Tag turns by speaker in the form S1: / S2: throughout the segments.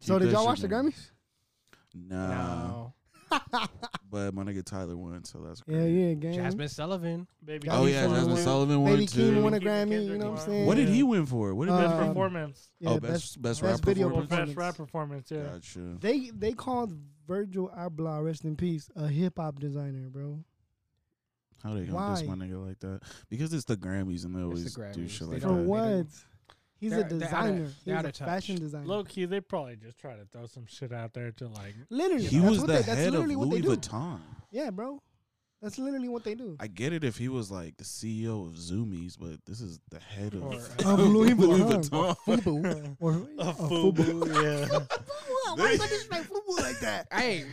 S1: So did y'all watch the Grammys?
S2: Nah,
S3: No.
S2: but my nigga Tyler won, so that's
S1: Yeah, yeah, game.
S3: Jasmine Sullivan.
S4: Baby,
S2: Oh
S1: Baby
S2: yeah,
S1: Keem
S2: Jasmine
S1: won.
S2: Sullivan won
S1: Baby Keem
S2: too.
S1: won a
S4: Kendrick
S1: Grammy. You
S4: won.
S1: know what I'm saying?
S2: What did
S1: Yeah.
S2: he win for? What did
S1: Uh,
S2: he
S4: best
S2: win for?
S4: performance,
S1: Yeah,
S2: oh, best um, best,
S1: best
S2: rap
S1: video
S4: or
S2: performance.
S4: best
S1: performance.
S4: rap performance. Yeah,
S2: Gotcha.
S1: They they called Virgil Abloh, rest in peace, a hip hop designer, bro.
S2: How they gonna diss
S1: Why?
S2: my nigga like that? Because it's the Grammys and they always
S3: the
S2: do
S3: Grammys.
S2: shit
S3: They
S2: like
S1: For
S3: don't-
S2: that.
S3: they
S1: what?
S3: don't-
S1: He's
S3: They're-
S1: a
S3: they're outta-
S1: designer.
S3: they're
S1: He's
S3: outta
S1: a
S3: touch.
S1: fashion designer.
S4: low key, they probably just try to throw some shit out there to like.
S1: literally,
S2: He
S1: that's
S2: was
S1: what
S2: the
S1: they, that's
S2: head of
S1: literally what
S2: Louis
S1: they do.
S2: Vuitton.
S1: Yeah, bro. That's literally what they do.
S2: I get it if he was like the CEO of Zoomies, but this is the head of
S4: Or,
S1: uh, Of Louis Vuitton.
S2: Vuitton.
S1: Fubu or
S4: A
S1: a
S4: FUBU, yeah.
S1: Why you gotta disrespect Fubu like that?
S3: Hey,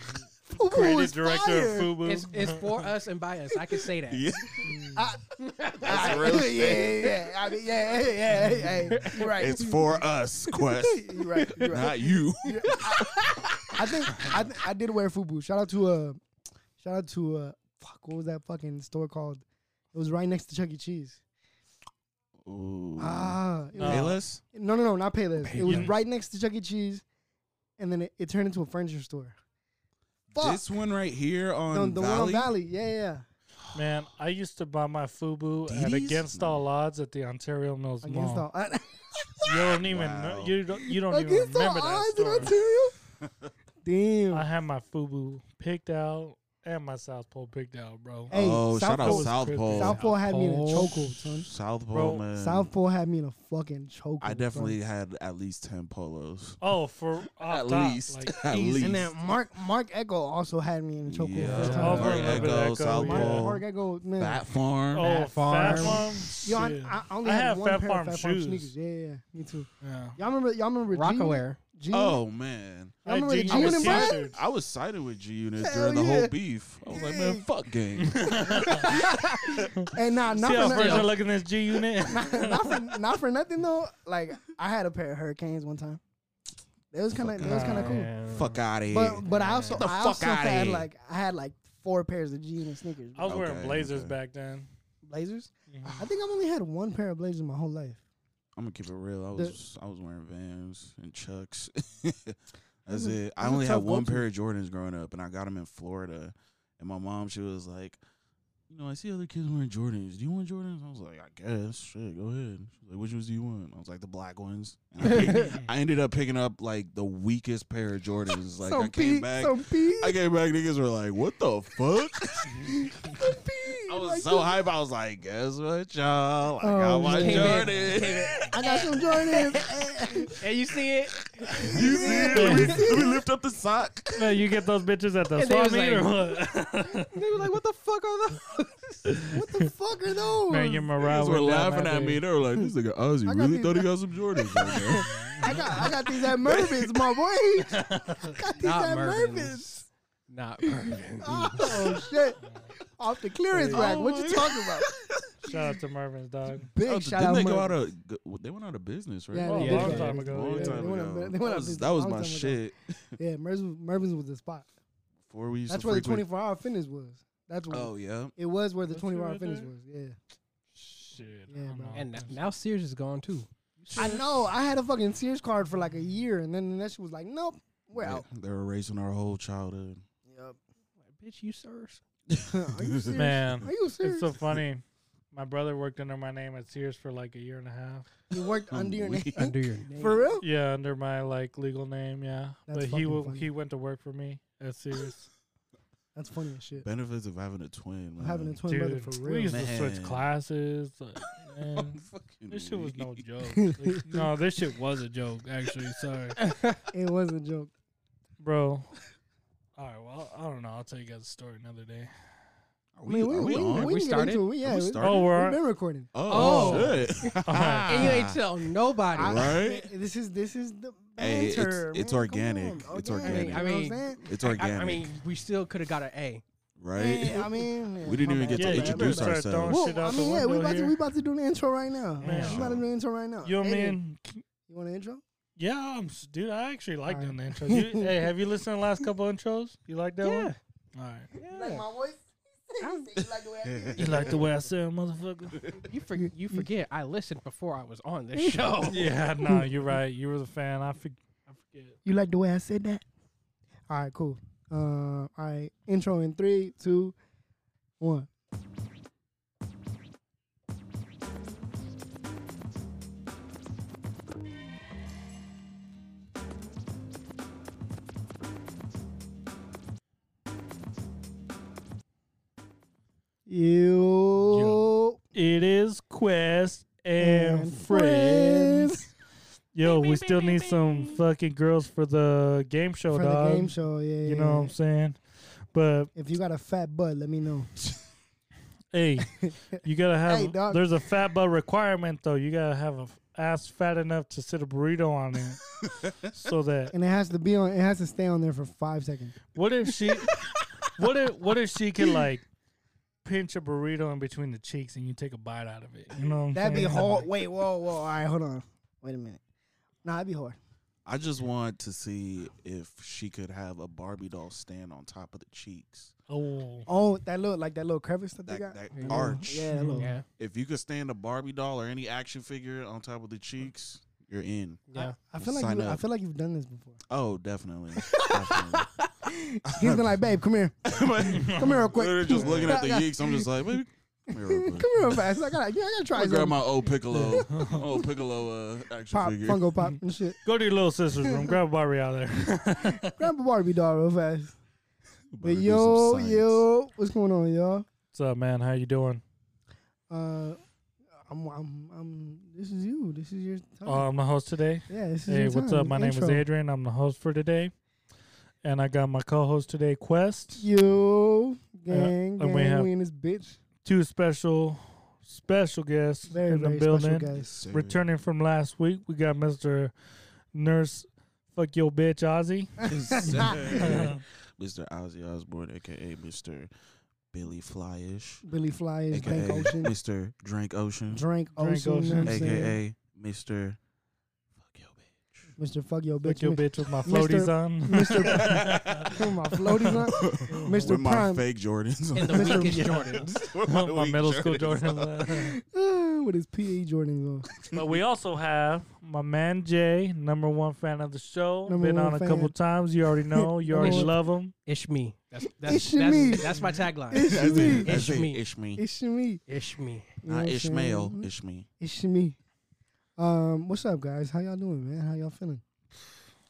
S1: Fubu
S4: Creative
S1: is
S4: director
S1: fire.
S4: of FUBU.
S3: it's it's for us and by us. I can say that.
S2: Yeah.
S1: I-
S2: real
S1: yeah, yeah, yeah. I mean, yeah, yeah, yeah, yeah, yeah. You're right.
S2: It's for us, Quest,
S1: You're right. You're right.
S2: not you.
S1: I think I, th- I did wear Fubu. Shout out to uh, shout out to uh, fuck. What was that fucking store called? It was right next to Chuck E. Cheese.
S2: Ooh.
S1: Ah, it was-
S4: Uh,
S2: Payless?
S1: no, no, no, not Payless. It was
S4: Payless.
S1: right next to Chuck E. Cheese, and then it, it turned into a furniture store. Fuck.
S2: This one right here on
S1: no, the
S2: Valley.
S1: one on Valley. Yeah, yeah, yeah.
S4: Man, I used to buy my FUBU at
S2: Diddy's?
S4: Against
S2: No.
S4: All Odds at the Ontario Mills
S1: Against
S4: Mall.
S1: all, I,
S4: You don't even
S2: Wow.
S4: know, you don't you don't even
S1: against all
S4: remember that
S1: odds in
S4: store.
S1: Ontario. Damn.
S4: I had my FUBU picked out and my South Pole picked out, bro.
S1: Hey,
S2: oh, shout out
S1: Southpaw-
S2: South Pole.
S1: South Pole had me in a
S4: Southpaw.
S1: chokehold, son.
S2: South Pole,
S4: Bro,
S2: man.
S1: South Pole had me in a fucking chokehold.
S2: I
S1: son.
S2: definitely had at least 10 polos.
S4: Oh, for off
S2: at
S4: top,
S2: least.
S4: like,
S2: at
S1: Jeez,
S2: least.
S1: And then Mark Mark Echo also had me in a chokehold.
S2: yeah.
S1: first
S4: Oh,
S1: time.
S4: bro,
S2: Mark Echo,
S4: remember
S2: South
S4: that guy, yeah.
S1: Mark,
S2: Pole.
S1: Mark Echo, man.
S2: Bat Farm.
S4: oh, Fat
S3: Fat Farm.
S4: Farm.
S1: Yo, I,
S4: shit.
S1: I only
S4: I
S1: had
S4: had
S1: one
S4: Fat
S1: pair
S4: Farm
S1: of Fat Farm
S4: shoes.
S1: sneakers. Yeah, yeah, yeah, me too.
S4: Yeah.
S1: Y'all remember? Y'all remember?
S3: Rockaware.
S1: G?
S2: Oh, man.
S1: Y'all remember the
S4: Jean
S1: G
S4: was
S1: Unit brand?
S4: t-shirts.
S2: I was sided with G Unit
S1: Hell
S2: during the
S1: yeah.
S2: whole beef. I was like, man, fuck gang.
S1: Hey, nah, not
S4: See how
S1: for,
S4: fresh I
S1: nothing,
S4: look in this G unit?
S1: not, for, not for nothing though. Like I had a pair of Hurricanes one time. It was kind of it was kind of cool.
S2: fuck out of here.
S1: But but I also
S2: the
S1: I
S2: fuck
S1: also
S2: outta
S1: had
S2: here.
S1: like I had like four pairs of G Unit sneakers.
S4: I was
S1: bro.
S4: wearing
S2: Okay,
S4: blazers
S2: okay.
S4: back then.
S1: Blazers.
S4: Mhm.
S1: I think I've only had one pair of blazers my whole life.
S2: I'm gonna keep it real. I
S1: The-
S2: was I was wearing Vans and Chucks. That's
S1: a-
S2: it. I
S1: that's a
S2: only had
S1: tough
S2: one
S1: go-to.
S2: pair of Jordans growing up, and I got them in Florida. And my mom, she was like, "You know, I see other kids wearing Jordans. Do you want Jordans?" I was like, "I guess. Shit, go ahead." She was like, "Which ones do you want?" I was like, "The black ones." And I, picked- I ended up picking up like the weakest pair of Jordans. Like I came
S1: Pete,
S2: back,
S1: some Pete,
S2: I came back. Niggas were like, "What the fuck?"
S1: some Pete.
S2: I was
S1: Like,
S2: so hype. I was like, "Guess what, y'all? I
S1: Oh,
S2: got my
S1: man.
S2: Jordan."
S1: I got some Jordans.
S3: And you see it?
S2: You see it? Let me, let me lift up the sock.
S4: No, you get those bitches at the
S3: And they
S4: swap
S3: was
S4: meet or what?
S1: they were like, "What the fuck are those? what the fuck are those?"
S4: Man, your morale
S2: Guys were
S4: went down
S2: laughing
S4: that
S2: at
S4: day.
S2: me. They were like, "This nigga Ozzy
S1: I got
S2: really
S1: these-
S2: thought he got some Jordans right there."
S1: I got I got these at Mervin's, my boy. I got these
S3: Not
S1: at
S3: Mervin's.
S1: Mervin's.
S3: Not Mervin.
S1: Oh shit! Off the clearance rack. What you talking about?
S4: Shout out to Mervin's dog.
S1: Big
S2: Oh,
S1: shout
S2: didn't
S1: out.
S2: they go out
S1: Mervin's.
S2: of? go- They went out of business, right?
S1: Yeah,
S4: Oh,
S1: they
S4: a
S1: did
S4: long
S1: go out
S4: time
S1: of
S4: ago,
S2: Long
S4: yeah.
S2: time
S1: They went out
S2: ago.
S1: of- they
S2: That
S1: went out of
S2: was,
S1: business
S2: that was
S1: long
S2: my
S1: time ago.
S2: shit.
S1: yeah, Mervin's, Mervin's was the spot.
S2: Before we used
S1: That's
S2: to
S1: where the
S2: frequent-
S1: 24 hour fitness was. That's where
S2: Oh yeah.
S1: it was where the
S4: That shit
S1: 24 hour
S4: right
S1: fitness
S4: there?
S1: was. Yeah.
S4: Shit.
S1: Yeah,
S4: I don't
S1: bro.
S4: know.
S3: And now Sears is gone too.
S1: I know. I had a fucking Sears card for like a year, and then that shit was like, nope, we're
S2: They-
S1: out.
S2: they're erasing our whole childhood.
S3: Bitch, you Sears.
S1: Are you serious?
S4: Man,
S1: Are you
S4: it's
S1: serious?
S4: so funny. My brother worked under my name at Sears for like a year and a half.
S1: you worked under your name
S2: Weak.
S3: Under your name.
S1: for real?
S4: Yeah, under my like legal name. Yeah,
S1: That's
S4: but he
S1: fucking
S4: w-
S1: funny.
S4: he went to work for me at Sears.
S1: That's funny as shit.
S2: Benefits of having a twin.
S1: I'm
S2: Man.
S1: having a twin brother
S4: Dude,
S1: for
S4: we
S1: real.
S4: used to switch
S2: Man.
S4: classes. like, man,
S2: Fucking
S4: this shit was no
S2: weak.
S4: joke. Like, no, this shit was a joke. Actually, sorry,
S1: It was a joke.
S4: bro. All right, well, I don't know. I'll tell you guys a story another day.
S2: Are
S1: I
S2: we,
S1: mean, we,
S2: are we
S1: we,
S2: on?
S1: we, didn't
S3: We
S1: get
S3: started?
S1: into it. Yeah,
S2: Are we
S1: we
S2: started?
S4: Oh,
S1: have
S4: we're
S1: been recording.
S2: Oh, shit.
S1: Ah.
S3: and
S2: Ah.
S3: you ain't tell nobody.
S1: I-
S2: Right?
S1: this is this is the
S2: Hey, it's-
S1: banter.
S2: it's
S1: man. Come
S2: organic.
S1: on.
S2: It's
S1: Organic,
S3: organic. I mean,
S1: you know what I'm saying?
S2: It's
S3: I,
S2: organic,
S3: I mean, we still could have got an A.
S2: right?
S1: Yeah, I mean,
S2: We didn't
S1: my
S2: even get
S1: bad,
S2: to
S1: my bad, my
S2: introduce
S1: bad.
S4: start throwing
S2: ourselves.
S1: Well,
S4: shit
S1: I
S4: out the
S1: mean, yeah, we
S4: window
S1: about to
S4: here.
S1: we about to do the intro right now.
S4: Man.
S1: We about to do the intro right now.
S4: You know what I
S1: Aiden,
S4: mean?
S1: You want an intro?
S4: Yeah, I'm, s- dude, I actually like
S1: Alright.
S4: doing the intros. You, hey, have you listened to the last couple intros? You like that one? All right.
S3: yeah.
S1: my voice? you like the way I
S4: You like the way I said, motherfucker?
S3: You, for, you forget I listened before I was on this show.
S4: yeah, no, you're right. You were the fan. I, for, I shit.
S1: You like the way I said that? All right, cool. Uh, all right, intro in three, two, one. You
S4: It is Quest and, Friends. Yo, we still need some fucking girls for the game show,
S1: for
S4: dog.
S1: the game show, yeah.
S4: You know what I'm saying? But
S1: if you got a fat butt, let me know.
S4: hey, you gotta have.
S1: Hey, dog.
S4: there's a fat butt requirement though. You gotta have a f- ass fat enough to sit a burrito on it, so that
S1: And it has to be on. It has to stay on there for five seconds.
S4: What if she? what if what if she could like pinch a burrito in between the cheeks and you take a bite out of it? You know what I'm
S1: That'd be
S4: saying?
S1: hard. Wait, whoa, whoa. All right, hold on. Wait a minute. Nah, that'd be hard.
S2: I just want to see if she could have a Barbie doll stand on top of the cheeks.
S4: Oh,
S1: Oh, that little like that little crevice that,
S2: That,
S1: they got.
S2: that
S3: Yeah.
S2: arch.
S1: Yeah, that little.
S3: Yeah.
S2: If you could stand a Barbie doll or any action figure on top of the cheeks, you're in.
S3: Yeah.
S1: I feel like
S2: Sign
S1: you, I
S2: up.
S1: feel like you've done this before.
S2: Oh, definitely. definitely.
S1: He's been like, babe, come here, come here real quick.
S2: Literally just looking at the yeeks, I'm just like, baby, come here real
S1: come
S2: quick.
S1: here real fast. I gotta, yeah, I gotta
S2: I'm
S1: try
S2: gonna grab
S1: some
S2: my old Piccolo, old Piccolo uh, action
S1: pop,
S2: figure.
S1: Funko Pop and shit.
S4: Go to your little sister's room. Grab a Barbie out of there.
S1: Grab a Barbie doll real fast.
S2: Better do
S1: But
S2: some
S1: yo,
S2: science.
S1: yo, what's going on, y'all?
S4: What's up, man? How you doing?
S1: Uh, I'm, I'm, I'm. This is you. This is your time.
S4: Uh, I'm the host today.
S1: yeah, Oh. this is
S4: Hey,
S1: your
S4: what's
S1: time.
S4: up? My name is
S1: Intro.
S4: Adrian. I'm the host for today, and I got my co-host today, Quest.
S1: Yo,
S4: Yeah,
S1: gang,
S4: Uh, and
S1: gang,
S4: we
S1: we,
S4: have-
S1: in this bitch.
S4: Two special, special guests
S1: Very,
S4: in the
S1: very special
S4: building.
S2: Yes,
S1: guys.
S2: sir.
S4: Returning from last week, we got Mister Nurse. Fuck your bitch, Ozzy.
S2: Yes, sir. Mr. Ozzy Osbourne, aka Mr. Billy Flyish,
S1: Billy Fly is
S2: aka
S1: Drink Ocean.
S2: Mr. Drink Ocean,
S1: Drink
S4: Drink
S1: Ocean, you know
S4: Ocean.
S1: what I'm saying?
S2: aka Mr. Fuck your bitch.
S1: Mr. Fuck Yo Bitch.
S4: Fuck your bitch with my
S1: Mr.
S4: floaties on.
S1: Mr. Put my floaties on. Mr.
S2: With my
S1: Prime.
S2: fake Jordans.
S3: In the
S1: Mr.
S3: weakest Jordans.
S2: With
S4: my,
S2: weak
S4: middle school
S2: Jordans.
S4: Jordan.
S1: Ah, with his PE Jordans on.
S4: but we also have my man Jay, number one fan of the show.
S1: Number
S4: Been
S1: one
S4: on a
S1: fan.
S4: couple times. You already know. You
S1: Number
S4: already
S1: one.
S4: love him.
S3: Ish me. That's that's
S1: Ish
S3: that's,
S1: me.
S3: that's my tagline.
S1: It's
S2: That's
S1: me.
S2: it. That's
S3: It's
S2: it.
S3: me.
S2: It's me.
S1: It's me.
S3: Ish me.
S1: You
S2: Not
S1: know what I'm
S2: Ishmael.
S1: saying?
S2: It's me.
S1: It's me. Um, what's up, guys? How y'all doing, man? How y'all feeling?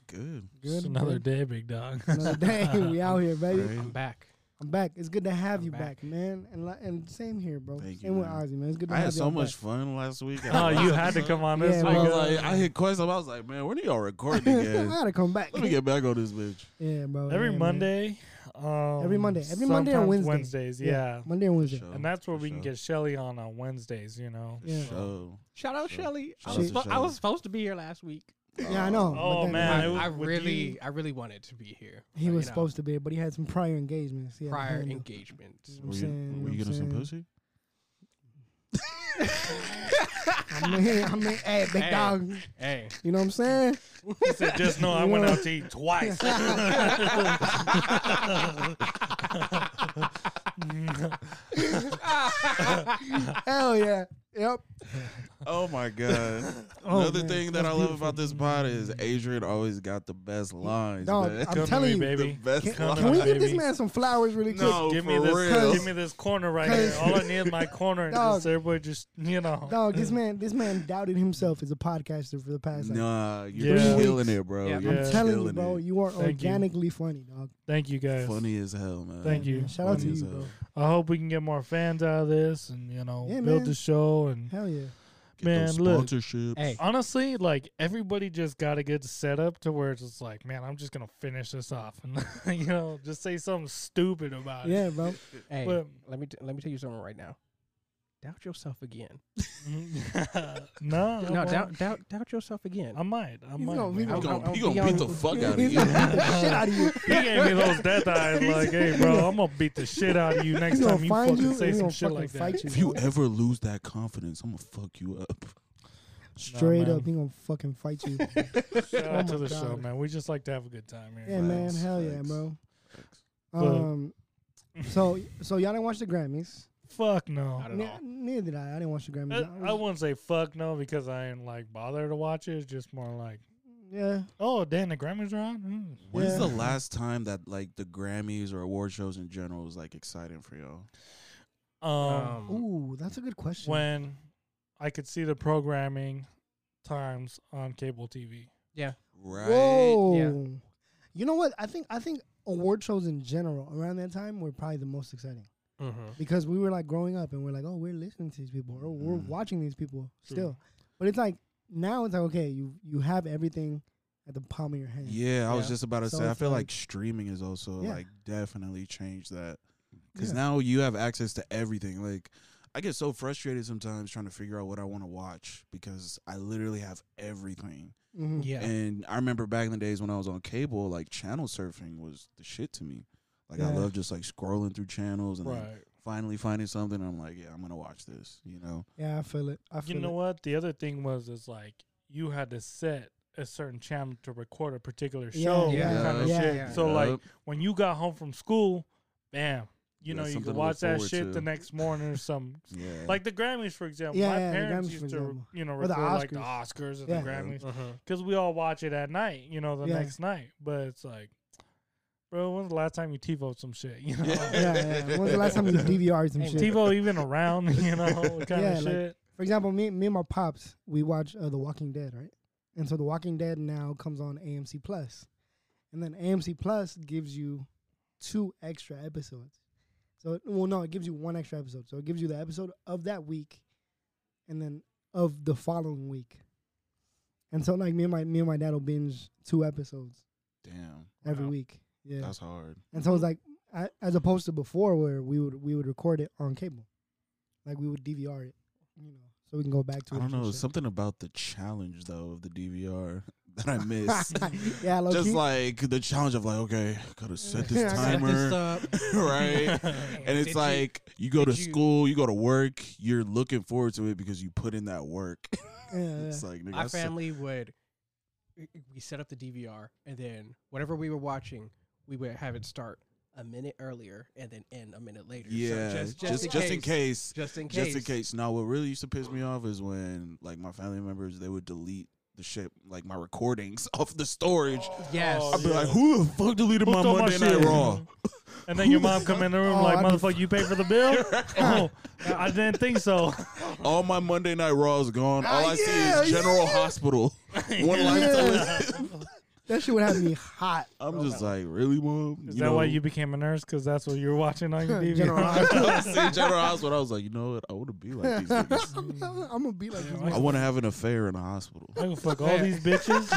S2: Good.
S1: Good.
S4: It's another
S1: good?
S4: day, big dog.
S1: Another day. we out here, baby.
S2: Right?
S3: I'm back.
S1: I'm back. It's good to have
S3: I'm
S1: you
S3: back.
S1: back, man. And li- and same here, bro.
S2: Thank you,
S1: same with
S2: man.
S1: Ozzy, man. It's good to
S2: I
S1: have
S2: had so
S1: y'all
S2: much
S1: back.
S2: fun last week.
S4: oh, you had to come on this
S1: Yeah,
S2: I
S4: week.
S2: was
S1: bro.
S2: like, I hit quest up. I was like, man, when are y'all recording
S1: I
S2: again?
S1: gotta come back.
S2: Let me get back on this bitch.
S1: Yeah, bro.
S4: every
S1: yeah, man.
S4: Monday. Um,
S1: Every Monday. Every Monday and
S4: sometimes
S1: Wednesday.
S4: Wednesdays, yeah.
S1: Monday and Wednesday.
S2: Show,
S4: And that's where we
S2: show,
S4: can get Shelly on on Wednesdays, you know.
S1: Yeah.
S2: Show.
S3: Shout out
S2: Shout-
S3: Shelly. I
S1: shout out
S3: was
S2: to
S3: spo- I
S2: Shelly.
S3: was supposed to be here last week.
S1: Yeah, I know.
S4: Oh,
S1: but then
S4: man,
S1: he-
S4: it was-
S3: I
S4: with
S3: really
S4: you-
S3: I really wanted to be here.
S1: He
S3: but, you
S1: was
S3: know,
S1: supposed to be, but he had some prior engagements. Yeah,
S3: prior engagements.
S1: I'm
S2: Were you,
S1: saying,
S2: were you
S1: I'm
S2: getting some
S1: saying.
S2: pussy?
S1: I mean, I mean, hey, big
S3: Hey.
S1: dog.
S3: Hey.
S1: You know what I'm saying?
S4: He said, just know I
S1: You
S4: went
S1: know.
S4: out to eat twice.
S1: Hell yeah. Yep.
S2: Oh my god!
S1: Oh,
S2: Another
S1: man,
S2: thing that
S1: that's
S2: I love
S1: beautiful.
S2: about this pod is Adrian always got the best lines.
S1: Dog,
S2: man.
S1: I'm
S4: Come to
S1: telling
S4: me,
S1: you,
S2: the
S4: baby.
S2: best
S1: Can,
S4: Come
S2: lines.
S1: can we
S4: on,
S1: give this
S4: baby.
S1: man some flowers really quick?
S2: No,
S4: give
S2: for
S4: me this
S2: real.
S4: give me this corner right here.
S1: Cause-
S4: All I need is my corner and
S1: Dog.
S4: just everybody just you know.
S1: Dog, this man, this man doubted himself as a podcaster for the past. Like,
S2: Nah, you're
S4: Yeah.
S2: killing it, bro.
S3: Yeah.
S2: You're
S1: I'm telling you,
S2: killing
S1: bro,
S2: it.
S1: you are
S4: Thank you.
S1: organically funny, dog.
S4: Thank you guys.
S2: Funny as hell, man.
S4: Thank
S1: Yeah,
S4: you.
S1: man. Shout out to
S2: Funny as
S1: you,
S2: hell.
S1: bro.
S4: I hope we can get more fans out of this and you know
S1: Yeah,
S4: build
S1: man.
S4: the show and
S1: Hell yeah.
S2: Get those
S4: Man, look.
S2: sponsorships.
S3: Hey.
S4: honestly like everybody just got a good setup to where it's just like man I'm just gonna finish this off and you know just say something stupid about it.
S1: Yeah, bro.
S3: Hey.
S4: But-
S3: let me t- let me tell you something right now. Doubt yourself again.
S4: no, I
S3: No,
S4: won't.
S3: doubt doubt doubt yourself again.
S4: I might. I
S1: He's
S4: might.
S1: gonna- he's
S4: man.
S2: He
S3: I'm-
S2: gonna,
S3: I'm
S2: he gonna
S3: beyond-
S2: beat the fuck out of
S1: He's
S2: you.
S1: gonna beat the shit out of you.
S4: He gave me those death eyes like, hey, bro, I'm gonna beat the shit out of you next
S1: He's gonna
S4: time you
S1: find
S4: fucking
S1: you
S4: say
S1: and he's
S4: some
S1: gonna
S4: shit
S1: fucking
S4: like
S1: fight
S4: that.
S1: you.
S2: If you ever lose that confidence, I'm gonna fuck you up.
S1: Straight
S4: man.
S1: up, he gonna fucking fight you.
S4: Shout out
S1: Oh
S4: to
S1: my
S4: the show,
S1: God.
S4: man. We just like to have a good time here.
S1: Yeah, man.
S2: Facts,
S1: Hell yeah,
S2: facts,
S1: bro.
S2: facts.
S4: But-
S1: Um, so so y'all didn't watch the Grammys.
S4: Fuck no.
S3: Not at
S1: Ne-
S3: all.
S1: neither did I. I didn't watch the Grammys.
S4: Uh, I,
S1: I
S4: I
S1: was-
S4: wouldn't say fuck no because I ain't like bother to watch it. It's just more like
S1: Yeah.
S4: Oh, damn, the Grammys are on. Mm.
S2: When's
S1: Yeah.
S2: the last time that like the Grammys or award shows in general was like exciting for y'all?
S3: Oh,
S4: Um,
S1: Ooh, that's a good question.
S4: when I could see the programming times on cable TV.
S2: Right.
S1: Whoa. You know what? I think I think award shows in general around that time were probably the most exciting
S3: Mm-hmm.
S1: because we were like growing up and we're like, oh, we're listening to these people or we're
S2: Mhm.
S1: watching these people
S4: True.
S1: still. But it's like now it's like okay, you you have everything at the palm of your hand.
S2: Yeah, I was
S3: Yeah.
S2: just about to
S1: So
S2: say. I
S1: it's
S2: feel
S1: like-
S2: like streaming is also
S1: Yeah.
S2: like definitely changed that because
S1: Yeah.
S2: now you have access to everything. Like, I get so frustrated sometimes trying to figure out what I want to watch because I literally have everything.
S1: Mhm.
S3: Yeah.
S2: And I remember back in the days when I was on cable, like channel surfing was the shit to me. Like I
S1: Yeah.
S2: love just like scrolling through channels and then
S4: Right.
S2: finally finding something. I'm like, yeah, I'm gonna watch this. You know,
S1: Yeah, I feel it. I feel
S4: You know
S1: it.
S4: what? The other thing was is like you had to set a certain channel to record a particular
S1: Yeah,
S4: show.
S1: yeah,
S4: kind of
S1: yeah.
S4: shit.
S3: Yeah.
S4: So like
S2: Yup.
S4: when you got home from school, bam,
S2: Yeah,
S4: you know you
S2: something to
S4: could
S2: look
S4: watch that
S2: forward
S4: shit the
S2: to.
S4: next morning or some
S2: yeah,
S4: like the Grammys for example.
S1: Yeah,
S4: My
S1: yeah, the
S4: parents
S1: Grammys,
S4: used
S1: for
S4: to
S1: example.
S4: you know
S1: Or the
S4: record like the
S1: Oscars.
S4: Oscars and
S1: Yeah.
S4: the Grammys
S3: Mm-hmm.
S4: because we all watch it at night. You know the
S1: Yeah.
S4: next night, but it's like. Bro, when's the last time you TiVoed some shit? You know,
S1: yeah, yeah. When's the last time you DVR some
S4: Ain't
S1: shit?
S4: TiVo even around? You know, kind
S1: Yeah,
S4: of
S1: like-
S4: shit.
S1: For example, me, me and my pops, we watch uh, The Walking Dead, right? And so The Walking Dead now comes on AMC Plus, and then AMC Plus gives you two extra episodes. So well, no, it gives you one extra episode. So it gives you the episode of that week, and then of the following week. And so like me and my me and my dad will binge two episodes
S2: damn,
S1: every
S3: Wow.
S1: week. Yeah.
S2: that's hard.
S1: And so it's like, I, as opposed to before, where we would we would record it on cable, like we would DVR it, you know, so we can go back to.
S2: I
S1: it
S2: don't
S1: and
S2: know.
S1: shit.
S2: Something about the challenge though of the DVR that I miss.
S1: yeah, low
S2: Just
S1: key.
S2: like the challenge of like, okay, gotta set this timer, right? And
S3: Did
S2: it's
S3: you-
S2: like you go to
S3: did you-
S2: school, you go to work, you're looking forward to it because you put in that work.
S1: Yeah, yeah.
S2: it's like nigga,
S3: My
S2: I set-
S3: family would we set up the DVR and then whatever we were watching, we would have it start a minute earlier and then end a minute later. So
S2: yeah,
S3: just,
S2: just
S3: just,
S2: just in case,
S3: Just in case.
S2: just in case. Now, what really used to piss me off is when like my family members they would delete the shit like my recordings off the storage.
S3: Yes.
S4: Oh,
S2: I'd be
S4: yeah.
S2: like, who the fuck deleted
S4: Who
S2: my
S4: stole
S2: Monday Night
S4: shit?
S2: Raw?
S4: And then your mom come in the room
S1: Oh,
S4: like,
S1: I'd be-
S4: motherfucker, you pay for the bill? oh, I didn't think so.
S2: All my Monday Night Raw is gone. All
S1: Ah,
S2: I
S1: yeah,
S2: see is General Hospital. One life to
S1: Yeah.
S2: live.
S1: that shit would have me hot.
S2: I'm just like, really, mom?
S4: Is
S2: You
S4: that
S2: know,
S4: why you became a nurse? Because that's what you were watching on your TV.
S1: General Hospital.
S2: I seen General Hospital. I was like, you know what? I want to be like these niggas.
S1: I'm gonna be like, this
S4: Yeah,
S2: I
S1: motherfucker.
S2: want to have an affair in a hospital.
S4: I can fuck all these bitches.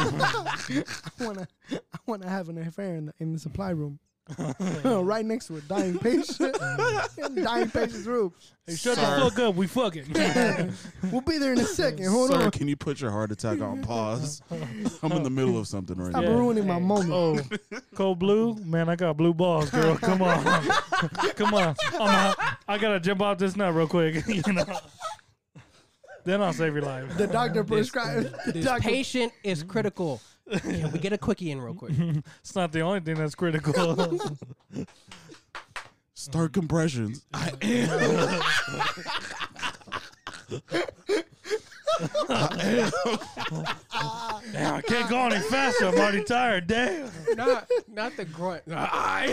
S1: I wanna, I wanna have an affair in the, in the supply room, right next to a dying patient, in the dying patient's room.
S4: hey, shut
S2: Sir.
S4: the fuck up. We fucking.
S1: we'll be there in a second. Hold
S2: Sir,
S1: on,
S2: can you put your heart attack on pause? I'm in the middle of something right
S1: stop
S4: Yeah.
S2: now.
S1: ruining my
S3: Hey.
S1: moment.
S4: oh, cold blue? Man, I got blue balls, girl. Come on. Come on. I'm out. I got to jump off this nut real quick. you know? Then I'll save your life.
S1: The doctor prescribed. the
S3: This
S1: doctor
S3: patient is critical. Can we get a quickie in real quick?
S4: It's not the only thing that's critical.
S2: Start compressions. I am.
S4: Damn, I can't go any faster. I'm already tired. Damn.
S3: not not the grunt.
S1: I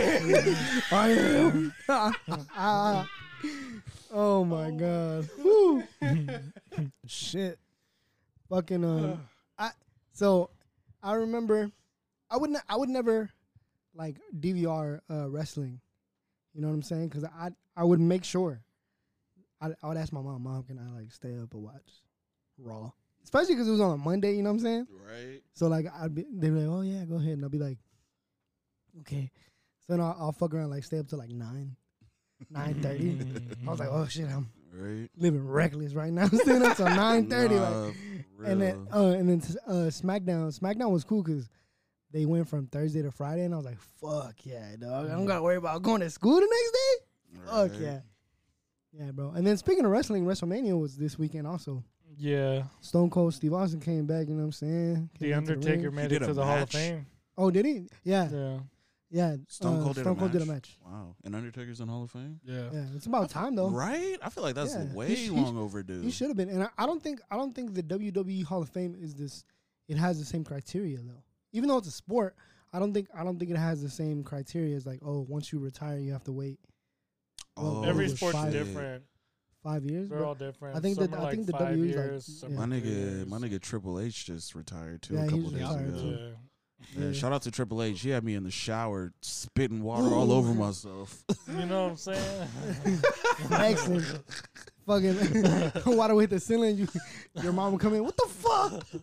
S1: am. oh my god. Woo. Shit. Fucking um I so I remember I would not I would never like DVR uh wrestling. You know what I'm saying? Cuz I I would make sure I, I would ask my mom, "Mom, can I like stay up and watch Raw?" Especially cuz it was on a Monday, you know what I'm saying?
S2: Right?
S1: So like I'd be, they'd be like, "Oh yeah, go ahead," and I'll be like, "Okay." So then I'll, I'll fuck around, like stay up till like nine, nine thirty. I was like, "Oh shit, I'm
S2: Right?
S1: living reckless right now." Staying up till nine thirty, like, and then uh, and then s- uh, SmackDown. SmackDown was cool because they went from Thursday to Friday, and I was like, "Fuck yeah, dog! I don't gotta worry about going to school the next day." oh, Fuck yeah, yeah, bro. And then speaking of wrestling, WrestleMania was this weekend also.
S4: Yeah.
S1: Stone Cold Steve Austin came back. You know what I'm saying?
S4: The
S1: Came into ring.
S4: Undertaker made it
S2: did a
S4: to the Hall of
S2: match.
S4: Fame.
S1: Oh, did he? Yeah.
S4: Yeah.
S1: Yeah,
S2: Stone
S1: uh,
S2: Cold, did,
S1: Stone
S2: a
S1: Cold
S2: match.
S1: did a match.
S2: Wow. And Undertaker's in Hall of Fame?
S4: Yeah.
S1: Yeah, it's about time though.
S2: Right? I feel like that's
S1: Yeah. He
S2: way
S1: sh- he sh-
S2: long overdue.
S1: He should have been, and I, I don't think I don't think the WWE Hall of E Fame is this it has the same criteria though. Even though it's a sport, I don't think I don't think it has the same criteria as like oh once you retire you have to wait
S2: Oh,
S4: Every
S1: shit.
S4: sport's
S2: shit.
S4: different.
S1: five years.
S4: They're
S1: bro.
S4: all different.
S1: I think
S4: some
S1: that-
S4: are
S1: I
S4: like
S1: think the
S4: five
S1: W E is like-
S4: years. some
S1: yeah.
S4: are
S2: My
S4: three
S2: nigga, my
S4: years.
S2: nigga Triple H just retired too
S1: Yeah,
S2: a
S1: he's
S2: couple days
S1: retired
S2: ago.
S1: too.
S4: Yeah.
S2: Yeah,
S1: Yeah.
S2: shout out to Triple H. He had me in the shower spitting water all over myself.
S4: You know what I'm saying?
S1: Excellent. Fucking water hit the ceiling. You, your mom would come in. What the fuck?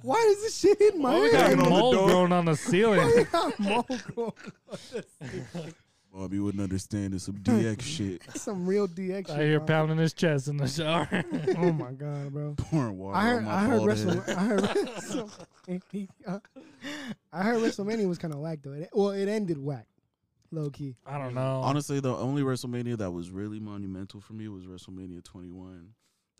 S1: Why is this shit hitting my
S4: we got
S1: head?
S4: mold growing on the
S1: Why
S4: ceiling.
S1: got mold growing on the ceiling?
S2: Bob, you wouldn't understand this some DX shit.
S1: Some real DX.
S4: I hear
S1: shit, bro.
S4: pounding his chest in the shower.
S1: Oh my god, bro.
S2: Pouring water
S1: I
S2: on
S1: heard,
S2: my
S1: I heard,
S2: bald head.
S1: Wrestle, I heard, WrestleMania, I heard WrestleMania was kind of whack though. It, well, it ended whack, low key.
S4: I don't know.
S2: Honestly, the only WrestleMania that was really monumental for me was WrestleMania 21.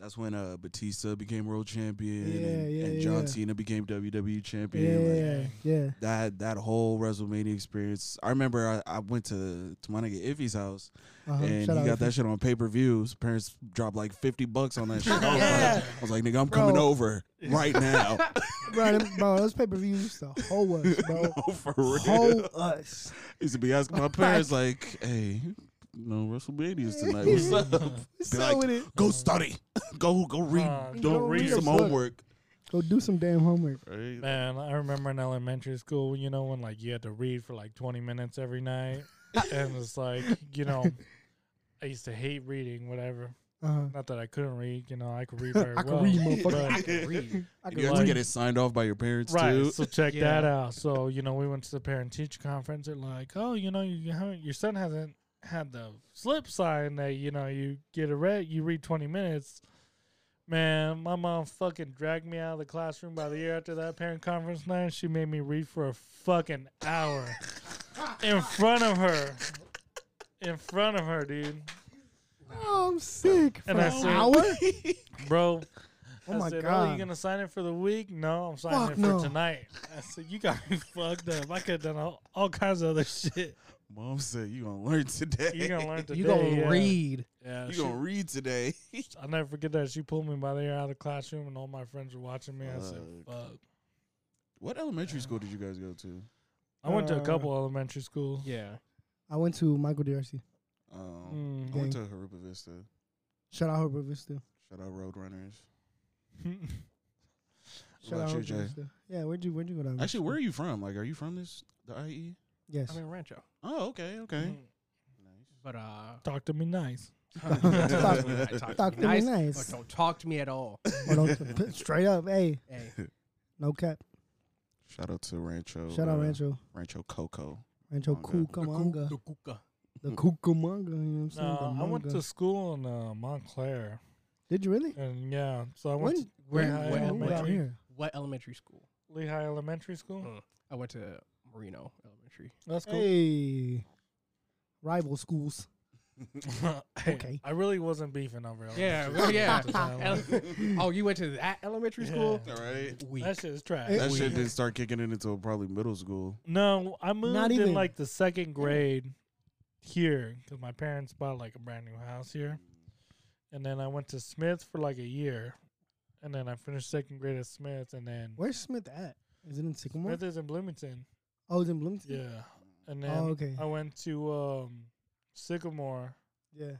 S2: That's when uh, Batista became world champion
S1: Yeah,
S2: and,
S1: yeah,
S2: and John
S1: yeah.
S2: Cena became WWE champion. Like,
S1: Yeah, yeah,
S2: that that whole WrestleMania experience. I remember I, I went to, to my nigga Iffy's house
S1: uh-huh.
S2: and
S1: Shout
S2: he
S1: out
S2: got
S1: to-
S2: that shit on pay per view. His parents dropped like fifty bucks on that shit. I was,
S1: Yeah.
S2: like, I was like, nigga, I'm coming
S1: Bro.
S2: over right now.
S1: bro, them- bro. Those pay per views used to hoe us, bro.
S2: no, for real.
S1: hoe us.
S2: Used to be asking my parents like, hey, no WrestleMania's tonight. What's up?
S1: What's
S2: Be
S1: up
S2: like,
S1: with it?
S2: Go study. Go go read.
S4: Uh,
S2: don't
S1: go
S2: read
S1: read
S2: some
S1: a book.
S2: homework.
S1: Go do some damn homework.
S2: Right?
S4: Man, I remember in elementary school, you know, when like you had to read for like 20 minutes every night. and it's like, you know, I used to hate reading, whatever.
S1: Uh-huh.
S4: Not that I couldn't read, you know, I could read very
S1: I could
S4: well.
S1: read, motherfucker.
S4: but-
S3: I can read.
S1: I
S2: And
S1: could
S2: you had to
S4: like-
S2: get it signed off by your parents
S4: Right,
S2: too.
S4: so check
S3: Yeah.
S4: that out. So you know, we went to the parent teacher conference. They're like, "Oh, you know, you haven't, your son hasn't had the slip sign that you know you get a read, you read twenty minutes." Man, my mom fucking dragged me out of the classroom by the year after that parent conference night. She made me read for a fucking hour in front of her, in front of her, dude,
S1: Oh, I'm sick. For
S4: And I
S1: an
S4: said-
S1: hour?
S4: bro.
S1: Oh
S4: I
S1: my
S4: said, Oh, you
S1: god.
S4: gonna sign it for the week? No, I'm signing
S1: Fuck
S4: it for
S1: no.
S4: tonight. I said, You got me fucked up. I could have done all, all kinds of other shit.
S2: Mom said you gonna learn today.
S4: You gonna learn today?
S3: You gonna
S4: yeah.
S3: read?
S4: Yeah,
S2: You
S4: she-
S2: gonna read today.
S4: I'll never forget that. She pulled me by the ear out of the classroom, and all my friends were watching me. I said,
S2: Fuck.
S4: "Fuck."
S2: What elementary school did you guys go to?
S4: I went to a
S1: Uh,
S4: couple elementary schools.
S3: Yeah.
S1: I went to Michael DRC.
S2: Um, I
S4: Mm.
S2: went to
S1: Gang.
S2: Harupa Vista.
S1: Shout out Hope Vista.
S2: Shout out Roadrunners. What
S1: Shout
S2: about
S1: out
S2: you,
S1: Hope
S2: Jay?
S1: Vista. Yeah, where'd you where'd you go down?
S2: Actually, where are you from? Like, are you from this the IE?
S1: Yes.
S3: I'm in Rancho,
S2: Oh, okay, okay. Nice.
S3: but uh,
S4: Talk to me nice.
S2: Mm-hmm.
S1: Talk-
S3: talk,
S1: talk
S3: talk
S1: to me
S3: nice,
S1: nice.
S3: but don't talk to me at all.
S1: Or don't- straight up, hey,
S3: Hey,
S1: no cap.
S2: Shout out to Rancho.
S1: Shout out
S2: uh,
S1: Rancho.
S2: Rancho Coco.
S1: Rancho
S2: Manga.
S1: Cucamonga.
S3: the kuka.
S1: The Cucamonga, you know what I'm saying?
S4: No,
S1: The
S4: I went
S1: manga.
S4: to school in uh, Montclair,
S1: Did you really?
S4: and yeah, so I went
S1: When
S4: to
S3: Where- where-
S4: Lehigh
S1: you were out
S4: Elementary.
S1: here?
S3: What elementary school?
S4: Lehigh Elementary School.
S3: Mm. I went to Marino Elementary.
S4: That's cool.
S1: Hey. Rival schools.
S4: Hey,
S1: Okay.
S4: I really wasn't beefing over elementary
S3: Oh, Yeah,
S4: school
S3: well, yeah.
S4: at the time. Like,
S3: Ele- oh, you went to that elementary school?
S4: Yeah.
S2: All right.
S3: Weak.
S4: That shit is trash.
S2: That
S1: Wait.
S2: shit didn't start kicking in until probably middle school.
S4: No, I moved
S1: even.
S4: in like the second grade here because my parents bought like a brand new house here, and then I went to Smith for like a year, and then I finished second grade at Smith, and then
S1: Where's Smith at? Is it in Sycamore?
S4: Smith is in Bloomington,
S1: Oh, it's in Bloomington?
S4: yeah, and then
S1: Oh, okay.
S4: I went to um, Sycamore
S1: Yeah.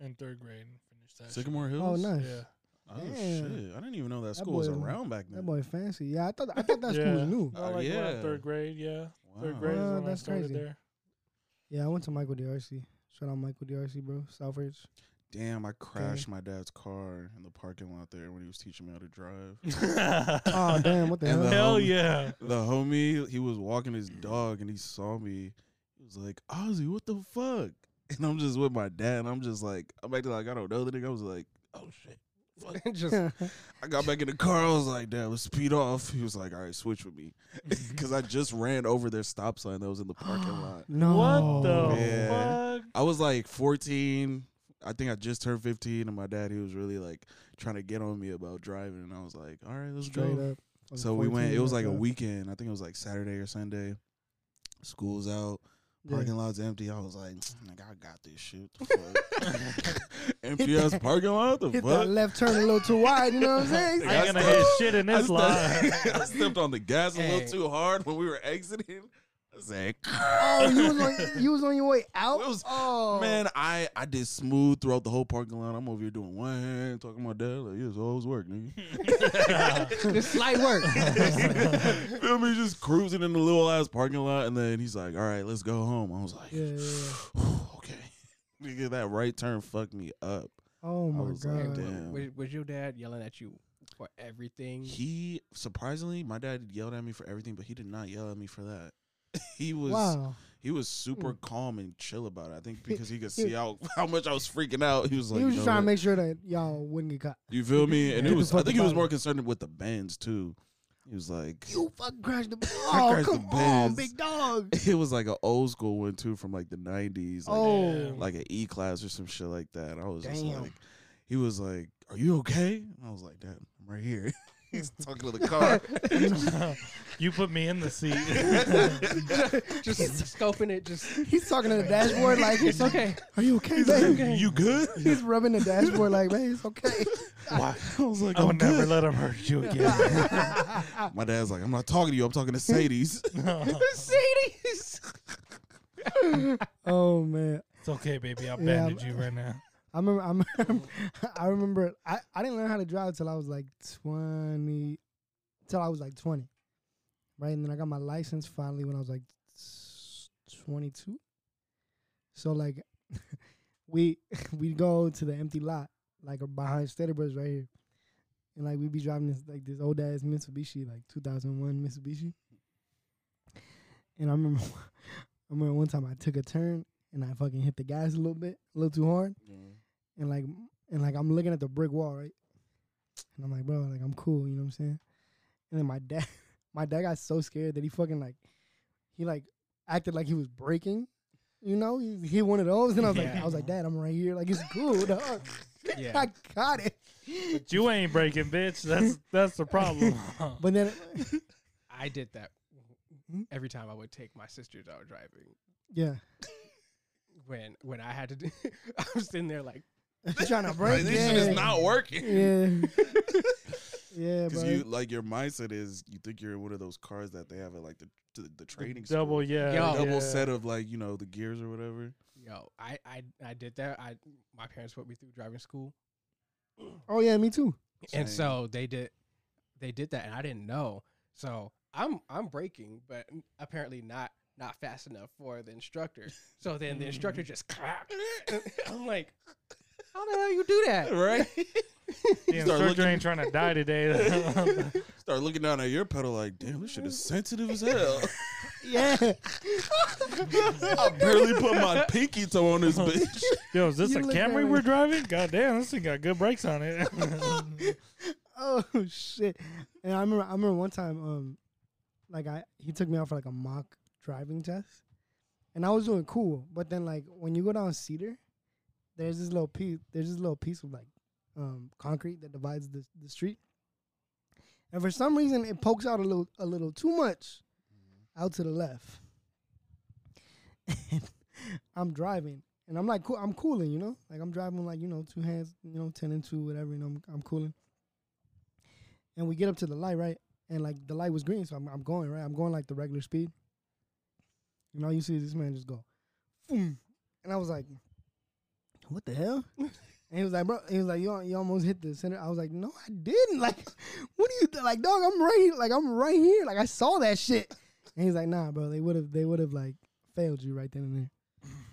S4: in third grade and finished that. shit.
S2: Sycamore Hills.
S1: Oh, nice.
S4: Yeah,
S2: Oh
S1: Damn.
S2: shit! I didn't even know that,
S1: That
S2: school was
S1: boy-
S2: around back
S1: That
S2: then.
S1: boy fancy. Yeah, I thought I thought that school
S4: Yeah.
S1: was new.
S4: I
S2: Oh,
S4: like around
S2: yeah.
S4: third grade. Yeah, third
S2: Wow.
S4: grade
S1: Wow,
S4: is when I
S1: that's
S4: started
S1: crazy.
S4: there.
S1: Yeah, I went to Michael DRC. Shout out Michael DRC, bro. Southridge.
S2: Damn, I crashed my dad's car in the parking lot there when he was teaching me how to drive.
S1: Oh damn, what the
S2: And
S1: hell?
S2: the-
S4: Hell
S2: Um,
S4: yeah!
S2: the homie, he was walking his dog and he saw me. He was like, Ozzy, what the fuck? And I'm just with my dad and I'm just like, I'm acting like I don't know the nigga. I was like, oh shit. Fuck.
S3: Just
S2: I got back in the car. I was like, dad, let's speed off. He was like, all right, switch with me. Because I just ran over their stop sign that was in the parking lot.
S1: no.
S4: what the
S2: Yeah.
S4: fuck?
S2: I was like 14. I think I just turned 15, and my dad, he was really like trying to get on me about driving. And I was like, all right, let's
S1: Straight
S2: go.
S1: up.
S2: So we went. It was like a
S1: week.
S2: weekend. I think it was like Saturday or Sunday. School's out. Parking lot's empty. I was like, "Mm, nigga, I got this shit. The fuck? empty ass parking lot. The
S1: Hit
S2: fuck?
S1: that left turn a little too wide. You know what I'm saying?
S2: Like,
S4: I ain't
S2: I
S4: gonna
S2: still-
S4: hit shit in
S2: I
S4: this line.
S2: stepped- I stepped on the gas a
S3: Hey.
S2: little too hard when we were exiting. I said,
S1: Oh, you was on you was on your way out.
S2: It was-
S1: oh
S2: Man, I, I did smooth throughout the whole parking lot. I'm over here doing one hand, talking to my dad. Like, yeah, it's always work, nigga.
S1: this light work.
S2: Feel me? Just cruising in the little ass parking lot. And then he's like, all right, let's go home. I was like,
S1: Yeah, yeah, yeah.
S2: okay. Nigga, that right turn fucked me up.
S1: Oh my
S2: was like,
S1: god.
S2: damn.
S3: was, was your dad yelling at you for everything?
S2: He, surprisingly, my dad yelled at me for everything, but he did not yell at me for that. He was
S1: wow. Hmm.
S2: he was super calm and chill about it. I think because he could see how, how much I was freaking out. He was like,
S1: he was
S2: you
S1: just
S2: know
S1: trying
S2: what?
S1: to make sure that y'all wouldn't get caught.
S2: You feel me? And
S1: Get
S2: it
S1: the
S2: was
S1: fuck
S2: I think he
S1: up
S2: was
S1: outta
S2: more
S1: here.
S2: concerned with the bands too. He was like
S1: You fucking crashed the.
S2: I
S1: Oh
S2: crashed the
S1: come on,
S2: Benz.
S1: big dog.
S2: it was like an old school one too from like the nineties. Like,
S1: Oh.
S2: like an E class or some shit like that. I was just
S1: Damn.
S2: like he was like, Are you okay? And I was like, Dad, I'm right here. He's talking to the car.
S4: you put me in the seat.
S3: just scoping it. Just
S1: He's talking to the dashboard like
S3: it's okay.
S1: Are you okay,
S2: He's like,
S1: babe?
S2: You good?
S1: He's rubbing the dashboard like, man, it's okay.
S2: Why? I was like,
S4: I
S2: I'm
S4: would never
S2: good.
S4: let him hurt you again.
S2: My dad's like, I'm not talking to you, I'm talking to Sadie's.
S3: Mercedes.
S1: oh man,
S4: it's okay, baby. I'll
S1: Yeah,
S4: bandage you right now.
S1: I remember. I remember. I, remember I, I didn't learn how to drive till I was like twenty, till I was like twenty, right? And then I got my license finally when I was like twenty-two. So like, we we go to the empty lot like behind Steady Brothers right here, and like we be driving this like this old ass Mitsubishi like two thousand one Mitsubishi. And I remember, I remember one time I took a turn and I fucking hit the gas a little bit, a little too hard and like m- and like I'm looking at the brick wall, right? And I'm like, bro, like I'm cool, you know what I'm saying? And then my dad, my dad got so scared that he fucking like, he like acted like he was breaking, you know? He hit one of those, and I was like, I was like, Dad, I'm right here, like it's cool, dog.
S3: Yeah.
S1: I got it.
S4: You ain't breaking, bitch. That's that's the problem.
S1: But then,
S3: I did that every time I would take my sisters out driving.
S1: yeah,
S3: When when I had to, do, I was in there like
S1: trying to
S2: Like,
S1: break.
S2: this
S1: yeah.
S2: shit is not working.
S1: Yeah, yeah,
S2: Because
S1: bro.
S2: you like your mindset is you think you're in one of those cars that they have at like the the, the training school.
S4: double, yeah,
S3: Yo.
S2: double
S4: yeah.
S2: set of like you know the gears or whatever.
S3: Yo, I, I I did that. I my parents put me through driving school,
S1: oh yeah, me too.
S2: Same.
S3: and so they did they did that, and I didn't know. So I'm I'm braking, but n- apparently not not fast enough for the instructor. So then the instructor just clapped. I'm like, how the hell you do that?
S2: Right?
S4: The
S2: Start
S4: instructor
S2: looking-
S4: ain't trying to die today.
S2: Start looking down at your pedal like, damn, this shit is sensitive as hell.
S1: Yeah,
S2: I barely put my pinky toe on this bitch.
S4: Yo, is this
S1: You
S4: a
S1: look
S4: Camry
S1: that
S4: we're
S1: way.
S4: driving? God damn, this thing got good brakes on it.
S1: oh shit! And I remember, I remember one time, um, like I he took me out for like a mock driving test, and I was doing cool. But then like when you go down Cedar, there's this little piece, there's this little piece of like, um, concrete that divides the the street, and for some reason it pokes out a little a little too much, out to the left. And I'm driving. And I'm like, cool, I'm cooling, you know, like I'm driving, like you know, two hands, you know, ten and two, whatever, you know, I'm, I'm cooling and we get up to the light, right? And like the light was green, so I'm, I'm going, right? I'm going like the regular speed. And all you see is this man just go, "Boom." and I was like, what the hell? and he was like, bro, he was like, you, al- you almost hit the center. I was like, no, I didn't. Like, what do you, th- like, dog, I'm right, like, I'm right here. Like, I saw that shit. And he's like, nah, bro, they would have, they would have like failed you right then and there.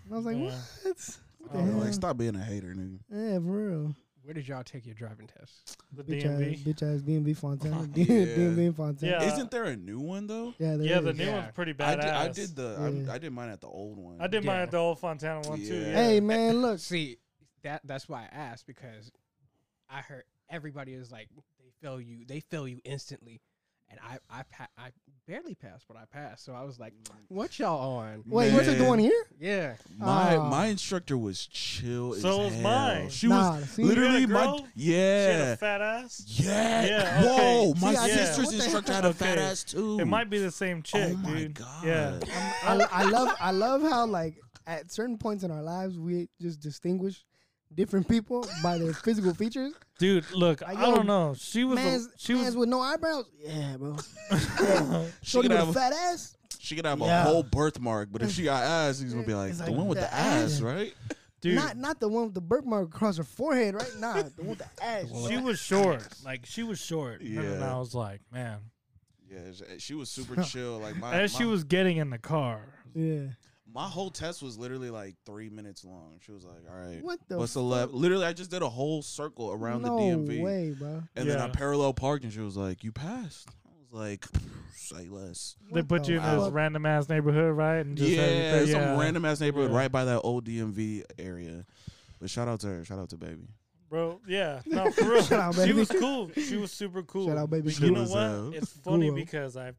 S1: And I was like,
S4: Yeah.
S1: what? What the
S4: Oh,
S1: hell?
S2: like, stop being a hater, nigga.
S1: yeah, for real.
S3: Where did y'all take your driving test?
S4: the
S1: Bitch ass,
S4: DMV.
S1: bitch ass DMV Fontana.
S2: Yeah.
S1: DMV Fontana.
S4: Yeah.
S2: Isn't there a new one though?
S1: Yeah, there
S4: Yeah, the
S1: is.
S4: new
S3: Yeah.
S4: one's pretty
S2: I
S4: badass.
S2: did, I did the I'm-
S1: Yeah.
S2: I did mine at the old one.
S4: I did mine
S3: Yeah.
S4: at the old Fontana one too.
S2: Yeah.
S4: Yeah.
S1: Hey man, look,
S3: See, that that's why I asked because I heard everybody is like they fail you, they fail you instantly, and I I pa- I barely passed, but I passed. So I was like, "What y'all on?"
S1: Wait, you took the
S2: Man.
S1: one here?
S3: Yeah,
S2: My
S1: Ah.
S2: my instructor was chill.
S4: So
S2: as
S4: was
S2: hell.
S4: mine.
S2: She
S1: Nah,
S2: was
S1: see?
S2: literally
S4: You had a
S2: my
S4: girl? She had
S2: yeah.
S4: a fat ass.
S2: yeah.
S4: Yeah,
S2: Whoa.
S4: okay.
S2: My
S1: See, I
S4: just-
S2: sister's
S1: what the
S2: instructor
S1: heck?
S2: had a fat
S4: Okay.
S2: ass too.
S4: It might be the same chick,
S2: Oh my
S4: dude.
S2: god.
S4: Yeah.
S1: I, I love I love how like at certain points in our lives we just distinguish different people by their physical features.
S4: Dude, look, I,
S1: Like, yo,
S4: don't know. She was
S1: Man's,
S4: a, she
S1: man's
S4: was
S1: with no eyebrows, yeah, bro.
S2: She
S1: Shorty
S2: could
S1: with
S2: have
S1: a
S2: a,
S1: fat ass,
S2: she could have
S1: Yeah.
S2: a whole birthmark, but if she got ass, he's gonna be like
S1: It's
S2: the
S1: like
S2: one with
S1: the
S2: the, ass,
S1: ass.
S2: right?
S4: dude.
S1: not not the one with the birthmark across her forehead, right? Nah, the one with the ass.
S4: she was short. Like she was short. And
S2: Yeah.
S4: I was like, man.
S2: Yeah. she- She was super chill. Like my
S4: As she
S2: Uh, my-
S4: was getting in the car.
S1: yeah.
S2: My whole test was literally like three minutes long. She was like, "All right,
S1: What the
S2: what's the left?" Literally, I just did a whole circle around
S1: no
S2: the DMV,
S1: way, bro.
S2: and then I
S4: Yeah.
S2: parallel parked, and she was like, "You passed." I was like, "Say less."
S4: They
S1: What
S4: put
S1: the
S4: you in this
S1: fuck?
S4: random ass neighborhood, right? And just had you
S2: yeah,
S4: pay-
S2: some random ass neighborhood
S4: Yeah.
S2: right by that old DMV area. But shout out to her. Shout out to baby.
S4: Bro, yeah, no, for real.
S1: Shout out,
S4: She
S1: baby.
S4: was cool. She was super cool.
S1: Shout out, baby.
S4: But
S2: She
S4: you know
S2: was,
S4: what?
S2: uh,
S4: It's funny
S1: cool.
S4: because I,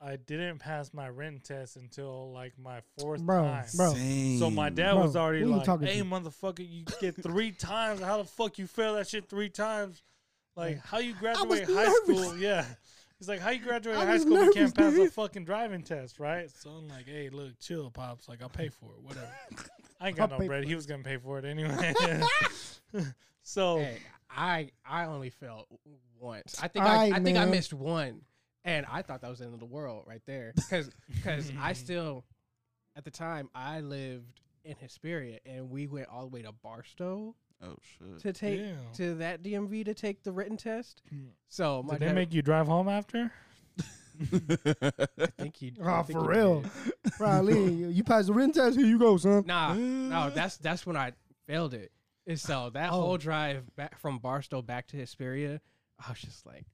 S4: I didn't pass my written test until like my fourth
S1: Bro,
S4: time.
S1: bro.
S4: So my
S2: Same.
S4: dad
S1: Bro,
S4: was already
S1: who you
S4: like,
S1: talking
S4: "Hey,
S1: to?"
S4: motherfucker, you get three times. How the fuck you fail that shit three times? Like, how you
S1: was
S4: graduate high
S1: nervous.
S4: school? Yeah." He's like, "How you graduate
S1: I
S4: high
S1: was
S4: school? if You can't pass
S1: nervous,
S4: a
S1: dude.
S4: fucking driving test, right?" So I'm like, "Hey, look, chill, pops. Like, I'll pay for it. Whatever. I ain't got
S1: I'll
S4: no
S1: pay
S4: bread.
S1: for
S4: He was gonna pay for it anyway." so
S3: hey, I I only fell once. I think I,
S1: Alright,
S3: I think I
S1: man.
S3: missed one, and I thought that was the end of the world right there because I still at the time I lived in Hesperia and we went all the way to Barstow
S2: Oh shit.
S3: to take
S4: Damn.
S3: to that DMV to take the written test.
S4: Hmm.
S3: So my
S4: Did they
S3: dad-
S4: make you drive home after?
S3: I think he. I
S4: Ah,
S1: Oh,
S3: think
S1: for
S3: he
S1: real.
S3: did.
S1: Probably you you pass the written test, here you go, son.
S3: Nah, no, that's that's when I failed it. And so that
S4: Oh.
S3: whole drive back from Barstow back to Hesperia, I was just like,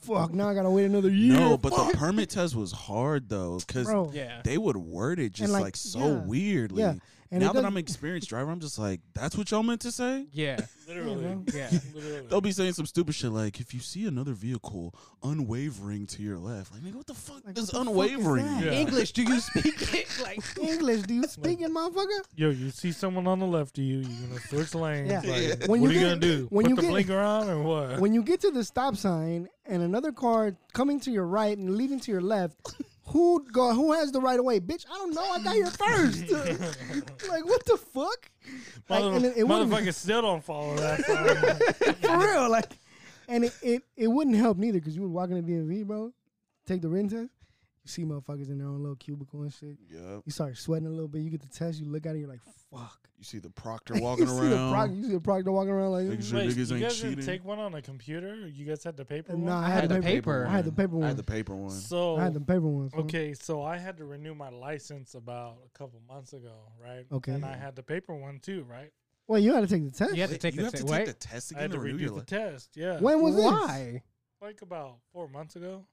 S1: Fuck, now I gotta wait another year.
S2: no, but the permit test was hard though, because
S1: bro.
S3: yeah,
S2: they would word it just
S1: like,
S2: like, so
S1: yeah,
S2: weirdly.
S1: yeah, and
S2: now
S1: it
S2: that
S1: doesn't-
S2: I'm an experienced driver, I'm just like, that's what y'all meant to say.
S3: yeah,
S4: Literally.
S3: yeah.
S4: Literally.
S2: They'll be saying some stupid shit like, if you see another vehicle unwavering to your left, like, nigga, what the fuck
S1: Like,
S2: does
S1: what the fuck is
S2: unwavering?
S1: that?
S2: mean?
S4: Yeah.
S3: English, do you speak it? Like,
S1: English, do you speak it, motherfucker?
S4: Yo, you see someone on the left of you, you're gonna switch lanes.
S1: Yeah.
S4: Like,
S1: When
S4: what
S1: you
S4: are you
S1: get-
S4: gonna do?
S1: when
S4: Put
S1: you
S4: the
S1: get-
S4: blinker on or what?
S1: when you get to the stop sign and another car coming to your right and leaving to your left, who go who has the right of way? Bitch, I don't know. I got here first. like what the fuck? Like,
S4: Mother-
S1: and it, it wouldn't
S4: motherfuckers still don't follow that. sign.
S1: for real. Like, and it, it, it wouldn't help neither because you would walk in the DMV, bro. Take the written test. You see motherfuckers in their own little cubicle and shit.
S2: Yep.
S1: You start sweating a little bit. You get the test. You look at it. You're like, fuck.
S2: You see the proctor walking
S1: you see the
S2: around.
S1: proc- you see the proctor walking around like.
S2: Making sure
S4: Wait,
S2: niggas
S4: you
S2: ain't
S4: guys
S2: cheating.
S4: didn't take one on a computer? You guys had the paper
S1: Nah, I
S4: one?
S1: had, the paper.
S3: paper.
S1: I had the paper
S2: I
S1: one.
S2: had the paper one.
S4: So
S1: I had the paper one. son.
S4: Okay, so I had to renew my license about a couple months ago, right?
S1: Okay.
S4: And I had the paper one too, right?
S1: Well, you had to take the test.
S3: you have to
S2: Wait,
S3: take
S2: you
S3: the
S2: have to
S3: test.
S2: take
S3: Wait,
S2: the test
S4: I
S2: again
S4: had to
S2: to renew your
S4: redo the
S2: license,
S4: test. Yeah.
S1: When was this?
S3: why?
S4: Like about four months ago.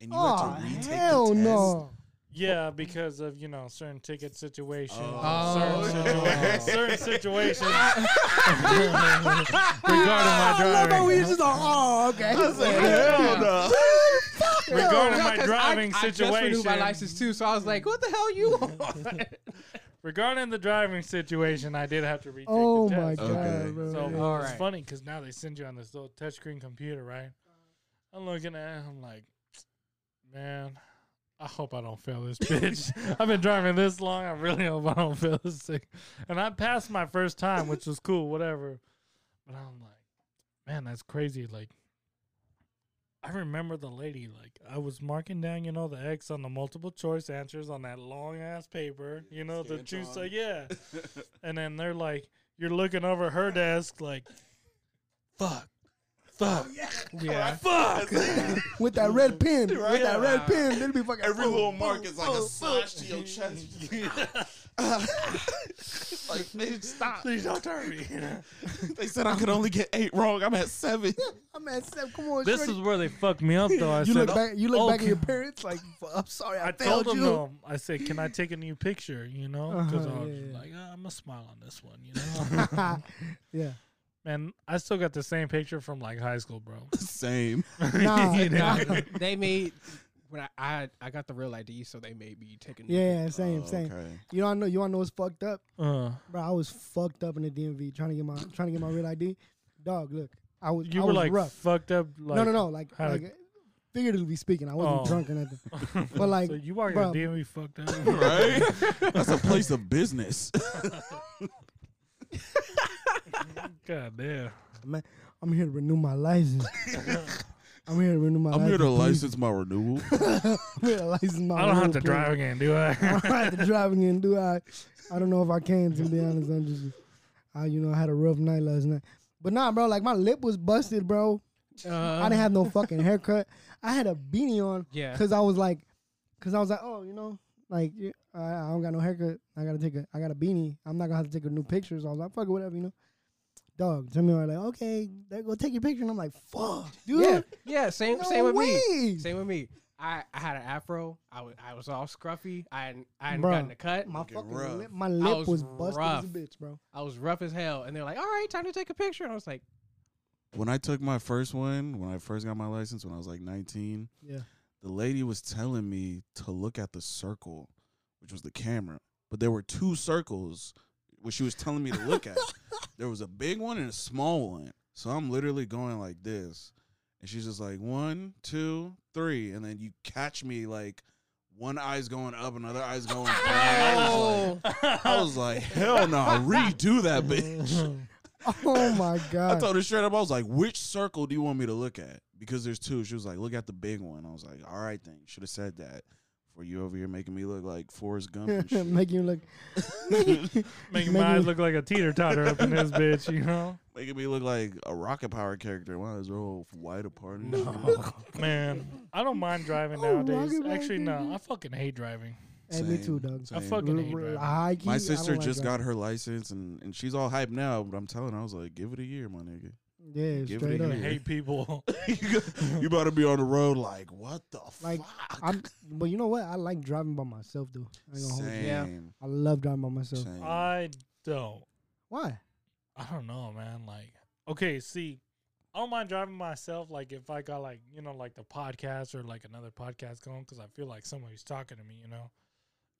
S2: and you had
S1: Oh
S2: to retake
S1: hell
S2: the test.
S1: no!
S4: Yeah, because of you know certain ticket situations,
S2: Oh.
S4: certain,
S3: Oh.
S4: situa- certain situations regarding my driving,
S1: oh okay.
S4: hell
S2: no.
S4: regarding
S3: No,
S4: my
S3: 'cause I-
S4: driving
S3: I, just renewed my
S4: situation,
S3: license too, so I was like, "What the hell you?" on?"
S4: regarding the driving situation, I did have to retake
S1: oh
S4: the
S1: my
S4: test.
S1: god,
S2: Okay.
S1: bro.
S4: So
S1: Yeah.
S3: All
S4: it's
S3: right.
S4: funny because now they send you on this little touchscreen computer, right? I'm looking at it, I'm like, man, I hope I don't fail this bitch. I've been driving this long. I really hope I don't fail this thing. And I passed my first time, which was cool, whatever. But I'm like, man, that's crazy. Like, I remember the lady, like, I was marking down, you know, the X on the multiple choice answers on that long ass paper, you know, the two, so
S2: Scantron.
S4: yeah. and then they're like, you're looking over her desk, like, fuck, fuck,
S3: yeah,
S4: fuck.
S1: with that red pen, with that red
S4: Yeah.
S1: pen, it'll be fucking
S2: Every
S1: oh,
S2: little mark is like
S1: oh,
S2: a
S1: oh.
S2: slash to your chest. like, they stop.
S4: Please don't turn me.
S2: They said I could only get eight wrong. I'm at seven.
S1: I'm at seven. Come on,
S4: This
S1: shorty.
S4: is where they fucked me up, though. I
S1: you
S4: said,
S1: look back. You look
S4: "Oh,
S1: back at your
S4: can-
S1: parents like, "F- I'm sorry, I,
S4: I
S1: failed
S4: told
S1: you.
S4: him though. I said, "Can I take a new picture?" You know, because
S1: Uh-huh,
S4: I was
S1: yeah, yeah.
S4: like, "Ah, "I'm gonna smile on this one," you know.
S1: yeah,
S4: Man, I still got the same picture from like high school, bro.
S2: Same.
S1: Nah,
S4: You know?
S1: nah.
S3: they made when I, I I got the real ID, so they made me take a new
S1: Yeah,
S3: pic.
S1: same,
S2: Oh,
S1: same.
S2: Okay.
S1: You don't know. You want to know what's fucked up,
S4: Uh,
S1: bro? I was fucked up in the DMV trying to get my trying to get my real ID. Dog, look, I was.
S4: you
S1: I
S4: were
S1: was
S4: like
S1: rough.
S4: fucked up. Like,
S1: no, no, no. Like,
S4: how to-
S1: like figuratively speaking, I wasn't
S4: Oh.
S1: drunk or nothing.
S4: no.
S1: But like,
S4: so you are
S1: bro.
S4: your DMV fucked up,
S2: Right? That's a place of business.
S4: God damn.
S1: I'm here to renew my license. I'm here to renew my.
S2: I'm here to
S1: please.
S2: license my renewal.
S1: I'm here to license my.
S4: I don't
S1: renewal,
S4: have to
S1: please.
S4: drive again, do
S1: I
S4: I?
S1: don't have to drive again, do I? I don't know if I can. To be honest, I'm just. I you know I had a rough night last night, but nah, bro. Like my lip was busted, bro.
S3: Uh,
S1: I didn't have no fucking haircut. I had a beanie on
S3: yeah.
S1: because I was like, because I was like, oh, you know, like yeah, I, I don't got no haircut. I gotta take a, I got a beanie. I'm not gonna have to take a new picture. So I was like, fuck it, whatever, you know. Dog, tell me like, okay, there go take your picture, and I'm like, fuck, dude,
S3: Yeah, yeah, same
S1: no
S3: same with me.
S1: way.
S3: Same with me. I, I had an afro. I was I was all scruffy. I hadn't, I hadn't
S1: Bruh.
S3: gotten a cut.
S1: My
S2: Looking
S1: fucking
S2: rough.
S1: lip, my lip was,
S3: was
S1: busted
S3: rough.
S1: as a bitch, bro.
S3: I was rough as hell. And they're like, "All right, time to take a picture." And I was like,
S2: when I took my first one, when I first got my license when I was like 19,
S1: Yeah.
S2: the lady was telling me to look at the circle, which was the camera. But there were two circles which she was telling me to look at. there was a big one and a small one. So I'm literally going like this. And she's just like, one, two, three. And then you catch me like one eye's going up, another eye's going down. I was like, I was like, hell no, redo that bitch.
S1: Oh my
S2: I
S1: god.
S2: told her straight up, I was like, which circle do you want me to look at? Because there's two. She was like, look at the big one. I was like, all right, then. Should have said that. For you over here making me look like Forrest Gump and shit.
S1: Making you look,
S4: Making
S1: Maybe-
S4: my eyes look like a teeter totter up in this bitch, you know?
S2: making me look like a rocket power character. Why is all wide apart? and shit.
S3: "No."
S4: Man, I don't mind driving
S1: Oh,
S4: nowadays.
S1: rocket
S4: Actually,
S1: rocket.
S4: no, I fucking hate driving.
S1: hey, me
S2: Same,
S1: too, dog.
S4: I
S2: same.
S4: fucking hate
S1: R-
S4: driving.
S1: high-key, I
S2: My
S1: don't
S2: sister
S1: like
S2: just
S1: driving.
S2: got her license and, and she's all hyped now, but I'm telling her, I was like, give it a year, my nigga.
S1: Yeah,
S2: Give it a
S1: straight
S4: I
S1: up.
S2: year.
S4: hate people.
S2: you about to be on the road like, what the
S1: Like,
S2: fuck?
S1: I'm, but you know what? I like driving by myself though. I, ain't gonna hold you.
S2: same,
S3: Yeah.
S1: I love driving by myself.
S2: same.
S4: I don't.
S1: Why?
S4: I don't know, man. Like, okay, see, I don't mind driving myself. Like, if I got like, you know, like the podcast or like another podcast going, because I feel like somebody's talking to me, you know,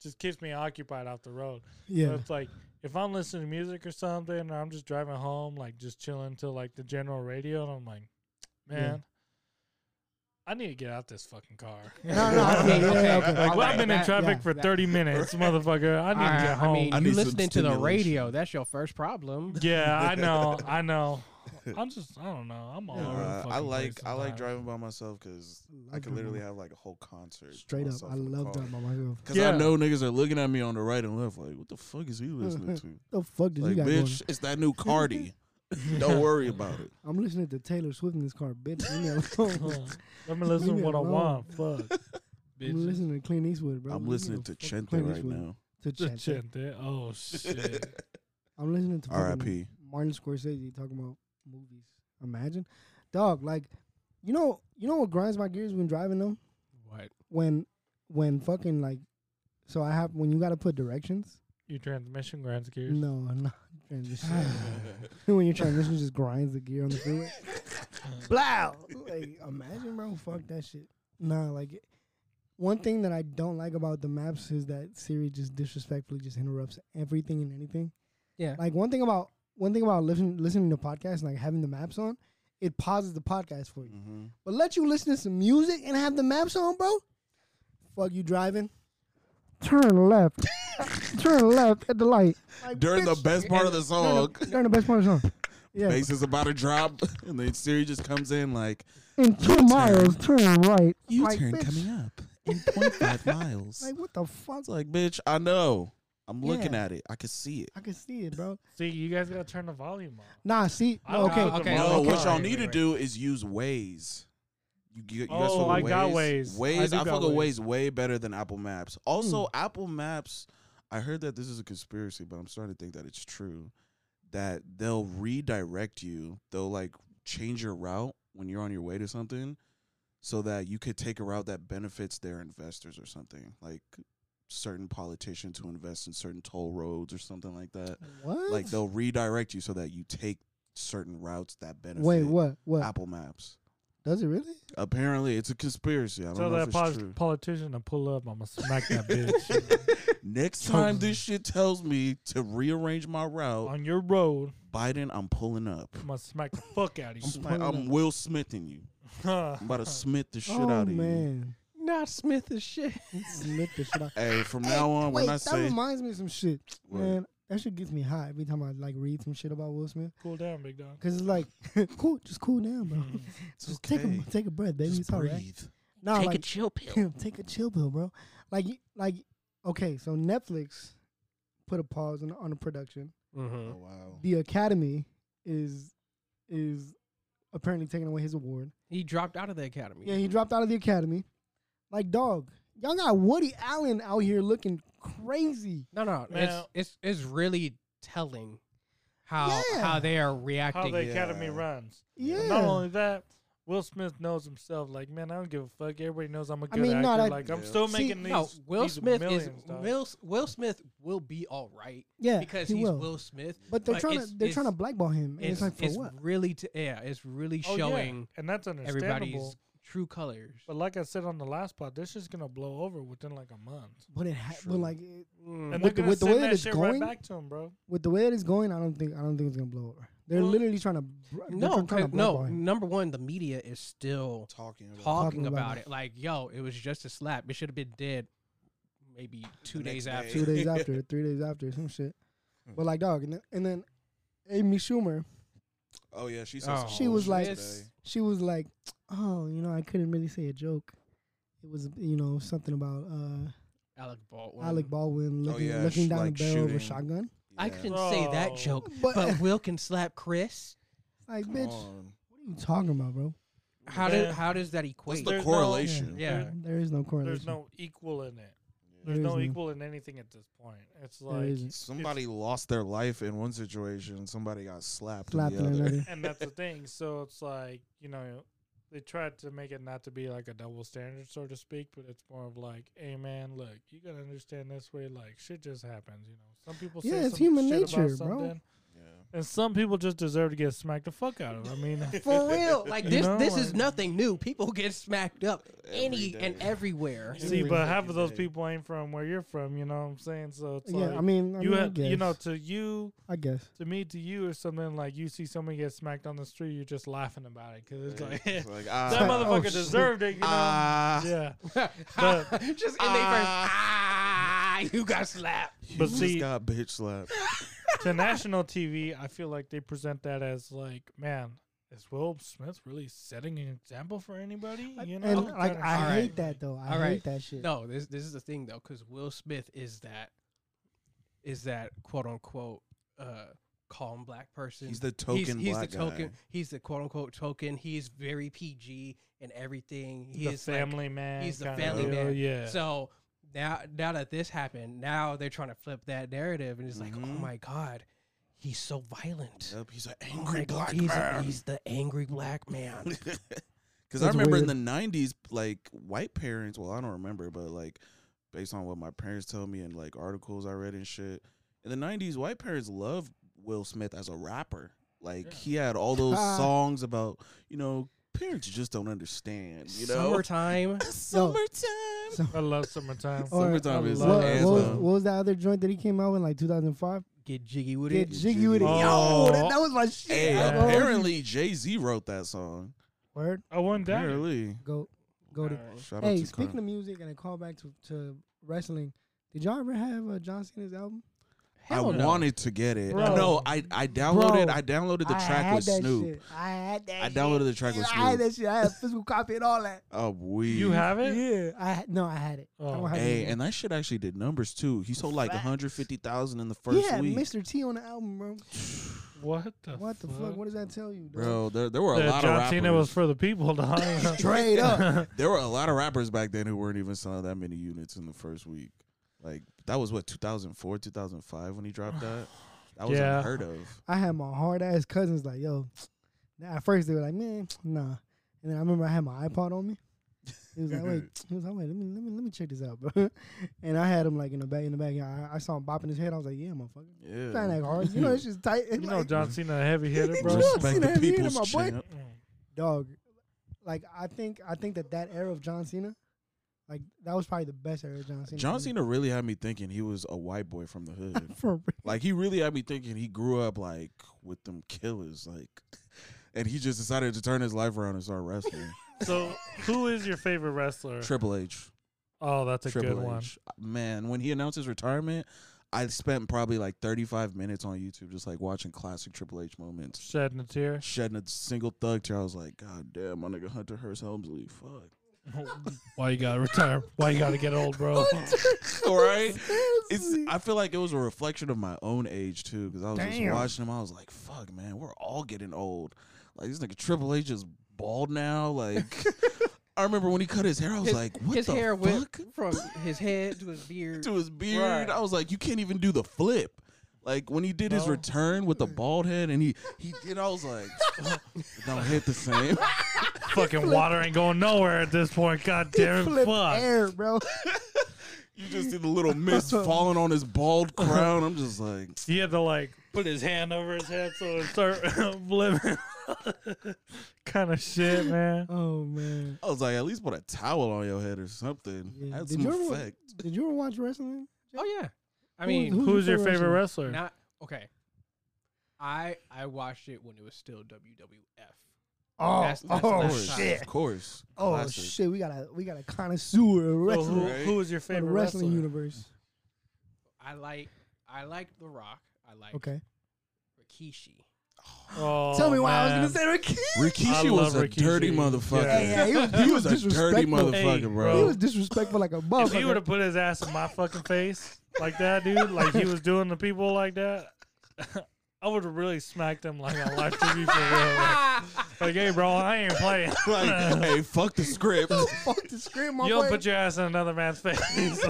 S4: just keeps me occupied off the road. But
S1: Yeah,
S4: it's like if I'm listening to music or something, and I'm just driving home, like just chilling to like the general radio, and I'm like,
S1: Yeah.
S4: man. I need to get out this fucking car.
S1: No, no, I mean, yeah, okay.
S4: Like, well, I've
S3: Alright,
S4: been in
S3: that-
S4: traffic
S1: yeah,
S4: for
S3: that-
S4: 30 minutes, motherfucker. I need to
S3: I,
S4: get
S3: I
S4: home.
S3: mean,
S2: I
S3: you
S2: need some
S3: listening to the
S2: stimulation.
S3: radio. That's your first problem.
S4: Yeah, I know, I know. I'm just, I don't know. I'm all
S1: Yeah,
S4: over the
S2: Uh,
S4: fucking
S2: I
S4: place
S2: like I like
S4: sometimes.
S2: driving by myself because I
S1: Like
S2: can literally
S1: driving
S2: have like a whole concert. to
S1: straight up.
S2: myself
S1: I
S2: in the
S1: love
S2: car.
S1: driving by myself.
S2: Cause I
S4: Yeah.
S2: know niggas are looking at me on the right and left, like, what the fuck is he listening to?
S1: What the fuck did
S2: Like,
S1: you got going?
S2: bitch, it's that new Cardi. Don't worry about it.
S1: I'm listening to Taylor Swift in this car, bitch. Leave me alone.
S4: Huh. Let me listen
S1: me
S4: to what I
S1: alone.
S4: want. Fuck.
S1: I'm
S3: Bitches.
S1: listening to Clint Eastwood, bro.
S2: I'm
S1: Leave me
S2: listening to
S1: the fuck
S2: Chente
S1: Clint
S2: right
S1: Eastwood.
S2: now.
S1: To
S4: Shit,
S1: Chente.
S4: dude. Oh shit.
S1: I'm listening to fucking
S2: R.I.P.
S1: Martin Scorsese talking about movies. Imagine, dog. Like, you know, you know what grinds my gears when driving though.
S3: What?
S1: When, when fucking like, so I have when you got to put directions.
S4: Your transmission grinds gears.
S1: No, not transition. when your transition just grinds the gear on the freeway. Blow! Like, imagine, bro. Fuck that shit. Nah, like, one thing that I don't like about the maps is that Siri just disrespectfully just interrupts everything and anything.
S3: Yeah.
S1: Like, one thing about one thing about listen, listening to podcasts and like having the maps on, it pauses the podcast for you.
S2: hmm
S1: But let you listen to some music and have the maps on, bro. Fuck you driving. Turn left. Turn left at the light. Like,
S2: During the
S1: bitch.
S2: best part of the song,
S1: During the best part of the song. Yeah.
S2: bass is about to drop, and then Siri just comes in like,
S1: In two miles, turn right. like,
S2: U-turn
S1: bitch,
S2: coming up in 0.5 miles.
S1: Like, what the fuck?
S2: it's like, bitch, I know. I'm looking
S1: Yeah.
S2: at it. I can see it.
S1: I can see it, bro.
S4: See, you guys gotta turn the volume up.
S1: Nah, see.
S4: I don't
S1: okay,
S4: know.
S1: okay.
S4: Yeah,
S2: No,
S4: okay.
S2: what y'all
S4: Right,
S2: need to
S3: right,
S2: do is use Waze. You, you, you guys
S4: Oh,
S2: fuck
S4: I
S2: with
S4: got
S2: Waze.
S4: Waze. I do
S2: I,
S4: got
S2: fuck with
S4: Waze.
S2: Waze way better than Apple Maps. Also, Apple Maps, I heard that this is a conspiracy, but I'm starting to think that it's true. That they'll redirect you. They'll like change your route when you're on your way to something, so that you could take a route that benefits their investors or something. Like certain politicians who invest in certain toll roads or something like that.
S1: What?
S2: Like they'll redirect you so that you take certain routes that benefit
S1: Wait, what? What
S2: Apple Maps.
S1: does it really?
S2: Apparently, it's a conspiracy. I don't
S4: Tell
S2: know if
S4: that
S2: it's
S4: poli-
S2: true.
S4: politician to pull up. I'm gonna smack that bitch
S2: Next
S4: Choke
S2: time
S4: him.
S2: this shit tells me to rearrange my route,
S4: on your road.
S2: Biden, I'm pulling up.
S4: I'm gonna smack the fuck out of
S2: I'm,
S4: you.
S2: like, I'm Will Smithing you. I'm about to Smith the shit
S1: oh
S2: out of you.
S1: man,
S3: Not Smith is shit.
S1: Smith the shit out.
S2: Hey, from
S1: Hey,
S2: now on,
S1: wait,
S2: when I
S1: that
S2: say
S1: reminds me of some shit,
S2: What?
S1: man. That shit gets me hot every time I like read some shit about Will Smith.
S4: cool down, big dog.
S1: Cause it's like, cool, just cool down, bro.
S2: it's
S1: just
S2: Mm, okay,
S1: take a take a breath, baby.
S2: just
S1: it's all right.
S2: breathe.
S1: Nah, like,
S5: chill pill.
S1: take a chill pill, bro. Like, you- like, okay, so Netflix put a pause on on the production.
S3: Mm-hmm.
S2: Oh, wow.
S1: The Academy is is apparently taking away his award.
S3: He dropped out of the academy.
S1: Yeah, he dropped out of the Academy. Like, dog, y'all got Woody Allen out here looking crazy.
S3: No, no,
S4: Now-
S3: it's it's it's really telling how
S1: Yeah.
S3: how they are
S4: How
S3: reacting.
S4: the
S2: Yeah.
S4: academy runs.
S1: Yeah,
S4: Not only that, Will Smith knows himself. Like, man, I don't give a fuck. Everybody knows I'm a good
S1: mean,
S4: actor.
S1: no, that-
S4: like, I'm
S2: Yeah.
S4: still
S1: See,
S4: making these.
S3: no, Will
S4: these
S3: Smith is
S4: millions, dog.
S3: Will, Will Smith will be all right
S1: yeah,
S3: because
S1: he
S3: he's
S1: will.
S3: Will Smith.
S1: But they're
S3: but
S1: trying to
S3: it's-
S1: they're
S3: it's-
S1: trying to blackball him, and it's,
S3: It's
S1: like for
S3: it's
S1: what?
S3: really t- yeah, it's really
S4: Oh, yeah,
S3: showing
S4: and that's understandable.
S3: everybody's true colors.
S4: But like I said on the last pod, this is gonna blow over within like a month.
S1: But it ha-
S2: True.
S1: but like it,
S3: Mm.
S1: Mm.
S4: And
S1: With the-
S4: they're gonna
S1: with the
S4: send
S1: way
S4: that
S1: it's
S4: shit
S1: going-
S4: right back to him, bro.
S1: with the way it is going, I don't think I don't think it's gonna blow over. They're
S4: Well,
S1: literally trying to br- they're
S3: no,
S1: trying to
S3: 'cause- no.
S1: blackball him.
S3: Number one, the media is still
S2: Talking about
S3: talking
S1: about
S3: about
S1: it.
S3: it. Like, yo, it was just a slap. It should have been dead maybe two
S2: next
S3: days
S2: day.
S3: after.
S1: two days after, three days after, some shit. But like dog, and then, and then Amy Schumer,
S2: Oh yeah, she said
S3: Oh,
S2: some
S1: She was
S2: bullshit
S1: like-
S2: today.
S1: she was like, "Oh, you know, I couldn't really say a joke. It was, you know, something about uh,
S3: Alec Baldwin.
S1: Alec Baldwin
S2: Oh,
S1: looking,
S2: yeah,
S1: looking
S2: sh-
S1: down
S2: like
S1: the barrel of a
S2: shooting.
S1: shotgun."
S3: I
S2: Yeah.
S3: couldn't say that
S4: Oh.
S3: joke,
S1: But,
S3: but Will can slap Chris.
S1: like,
S2: Come
S1: bitch,
S2: on.
S1: what are you talking about, bro?
S3: How
S4: Yeah.
S3: do how does that
S2: What's
S3: equate?
S2: the
S4: There's no-
S2: correlation?
S3: yeah.
S4: There-
S1: There is no correlation.
S4: There's no equal in it.
S1: There
S4: There's no
S1: is none.
S4: equal in anything at this point. It's
S1: There
S4: like,
S1: isn't.
S2: Somebody lost their life in one situation. Somebody got slapped,
S1: Slapped
S2: in the
S1: in
S2: other.
S1: another.
S4: and that's the thing. So it's like, you know, they tried to make it not to be like a double standard, so to speak, but it's more of like, hey man, look, you gotta understand this way. Like shit just happens. You know, some people say
S1: Yeah, it's
S4: some
S1: human
S4: shit
S1: nature,
S4: about
S1: bro.
S4: something,
S2: Yeah.
S4: and some people just deserve to get smacked the fuck out of. I mean,
S3: For real, like
S4: You
S3: this
S4: know,
S3: this
S4: like-
S3: is nothing new. People get smacked up
S2: Every
S3: any
S2: day.
S3: and everywhere.
S4: see,
S1: Every
S4: but half of
S2: fucking
S4: those
S2: day.
S4: people ain't from where you're from. You know what I'm saying? So it's
S1: Yeah,
S4: like.
S1: I mean, I
S4: you
S1: mean, I
S4: have,
S1: guess.
S4: you know, to you,
S1: I guess.
S4: to me, to you, or something like you see someone get smacked on the street, you're just laughing about it because it's like
S2: It's
S4: that
S2: like,
S1: like,
S2: ah,
S1: oh,
S4: motherfucker
S1: shit.
S4: deserved it, you know?
S2: ah,
S4: yeah,
S3: Just in their first ah, you got slapped.
S2: you
S4: But
S2: just
S4: see-
S2: got bitch slapped.
S4: to national TV, I feel like they present that as like, man, is Will Smith really setting an example for anybody? You know,
S1: and
S4: that
S1: like,
S4: kinda
S1: I
S4: shit.
S3: Alright.
S1: hate that though. I
S3: Alright.
S1: hate that shit.
S3: No, this this is the thing though, because Will Smith is that is that quote unquote uh calm black person.
S2: He's the token
S3: he's
S2: black
S3: the token.
S2: guy.
S3: He's the quote unquote token. He's very PG and everything. He
S4: the
S3: is like-
S4: family man.
S3: he's the
S4: kinda
S3: family
S4: deal,
S3: man.
S4: Yeah.
S3: So now, now that this happened, now they're trying to flip that narrative, and it's like,
S2: Mhm.
S3: oh my god, he's so violent.
S2: Yep, he's an
S3: Oh my
S2: angry
S3: God,
S2: black
S3: he's,
S2: man.
S3: he's the angry black man.
S2: Because I
S1: That's
S2: remember
S1: weird.
S2: in the '90s, like white parents. Well, I don't remember, but like based on what my parents tell me and like articles I read and shit, in the '90s, white parents loved Will Smith as a rapper. Like
S4: Yeah.
S2: he had all those
S1: Ah.
S2: songs about you know parents just don't understand. You know,
S3: Summertime.
S2: summertime.
S1: So,
S4: I love summertime.
S2: Oh,
S1: Or-
S2: Summertime is uh,
S4: I
S1: what, um,
S4: love
S1: what
S2: an
S4: it.
S1: was,
S2: anthem.
S1: what was that other joint that he came out with like 2005?
S3: Get jiggy with
S1: Get
S3: it.
S1: jiggy with it.
S4: Oh.
S1: Yo, that, that was my shit.
S2: Hey,
S1: I
S4: Yeah.
S1: love it.
S2: apparently Jay Z wrote that song.
S1: Word.
S4: I won that.
S2: Apparently,
S1: Go, go to.
S2: shout out
S1: Hey,
S2: to
S1: speaking
S2: Con-
S1: of music and a call back to, to wrestling, did y'all ever have uh, John Cena's album?
S2: I
S3: Hell no.
S2: wanted to get it.
S4: Bro.
S2: No, I I downloaded
S1: Bro.
S2: I downloaded the
S1: I
S2: track
S1: had
S2: with
S1: that
S2: Snoop.
S1: shit. I had that.
S2: I downloaded
S1: shit.
S2: the track with
S1: I
S2: Snoop.
S1: had that shit. I had a physical copy and all that.
S2: Oh, we.
S4: You have it?
S1: Yeah, I had, no, I had it. I
S4: Oh.
S1: don't have
S2: Hey,
S1: it.
S2: and that shit actually did numbers too. He sold like
S1: Facts.
S2: 150,000 in the first
S1: yeah,
S2: week.
S1: Mr. T on the album, bro.
S4: What the?
S1: What the fuck? What does that tell you, dog?
S2: Bro, there, there were a
S4: That
S2: lot
S4: John
S2: of rappers.
S4: Cena was for the people, dog.
S1: Straight up.
S2: there were a lot of rappers back then who weren't even selling that many units in the first week. Like that was what 2004, 2005 when he dropped that. That was
S4: Yeah.
S2: unheard of.
S1: I had my hard ass cousins like, yo. At first they were like, man, nah. And then I remember I had my iPod on me. He was like, wait, he was like, wait, let me let me let me check this out, bro. and I had him like in the back in the back. I, I saw him bopping his head. I was like, yeah, motherfucker.
S2: Yeah.
S1: It's not that hard. You know, it's just tight.
S4: You
S1: It's
S4: know
S1: like,
S4: John Cena a heavy hitter, bro.
S1: John Cena
S2: Respect the
S1: had me in it,
S2: people's
S1: my boy.
S2: champ.
S4: Mm.
S1: dog. Like I think I think that that era of John Cena, like that was probably the best era of John Cena.
S2: John
S1: for me.
S2: Cena really had me thinking he was a white boy from the hood.
S1: for real.
S2: like he really had me thinking he grew up like with them killers, like, and he just decided to turn his life around and start wrestling.
S4: So, who is your favorite wrestler?
S2: Triple H.
S4: Oh, that's a
S2: Triple
S4: good one.
S2: H. Man, when he announced his retirement, I spent probably like 35 minutes on YouTube just like watching classic Triple H moments.
S4: Shedding a tear.
S2: Shedding a single thug tear. I was like, God damn, my nigga Hunter Hearst Helmsley. Fuck.
S4: Why you gotta retire? Why you gotta get old, bro?
S2: All right. It's,
S1: Seriously.
S2: I feel like it was a reflection of my own age too, because I was just
S1: Damn.
S2: watching him. I was like, "Fuck, man, we're all getting old." Like this nigga Triple H is bald now. Like I remember when he cut his hair, I was
S3: His-
S2: like, "What
S3: his
S2: the
S3: hair
S2: fuck?"
S3: went from his head to his beard.
S2: to his beard.
S3: Right.
S2: I was like, you can't even do the flip. Like when he did his
S4: No.
S2: return with the bald head and he he did, I was like, it don't hit the same.
S4: Fucking water ain't going nowhere at this point. God damn it,
S1: Flip
S4: fuck.
S1: air, bro.
S2: You just see the little mist falling on his bald crown. I'm just like,
S4: He had to like put his hand over his head so it start living. kind of shit, man.
S1: Oh man.
S2: I was like, at least put a towel on your head or something.
S1: Yeah.
S2: Had
S1: Did
S2: some
S1: you ever-
S2: effect.
S1: Did you ever watch wrestling?
S3: Oh yeah. I
S1: Who-
S3: mean,
S1: who-
S4: Who's your favorite wrestler?
S3: not okay. I I watched it when it was still WWF.
S1: Oh,
S3: That's- that's
S1: oh
S3: last time.
S1: shit.
S2: Of course.
S1: Oh
S2: Classic.
S1: shit. We got a we got a connoisseur of
S4: So
S1: wrestling.
S4: who,
S2: Right.
S4: who is your
S1: from the
S4: favorite
S1: wrestling
S4: wrestler?
S1: universe.
S3: I like I like The Rock. I like
S1: Okay.
S3: Rikishi.
S4: Oh,
S1: Tell me why I was
S4: man.
S1: gonna say Rikishi.
S4: I
S2: Rikishi was
S4: love
S2: a dirty
S4: Rikishi.
S2: motherfucker.
S1: Yeah, yeah, he was-
S2: he
S1: he
S2: was,
S1: was
S2: a dirty
S1: disrespectful.
S2: motherfucker,
S4: Hey,
S2: bro.
S1: He was disrespectful like a
S4: If he would
S1: motherfucker.
S4: have put his ass in my fucking face like that, dude, like he was doing to people like that, I would have really smacked him like on live TV for real. Like, like, hey, bro, I ain't playing.
S2: like, hey, fuck the script.
S1: Fuck the scream, my
S4: you don't
S1: boy.
S4: put your ass in another man's face,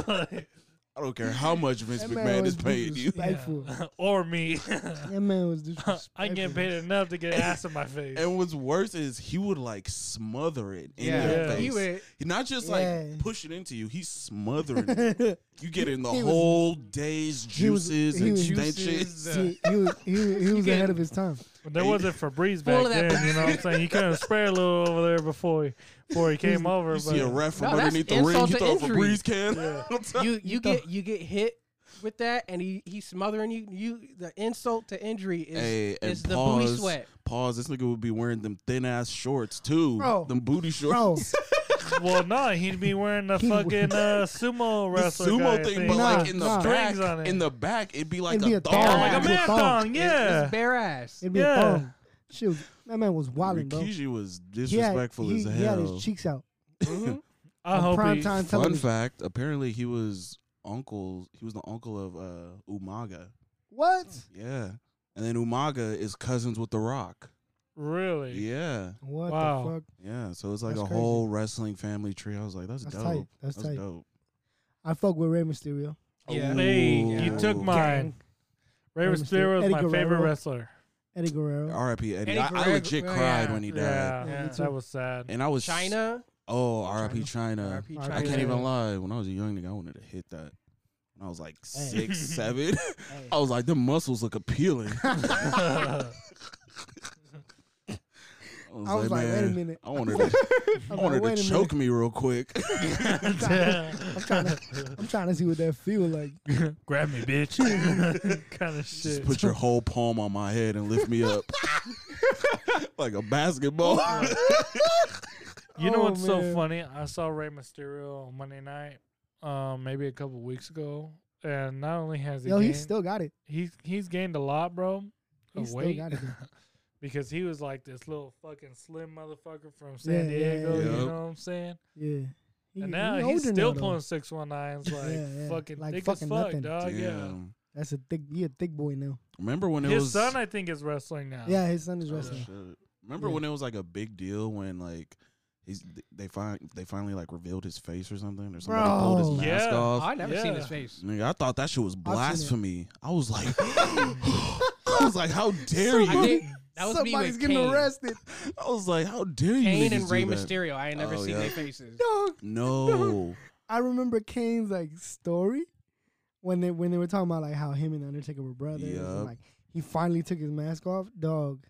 S4: Like,
S2: I don't care how much Vince
S1: That
S2: McMahon
S1: was
S2: is paying you.
S1: disrespectful.
S4: or me.
S1: That man was disrespectful.
S4: I get paid enough to get ass in my face.
S2: And what's worse is he would like smother it in
S3: Yeah,
S2: your
S4: Yeah.
S2: face.
S3: he would.
S2: Not just
S1: Yeah.
S2: like push it into you, he's smothering it.
S1: paid.
S2: You get in the
S1: He was-
S2: whole day's
S1: he was-
S2: juices
S1: he
S2: and
S1: was-
S2: stenches.
S3: Juices, uh,
S1: he, he was, he, was- he was ahead of his time.
S4: But there
S2: Hey.
S4: wasn't
S3: Full
S4: Febreze back
S3: of that-
S4: then, you know what I'm saying? He couldn't spray a little over there before he, before he came over.
S2: You see a
S4: But
S2: ref from
S3: No, that's
S2: underneath the ring,
S3: insult
S2: he
S3: to
S2: throw a
S3: injury.
S2: Febreze can.
S3: You you
S1: thought-
S3: get you get hit with that, and he he's smothering you. You the insult to injury is
S2: Hey, and
S3: is the booty
S2: pause.
S3: sweat.
S2: Pause. This nigga would be wearing them thin ass shorts too.
S1: Bro.
S2: Them booty shorts.
S1: Bro,
S4: well, no, he'd be wearing the
S1: He would-
S4: fucking uh, sumo
S2: The
S4: wrestler guy
S2: sumo thing, but
S1: Nah,
S2: like in the
S1: nah.
S2: back,
S4: Strings on it.
S2: in the back, it'd be like
S1: It'd be
S2: a
S1: a
S2: thong.
S1: thong.
S4: like a
S1: It's a
S4: man
S1: thong.
S4: thong,
S3: It's-
S4: yeah.
S3: it's bare ass.
S1: it'd be
S4: Yeah.
S1: a thumb. Shoot, that man was wilding, bro.
S2: Rikishi was
S1: He had-
S2: disrespectful
S1: he,
S2: as
S1: he had
S2: hell.
S1: his cheeks out. Mm-hmm.
S3: Mhm.
S4: I
S1: on
S4: hope
S1: prime
S4: he,
S1: time
S2: Fun
S1: television.
S2: fact: apparently, he was uncle. He was the uncle of uh, Umaga.
S1: What?
S2: Yeah, and then Umaga is cousins with The Rock.
S4: Really?
S2: Yeah,
S1: What
S4: Wow.
S1: the fuck?
S2: yeah. So it's like
S1: That's
S2: a whole wrestling family tree. I was like, that's,
S1: That's
S2: dope.
S1: tight. That's,
S2: That's
S1: tight.
S2: dope.
S1: I fuck with Rey Mysterio.
S3: Yeah.
S4: Hey,
S2: Ooh.
S4: you took mine. Rey
S1: Rey
S4: Mysterio is
S1: Mysterio.
S4: my
S1: Eddie
S4: favorite
S1: Guerrero.
S4: wrestler.
S1: Eddie Guerrero.
S2: R.I.P. Eddie.
S3: Eddie
S2: I, I
S3: Guerrero-
S2: legit
S3: yeah.
S2: cried when he died.
S4: Yeah,
S1: Yeah, me too.
S4: that was sad.
S2: And I was
S3: China.
S2: Oh, R.I.P.
S1: China.
S2: China.
S3: RIP
S1: I
S2: I
S3: China.
S2: can't even lie. When I was a young nigga, I wanted to hit that. When I was like six, seven,
S1: Hey.
S2: I was like, the muscles look appealing. I was,
S1: I was like, wait a
S2: "Man,
S1: minute.
S2: I wanted to, I
S1: I'm
S2: wanted
S1: like, wait
S2: to
S1: a minute.
S2: choke me real quick.
S1: I'm trying to, I'm trying to see what that feel like.
S4: Grab me, bitch. kind of
S2: Just
S4: shit.
S2: put your whole palm on my head and lift me up like a basketball.
S4: You know
S1: Oh,
S4: what's so
S1: man.
S4: funny? I saw Rey Mysterio on Monday night, um, maybe a couple weeks ago, and not only has he
S1: Yo, he
S4: gained,
S1: still got it.
S4: he's he's gained a lot, bro.
S1: He
S4: of
S1: still
S4: weight,
S1: got it.
S4: because he was like this little fucking slim motherfucker from San
S1: Yeah, yeah, yeah,
S4: Diego.
S2: yeah.
S4: You
S2: Yep.
S4: know what I'm saying?
S1: Yeah. He-
S4: And
S1: he
S4: now he's
S1: older
S4: still
S1: now, though.
S4: pulling six one nines like
S1: Yeah, yeah,
S4: fucking
S1: like
S4: thick
S1: fucking
S4: as fuck,
S1: nothing.
S4: dog. Yeah.
S2: Damn.
S1: That's a thick. He a thick boy now.
S2: Remember when it
S4: His
S2: was
S4: son, I think, is wrestling now.
S1: Yeah, his son is
S2: Oh,
S1: wrestling.
S2: shit. Remember
S1: Yeah.
S2: when it was like a big deal when like he's they find they finally like revealed his face or something or somebody pulled his
S4: Bro.
S2: mask
S4: Yeah.
S2: off.
S3: I never seen his
S4: Yeah.
S3: face.
S2: Nigga, I thought that shit was
S1: I've seen it.
S2: blasphemy. I was like, I was like, how dare
S1: So
S2: you?
S3: I think That was me
S1: Somebody's
S3: with
S1: getting
S3: Kane.
S1: arrested.
S2: I was like, how dare you?
S3: Kane
S2: niggas
S3: and Rey
S2: do that?
S3: Mysterio. I ain't never
S2: Oh,
S3: seen
S2: yeah.
S3: their faces.
S1: Dog.
S2: No.
S1: I remember Kane's like story when they when they were talking about like how him and The Undertaker were brothers
S2: Yup.
S1: and like he finally took his mask off. Dog.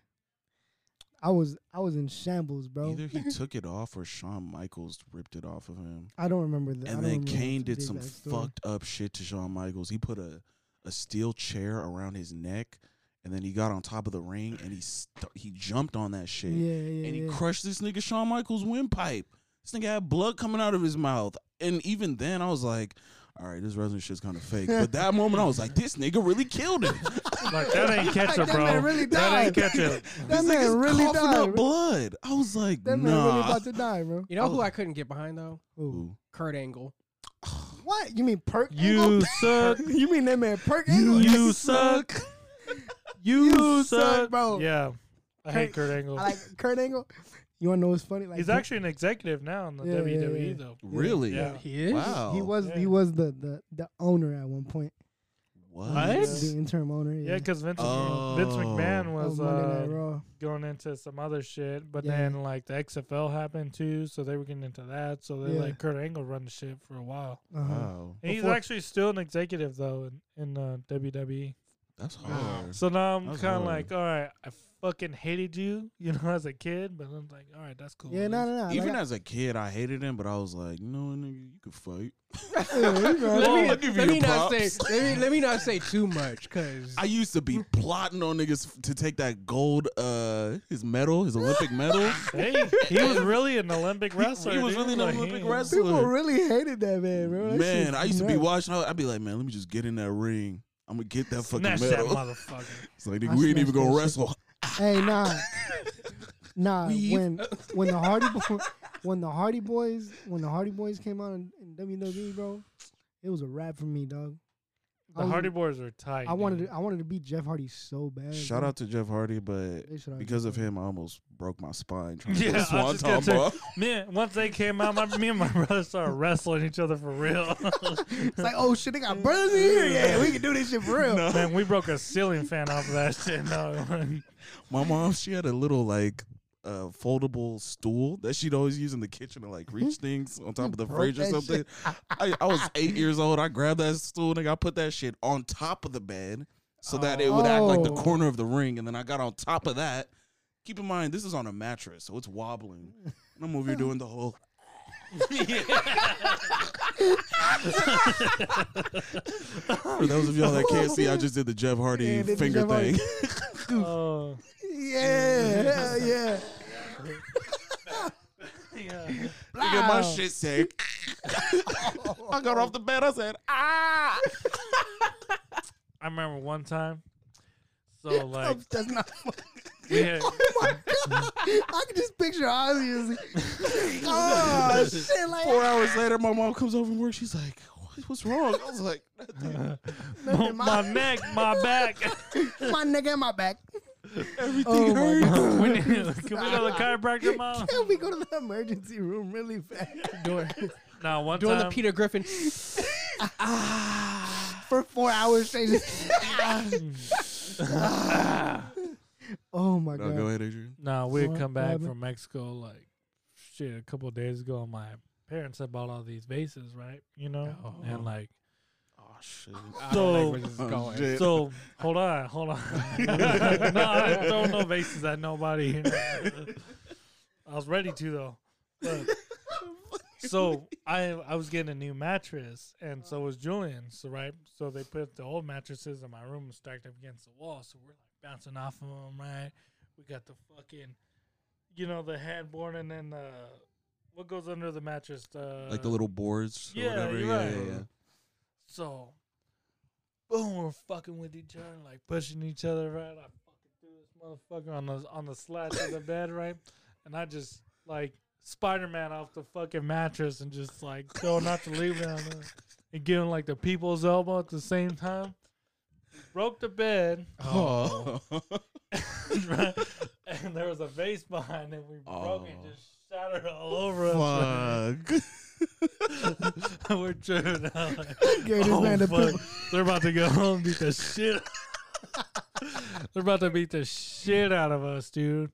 S1: I was I was in shambles, bro.
S2: Either he took it off or Shawn Michaels ripped it off of him.
S1: I don't remember that.
S2: And then Kane did some fucked up shit to Shawn Michaels. He put a, a steel chair around his neck, and then he got on top of the ring and he st- he jumped on that shit,
S1: Yeah, yeah,
S2: and he
S1: yeah.
S2: crushed this nigga Shawn Michaels' windpipe. This nigga had blood coming out of his mouth, and even then I was like, "All right, this wrestling shit's kind of fake." But that moment I was like, "This nigga really killed him."
S4: Like that ain't catch
S1: Like,
S4: it,
S1: that man
S4: bro.
S1: really
S4: That
S1: died.
S4: ain't catch it.
S1: That
S2: this
S1: man
S2: nigga's
S1: really
S2: coughing
S1: died,
S2: up
S1: bro.
S2: blood. I was like,
S1: That man
S2: "Nah."
S1: really about to die, bro.
S3: You know who I couldn't get behind though?
S1: Ooh.
S2: Ooh.
S3: Kurt Angle.
S1: What? You mean Perk?
S4: You
S1: Angle?
S4: suck.
S1: you mean that man Perk?
S4: You,
S1: Angle?
S4: you suck.
S1: You suck, bro.
S4: Yeah, I hate
S1: Kurt-
S4: Kurt Angle.
S1: I like Kurt Angle. You wanna know what's funny? Like
S4: He's
S1: he-
S4: actually an executive now in the
S1: Yeah, yeah,
S4: WWE
S1: yeah.
S4: though.
S2: Really?
S4: Yeah.
S3: He is.
S2: Wow.
S1: he was
S4: Yeah.
S1: he was the, the the owner at one point.
S2: What?
S4: What?
S1: The interim owner.
S4: Yeah,
S1: Yeah.
S4: because Vince,
S2: Oh.
S4: Vince McMahon
S1: Of
S4: was
S1: Monday Night
S4: uh,
S1: Raw.
S4: going into some other shit, but
S1: Yeah.
S4: then like the XFL happened too, so they were getting into that. So they
S1: Yeah.
S4: let Kurt Angle run the shit for a while.
S1: Uh-huh.
S2: Wow.
S4: And he's
S1: Before-
S4: actually still an executive though in, in uh, WWE.
S2: That's
S3: Wow.
S2: hard.
S4: So now I'm
S2: That's
S4: kind of
S2: hard.
S4: like, all right, I fucking hated you, you know, as a kid, but I'm like, all right, that's cool.
S1: Yeah, no, no, no.
S2: Even
S1: like,
S2: as a kid, I hated him, but I was like, you know, what, nigga, you could fight.
S1: I- yeah, you know,
S3: Let me,
S2: I'll give you
S3: let me
S2: your
S3: not say.
S2: props.
S3: Let me, let me not say too much because
S2: I used to be plotting on niggas f- to take that gold, uh, his medal, his Olympic medal.
S4: Hey, he was really an Olympic wrestler.
S2: he was
S4: dude.
S2: really an
S4: Like,
S2: Olympic
S4: he-
S2: wrestler.
S1: people really hated that man, bro. That
S2: man,
S1: shit's
S2: I used to be
S1: nuts.
S2: watching. I- I'd be like, man, let me just get in that ring. I'm gonna get that fucking
S4: Snatch that
S2: medal.
S4: motherfucker.
S2: it's like, nigga,
S1: I
S2: we ain't even
S1: snatched
S2: gonna
S1: that
S2: wrestle.
S1: Hey, nah, nah.
S2: Weave.
S1: When when the Hardy Bo- when the Hardy Boys when the Hardy Boys came out in, in WWE, bro, it was a wrap for me, dog. I
S4: The
S1: was-
S4: Hardy Boys are tight.
S1: I wanted
S4: dude.
S1: to, I wanted to beat Jeff Hardy so bad.
S2: Shout
S1: bro.
S2: out to Jeff Hardy, but
S1: They should
S2: because of
S1: already-
S2: him, I almost broke my spine trying
S4: Yeah,
S2: to
S4: I
S2: do a
S4: was just
S2: swanton
S4: gonna say-
S2: bomb.
S4: Man, once they came out, my, me and my brother started wrestling each other for real.
S1: It's like, oh shit, they got brothers in here. Yeah, we can do this shit for real.
S4: Man, we broke a ceiling fan off of that shit. No,
S2: My mom, she had a little like uh foldable stool that she'd always use in the kitchen to like reach things on top of the
S1: broke
S2: fridge or
S1: that
S2: something.
S1: shit.
S2: I, I was eight years old. I grabbed that stool and I put that shit on top of the bed so that it would act like the
S1: Oh.
S2: corner of the ring. And then I got on top of that. Keep in mind, this is on a mattress, so it's wobbling. And I'm over here doing the whole. For those of y'all that can't see, I just did the Jeff Hardy
S1: Yeah, did the
S2: finger
S1: Jeff Hardy.
S2: thing.
S4: oh,
S1: Yeah, hell yeah.
S4: yeah.
S2: Nigga, my
S1: Wow.
S2: shit said. "Ah." I got off the bed. I said, ah.
S4: I remember one time. So like,
S1: That's not.
S4: we had,
S1: oh I can just picture Ozzy. as- Oh shit! Like
S2: Four hours later, my mom comes over from work. She's like, what, "What's wrong?" I was like, "Nothing."
S4: my, neck, my back.
S1: my nigga in my back.
S2: "Everything
S1: Oh my
S2: hurts."
S1: god.
S4: we need, can we go to the chiropractor, mom?
S1: Can we go to the emergency room really fast?
S3: doing,
S4: No, one
S3: doing the
S4: time.
S3: Peter Griffin.
S1: For four hours straight. just- oh my
S2: No,
S1: god.
S2: go ahead, Adrian.
S4: No, we
S1: What
S4: had come back
S1: happened?
S4: from Mexico like shit a couple of days ago. and My parents had bought all these vases, right? You know,
S3: Oh.
S4: and like
S2: Oh shit!
S3: I don't
S4: So-
S3: like where this is
S2: Oh,
S3: going.
S2: shit.
S4: so. Hold on, hold on. no, I didn't throw no vases at nobody. you know. I was ready to though. But, so I I was getting a new mattress, and so was Julian. So right, so they put the old mattresses in my room and stacked up against the wall. So we're like bouncing off of them, right? We got the fucking, you know, the headboard, and then the what goes under the mattress, the
S2: like the little boards or
S4: yeah,
S2: whatever.
S4: you're
S2: Yeah,
S4: right.
S2: yeah, yeah.
S4: so, boom, we're fucking with each other, like pushing each other, right? I fucking threw this motherfucker on the on the slat of the bed, right? And I just like Spider Man off the fucking mattress and just like going not to leave it on the, and giving like the people's elbow at the same time. Broke the bed,
S2: Oh,
S4: right? and there was a vase behind it. We broke it,
S2: Oh.
S4: just shattered all over us.
S2: fuck!
S4: Right? we're tripping out. Like,
S1: Gave this
S4: Oh,
S1: man a
S4: fuck.
S1: pill.
S4: They're about to go home and beat the shit. They're about to beat the shit out of us, dude.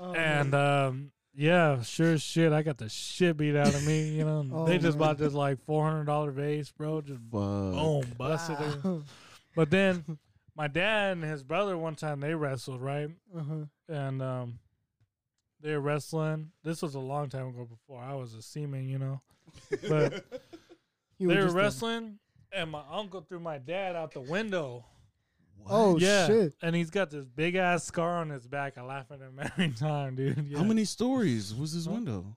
S1: Oh,
S4: And
S1: man.
S4: um, yeah, sure as shit. I got the shit beat out of me. You know,
S1: Oh,
S4: they just
S1: man.
S4: bought this like four hundred dollar vase, bro. Just
S2: Fuck.
S4: boom, busted it.
S1: Wow.
S4: But then my dad and his brother one time they wrestled, right?
S1: Uh-huh.
S4: And um, they were wrestling. This was a long time ago before I was a seaman, you know. But
S1: You were
S4: they were
S1: just a-
S4: wrestling, and my uncle threw my dad out the window.
S1: Oh
S4: yeah,
S1: shit!
S4: and he's got this big ass scar on his back. I laugh at him every time, dude. Yeah.
S2: How many stories was this
S4: Huh?
S2: window?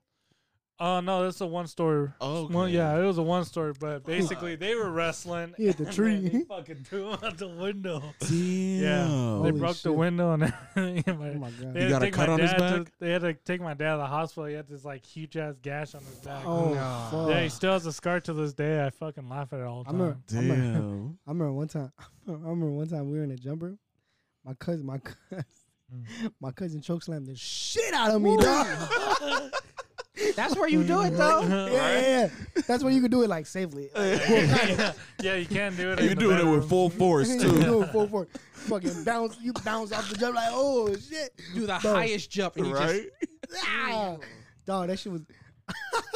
S4: Oh no, that's a one story.
S2: Oh,
S4: Well,
S2: okay.
S4: yeah, it was a one story, but basically they were wrestling.
S1: He hit the
S4: and
S1: tree.
S4: they fucking threw him out the window.
S2: Damn.
S4: Yeah, they
S1: Holy
S4: broke the
S1: shit.
S4: window and everything.
S1: Oh my god!
S4: They had,
S2: got
S4: to
S2: a
S4: take
S2: cut
S4: my
S2: on his
S4: dad to,
S2: back?
S4: they had to take my dad to the hospital. He had this like huge ass gash on his back.
S1: Oh
S3: No.
S1: fuck!
S4: yeah, he still has a scar to this day. I fucking laugh at it all the
S1: I'm
S4: time.
S1: a- I'm a-
S2: Damn.
S1: I remember one time. I remember one time we were in a jumper. My cousin, my cousin, my cousin choke slammed the shit out of me, dog.
S3: That's where you do it though.
S1: Yeah, yeah, yeah. That's where you could do it like safely. Like, full kind of-
S4: yeah, you can do it.
S2: You're
S4: in the
S2: doing it with
S4: bedroom.
S2: full force
S1: you
S2: too.
S1: do it full force. Fucking bounce, you bounce off the jump like, oh shit,
S3: Do the
S1: Bro.
S3: highest jump and you
S2: right?
S1: ah. dog. That shit was.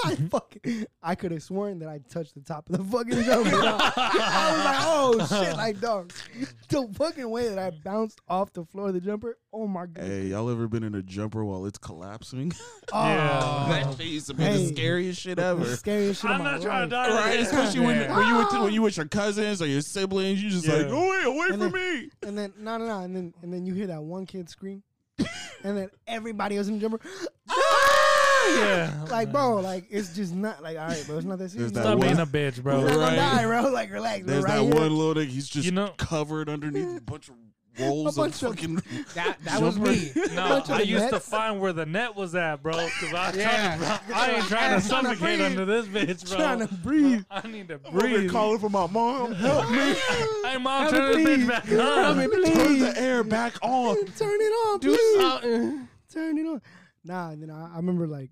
S1: I
S2: Mm-hmm.
S1: fucking, I could have sworn that I touched the top of the fucking jumper. dog. I was like, oh shit, like dog, the fucking way that I bounced off the floor of the jumper. Oh my god.
S2: Hey, y'all ever been in a jumper while it's collapsing?
S1: Oh,
S4: Yeah.
S2: that shit used to be
S1: Hey.
S2: the scariest shit
S1: the
S2: ever.
S1: Scariest shit of
S4: I'm
S1: my
S4: not trying to
S1: life.
S4: die.
S2: Right, especially when
S4: Yeah.
S2: when you with when you with your cousins or your siblings, you just like "Oh,
S4: Yeah.
S2: away, away
S1: And
S2: from
S1: then-
S2: me.
S1: And then no, no, no, and then and then you hear that one kid scream, and then everybody else in the jumper,
S4: yeah,
S1: like bro, like it's just not like all right, bro, it's not that serious.
S2: that
S4: Stop
S2: one-
S4: being a bitch, bro.
S1: We're not gonna
S2: Right.
S1: die, bro. Like relax. we're
S2: There's
S1: right
S2: that
S1: here.
S2: one little nigga. He's just
S4: You know-
S2: covered underneath a bunch of rolls
S1: bunch
S2: of
S1: of-
S2: fucking.
S3: just that that was me.
S4: No,
S1: to
S4: I
S1: the
S4: used to
S1: Mets.
S4: find where the net was at, bro. Cause I, was
S3: Yeah.
S4: trying to, I ain't trying to
S1: Trying to
S4: suffocate
S1: breathe.
S4: under this bitch, bro.
S1: Trying to breathe.
S4: I need to
S2: I'm over here
S4: breathe.
S2: calling for my mom. Help me!
S4: Hey, mom,
S1: Help me,
S4: turn this
S1: please.
S4: bitch back
S1: Help me,
S4: on.
S1: please.
S2: Turn the air back on.
S1: Turn it on,
S3: Do
S1: please.
S3: something.
S1: Turn it on. Nah, and then I, I remember like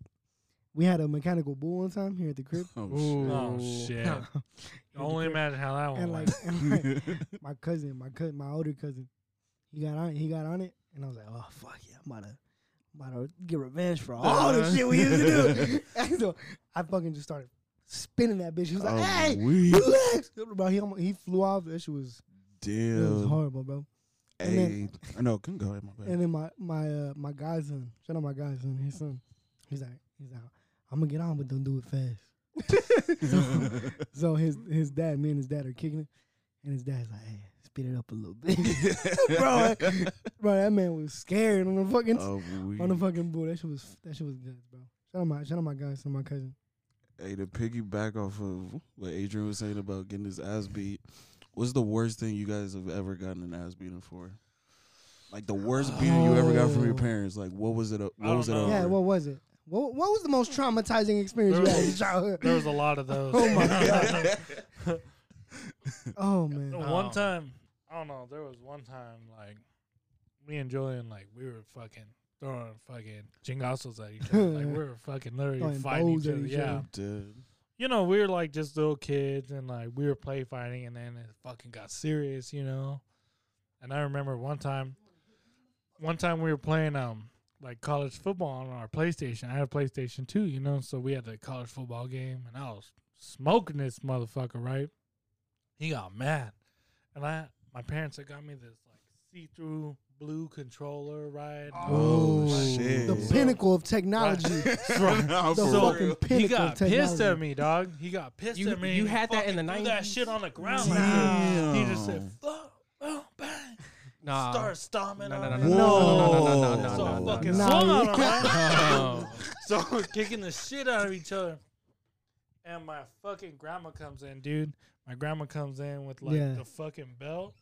S1: we had a mechanical bull one time here at the crib.
S2: Oh,
S4: Oh shit! Only imagine how
S3: Oh,
S4: that one
S1: and like, and,
S4: went.
S1: like, my cousin, my cousin, my older cousin, he got on, he got on it, and I was like, oh fuck yeah, I'm about to, I'm about to get revenge for all
S3: Uh-huh.
S1: the shit we used to do. And so I fucking just started spinning that bitch. He was like,
S2: Oh,
S1: hey,
S2: we-
S1: relax, bro. He almo- he flew off. That shit was it was
S2: Damn.
S1: horrible, bro. and
S2: Hey,
S1: then-
S2: I know. Can go ahead, my bad.
S1: And then my my uh, my guy's son, shout out my guy's son, his son, he's like, he's like, I'm gonna get on, but don't do it fast. so, so his his dad, me and his dad are kicking it, and his dad's like, hey, speed it up a little bit, bro. Bro, that man was scared on the fucking
S2: Oh, we-
S1: on the fucking bull. That shit was that shit was good, bro. Shout out my shout out my guy, son, my cousin.
S2: Hey, to piggyback off of what Adrian was saying about getting his ass beat, what's the worst thing you guys have ever gotten an ass beating for? Like the worst beating you ever got from your
S1: Oh.
S2: parents. Like what was it? o-
S4: I
S2: What was it? uh,
S4: don't know.
S1: Yeah,
S2: over?
S1: what was it? What what was the most traumatizing experience you
S4: There
S1: had in
S4: was-
S1: childhood?
S4: There was a lot of those.
S1: Oh my god. oh man.
S4: One
S3: Oh.
S4: time, I don't know. There was one time like me and Julian, like we were fucking throwing fucking jingasos at each other. Like we were fucking literally
S1: Throwing
S4: fighting
S1: bows
S4: each
S1: at
S4: other.
S1: each
S4: yeah.
S1: other.
S2: Dude.
S4: you know, we were like just little kids and like we were play fighting and then it fucking got serious, you know. And I remember one time one time we were playing um like college football on our PlayStation. I had a PlayStation 2, you know, so we had the college football game and I was smoking this motherfucker, right? He got mad. And I my parents had got me this like see-through blue controller, right?
S2: Oh,
S4: Like,
S2: shit.
S1: The
S4: so-
S1: pinnacle of technology.
S2: Nah,
S1: the
S2: for
S4: So-
S1: fucking
S2: real.
S1: pinnacle
S4: He got
S1: of technology.
S4: pissed at me, dog. He got pissed
S3: You-
S4: at me.
S3: you
S4: and he
S3: had that in
S4: fucking
S3: the
S4: threw that
S3: 90s?
S4: shit on the ground. Like
S2: Damn.
S4: that. He just said, "Fuck, oh, bang!"
S3: Nah.
S4: Start stomping
S3: No,
S4: on
S3: no, no,
S4: it.
S3: no, no, no, no, no, no, no,
S4: So
S3: no,
S4: I
S3: no,
S4: fucking
S3: no.
S1: no.
S4: swung
S1: Nah,
S4: on him, right?
S3: Oh.
S4: So we're kicking the shit out of each other. And my fucking grandma comes in, dude. My grandma comes in with like
S1: Yeah.
S4: the fucking belt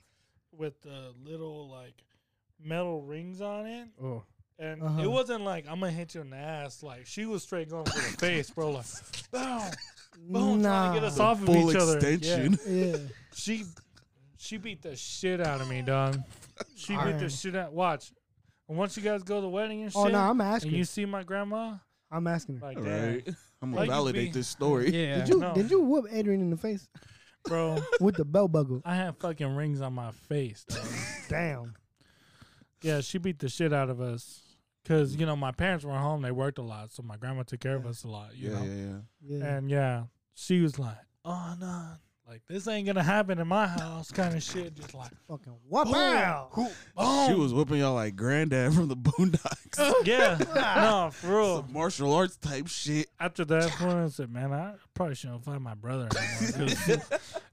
S4: with the little like metal rings on it.
S3: Oh.
S4: And
S1: Uh-huh.
S4: it wasn't like I'm gonna hit you in the ass. Like she was straight going for the face, bro. Like boom, boom, trying to get us
S1: Nah.
S4: off of
S2: Full
S4: each other. Yeah.
S2: extension.
S1: Yeah.
S4: She she beat the shit out of me, dog. She beat the
S1: Alright.
S4: shit out. Watch, and once you guys go to the wedding and shit,
S1: Oh no, I'm
S4: and
S1: asking.
S4: you see my grandma,
S1: I'm asking her.
S4: like
S2: All
S4: damn,
S2: right. I'm
S4: Like
S2: gonna
S4: you
S2: validate
S4: be-
S2: this story.
S3: Yeah.
S1: Did you
S4: no.
S1: did you whoop Adrian in the face
S4: bro.
S1: with the belt buckle?
S4: I have fucking rings on my face. Dog.
S1: Damn.
S4: Yeah, she beat the shit out of us because you know my parents were home; they worked a lot, so my grandma took care of
S1: Yeah.
S4: us a lot. You
S2: Yeah,
S4: know,
S2: yeah, yeah.
S1: Yeah.
S4: and yeah, she was like, "Oh no, like this ain't gonna happen in my house," kind of shit. Just like,
S1: Fucking whoop out.
S4: boom,
S2: She
S4: boom.
S2: was whipping y'all like granddad from the Boondocks.
S4: yeah, no, for real.
S2: Some martial arts type shit.
S4: After that point, I said, "Man, I probably shouldn't fight my brother." Anymore 'cause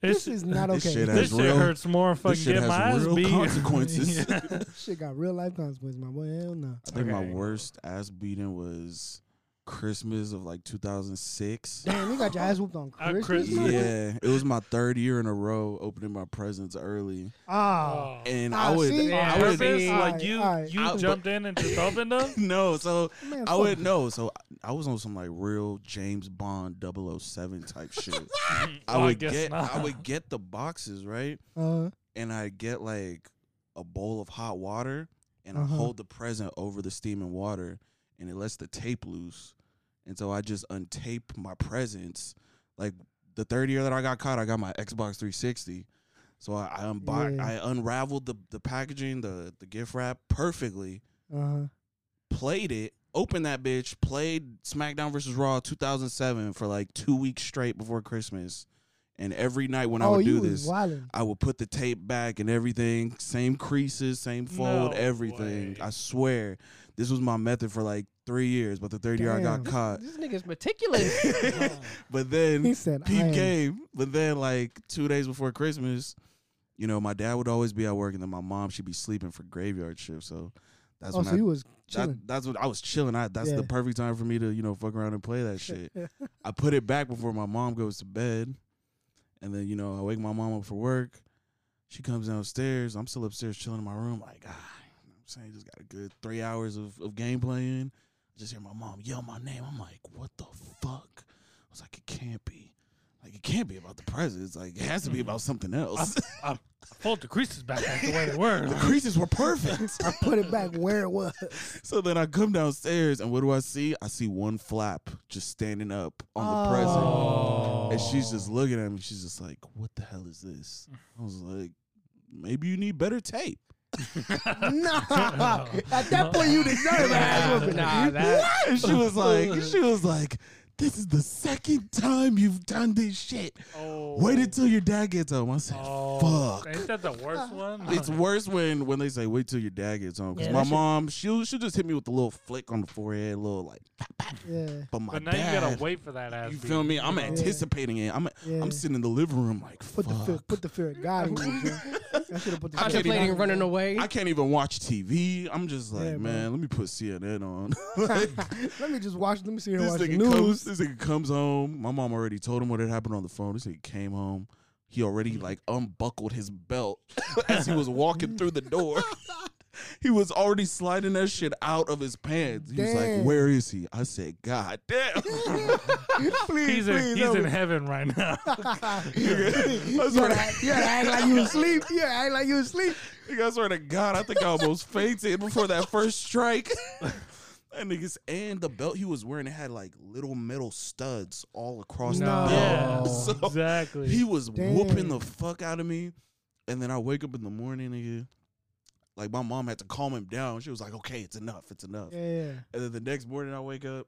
S1: This
S4: this
S1: is not
S2: This
S1: okay.
S2: shit
S1: This
S4: this
S2: has
S4: shit
S2: real-
S4: hurts more. if I
S2: this shit
S4: Fucking
S2: has
S4: get my ass
S2: real
S4: beat.
S2: consequences.
S4: Yeah.
S1: shit got real life consequences, my boy. Hell no.
S2: I think my
S3: Okay.
S2: worst ass beating was Christmas of like 2006.
S1: Damn, you got your ass whooped on
S4: At
S1: Christmas.
S4: Christmas.
S1: my boy?
S2: Yeah, it was my third year in a row opening my presents early,
S4: Oh.
S1: Ah.
S2: and
S1: Ah,
S2: I would,
S1: see?
S2: I
S1: Yeah,
S4: on
S2: would,
S4: purpose?
S1: see?
S4: like
S1: Alright,
S4: you,
S1: alright.
S4: you
S2: I- but-
S4: jumped in and just opened them.
S2: no, so
S1: Man,
S2: I
S1: fuck.
S2: would no, so I was on some like real James Bond 007 type shit. Oh, I
S4: Well,
S2: would
S4: guess
S2: get, I
S4: not.
S2: would get the boxes right,
S1: Uh,
S2: and I'd get like a bowl of hot water, and
S1: Uh-huh.
S2: I hold the present over the steaming water, and it lets the tape loose, and so I just untape my presents. Like the third year that I got caught, I got my Xbox 360. So I, I, unbo-
S1: Yeah.
S2: I unraveled the, the packaging, the, the gift wrap perfectly,
S1: uh,
S2: played it, opened that bitch, played SmackDown versus Raw 2007 for like two weeks straight before Christmas. And every night when I
S1: oh,
S2: would
S1: you
S2: do
S1: was
S2: this,
S1: wildin'.
S2: I would put the tape back and everything, same creases, same fold,
S4: No
S2: everything.
S4: way.
S2: I swear, this was my method for like three years. But the third year I got
S1: Damn.
S2: caught.
S3: This nigga's meticulous.
S2: but
S1: He
S2: then
S1: said, I
S2: peep
S1: am-
S2: game. But then like two days before Christmas, you know, my dad would always be at work, and then my mom she'd be sleeping for graveyard shift. So that's
S1: Oh,
S2: when
S1: so
S2: I.
S1: you was
S2: that,
S1: chilling.
S2: that's what I was chilling. I, that's
S1: Yeah.
S2: the perfect time for me to you know fuck around and play that shit. I put it back before my mom goes to bed. And then, you know, I wake my mom up for work. She comes downstairs. I'm still upstairs chilling in my room, like, ah, you know what I'm saying, just got a good three hours of, of game playing. I just hear my mom yell my name. I'm like, what the fuck? I was like, it can't be. Like, it can't be about the presents. Like, it has to be about something else.
S4: I pulled the creases back like the way they were.
S2: the creases were perfect.
S1: I put it back where it was.
S2: so then I come downstairs, and what do I see? I see one flap just standing up on the present.
S4: Oh.
S2: And she's just looking at me. She's just like, "What the hell is this?" I was like, "Maybe you need better tape."
S1: nah. At that point, you deserve an ass whooping.
S3: nah, that
S2: And she was like, "She was like, this is the second time you've done this shit.
S4: Oh.
S2: Wait until your dad gets home." I said,
S4: Oh.
S2: "Fuck."
S4: Ain't that the worst one?
S2: It's worse when when they say wait till your dad gets home because
S1: Yeah,
S2: my
S1: that shit-
S2: mom she'll she'll just hit me with a little flick on the forehead, a little like.
S1: Yeah,
S2: But my
S4: but now
S2: dad,
S4: you gotta wait for that ass.
S2: you
S4: beat.
S2: feel me? I'm
S4: Yeah.
S2: anticipating it. I'm
S1: yeah.
S2: I'm sitting in the living room like
S1: put the fear,
S2: fuck.
S1: put the fear of God in you. bro. I should have put the
S2: I can't even-
S3: contemplating running away.
S2: I can't even watch TV. I'm just like,
S1: Yeah, bro.
S2: man, let me put CNN on. Like,
S1: Let me just watch. Let me see her
S2: this
S1: watch the
S2: nigga
S1: news.
S2: comes. This nigga comes home. My mom already told him what had happened on the phone. This nigga came home. He
S1: Mm.
S2: already like unbuckled his belt as he was walking through the door. He was already sliding that shit out of his pants. He was
S1: Damn.
S2: like, "Where is he?" I said, "God damn!"
S1: please,
S4: He's,
S1: please,
S4: in, he's
S1: help
S4: in
S1: me.
S4: heaven right now.
S2: Nigga, I swear
S1: You gotta,
S2: to-
S1: act- you gotta act like you asleep. You gotta act like you asleep.
S2: Nigga, I swear to God, I think I almost fainted before that first strike. that niggas and the belt he was wearing it had like little metal studs all across
S3: No.
S2: the
S4: Yeah,
S2: belt.
S1: Oh.
S2: So
S4: exactly.
S2: he was
S1: Damn.
S2: whooping the fuck out of me. And then I wake up in the morning, nigga. Like my mom had to calm him down. She was like, "Okay, it's enough, it's enough."
S1: Yeah,
S2: And then the next morning, I wake up.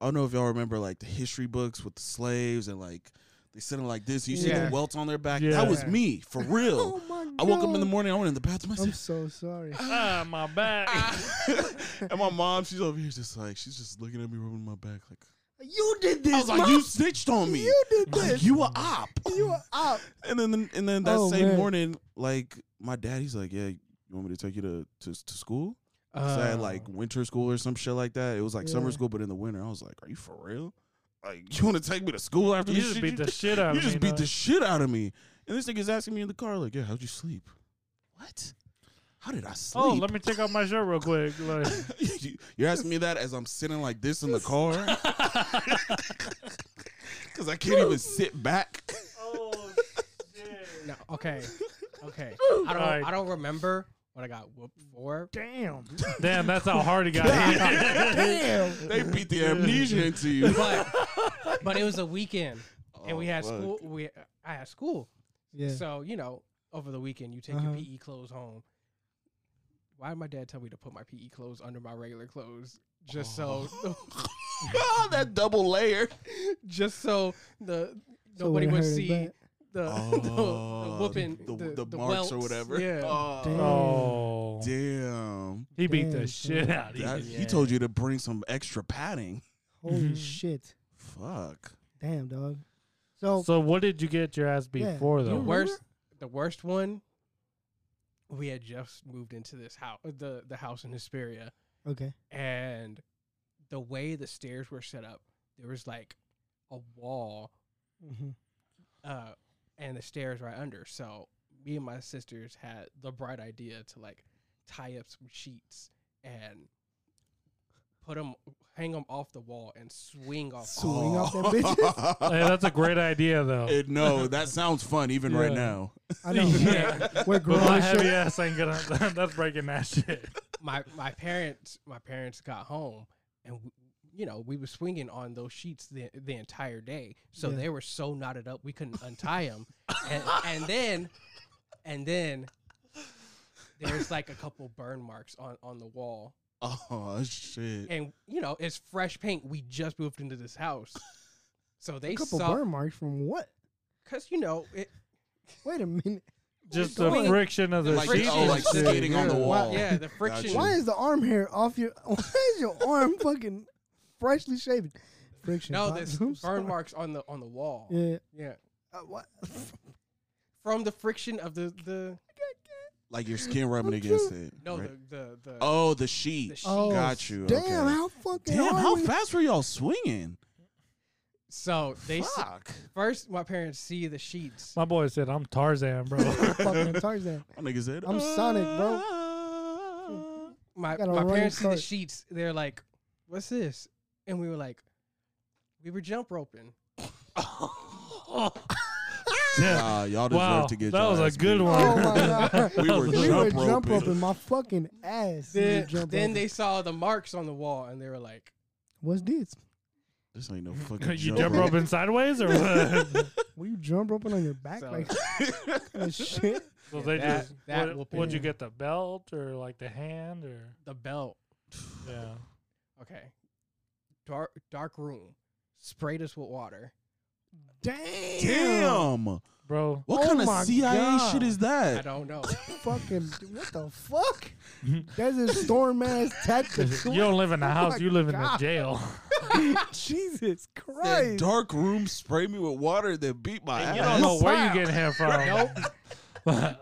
S2: I don't know if y'all remember like the history books with the slaves and like they said it like this. You see
S3: Yeah.
S2: the welts on their back.
S4: Yeah.
S2: That was me for real.
S1: Oh my god.
S2: I woke up in the morning. I went in the bathroom. I
S1: I'm
S2: said,
S1: so sorry.
S4: ah, my back.
S2: and my mom, she's over here, just like she's just looking at me, rubbing my back. Like
S1: You did this.
S2: I was like,
S1: Mom.
S2: you snitched on me.
S1: You did
S2: Like,
S1: this.
S2: you a op.
S1: You were out.
S2: And then, and then that
S1: Oh,
S2: same
S1: man.
S2: morning, like my dad, he's like, yeah, you want me to take you to to, to school? 'Cause I
S3: Uh,
S4: Uh.
S2: had like winter school or some shit like that. It was like
S1: Yeah.
S2: summer school, but in the winter, I was like, are you for real? Like you want to take me to school after
S4: you
S2: this
S4: just
S2: shit
S4: beat
S2: you
S4: the shit
S2: did?
S4: out
S2: You
S4: of me.
S2: just beat the
S4: dog.
S2: shit out of me. And this nigga's asking me in the car, like, yeah, how'd you sleep? What? How did I sleep?
S4: Oh, let me take off my shirt real quick. Like,
S2: You- You're asking me that as I'm sitting like this in the car? Because I can't even sit back.
S4: oh shit.
S3: No, okay, okay. I don't.
S4: Alright.
S3: I don't remember what I got whooped for.
S1: Damn.
S4: Damn, that's how hard he got hit.
S1: Damn.
S2: They beat the amnesia into you.
S3: but but it was a weekend and we
S2: Oh,
S3: had
S2: fuck.
S3: school we I had school.
S1: Yeah.
S3: So, you know, over the weekend you take
S1: Uh-huh.
S3: your PE clothes home. Why did my dad tell me to put my PE clothes under my regular clothes just so
S2: oh, that double layer.
S3: just so the
S1: So
S3: nobody
S1: it
S3: would
S1: hurt his
S3: see
S1: back.
S3: the, the,
S2: Oh,
S3: the whooping
S2: the, the, marks
S3: welts.
S2: or whatever.
S3: Yeah.
S2: Oh,
S1: Damn.
S4: Oh,
S2: damn.
S4: he beat the
S1: Damn,
S4: shit
S1: son.
S4: out of you.
S2: That-
S3: Yeah.
S2: He told you to bring some extra padding.
S1: Holy
S2: Mm-hmm.
S4: Mhm.
S1: shit!
S2: Fuck.
S1: Damn, dog. So,
S4: So what did you get your ass beat
S1: Yeah.
S4: for
S3: the
S4: though?
S1: remember?
S3: worst the worst one we had just moved into this house the the house in Hesperia
S1: okay,
S3: and the way the stairs were set up there was like a wall
S1: mm-hmm.
S3: uh and the stairs right under so me and my sisters had the bright idea to like tie up some sheets and put them hang them off the wall and swing off the wall.
S1: Swing off them bitches?
S4: Hey, that's a great idea though.
S2: It- no, that sounds fun even right
S4: Yeah.
S2: now.
S1: I know.
S4: Yeah.
S1: We're
S4: But my
S1: grown.
S4: heavy
S1: shit.
S4: ass ain't gonna. That's breaking that shit.
S3: my my parents my parents got home and w you know we were swinging on those sheets the, the entire day so
S1: Yeah.
S3: they were so knotted up we couldn't untie them and, and then and then there's like a couple burn marks on on the wall
S2: Oh shit.
S3: and you know it's fresh paint we just moved into this house so they
S1: A couple
S3: saw
S1: burn marks from what?
S3: because you know it,
S1: Wait a minute.
S4: Just
S3: I
S4: the
S3: mean,
S4: friction of the
S2: Like,
S4: sheet.
S2: oh,
S4: and
S2: like
S4: shit,
S2: skating on the
S4: yeah.
S2: wall.
S3: yeah the
S2: Gotcha.
S3: friction
S1: Why is the arm hair off your? Why is your arm fucking freshly shaven? Friction.
S3: no
S1: Bob.
S3: there's
S1: I'm sorry.
S3: burn marks on the on the wall
S1: Yeah.
S3: yeah
S1: Uh, what?
S3: from the friction of the the
S2: Like your skin rubbing
S1: I'm
S2: against
S1: trying-
S2: it.
S3: No,
S2: right?
S3: the the the,
S2: Oh, the
S3: the
S2: sheet.
S3: sheet.
S1: Oh,
S2: Got you.
S1: Damn,
S2: okay.
S1: how fucking
S2: Damn,
S1: hard
S2: how
S1: we-
S2: fast were y'all swinging?
S3: So they s-
S2: Fuck.
S3: first my parents see the sheets.
S4: My boy said, "I'm Tarzan, bro."
S1: fucking Tarzan.
S2: My nigga said, "Ah."
S1: I'm Sonic, bro.
S2: bro.
S3: My
S1: got a
S3: my
S1: running
S3: parents see the
S1: start.
S3: sheets. They're like, "What's this?" And we were like, "We were jump roping."
S4: Yeah.
S2: Nah, y'all deserve
S4: Wow,
S2: to get
S4: that
S2: y'all
S4: was
S2: ass
S4: a good
S2: beat.
S4: one.
S1: Oh my god.
S2: We were
S1: we were
S2: jump
S1: jump
S2: roping.
S1: roping my fucking ass. We were
S3: Then,
S1: jump
S3: then
S1: roping.
S3: they saw the marks on the wall and they were like,
S1: What's this?
S2: This ain't no fucking
S4: you
S2: jump
S4: jump roping sideways or what?
S1: Were you jump roping on your back
S3: So-
S1: like that shit?
S4: so
S3: Yeah,
S4: they
S3: that-
S4: just
S3: that
S4: what,
S3: whooping.
S4: would you get the belt or like the hand or
S3: "The belt,
S4: yeah?
S3: okay, dark dark room, sprayed us with water."
S1: Damn.
S2: Damn. What
S4: Bro,
S1: Oh
S2: kind
S1: my
S2: of CIA
S1: God.
S2: shit is
S3: I
S2: that?
S3: don't know.
S1: Fucking what the fuck? Desert storm ass tactics.
S4: you don't live in a
S1: Oh
S4: house;
S1: my
S4: you live in a
S1: God.
S4: jail.
S1: Jesus
S2: That
S1: Christ.
S2: dark room spray me with water and then beat my
S4: And
S2: ass.
S4: you don't know where
S1: Wow.
S4: you getting hair from.
S3: nope.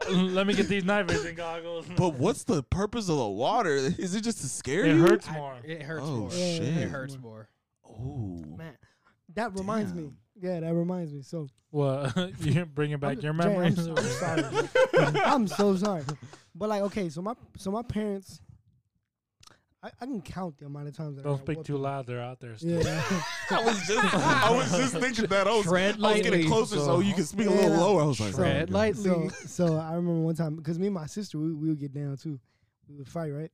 S4: Let me get these knife vision goggles.
S2: But what's the purpose of the water? Is it just to scare
S4: It
S2: you?
S4: hurts
S3: I-
S4: more.
S3: it hurts
S2: Oh,
S3: more. It
S2: shit.
S3: hurts more.
S2: Oh,
S1: Man, that reminds me.
S2: Damn.
S1: Yeah, that reminds me. So
S4: What? you bringing back
S1: I'm-
S4: your
S1: Jay,
S4: memories?
S1: I'm, so- I'm sorry. bro. I'm so sorry. But like, okay, so my so my parents, I, I can count the amount of times. That I
S4: Don't
S1: got
S4: speak
S1: whooped.
S4: too loud; they're out there. Still.
S1: Yeah.
S2: I was just, I was just thinking that. I was,
S3: Tread
S2: I was
S3: lightly.
S2: getting closer so,
S4: So-
S2: you could speak a
S1: Yeah.
S2: little lower. I was like,
S1: Tread
S2: "Oh,
S1: so
S3: lightly.
S1: so I remember one time because me and my sister we we would get down too, we would fight right,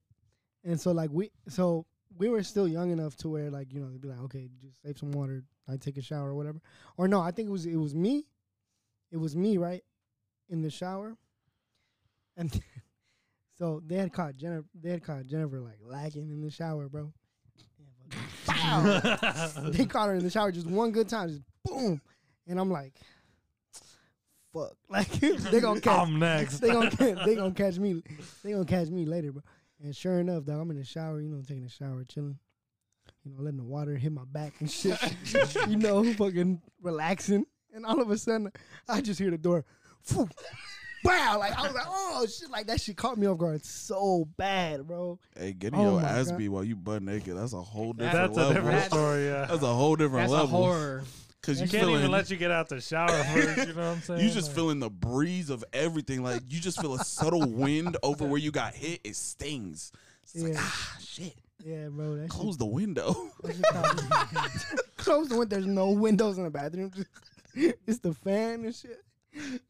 S1: and so like we so we were still young enough to where like you know they'd be like okay just save some water I take a shower or whatever or no I think it was it was me, it was me right, in the shower, and so they had caught Jennifer they had caught Jennifer like lagging in the shower bro, Pow! they caught her in the shower just one good time just boom, and I'm like. Fuck! Like they gonna catch
S4: I'm next.
S1: they gonna catch, they gonna catch me. They gonna catch me later, bro. And sure enough, dog, I'm in the shower. You know, taking a shower, chilling. You know, letting the water hit my back and shit. you know, fucking relaxing. And all of a sudden, I just hear the door. Phew, wow! Like I was like, oh shit! Like that shit caught me off guard so bad, bro.
S2: Hey, getting
S1: Oh
S2: your
S1: my
S2: ass
S1: God.
S2: beat while you butt naked, that's a whole different
S4: That's a
S2: level.
S4: different
S3: That's-
S4: story. Yeah.
S2: that's a whole different
S3: That's a
S2: level.
S3: horror.
S2: Cause
S4: you
S2: you
S4: can't
S2: feeling,
S4: even let you get out the shower first. You know what I'm saying?
S2: you just
S4: Like,
S2: feeling the breeze of everything. Like you just feel a subtle wind over where you got hit. It stings. It's like
S1: Yeah.
S2: ah shit.
S1: Yeah, bro. That shit,
S2: Close the window.
S1: that shit caught me. Close the window. There's no windows in the bathroom. Just, it's the fan and shit.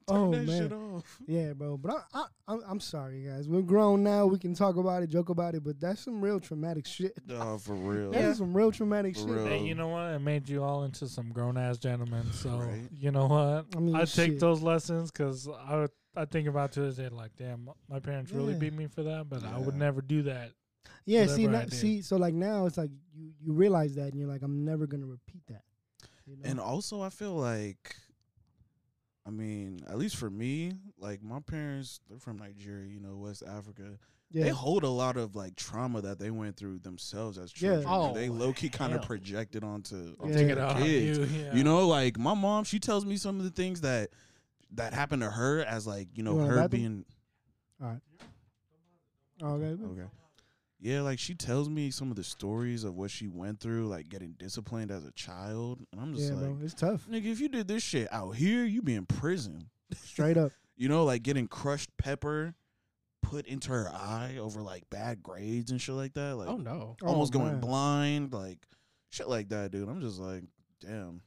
S1: oh
S2: Turn that
S1: man.
S2: shit off.
S1: Yeah, bro. But I, I, I'm, I'm sorry, guys. We're grown now. We can talk about it, joke about it, but that's some real traumatic shit.
S2: Nah, for real.
S1: That is some real traumatic
S2: For
S1: shit.
S2: real.
S4: Hey, you know what? It made you all into some grown ass gentlemen. So
S2: Right.
S4: you know what?
S1: I mean,
S4: I take
S1: shit.
S4: those lessons because I would- I think about to this day, like, damn, my parents really
S1: Yeah.
S4: beat me for that, but I would
S2: Yeah.
S4: never do that.
S1: Yeah, see,
S4: Whatever I
S1: now,
S4: did.
S1: see, so like now it's like you you realize that, and you're like, I'm never gonna repeat that. You know?
S2: And also, I feel like, I mean, at least for me, like my parents, they're from Nigeria, you know, West Africa. They
S1: yeah,
S2: hold a lot of like trauma that they went through themselves as children.
S1: Yeah.
S2: and they
S3: Oh,
S2: low key kind of
S4: hell.
S2: projected onto, onto
S4: Take
S1: Yeah.
S4: it
S2: their
S4: off
S2: kids.
S4: you. Yeah.
S2: You know, like my mom, she tells me some of the things that that happened to her as like you know
S1: You wanna
S2: her
S1: bathroom?
S2: being
S1: Oh, okay.
S2: okay. Yeah, like she tells me some of the stories of what she went through, like getting disciplined as a child, and I'm just
S1: yeah,
S2: like,
S1: bro, it's tough.
S2: nigga, if you did this shit out here, you be in prison.
S1: Straight up.
S2: You know, like getting crushed pepper put into her eye over like bad grades and shit like that, like
S3: Oh no.
S1: Oh,
S2: almost going
S1: man.
S2: blind, like shit like that, dude. I'm just like, damn,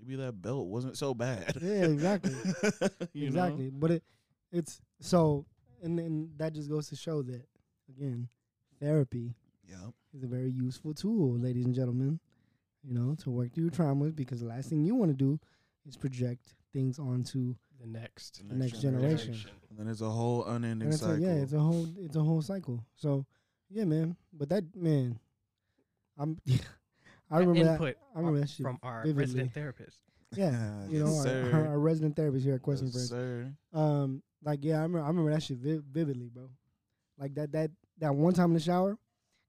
S2: maybe that belt wasn't so bad.
S1: Yeah, exactly.
S2: You know?
S1: exactly. But it it's so, and then that just goes to show that again, therapy
S2: Yep.
S1: is a very useful tool, ladies and gentlemen. You know, to work through your traumas because the last thing you want to do is project things onto
S3: The next
S2: The
S1: next generation.
S2: And then it's a whole unending
S1: And it's
S2: cycle.
S1: A, yeah, it's a whole it's a whole cycle. So yeah, man. But that man, I'm I
S3: That
S1: remember that.
S3: input
S1: I remember that shit.
S3: from our
S1: vividly.
S3: resident therapist.
S1: yeah, you know
S2: yes,
S1: our,
S2: sir.
S1: our, our resident therapist here at Question
S2: yes,
S1: Friends.
S2: sir.
S1: Um, like yeah, I remember I remember that shit vi- vividly, bro. Like that that that one time in the shower,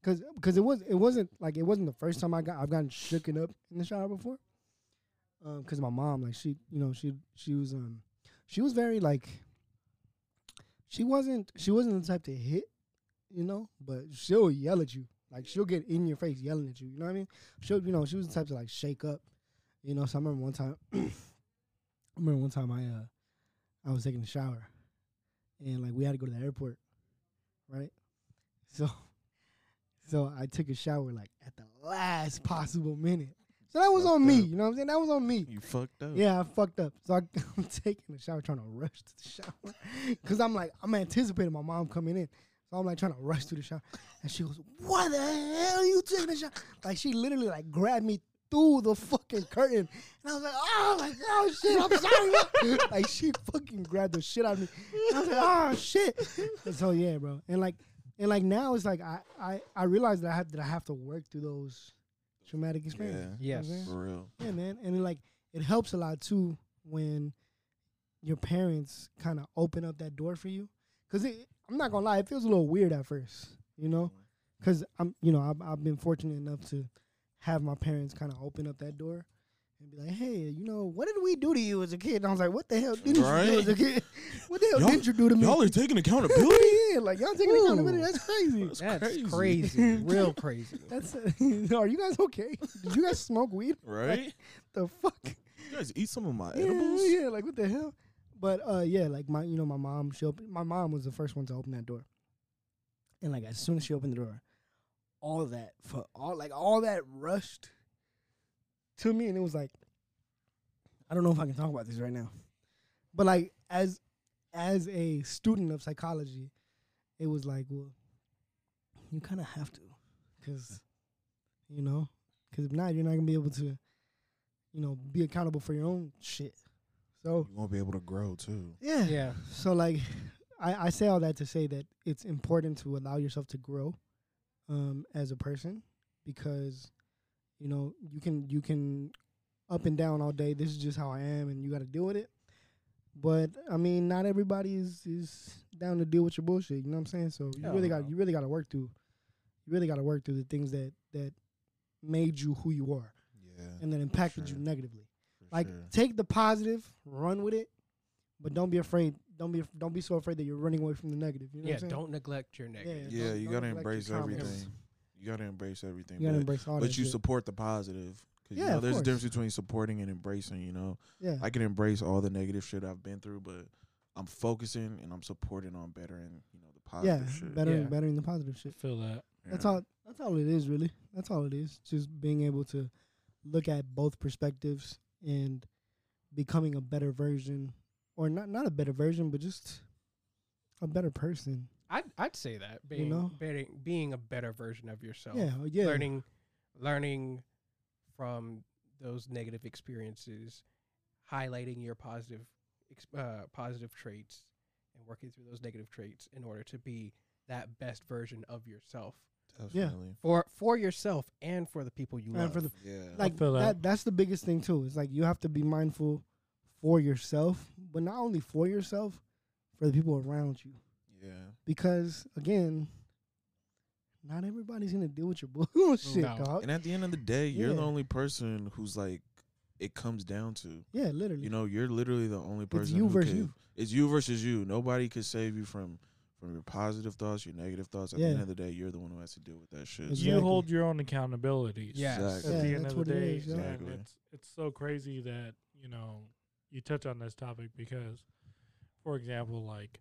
S1: cause cause it was it wasn't like it wasn't the first time I got I've gotten shooken up in the shower before. Um, cause my mom like she you know she she was um she was very like she wasn't she wasn't the type to hit, you know, but she'll yell at you like she'll get in your face yelling at you. You know what I mean? She'll you know she was the type to like shake up, you know. So I remember one time, I remember one time I uh I was taking a shower, and like we had to go to the airport, right? So, so I took a shower like at the last possible minute. So that was
S2: Fucked
S1: on me.
S2: up.
S1: You know what I'm saying? That was on me.
S2: You fucked up.
S1: Yeah, I fucked up. So I, I'm taking a shower, trying to rush to the shower, because I'm like I'm anticipating my mom coming in. So I'm like trying to rush to the shower, and she goes, "What the hell are you taking a shower?" Like she literally like grabbed me through the fucking curtain, and I was like, "Oh like oh shit, I'm sorry." ma." like she fucking grabbed the shit out of me. And I was like, "Oh shit." And so yeah, bro, and like and like now it's like I I I realize that I have that I have to work through those traumatic experiences.
S2: Yeah,
S1: You know what I'm
S3: Yes.
S1: saying?
S2: for real.
S1: Yeah, man, and it, like it helps a lot too when your parents kind of open up that door for you. Cause it, I'm not gonna lie, it feels a little weird at first, you know. Cause I'm, you know, I've, I've been fortunate enough to have my parents kind of open up that door and be like, "Hey, you know, what did we do to you as a kid?" And I was like, "What the hell didn't you do as a
S2: Right.
S1: kid? What the hell
S2: Y'all-
S1: didn't you do to me?"
S2: Y'all are taking accountability.
S1: yeah, like y'all taking
S3: Ooh.
S1: accountability. That's crazy.
S3: That's crazy. Real crazy.
S1: That's are you guys okay? Did you guys smoke weed?
S2: right?
S1: The fuck.
S2: You guys eat some of my
S1: Yeah,
S2: edibles.
S1: Yeah, like what the hell? But uh, yeah, like my you know my mom she opened my mom was the first one to open that door, and like as soon as she opened the door, all of that for all like all that rushed to me, and it was like I don't know if I can talk about this right now, but like as as a student of psychology, it was like well, you kind of have to, cause you know, cause if not, you're not gonna be able to, you know, be accountable for your own shit. So
S2: You won't be able to grow too.
S1: yeah,
S3: Yeah.
S1: so like, I, I say all that to say that it's important to allow yourself to grow, um, as a person, because, you know, you can you can, up and down all day. This is just how I am, and you got to deal with it. But I mean, not everybody is is down to deal with your bullshit. You know what I'm saying? So you
S3: Hell
S1: really got
S3: no.
S1: you really got to work through, you really got to work through the things that that made you who you are
S2: Yeah.
S1: and that impacted
S2: Sure.
S1: you negatively.
S2: for
S1: Like
S2: sure.
S1: take the positive, run with it, but don't be afraid. Don't be don't be so afraid that you're running away from the negative. You know
S3: yeah.
S1: what I'm saying?
S3: don't neglect your negative.
S1: Yeah,
S2: yeah,
S1: don't-
S2: you
S1: don't
S2: gotta
S1: neglect your
S2: embrace
S1: traumas.
S2: everything. You gotta embrace everything.
S1: You gotta
S2: but
S1: embrace all
S2: but
S1: that.
S2: you
S1: shit.
S2: support the positive. 'Cause,
S1: Yeah,
S2: you know,
S1: of
S2: there's a
S1: course.
S2: difference between supporting and embracing. You know,
S1: yeah,
S2: I can embrace all the negative shit I've been through, but I'm focusing and I'm supporting on bettering. You know, the
S1: yeah,
S2: positive shit.
S1: better
S3: Yeah.
S1: better than the positive shit.
S4: Feel that.
S1: That's
S2: Yeah.
S1: all. That's all it is, really. That's all it is. Just being able to look at both perspectives and becoming a better version, or not not a better version, but just a better person.
S3: I'd, I'd say that being,
S1: know?
S3: being being a better version of yourself.
S1: yeah, yeah.
S3: Learning learning from those negative experiences, highlighting your positive ex- uh, positive traits and working through those negative traits in order to be that best version of yourself
S1: Definitely.
S3: for for yourself and for the people you love.
S1: and for the
S2: Yeah.
S1: like
S4: feel
S1: that.
S4: that.
S1: that's the biggest thing too it's like you have to be mindful for yourself but not only for yourself for the people around you
S2: yeah.
S1: because again not everybody's gonna deal with your bullshit
S3: No.
S1: dog
S2: And at the end of the day, you're the
S1: Yeah.
S2: only person who's like it comes down to.
S1: yeah literally
S2: You know, you're literally the only person.
S1: you
S2: who
S1: versus
S2: could-
S1: you.
S2: It's you versus you. Nobody could save you from from your positive thoughts, your negative thoughts. At the end
S1: Yeah.
S2: of the day, you're the one who has to deal with that shit.
S1: Exactly.
S4: You hold your own accountability.
S3: Yes.
S4: at
S1: Yeah,
S4: the end
S1: that's
S4: of the
S1: what it
S4: day.
S1: is, yeah.
S4: and
S2: Exactly.
S4: It's it's so crazy that, you know, you touch on this topic because for example, like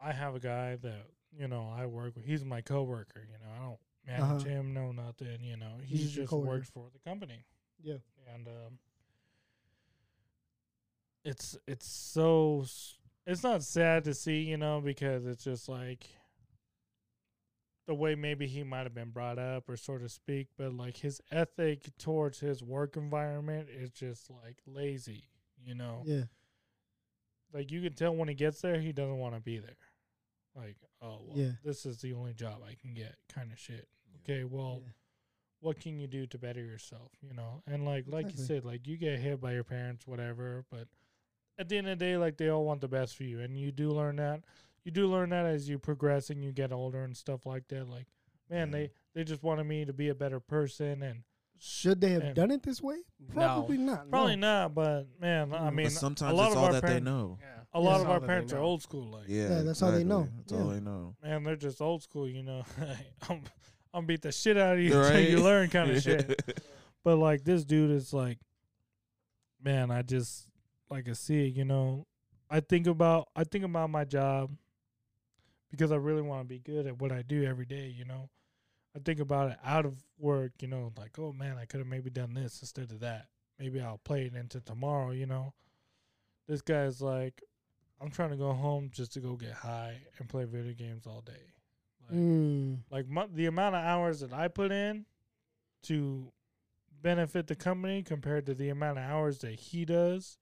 S4: I have a guy that, you know, I work with he's my coworker, you know, I don't manage
S1: Uh-huh.
S4: him, no nothing, you know. He
S1: He's just your
S4: just
S1: coworker.
S4: works for the company.
S1: Yeah.
S4: And um it's it's so s- it's not sad to see, you know, because it's just like the way maybe he might have been brought up or sort of speak, but like his ethic towards his work environment is just like lazy, you know.
S1: yeah
S4: Like you can tell when he gets there, he doesn't want to be there. Like, oh, well,
S1: Yeah.
S4: this is the only job I can get, kind of shit.
S2: Yeah.
S4: Okay, well,
S1: Yeah.
S4: what can you do to better yourself, you know? And like, like you
S1: Exactly.
S4: said, like you get hit by your parents, whatever, but at the end of the day, like they all want the best for you, and you do learn that. You do learn that as you progress and you get older and stuff like that. Like, man,
S2: Yeah.
S4: they they just wanted me to be a better person, and
S1: should they have
S4: Yeah.
S1: done it this way probably not
S4: probably
S1: no.
S4: not. But man, I
S1: Mm.
S4: mean,
S2: but sometimes
S4: a lot
S2: it's
S4: of
S2: all
S4: our
S2: that they
S4: parent-
S2: know.
S3: Yeah.
S4: a lot
S3: That's
S4: of
S3: all
S4: our
S3: that they
S4: parents are
S3: know.
S4: old school. Like,
S2: Yeah,
S1: Yeah, that's all they
S2: exactly.
S1: know.
S2: That's all
S1: Yeah.
S2: they know.
S4: man, they're just old school. You know, I'm I'm beat the shit out of you until
S2: Right?
S4: you learn kind of shit. But like this dude is like, man, I just like I see it. You know, I think about I think about my job because I really want to be good at what I do every day. You know, I think about it out of work. You know, like oh man, I could have maybe done this instead of that. Maybe I'll play it into tomorrow. You know, this guy's like, I'm trying to go home just to go get high and play video games all day. Like,
S1: Mm,
S4: like my, the amount of hours that I put in to benefit the company compared to the amount of hours that he does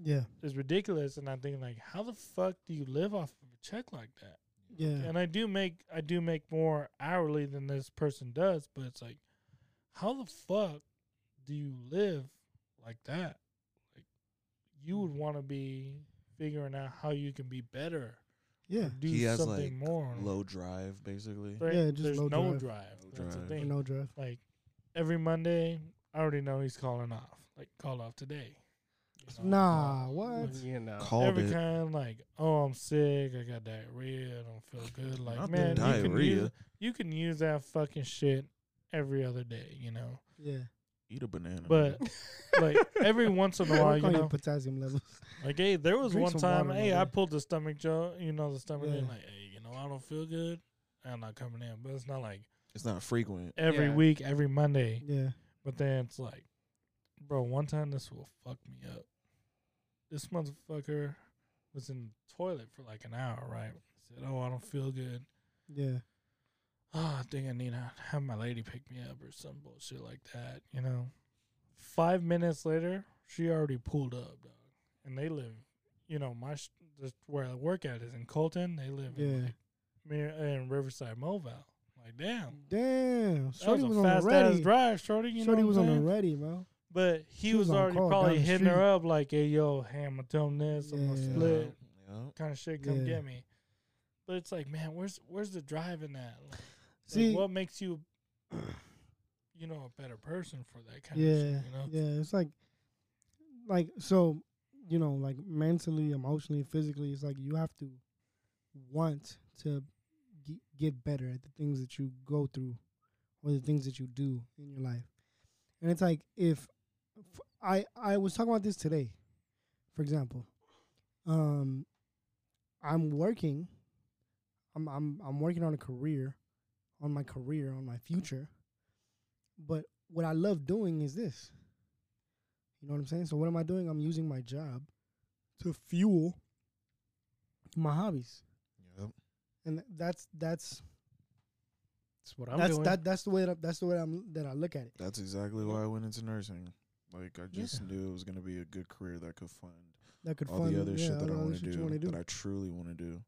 S1: yeah
S4: is ridiculous. And I think like, how the fuck do you live off of a check like that?
S1: yeah
S4: And I do make I do make more hourly than this person does, but it's like, how the fuck do you live like that? Like, you would want to be figuring out how you can be better,
S1: yeah
S4: do
S2: He has,
S4: something
S2: like,
S4: more.
S2: Low drive, basically.
S4: There-
S1: Yeah, just
S4: there's
S1: low
S4: no
S1: drive.
S4: drive.
S2: No
S4: That's the
S2: drive.
S4: thing.
S1: no drive
S4: like every Monday, I already know he's calling off. Like call off today. You know?
S1: nah what
S3: You know.
S2: Called
S4: uh, every
S2: it.
S4: kind like, oh, I'm sick. I got diarrhea. I don't feel good. Like,
S2: Not the
S4: man, you can, use,
S2: diarrhea.
S4: you can use that fucking shit every other day, you know.
S1: yeah
S2: Eat a banana.
S4: But like every once in a while,
S1: Work
S4: you
S1: on your
S4: know,
S1: potassium levels
S4: like hey, there was
S1: Drink
S4: one
S1: some
S4: time,
S1: water, my
S4: hey, I
S1: boy.
S4: pulled the stomach joint, you know, the stomach.
S1: Yeah.
S4: thing, Like, hey, you know, I don't feel good. I'm not coming in, but it's not like
S2: it's not frequent.
S4: every
S3: Yeah.
S4: week, every Monday.
S1: yeah
S4: But then it's like, bro, one time this will fuck me up. This motherfucker was in the toilet for like an hour, right? Said, oh, I don't feel good.
S1: yeah
S4: Oh, I think I need to have my lady pick me up or some bullshit like that, you know? Five minutes later, she already pulled up, dog. And they live, you know, my, sh- just where I work at is in Colton. They live in,
S1: yeah
S4: like, Mir- in Riverside, Mobile. Like, damn.
S1: damn
S4: That was
S1: Mm. shorty
S4: a
S1: was on the
S4: fast ass
S1: ready
S4: drive, Shorty. You know
S1: shorty
S4: what
S1: was
S4: I'm
S1: on the
S4: saying?
S1: ready bro
S4: But he
S1: She was
S4: was,
S1: on
S4: already
S1: call
S4: probably
S1: down the
S4: hitting her
S1: street.
S4: up like, "Hey, yo, ham, I'm doing this. I'm gonna
S1: Yeah.
S4: split,
S2: Yeah.
S4: kind of shit. Come
S1: Yeah.
S4: get me." But it's like, man, where's where's the drive in that? Like,
S1: see
S4: what makes you, you know, a better person for that kind of
S1: yeah
S4: shit? You know,
S1: yeah it's like like so you know like mentally emotionally physically it's like you have to want to ge- get better at the things that you go through or the things that you do in your life and it's like if f- i i was talking about this today for example um i'm working i'm i'm, I'm working on a career on my career on my future but what I love doing is this. You know what I'm saying? So what am I doing? I'm using my job to fuel my hobbies,
S2: Yep.
S1: and th- that's that's
S3: That's what I'm
S1: that's
S3: doing.
S1: that that's the way that, that's the way I'm that I look at it.
S2: That's exactly why I went into nursing. Like I just
S1: Yeah.
S2: knew it was gonna be a good career that could fund
S1: that could
S2: all
S1: fund
S2: the other
S1: yeah,
S2: shit that I
S1: all the
S2: want to
S1: shit you
S2: do,
S1: wanna
S2: that I truly want to do.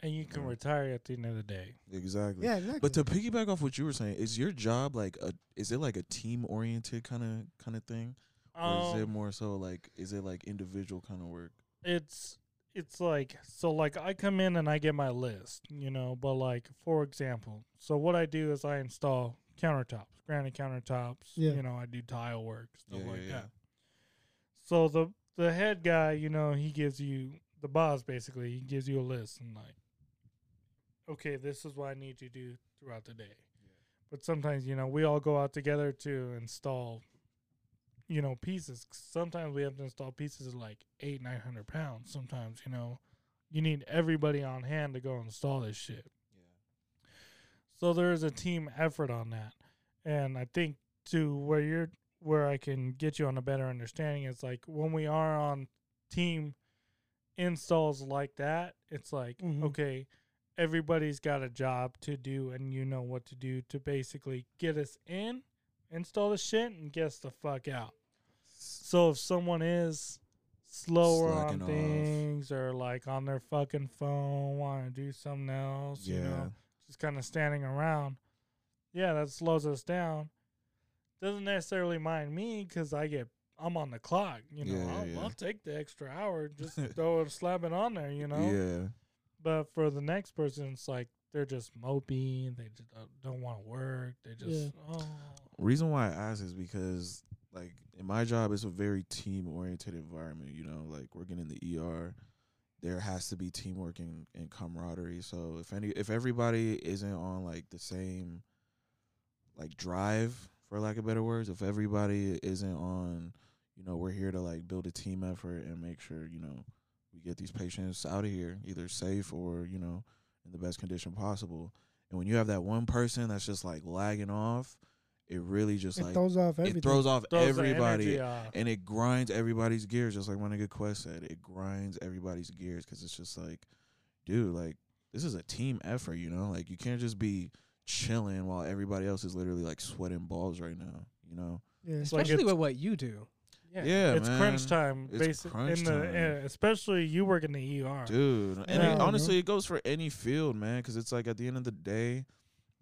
S4: and you can
S2: Yeah.
S4: retire at the end of the day.
S2: Exactly.
S1: yeah, exactly.
S2: But to piggyback off what you were saying, is your job like a is it like a team oriented kind of kind of thing, or is it
S4: Um,
S2: more so like is it like individual kind of work?
S4: it's it's like so like I come in and I get my list, you know, but like for example, so what I do is I install countertops, granite countertops,
S1: Yeah.
S4: you know, I do tile work, stuff
S2: Yeah,
S4: like
S2: yeah, yeah.
S4: that. So the the head guy, you know, he gives you the boss basically, he gives you a list and like okay, this is what I need you to do throughout the day. But sometimes, you know, we all go out together to install you know, pieces. 'Cause Sometimes we have to install pieces of like eight, nine hundred pounds. Sometimes, you know, you need everybody on hand to go install this shit. So there is a team effort on that. And I think to where you're where I can get you on a better understanding is like when we are on team installs like that, it's like,
S2: Mm-hmm.
S1: Mhm.
S4: okay, everybody's got a job to do and you know what to do to basically get us in, install the shit and get us the fuck out. So if someone is slower
S2: Slacking
S4: on
S2: off.
S4: things or like on their fucking phone, want to do something else,
S2: Yeah,
S4: you know, just kind of standing around, yeah, that slows us down. Doesn't necessarily mind me because I get I'm on the clock, you know.
S2: Yeah, yeah,
S4: I'll,
S2: yeah.
S4: I'll take the extra hour, just throw it, slap it on there, you know.
S2: yeah,
S4: But for the next person, it's like they're just mopey. They just don't, don't want to work. They just oh
S2: reason why I ask is because like in my job it's a very team oriented environment, you know, like working in the ER, there has to be teamwork and, and camaraderie. So if any if everybody isn't on like the same like drive, for lack of better words, if everybody isn't on, you know, we're here to like build a team effort and make sure, you know, we get these patients out of here either safe or, you know, in the best condition possible. And when you have that one person that's just like lagging off, it really just
S1: it
S2: like
S1: throws off everything.
S2: it throws off
S4: throws the
S2: everybody
S4: energy off.
S2: and it grinds everybody's gears just like my nigga quest said it grinds everybody's gears because it's just like dude like this is a team effort you know like you can't just be chilling while everybody else is literally like sweating balls right now you know
S1: yeah.
S4: like
S3: Especially
S4: it's-
S3: with what you do.
S2: yeah,
S4: it's
S2: man.
S4: crunch time.
S2: It's
S4: basic,
S2: crunch
S4: in the
S2: time.
S4: uh, especially you work in the ER.
S2: dude and
S4: Yeah.
S2: it, honestly it goes for any field man because it's like at the end of the day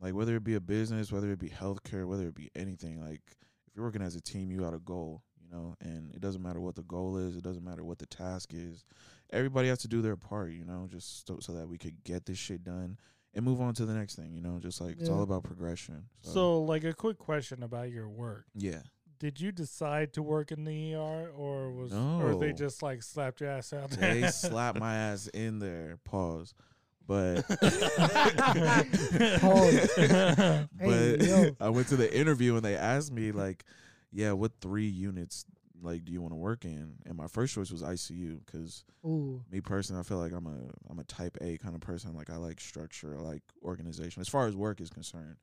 S2: like whether it be a business whether it be healthcare whether it be anything like if you're working as a team you got a goal you know and it doesn't matter what the goal is it doesn't matter what the task is everybody has to do their part you know just so, so that we could get this shit done and move on to the next thing you know just like it's
S1: Yeah.
S2: all about progression so,
S4: So, like a quick question about your work:
S2: yeah
S4: Did you decide to work in the ER, or was or they
S2: No.
S4: just like slapped your ass out there?
S2: they slapped my ass in there pause but
S1: Pause. Hey,
S2: but
S1: yo.
S2: I went to the interview and they asked me like, yeah, what three units like do you want to work in? And my first choice was ICU because
S1: Ooh,
S2: me personally, I feel like I'm a I'm a type A kind of person. Like I like structure, I like organization. As far as work is concerned,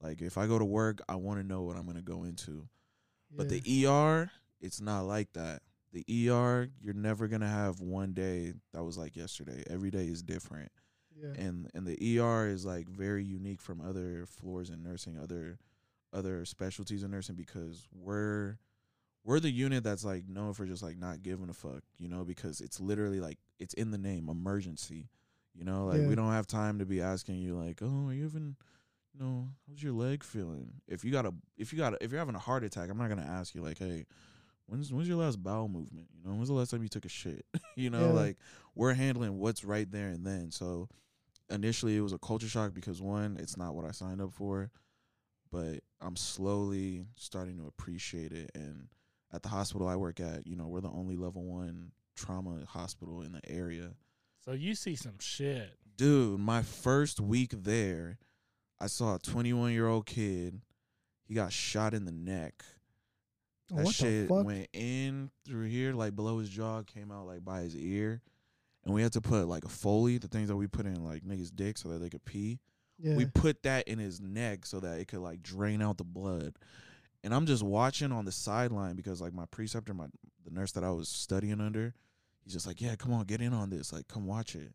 S2: like if I go to work, I want to know what I'm gonna go into. But
S1: yeah.
S2: the ER, it's not like that. The ER, you're never gonna have one day that was like yesterday. Every day is different
S1: yeah.
S2: and and the ER is like very unique from other floors in nursing, other other specialties in nursing because we're we're the unit that's like known for just like not giving a fuck, you know, because it's literally like it's in the name, emergency. You know, like
S1: Yeah.
S2: we don't have time to be asking you like, "Oh, are you having you know, how's your leg feeling?" If you got a if you got a, if you're having a heart attack, I'm not going to ask you like, "Hey, when's when's your last bowel movement?" You know, when's the last time you took a shit? you know,
S1: Yeah.
S2: like we're handling what's right there and then. So, initially it was a culture shock because one, it's not what I signed up for, but I'm slowly starting to appreciate it. And at the hospital I work at, you know, we're the only level one trauma hospital in the area.
S4: so you see some shit.
S2: Dude, my first week there, I saw a 21 year old kid. He got shot in the neck. That
S1: Oh, what
S2: shit
S1: the fuck?
S2: went in through here, like below his jaw, came out like by his ear. And we had to put like a foley, the things that we put in like niggas' dick so that they could pee.
S1: yeah.
S2: We put that in his neck so that it could like drain out the blood. And I'm just watching on the sideline because like my preceptor, my the nurse that I was studying under, he's just like, "Yeah, come on, get in on this. Like, come watch it."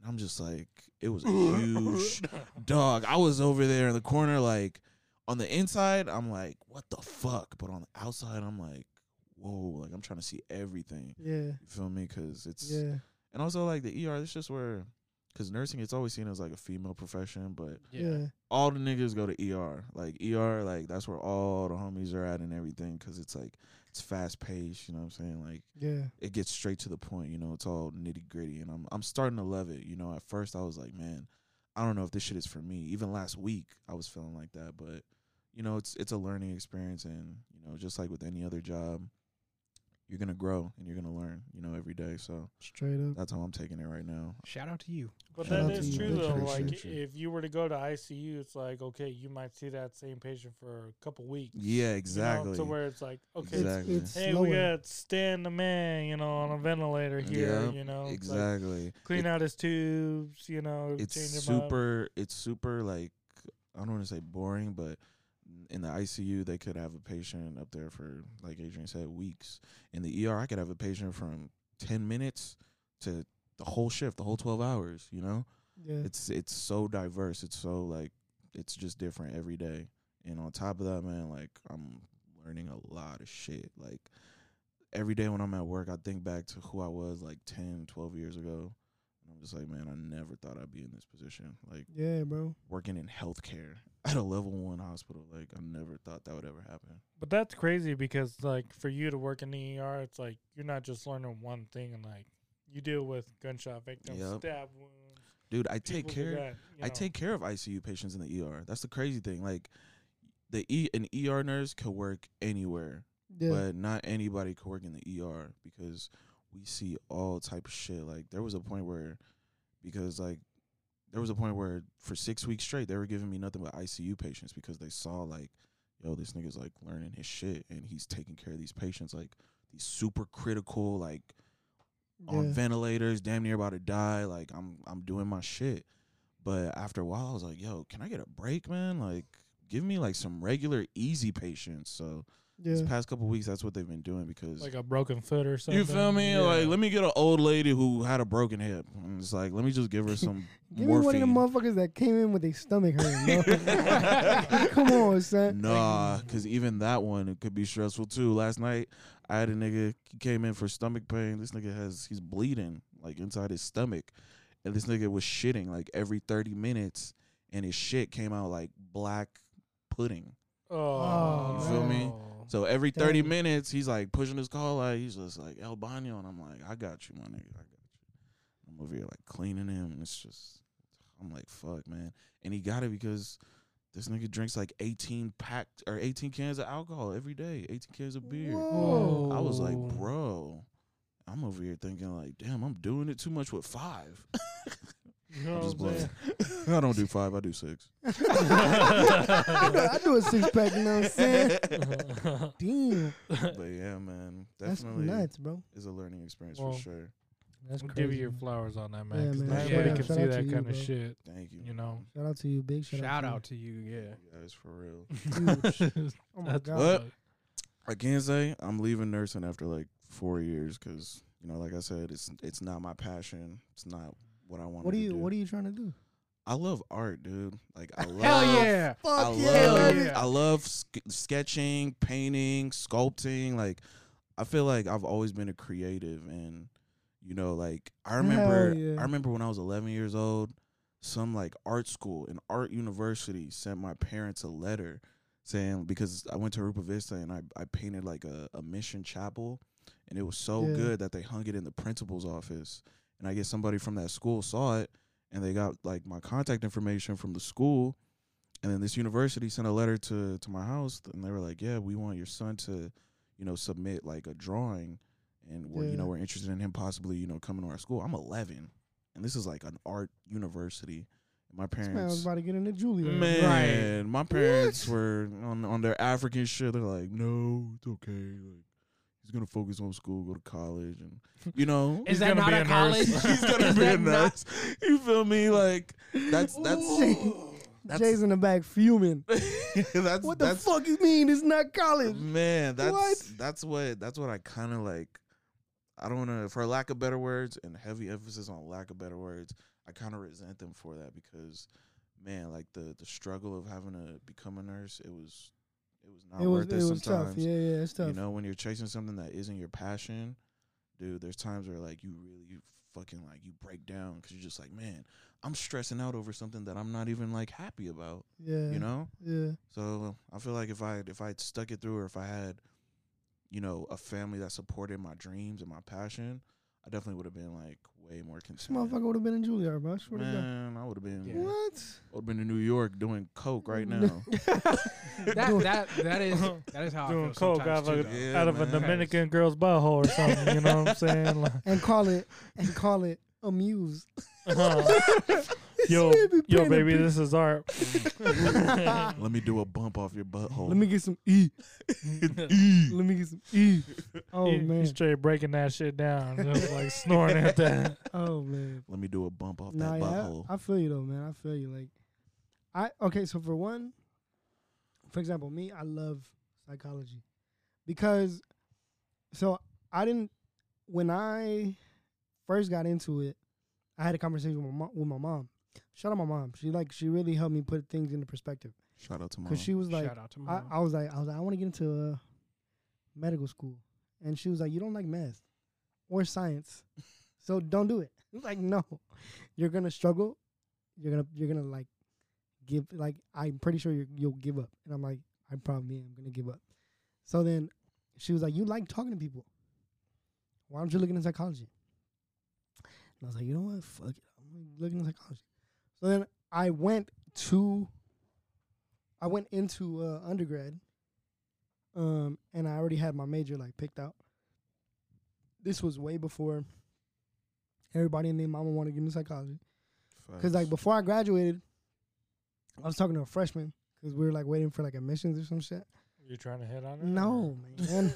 S2: And I'm just like, it was a huge dog. I was over there in the corner, like on the inside, I'm like, "What the fuck?" But on the outside, I'm like, whoa, like I'm trying to see everything.
S1: Yeah.
S2: You feel me? Because it's
S1: Yeah.
S2: and also like the ER. It's just where because nursing it's always seen as like a female profession, but
S1: Yeah.
S2: all the niggas go to ER. Like ER, like that's where all the homies are at and everything. Because it's like it's fast paced. You know what I'm saying? Like
S1: Yeah.
S2: it gets straight to the point. You know, it's all nitty gritty, and I'm I'm starting to love it. You know, at first I was like, man, I don't know if this shit is for me. Even last week I was feeling like that, but you know, it's it's a learning experience, and you know, just like with any other job, you're gonna grow and you're gonna learn. You know, every day. So
S1: Straight up.
S2: that's how I'm taking it right now.
S3: Shout out to you.
S4: But
S2: Shout
S4: that
S2: out to
S4: is
S2: you.
S4: true though.
S2: Appreciate
S4: Like
S2: you.
S4: if you were to go to ICU, it's like okay, you might see that same patient for a couple weeks.
S2: Yeah,
S4: you know,
S2: exactly.
S4: to where it's like okay,
S1: It's-
S2: Exactly.
S1: It's,
S4: hey, we
S1: slower.
S4: got Stan the man, you know, on a ventilator here,
S2: Yeah,
S4: you know, It's like,
S2: exactly.
S4: clean
S2: It-
S4: out his tubes, you know,
S2: it's
S4: change him up.
S2: super. It's super like I don't want to say boring, but in the ICU they could have a patient up there for like Adrian said weeks. In the ER I could have a patient from ten minutes to the whole shift, the whole twelve hours. You know,
S1: Yeah.
S2: it's it's so diverse. It's so like it's just different every day. And on top of that, man, like I'm learning a lot of shit. Like every day when I'm at work, I think back to who I was like 10, 12 years ago. And I'm just like, man, I never thought I'd be in this position. Like
S1: yeah, bro.
S2: working in healthcare at a level one hospital. Like I never thought that would ever happen.
S4: But that's crazy because like for you to work in the ER, it's like you're not just learning one thing, and like you deal with gunshot victims,
S2: Yep.
S4: stab wounds.
S2: Dude, I take
S4: people
S2: care
S4: who got, you
S2: I
S4: know-
S2: take care of ICU patients in the ER. That's the crazy thing. Like the E an ER nurse could work anywhere.
S1: Yeah.
S2: but not anybody could work in the ER because we see all type of shit. Like there was a point where, because like there was a point where for six weeks straight they were giving me nothing but ICU patients because they saw like, yo, this nigga's like learning his shit and he's taking care of these patients like these super critical like on
S1: yeah.
S2: ventilators, damn near about to die. Like I'm I'm doing my shit. But after a while I was like, yo, can I get a break, man? Like give me like some regular easy patients. So
S1: yeah.
S2: these past couple weeks, that's what they've been doing because
S4: like a broken foot or something.
S2: you feel me.
S4: Yeah.
S2: Like, let me get an old lady who had a broken hip. And it's like, let me just give her some
S1: Give me one of the
S2: morphine.
S1: motherfuckers that came in with their stomach hurting. bro. Come on, son.
S2: Nah, because even that one it could be stressful too. Last night, I had a nigga he came in for stomach pain. This nigga has he's bleeding like inside his stomach, and this nigga was shitting like every thirty minutes, and his shit came out like black pudding.
S4: Oh,
S1: Oh,
S2: You feel me?
S4: no.
S2: So every 30
S1: Dang.
S2: minutes, he's like pushing his call out. He's just like El Bano, and I'm like, I got you, my nigga, I got you. I'm over here like cleaning him, and it's just, I'm like, fuck, man. And he got it because this nigga drinks like 18 pack or 18 cans of alcohol every day, 18 cans of beer.
S1: Whoa.
S2: I was like,
S4: Whoa.
S2: bro, I'm over here thinking like, damn, I'm doing it too much with five.
S4: You
S1: Oh,
S4: know
S2: I'm just
S4: what I'm
S2: bluffing.
S4: saying?
S2: I don't do five, I do six.
S1: I, do, I do a six pack, you know what I'm saying? Damn.
S2: but yeah, man,
S1: That's
S2: definitely
S1: nuts, bro.
S2: is a learning experience
S4: Well,
S2: for sure.
S1: That's
S4: We'll
S1: crazy.
S4: give you your flowers on that, man.
S1: Yeah,
S4: 'cause
S1: man.
S4: not
S3: Yeah.
S4: Everybody
S3: Yeah.
S4: can
S1: Shout
S4: see
S1: out to
S4: that
S1: you,
S4: kind
S1: bro.
S4: of shit.
S2: Thank you.
S4: You know.
S1: Shout out to you, big shout,
S3: Shout out
S1: to
S3: to you. Yeah.
S2: Yeah, it's for real.
S1: Huge. you. Oh my
S4: That's
S1: god.
S2: What? I can say I'm leaving nursing after like four years because you know, like I said, it's it's not my passion. It's not what I want.
S1: What are
S2: to
S1: you
S2: Do.
S1: What are you trying to do?
S2: I love art, dude. Like I love.
S3: Hell yeah.
S2: I
S1: Fuck
S2: love.
S1: yeah, baby.
S2: I love sk- sketching, painting, sculpting. Like I feel like I've always been a creative, and you know, like I remember.
S1: yeah.
S2: I remember when I was 11 years old, some like art school and art university sent my parents a letter saying because I went to Rupa Vista and I, I painted like a, a mission chapel and it was so
S1: Yeah.
S2: good that they hung it in the principal's office. And I guess somebody from that school saw it and they got like my contact information from the school. And then this university sent a letter to, to my house and they were like, Yeah, we want your son to, you know, submit like a drawing and we're, you know,
S1: Yeah.
S2: we're interested in him possibly, you know, coming to our school. I'm eleven and this is like an art university. My
S1: This man was
S2: parents
S1: about to get into Julia.
S2: Man, my parents were on, on their African shit. They're like, no, it's okay. Like, he's gonna focus on school, go to college, and you know,
S4: He's
S3: Is that
S4: gonna
S3: not
S4: be
S3: a,
S4: a nurse.
S3: college?
S2: he's gonna
S3: Is
S2: be a
S3: that not-
S2: nurse. You feel me? Like, that's that's that's
S1: Jay's in the back fuming.
S2: that's
S1: What the
S2: that's
S1: fuck you mean it's not college?
S2: man. That's
S1: What?
S2: that's what that's what I kind of like. I don't know, for lack of better words, and heavy emphasis on lack of better words. I kind of resent them for that because, man, like the the struggle of having to become a nurse, it was it was not
S1: it was
S2: worth
S1: it
S2: it,
S1: was
S2: sometimes.
S1: tough. Yeah, yeah, it's tough.
S2: You know, when you're chasing something that isn't your passion, dude, there's times where like you really you fucking like you break down because you're just like, man, I'm stressing out over something that I'm not even like happy about.
S1: yeah,
S2: You know,
S1: yeah,
S2: so I feel like if I if I had stuck it through, or if I had, you know, a family that supported my dreams and my passion, I definitely would have been like way more
S1: this
S2: content.
S1: motherfucker would have been in Juilliard, bro. I swear to God.
S2: Man, I would have been
S3: Yeah.
S1: What?
S2: would have been in New York doing coke right now.
S3: that, that that is that is how I
S4: Doing
S3: feel
S4: coke out
S3: sometimes
S4: of, a,
S3: too, though.
S2: Yeah.
S4: out of a
S2: man.
S4: Dominican girl's butthole or something. You know what I'm saying? Like,
S1: And call it and call it amuse.
S4: uh-huh. yo,
S1: man be
S4: yo,
S1: painting
S4: baby,
S1: pic-
S4: this is art.
S2: Let me do a bump off your butthole.
S1: Let me get some E. Let me get some E. Oh
S4: you, you
S1: man.
S4: straight breaking that shit down, just like snoring at that.
S1: Oh man.
S2: Let me do a bump off
S1: Nah,
S2: that
S1: yeah, I-
S2: butthole.
S1: I feel you though, man. I feel you. Like, I okay. So for one, for example, me, I love psychology because, so I didn't when I first got into it, I had a conversation with my mom, with my mom. Shout out my mom. She like she really helped me put things into perspective
S2: Shout out to mom.
S1: because she was like,
S3: Shout out to
S1: I,
S3: mom.
S1: I was like, I was like, I want to get into uh, medical school, and she was like, you don't like math or science, so don't do it. I was like, no, you're gonna struggle. You're gonna you're gonna like give like I'm pretty sure you're, you'll give up. And I'm like, I probably am gonna give up. So then she was like, you like talking to people. Why don't you look into psychology? And I was like, you know what? Fuck it. I'm looking into psychology. So then I went to I went into uh, undergrad, um, and I already had my major like picked out. This was way before everybody and their mama wanted to give me psychology. Because like
S2: Facts.
S1: before I graduated, I was talking to a freshman because we were like waiting for like admissions or some shit.
S4: You trying to hit on her?
S1: No, man,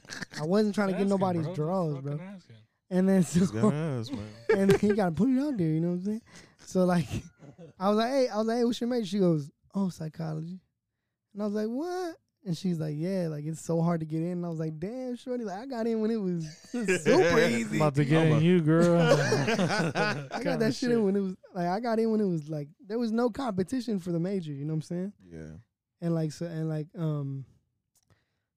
S1: I wasn't trying to get nobody's draws, bro. And then
S2: He's got
S1: so
S2: ass, man.
S1: and then you gotta put it out there, you know what I'm saying? So like, I was like, hey, I was like, hey, what's your major? She goes, oh, psychology. And I was like, what? And she's like, yeah, like it's so hard to get in. And I was like, damn, shorty, like I got in when it was super easy.
S4: About to get
S2: I'm
S4: in
S2: a-
S4: you, girl.
S1: I got that shit in when it was like I got in when it was like there was no competition for the major, you know what I'm saying?
S2: Yeah.
S1: and like so and like um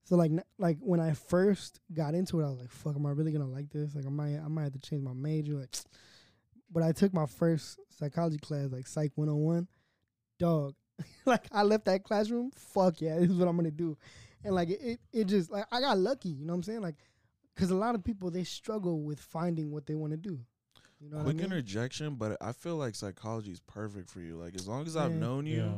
S1: so like n- like when I first got into it, I was like, "Fuck, am I really gonna like this? Like, I might I might have to change my major." Like, but I took my first psychology class, like Psych 101, dog. like, I left that classroom. Fuck yeah, this is what I'm gonna do. And like it, it, it just like I got lucky. You know what I'm saying? Like, because a lot of people they struggle with finding what they want to do. You know what
S2: Quick
S1: I mean?
S2: interjection, but I feel like psychology is perfect for you. Like as long as I've
S1: Yeah.
S2: known you,
S4: Yeah.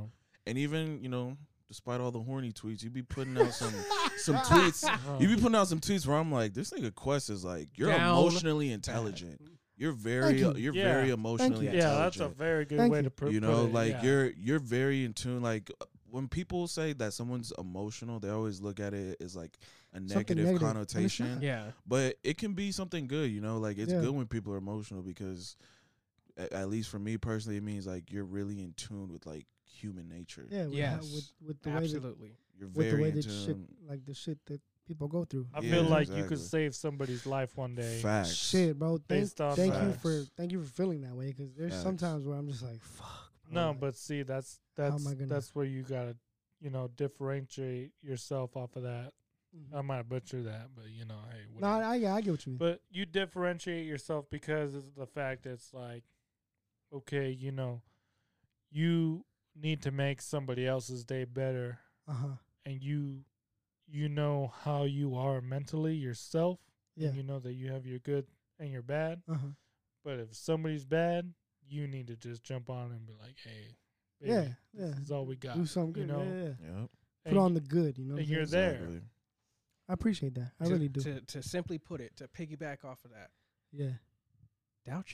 S2: and even you know, despite all the horny tweets, you be putting out some some tweets.
S4: Uh-huh. Oh.
S2: You be putting out some tweets where I'm like, this nigga Quest is like, you're
S3: Down
S2: emotionally intelligent. You're very,
S1: you.
S2: you. are
S4: Yeah.
S2: very emotionally
S1: you.
S4: yeah, that's
S2: intelligent.
S4: a very good
S1: Thank
S4: way
S1: you.
S4: to put
S2: you know
S4: put it,
S2: like
S4: yeah.
S2: you're you're very in tune like uh, when people say that someone's emotional they always look at it as like a
S1: Something
S2: negative,
S1: negative, and it's
S2: connotation
S1: not.
S3: yeah,
S2: but it can be something good you know like it's
S1: Yeah.
S2: good when people are emotional because a- at least for me personally it means like you're really in tune with like human nature
S1: yeah, with,
S3: Yes.
S1: with, with the way that
S3: absolutely.
S2: you're
S1: with the way
S2: very in
S1: that shit
S2: tune
S1: like the shit that people go through.
S4: I
S2: um, Yeah,
S4: feel like you
S2: exactly.
S4: could save somebody's life one day.
S2: facts
S1: Shit, bro. Thank,
S4: Based off
S1: thank you for
S2: facts.
S1: thank you for feeling that way because there's
S2: Facts.
S1: sometimes where I'm just like, fuck. bro,
S4: No,
S1: like,
S4: but see, that's
S1: am
S4: that's
S1: I gonna-
S4: that's where you gotta, you know, differentiate yourself off of that.
S1: Mhm.
S4: I might butcher that, but you know, hey,
S1: no,
S4: whatever.
S1: I, I, I get what you mean.
S4: But you differentiate yourself because of the fact that it's like, okay, you know, you need to make somebody else's day better,
S1: Uh huh.
S4: and you, you know how you are mentally yourself,
S1: Yeah.
S4: and you know that you have your good and your bad.
S1: Uh huh.
S4: But if somebody's bad, you need to just jump on and be like, hey, baby,
S1: Yeah,
S4: this
S1: yeah.
S4: is all we got.
S1: Do something good.
S4: you know,
S1: yeah, yeah.
S2: yep
S1: Put on the good. You know. what I'm
S4: and you're
S1: saying?
S4: there.
S2: exactly
S1: I appreciate that. I
S3: to,
S1: really do.
S3: To, to simply put it, to piggyback off of that,
S1: Yeah.
S3: doubt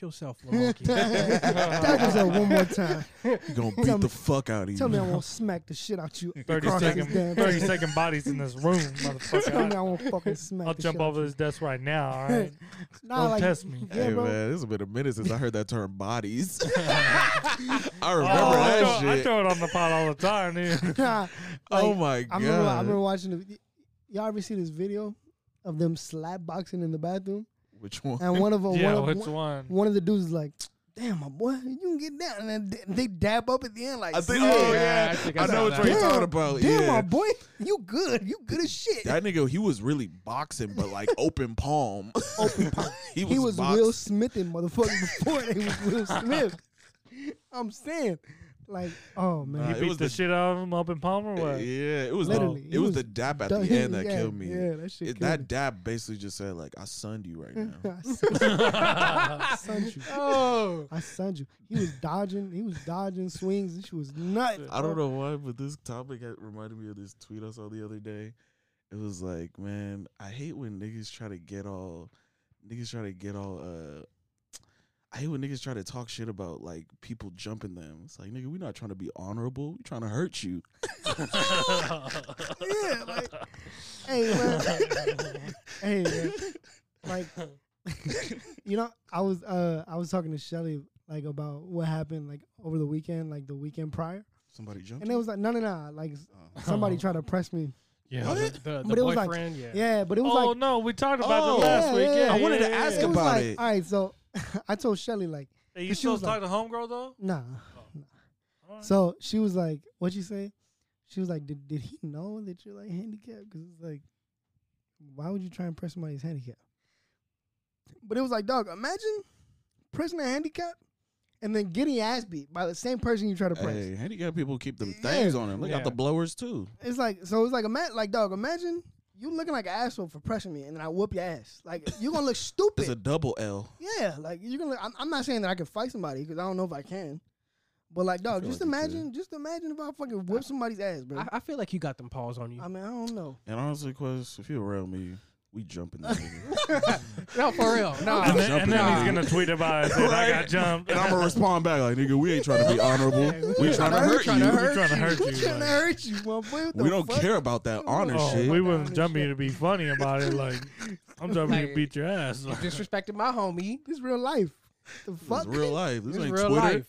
S3: yourself, little monkey.
S1: That was a one more time.
S2: you gonna
S1: Tell
S2: beat
S1: me-
S2: the fuck out of you
S1: Tell me I won't smack the shit out you.
S4: 30
S1: across this
S4: second,
S1: damn
S4: 30
S1: table.
S4: second bodies in this room,
S1: Tell me
S4: motherfucker.
S1: I won't fucking
S4: I,
S1: smack.
S4: will
S1: the
S4: jump
S1: shit out
S4: over
S1: you.
S4: this desk right now, all right?
S1: Nah,
S4: Don't
S1: like,
S4: test me.
S1: Yeah,
S2: hey
S1: bro.
S2: man, this has been a minute since I heard that term bodies. I
S4: Oh,
S2: remember
S4: I,
S2: that
S4: throw, I
S2: shit.
S4: throw it on the pot all the time, dude.
S1: Nah,
S2: oh
S1: like,
S2: my
S1: I
S2: god!
S1: remember, I remember watching the. y- Y'all ever see this video of them slap boxing in the bathroom?
S2: Which one?
S1: And one of them,
S4: yeah,
S1: Oh, one, of,
S4: which
S1: one,
S4: one?
S1: one of the dudes is like, damn, my boy, you can get down. And then they dab up at the end like,
S2: I think.
S1: "Yeah,
S2: Oh
S3: Yeah,
S2: yeah,
S3: I think
S2: I,
S3: I
S2: know
S3: saw
S2: what
S3: that.
S2: you're
S1: Damn,
S2: talking about.
S1: Damn,
S2: yeah.
S1: my boy, you good. You good as shit.
S2: That nigga, he was really boxing, but like open palm. Open palm. he was,
S1: he was
S2: boxing.
S1: Will Smith and motherfucker before they was Will Smith. I'm saying, like, oh man,
S2: Nah,
S4: He
S2: it
S4: beat
S2: was
S4: the,
S2: the-
S4: shit out of him up in Palmer. or What?
S2: Yeah, it was
S1: Literally,
S2: the,
S1: he
S2: it was,
S1: was
S2: the dab at
S1: Done-
S2: the end that
S1: yeah,
S2: killed me.
S1: Yeah, that shit.
S2: It-
S1: killed
S2: that dab basically just said like, "I sunned you right
S1: me.
S2: now."
S1: I sunned- I sunned you.
S3: Oh,
S1: I sunned you. He was dodging. He was dodging swings. This shit was nuts.
S2: I don't
S1: bro.
S2: know why, but this topic had reminded me of this tweet I saw the other day. It was like, man, I hate when niggas try to get all niggas try to get all uh I hate when niggas try to talk shit about like people jumping them. It's like, nigga, we not trying to be honorable. We trying to hurt you.
S1: Yeah, like, hey man, hey man, like, you know, I was uh, I was talking to Shelly like about what happened like over the weekend, like the weekend prior,
S2: Somebody jumped.
S1: and it was like, no, no, no, like
S2: Oh.
S1: somebody tried to press me.
S4: Yeah.
S2: What?
S3: the, the, the
S1: But it was like-
S3: boyfriend, yeah.
S1: Yeah, but it was
S4: oh
S1: like
S4: no, we talked about
S2: Oh,
S4: that last
S1: yeah,
S4: week.
S1: yeah,
S4: Yeah,
S1: I
S2: wanted to
S4: yeah, yeah,
S2: ask
S4: yeah.
S1: it was
S2: about
S1: like,
S2: it.
S1: all right, so I told Shelly like,
S4: Hey, you
S1: But she
S4: still
S1: was
S4: talk to homegirl though?
S1: nah.
S4: All right.
S1: So she was like, "What'd you say?" She was like, "Did did he know that you're like handicapped? Because it's like, why would you try and press somebody's handicap?" But it was like, dog, imagine pressing a handicap and then getting your ass beat by the same person you try to press.
S2: Hey, handicap people keep them
S1: Oh. Yeah.
S2: things on them. They got the
S4: Yeah.
S2: blowers too.
S1: It's like so. It's like imagine, like dog, imagine you looking like an asshole for pressing me, and then I whoop your ass. Like you're gonna look stupid.
S2: It's a double L.
S1: Yeah, like you can. I'm, I'm not saying that I can fight somebody because I don't know if I can. But like, dog,
S2: feel
S1: just
S2: like you could.
S1: imagine, just imagine if I fucking whip somebody's ass, bro.
S3: I,
S1: I,
S3: I feel like you got them paws on you.
S1: mean, I don't know.
S2: And honestly, Quest, if you around me, we jumping that nigga.
S3: no, for real. No,
S4: And then,
S2: jumping
S4: and then
S2: on
S4: he's
S2: you.
S4: gonna tweet about it. Saying, I got
S2: Right?
S4: jumped.
S2: And I'm gonna respond back like, nigga, we ain't trying to be honorable. We trying to
S1: Tryna
S2: hurt
S1: tryna
S2: you.
S1: hurt
S4: Tryna hurt
S1: Who
S4: you,
S1: tryna
S4: like-
S1: hurt you, my boy? What the
S2: We don't
S1: fuck?
S2: care about that honor
S4: Oh,
S2: shit.
S4: we
S1: Down
S4: wasn't
S1: and
S4: jumping
S1: shit.
S4: you to be funny about it. Like I'm jumping you to
S3: Like-
S4: beat your ass.
S3: you disrespected my homie.
S1: This real life. The
S2: This
S1: fuck?
S2: is real life. This
S3: This is
S2: ain't
S3: real
S2: Twitter.
S3: life.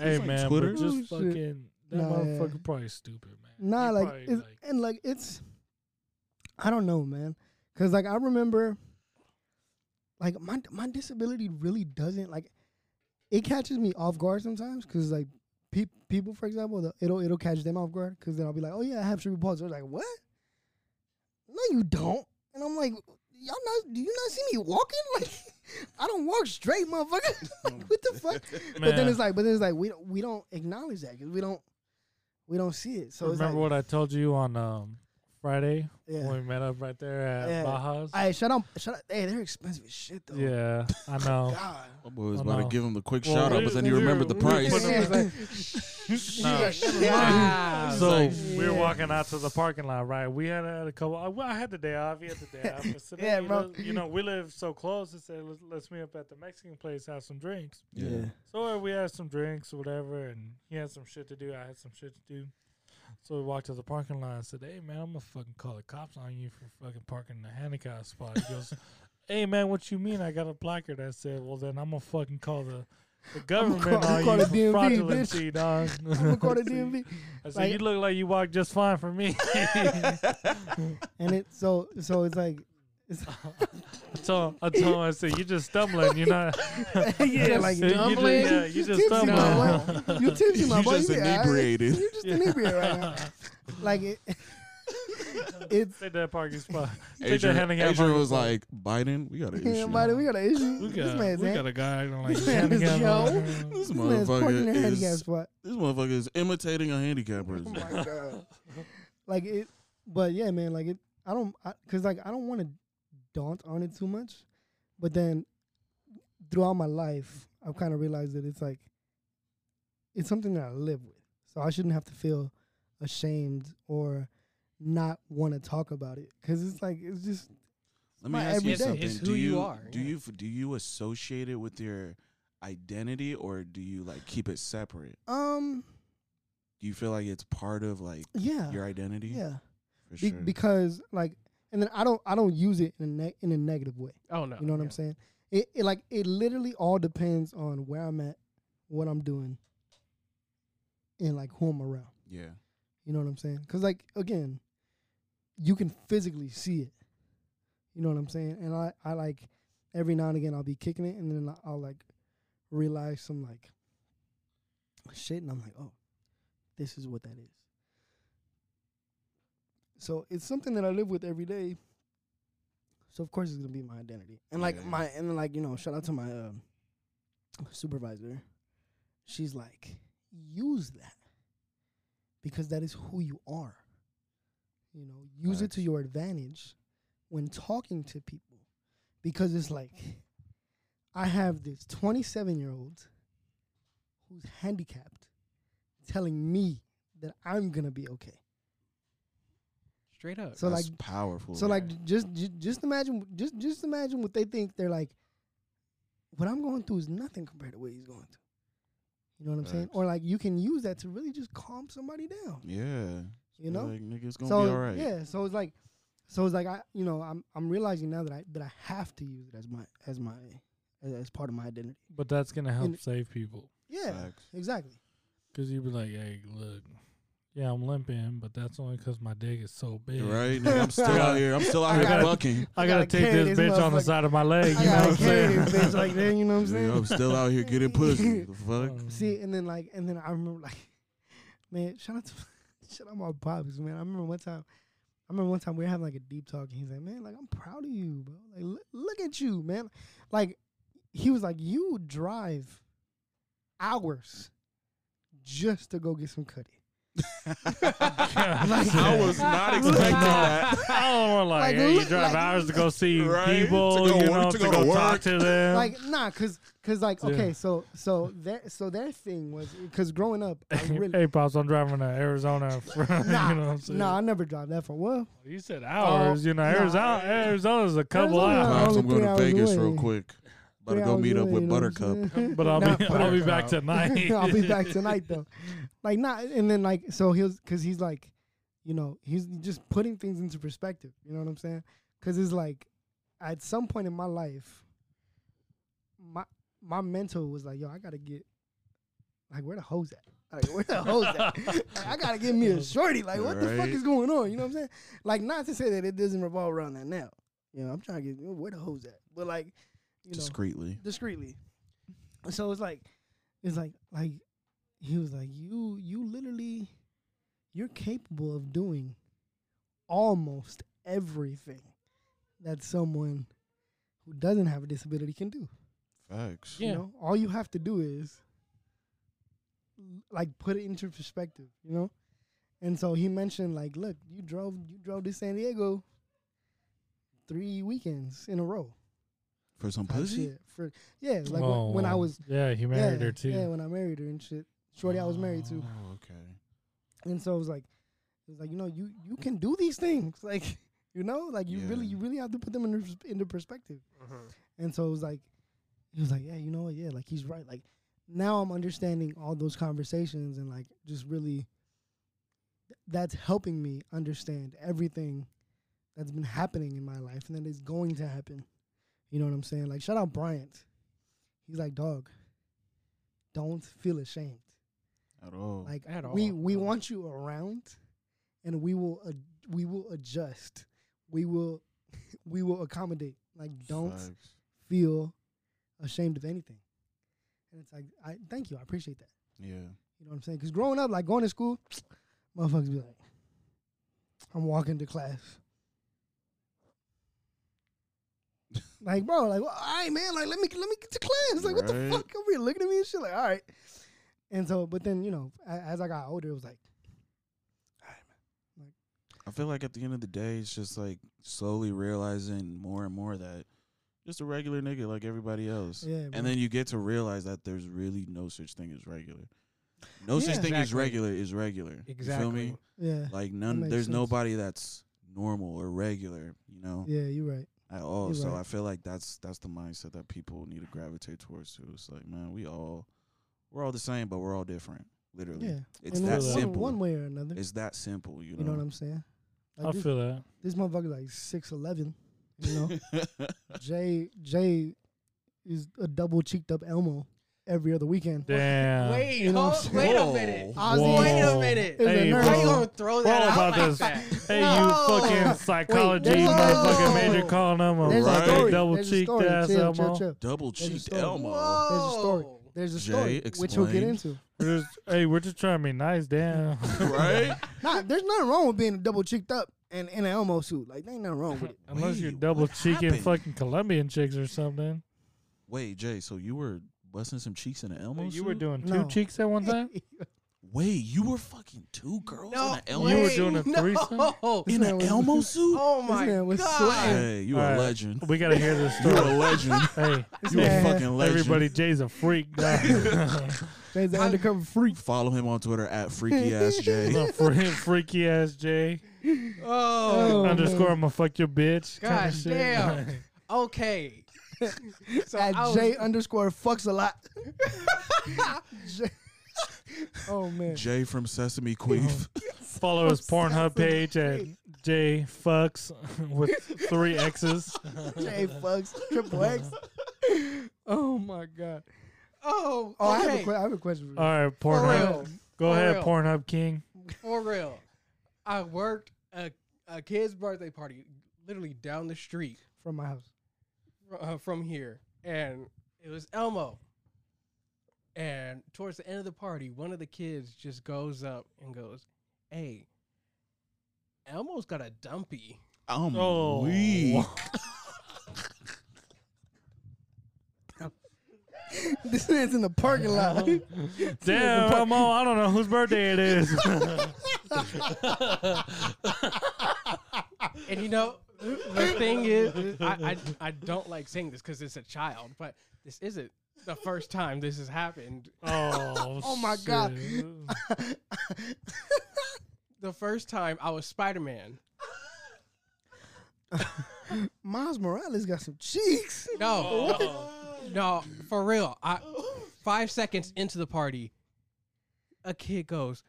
S4: hey
S2: like
S4: man,
S2: Twitter.
S4: but
S1: Oh, shit.
S4: just fucking that
S1: Nah, yeah.
S4: motherfucker probably stupid, man.
S1: Nah,
S4: He
S1: like,
S4: probably,
S1: it's, and like it's, I don't know, man, because like I remember, like my my disability really doesn't like, it catches me off guard sometimes because like pe- people, for example, the, it'll it'll catch them off guard because then I'll be like, oh yeah, I have cerebral palsy. They're like, what? No, you don't. And I'm like, y'all not? Do you not see me walking? Like, I don't walk straight, motherfucker. like, what the fuck? But then
S4: Man.
S1: it's like, but then it's like we don't we don't acknowledge that because we don't we don't see it. So
S4: remember
S1: it's like,
S4: what I told you on um, Friday
S1: Yeah.
S4: when we met up right there at
S1: Yeah.
S4: Baja's?
S1: Hey, shut up. Shut up. Hey, they're expensive as shit, though.
S4: yeah, I know.
S1: God.
S2: My boy was
S4: Oh,
S2: about
S4: no.
S2: to give him the quick
S4: Well,
S2: shout out,
S4: we-
S2: but then you
S4: we were-
S2: remembered the
S4: we were
S2: price.
S4: putting
S1: Yeah.
S4: them in- Nah.
S3: Wow.
S4: So
S2: like-
S4: we were
S1: Yeah.
S4: walking out to the parking lot, right? We had, had a couple. I, well, I had the day off. You had the day off. I said,
S1: Yeah,
S4: "Hey, you
S1: bro.
S4: know- You know, we live so close. I said, let's, let's meet up at the Mexican place, have some drinks.
S2: Yeah.
S4: So uh, we had some drinks or whatever, and he had some shit to do. I had some shit to do. So we walked to the parking lot. I said, "Hey man, I'm gonna fucking call the cops on you for fucking parking in the handicap spot." He goes, "Hey man, what you mean? I got a placard." I said, "Well then, I'm gonna fucking call the." The
S1: I'ma
S4: government
S1: call- I'ma
S4: on
S1: call the
S4: you for
S1: DMV, bitch.
S4: fraudulency, dog.
S1: I'm gonna call the DMV.
S4: I said,
S1: Like-
S4: you look like you walked just fine for me.
S1: And it so so it's like
S4: so I told him, I said, you just stumbling. You're not.
S1: yeah, like
S4: You just-
S3: stumbling.
S4: yeah, you just
S1: tipsy, my
S4: stumbling.
S1: boy. You tipsy, my
S2: You
S1: boy.
S2: just
S1: be all right.
S2: inebriated.
S1: You just inebriated right now. Like it, it's
S4: Take that parking spot. Take that
S2: Adrian,
S4: handicap
S2: Adrian
S4: parking
S2: was
S4: spot.
S2: like, Biden, we got an issue.
S1: somebody we got an issue.
S4: We
S1: this
S4: got,
S1: man's
S4: we
S1: hand-
S4: got a guy I don't like
S1: This man is
S4: handicap
S1: Joe.
S4: on her.
S2: This
S1: this man's parking in a
S2: motherfucker
S1: handicap
S2: is
S1: spot.
S2: this motherfucker is imitating a handicapper.
S1: Oh my god. like it, but yeah, man. Like it, I don't, I, cause like I don't want to daunt on it too much, but then throughout my life, I've kind of realized that it's like it's something that I live with, so I shouldn't have to feel ashamed or not want to talk about it, cause it's like it's just
S2: Let me
S1: my
S2: ask you
S1: everyday.
S2: something.
S3: It's
S2: do
S3: who you
S2: you
S3: are,
S2: do
S3: yeah.
S2: you do you associate it with your identity, or do you like keep it separate?
S1: um
S2: Do you feel like it's part of like
S1: yeah
S2: your identity?
S1: yeah
S2: for
S1: Be-
S2: sure.
S1: because like and then I don't I don't use it in a neg in a negative way.
S3: Oh no.
S1: You know what I'm saying? It, it like it literally all depends on where I'm at, what I'm doing, and like who I'm around.
S2: yeah.
S1: You know what I'm saying? Because like again, you can physically see it. You know what I'm saying? And I I like every now and again I'll be kicking it, and then I'll like realize some like shit, and I'm like, oh, this is what that is. So it's something that I live with every day. So of course it's gonna be my identity, and like
S2: Yeah.
S1: my and like you know, shout out to my um, supervisor. She's like, use that because that is who you are. You know, use it to
S2: Facts.
S1: your advantage when talking to people because it's like I have this 27 year old who's handicapped telling me that I'm gonna be okay.
S3: Straight up.
S1: So
S2: That's
S1: like,
S2: powerful.
S1: so like, just ju- just imagine, just just imagine what they think. They're like, what I'm going through is nothing compared to what he's going through. You know what I'm saying?
S2: Facts.
S1: Or like, you can use that to really just calm somebody down.
S2: yeah,
S1: You know?
S2: like nigga, it's gonna
S1: so
S2: be all right.
S1: yeah, so it's like, so it's like I, you know, I'm I'm realizing now that I that I have to use it as my as my as, as part of my identity.
S4: But that's gonna help
S1: And-
S4: save people
S1: Yeah,
S2: Facts.
S1: exactly.
S4: because you'd be like, "Hey, look, yeah, I'm limping, but that's only because my dick is so big.
S2: Right, nigga, I'm still out here. I'm still out
S1: I
S2: here
S1: gotta-
S2: bucking.
S4: I gotta,
S1: gotta
S4: take
S1: carry
S4: this
S1: this
S4: bitch on the
S1: motherfucker.
S4: side of my leg. You
S1: I
S4: know what I'm
S1: gotta carry
S4: saying?
S1: this bitch like that. You know what I'm saying?
S2: Nigga, I'm still out here getting pussy. The fuck.
S4: Um,
S1: See, and then like, and then I remember like, man, shout out to shout out my pops, man. I remember one time, I remember one time we were having like a deep talk, and he's like, man, like I'm proud of you, bro. Like, look, look at you, man. Like, he was like, you drive hours just to go get some cutty. Like-
S2: I was not
S1: Look-
S2: expecting
S4: Like, no.
S2: that.
S4: I don't want to like,
S1: Like,
S4: hey, you
S1: look-
S4: drive
S1: like-
S4: hours to go see
S2: Right?
S4: people,
S2: To go
S4: you
S2: work-
S4: know,
S2: to
S4: to,
S2: go
S4: go, talk
S2: work.
S4: to them.
S1: Like, nah, cause, cause like,
S4: Yeah.
S1: okay, so, so their, so their thing was, cause growing up, I really.
S4: hey, pops, I'm driving to Arizona. For,
S1: Nah,
S4: you know what I'm saying?
S1: no, I never drive that far. Well,
S4: you said hours. you know,
S1: Oh, nah.
S4: Arizona, Arizona's a couple
S1: Arizona-
S4: hours.
S2: Pops, I'm going to
S1: Only three hours
S2: Vegas real
S1: away.
S2: quick. About to
S1: three
S2: go
S1: hours
S2: meet up
S1: away,
S2: with
S1: you know what I'm
S2: Buttercup.
S1: saying?
S4: But I'll
S1: Not
S4: be, I'll be
S1: Buttercup.
S4: back tonight.
S1: I'll be back tonight though. Like not, and then like so he was because he's like, you know, he's just putting things into perspective. You know what I'm saying? Because it's like, at some point in my life, my my mentor was like, yo, I gotta get, like, where the hoes at? Like, where the hoes at? Like, I gotta get me a shorty. Like, what the fuck
S2: Right.
S1: is going on? You know what I'm saying? Like, not to say that it doesn't revolve around that now. You know, I'm trying to get where the hoes at, but like, you know,
S2: Discreetly.
S1: discreetly. So it's like, it's like, like he was like, you, you literally, you're capable of doing almost everything that someone who doesn't have a disability can do.
S2: Facts.
S1: You
S4: Yeah.
S1: know, all you have to do is like put it into perspective. You know, and so he mentioned like, look, you drove, you drove to San Diego three weekends in a row.
S2: For some
S1: type
S2: pussy?
S1: shit. For, yeah, like when, when I
S4: Oh,
S1: was
S4: Yeah, he married
S1: yeah,
S4: her too.
S1: Yeah, when I married her and shit. Shorty, I was married to,
S2: Oh, okay.
S1: and so it was like, it was like you know, you you can do these things, like you know, like you really
S2: Yeah.
S1: you really have to put them into pers- into perspective. And so it was like, he was like, yeah, you know what, yeah, like he's right. Like now I'm understanding all those conversations and like just really, th- that's helping me understand everything that's been happening in my life and that is going to happen. You know what I'm saying? Like shout out Bryant. He's like, dog, don't feel ashamed.
S2: At all.
S1: Like
S3: At
S1: we
S3: all,
S1: we
S3: bro.
S1: want you around, and we will ad- we will adjust. We will we will accommodate. Like don't
S2: Facts.
S1: feel ashamed of anything. And it's like I thank you. I appreciate that.
S2: Yeah.
S1: You know what I'm saying? Because growing up, like going to school, motherfuckers be like, I'm walking to class. like, bro, like, well, all right, man, like, let me let me get to class. Like, what the
S2: Right.
S1: fuck? Over here looking at me and shit. Like, all right. And so, but then you know, a- as I got older, it was like,
S2: I feel like at the end of the day, it's just like slowly realizing more and more that just a regular nigga like everybody else.
S1: yeah. bro.
S2: And then you get to realize that there's really no such thing as regular. No
S1: Yeah.
S2: such thing as
S3: Exactly.
S2: regular is regular.
S3: Exactly.
S2: You feel me?
S1: yeah,
S2: Like none
S1: makes
S2: there's
S1: sense.
S2: nobody that's normal or regular, you know,
S1: yeah, you're right.
S2: at all.
S1: You're
S2: so
S1: right.
S2: I feel like that's that's the mindset that people need to gravitate towards too. It's like, man, we all we're all the same, but we're all different. Literally.
S1: Yeah,
S2: It's
S1: And
S2: that
S1: one-
S2: simple.
S1: One way or another.
S2: It's that simple, you know.
S1: you know what I'm saying? Like
S4: I
S1: this,
S4: feel that.
S1: this motherfucker like six eleven. You know, Jay Jay is a double cheeked up Elmo every other weekend.
S4: Damn.
S3: Wait,
S1: Um, You know what
S3: hold-
S1: I'm
S3: wait a
S2: saying?
S3: minute.
S1: Ozzy-
S4: Whoa.
S3: Wait a minute.
S1: Is
S4: Hey,
S1: a nerd.
S3: How you
S4: bro.
S3: gonna throw
S4: We're
S3: that
S4: all
S3: out
S4: about
S3: like
S4: this.
S3: that?
S4: Hey,
S3: No.
S4: you fucking psychology
S1: there's a-
S4: motherfucking
S1: there's a-
S4: major calling him a
S1: There's
S2: Right.
S1: a story.
S4: double
S1: There's a
S4: cheeked
S1: story.
S4: ass
S1: Chill,
S4: Elmo.
S1: chill, chill.
S2: Double
S1: There's a
S2: cheeked
S1: story.
S2: Elmo.
S1: There's a story.
S3: Whoa.
S1: There's a
S2: Jay
S1: story which we'll get
S2: explained.
S1: into.
S4: We're just, hey, we're just trying to be nice, damn.
S2: right?
S1: Nah, there's nothing wrong with being double cheeked up and in an Elmo suit. Like, there ain't nothing wrong with it.
S4: Unless you're
S2: Wait,
S4: double
S2: what
S4: cheeking
S2: happened?
S4: fucking Colombian chicks or something.
S2: Wait, Jay. So you were busting some cheeks in an Elmo
S4: you
S2: suit?
S4: were doing two
S1: No.
S4: cheeks at one time.
S2: Wait, you were fucking two girls in an Elmo.
S4: You were
S3: way.
S4: doing a threesome?
S3: No.
S1: This
S2: in
S1: man
S2: an
S1: was-
S2: Elmo suit?
S3: Oh my
S1: man was
S3: god!
S1: sweating.
S2: Hey, you
S4: All
S2: a
S4: right.
S2: legend.
S4: We gotta hear this
S2: You
S4: story.
S2: a legend.
S4: hey,
S2: You a
S1: man-
S2: fucking legend.
S4: everybody, Jay's a freak. dog.
S1: Jay's an
S3: I-
S1: undercover freak.
S2: follow him on Twitter at freaky ass
S4: He's
S2: Jay.
S4: a free- freaky ass Jay.
S3: Oh,
S1: man.
S4: Underscore, I'ma fuck your bitch. kinda
S3: God
S4: shit.
S3: damn. okay.
S1: Oh.
S3: so
S1: At
S3: I was-
S1: J underscore fucks a lot. Jay- oh man.
S2: Jay from Sesame Queef.
S4: Follow his Pornhub page at Jay fucks with three X's.
S1: Jay fucks triple X. Oh my god.
S3: oh,
S1: Oh, I, have a
S3: okay.
S1: que- I have a question for you.
S4: All right,
S3: for
S4: Pornhub.
S3: real,
S4: Go
S3: For
S4: ahead,
S3: real.
S4: Pornhub King.
S3: for real. I worked a a kid's birthday party literally down the street
S1: From my house.
S3: fr- uh, from here, and it was Elmo. And towards the end of the party, one of the kids just goes up and goes, "Hey, Elmo's got a dumpy."
S2: I'm
S4: Oh.
S2: weak.
S1: this man's in the parking lot.
S4: Damn, Elmo, I don't know whose birthday it is.
S3: And you know, the thing is, I, I, I don't like saying this because it's a child, but this isn't the first time this has happened.
S4: oh,
S1: Oh my God.
S4: shit.
S3: The first time I was Spider Man.
S1: Miles Morales got some cheeks.
S3: No, no, for real. I, five seconds into the party, a kid goes,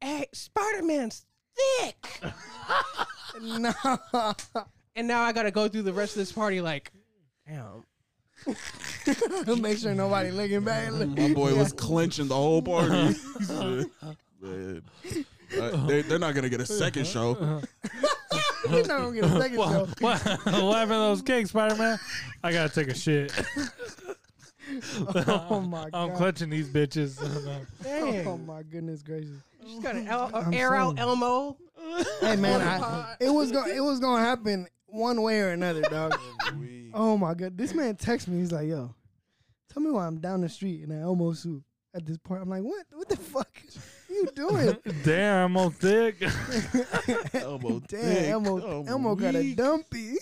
S3: "Hey, Spider Man's thick!"
S1: no.
S3: And now I gotta go through the rest of this party like, damn.
S1: Make sure nobody looking back.
S2: My boy was clenching the whole party. Man. Uh, they, they're not gonna get a second show.
S1: We're not gonna get a second show.
S4: what, what happened to those cakes, Spider Man? I gotta take a shit.
S1: Oh my
S4: I'm
S1: god.
S4: clutching these bitches.
S3: Dang.
S1: Oh my goodness gracious.
S3: You just gotta el- uh,
S1: I'm
S3: air out
S1: saying.
S3: Elmo.
S1: Hey man, I, it was gonna it was gonna happen one way or another, dog. oh my god, this man texts me. He's like, "Yo, tell me why I'm down the street in an Elmo suit at this part." I'm like, "What? What the fuck? you doing?"
S4: Damn, I'm all thick.
S2: Elmo
S1: Damn,
S2: thick,
S1: Elmo,
S2: I'm
S1: Elmo got a
S2: weak.
S1: dumpy.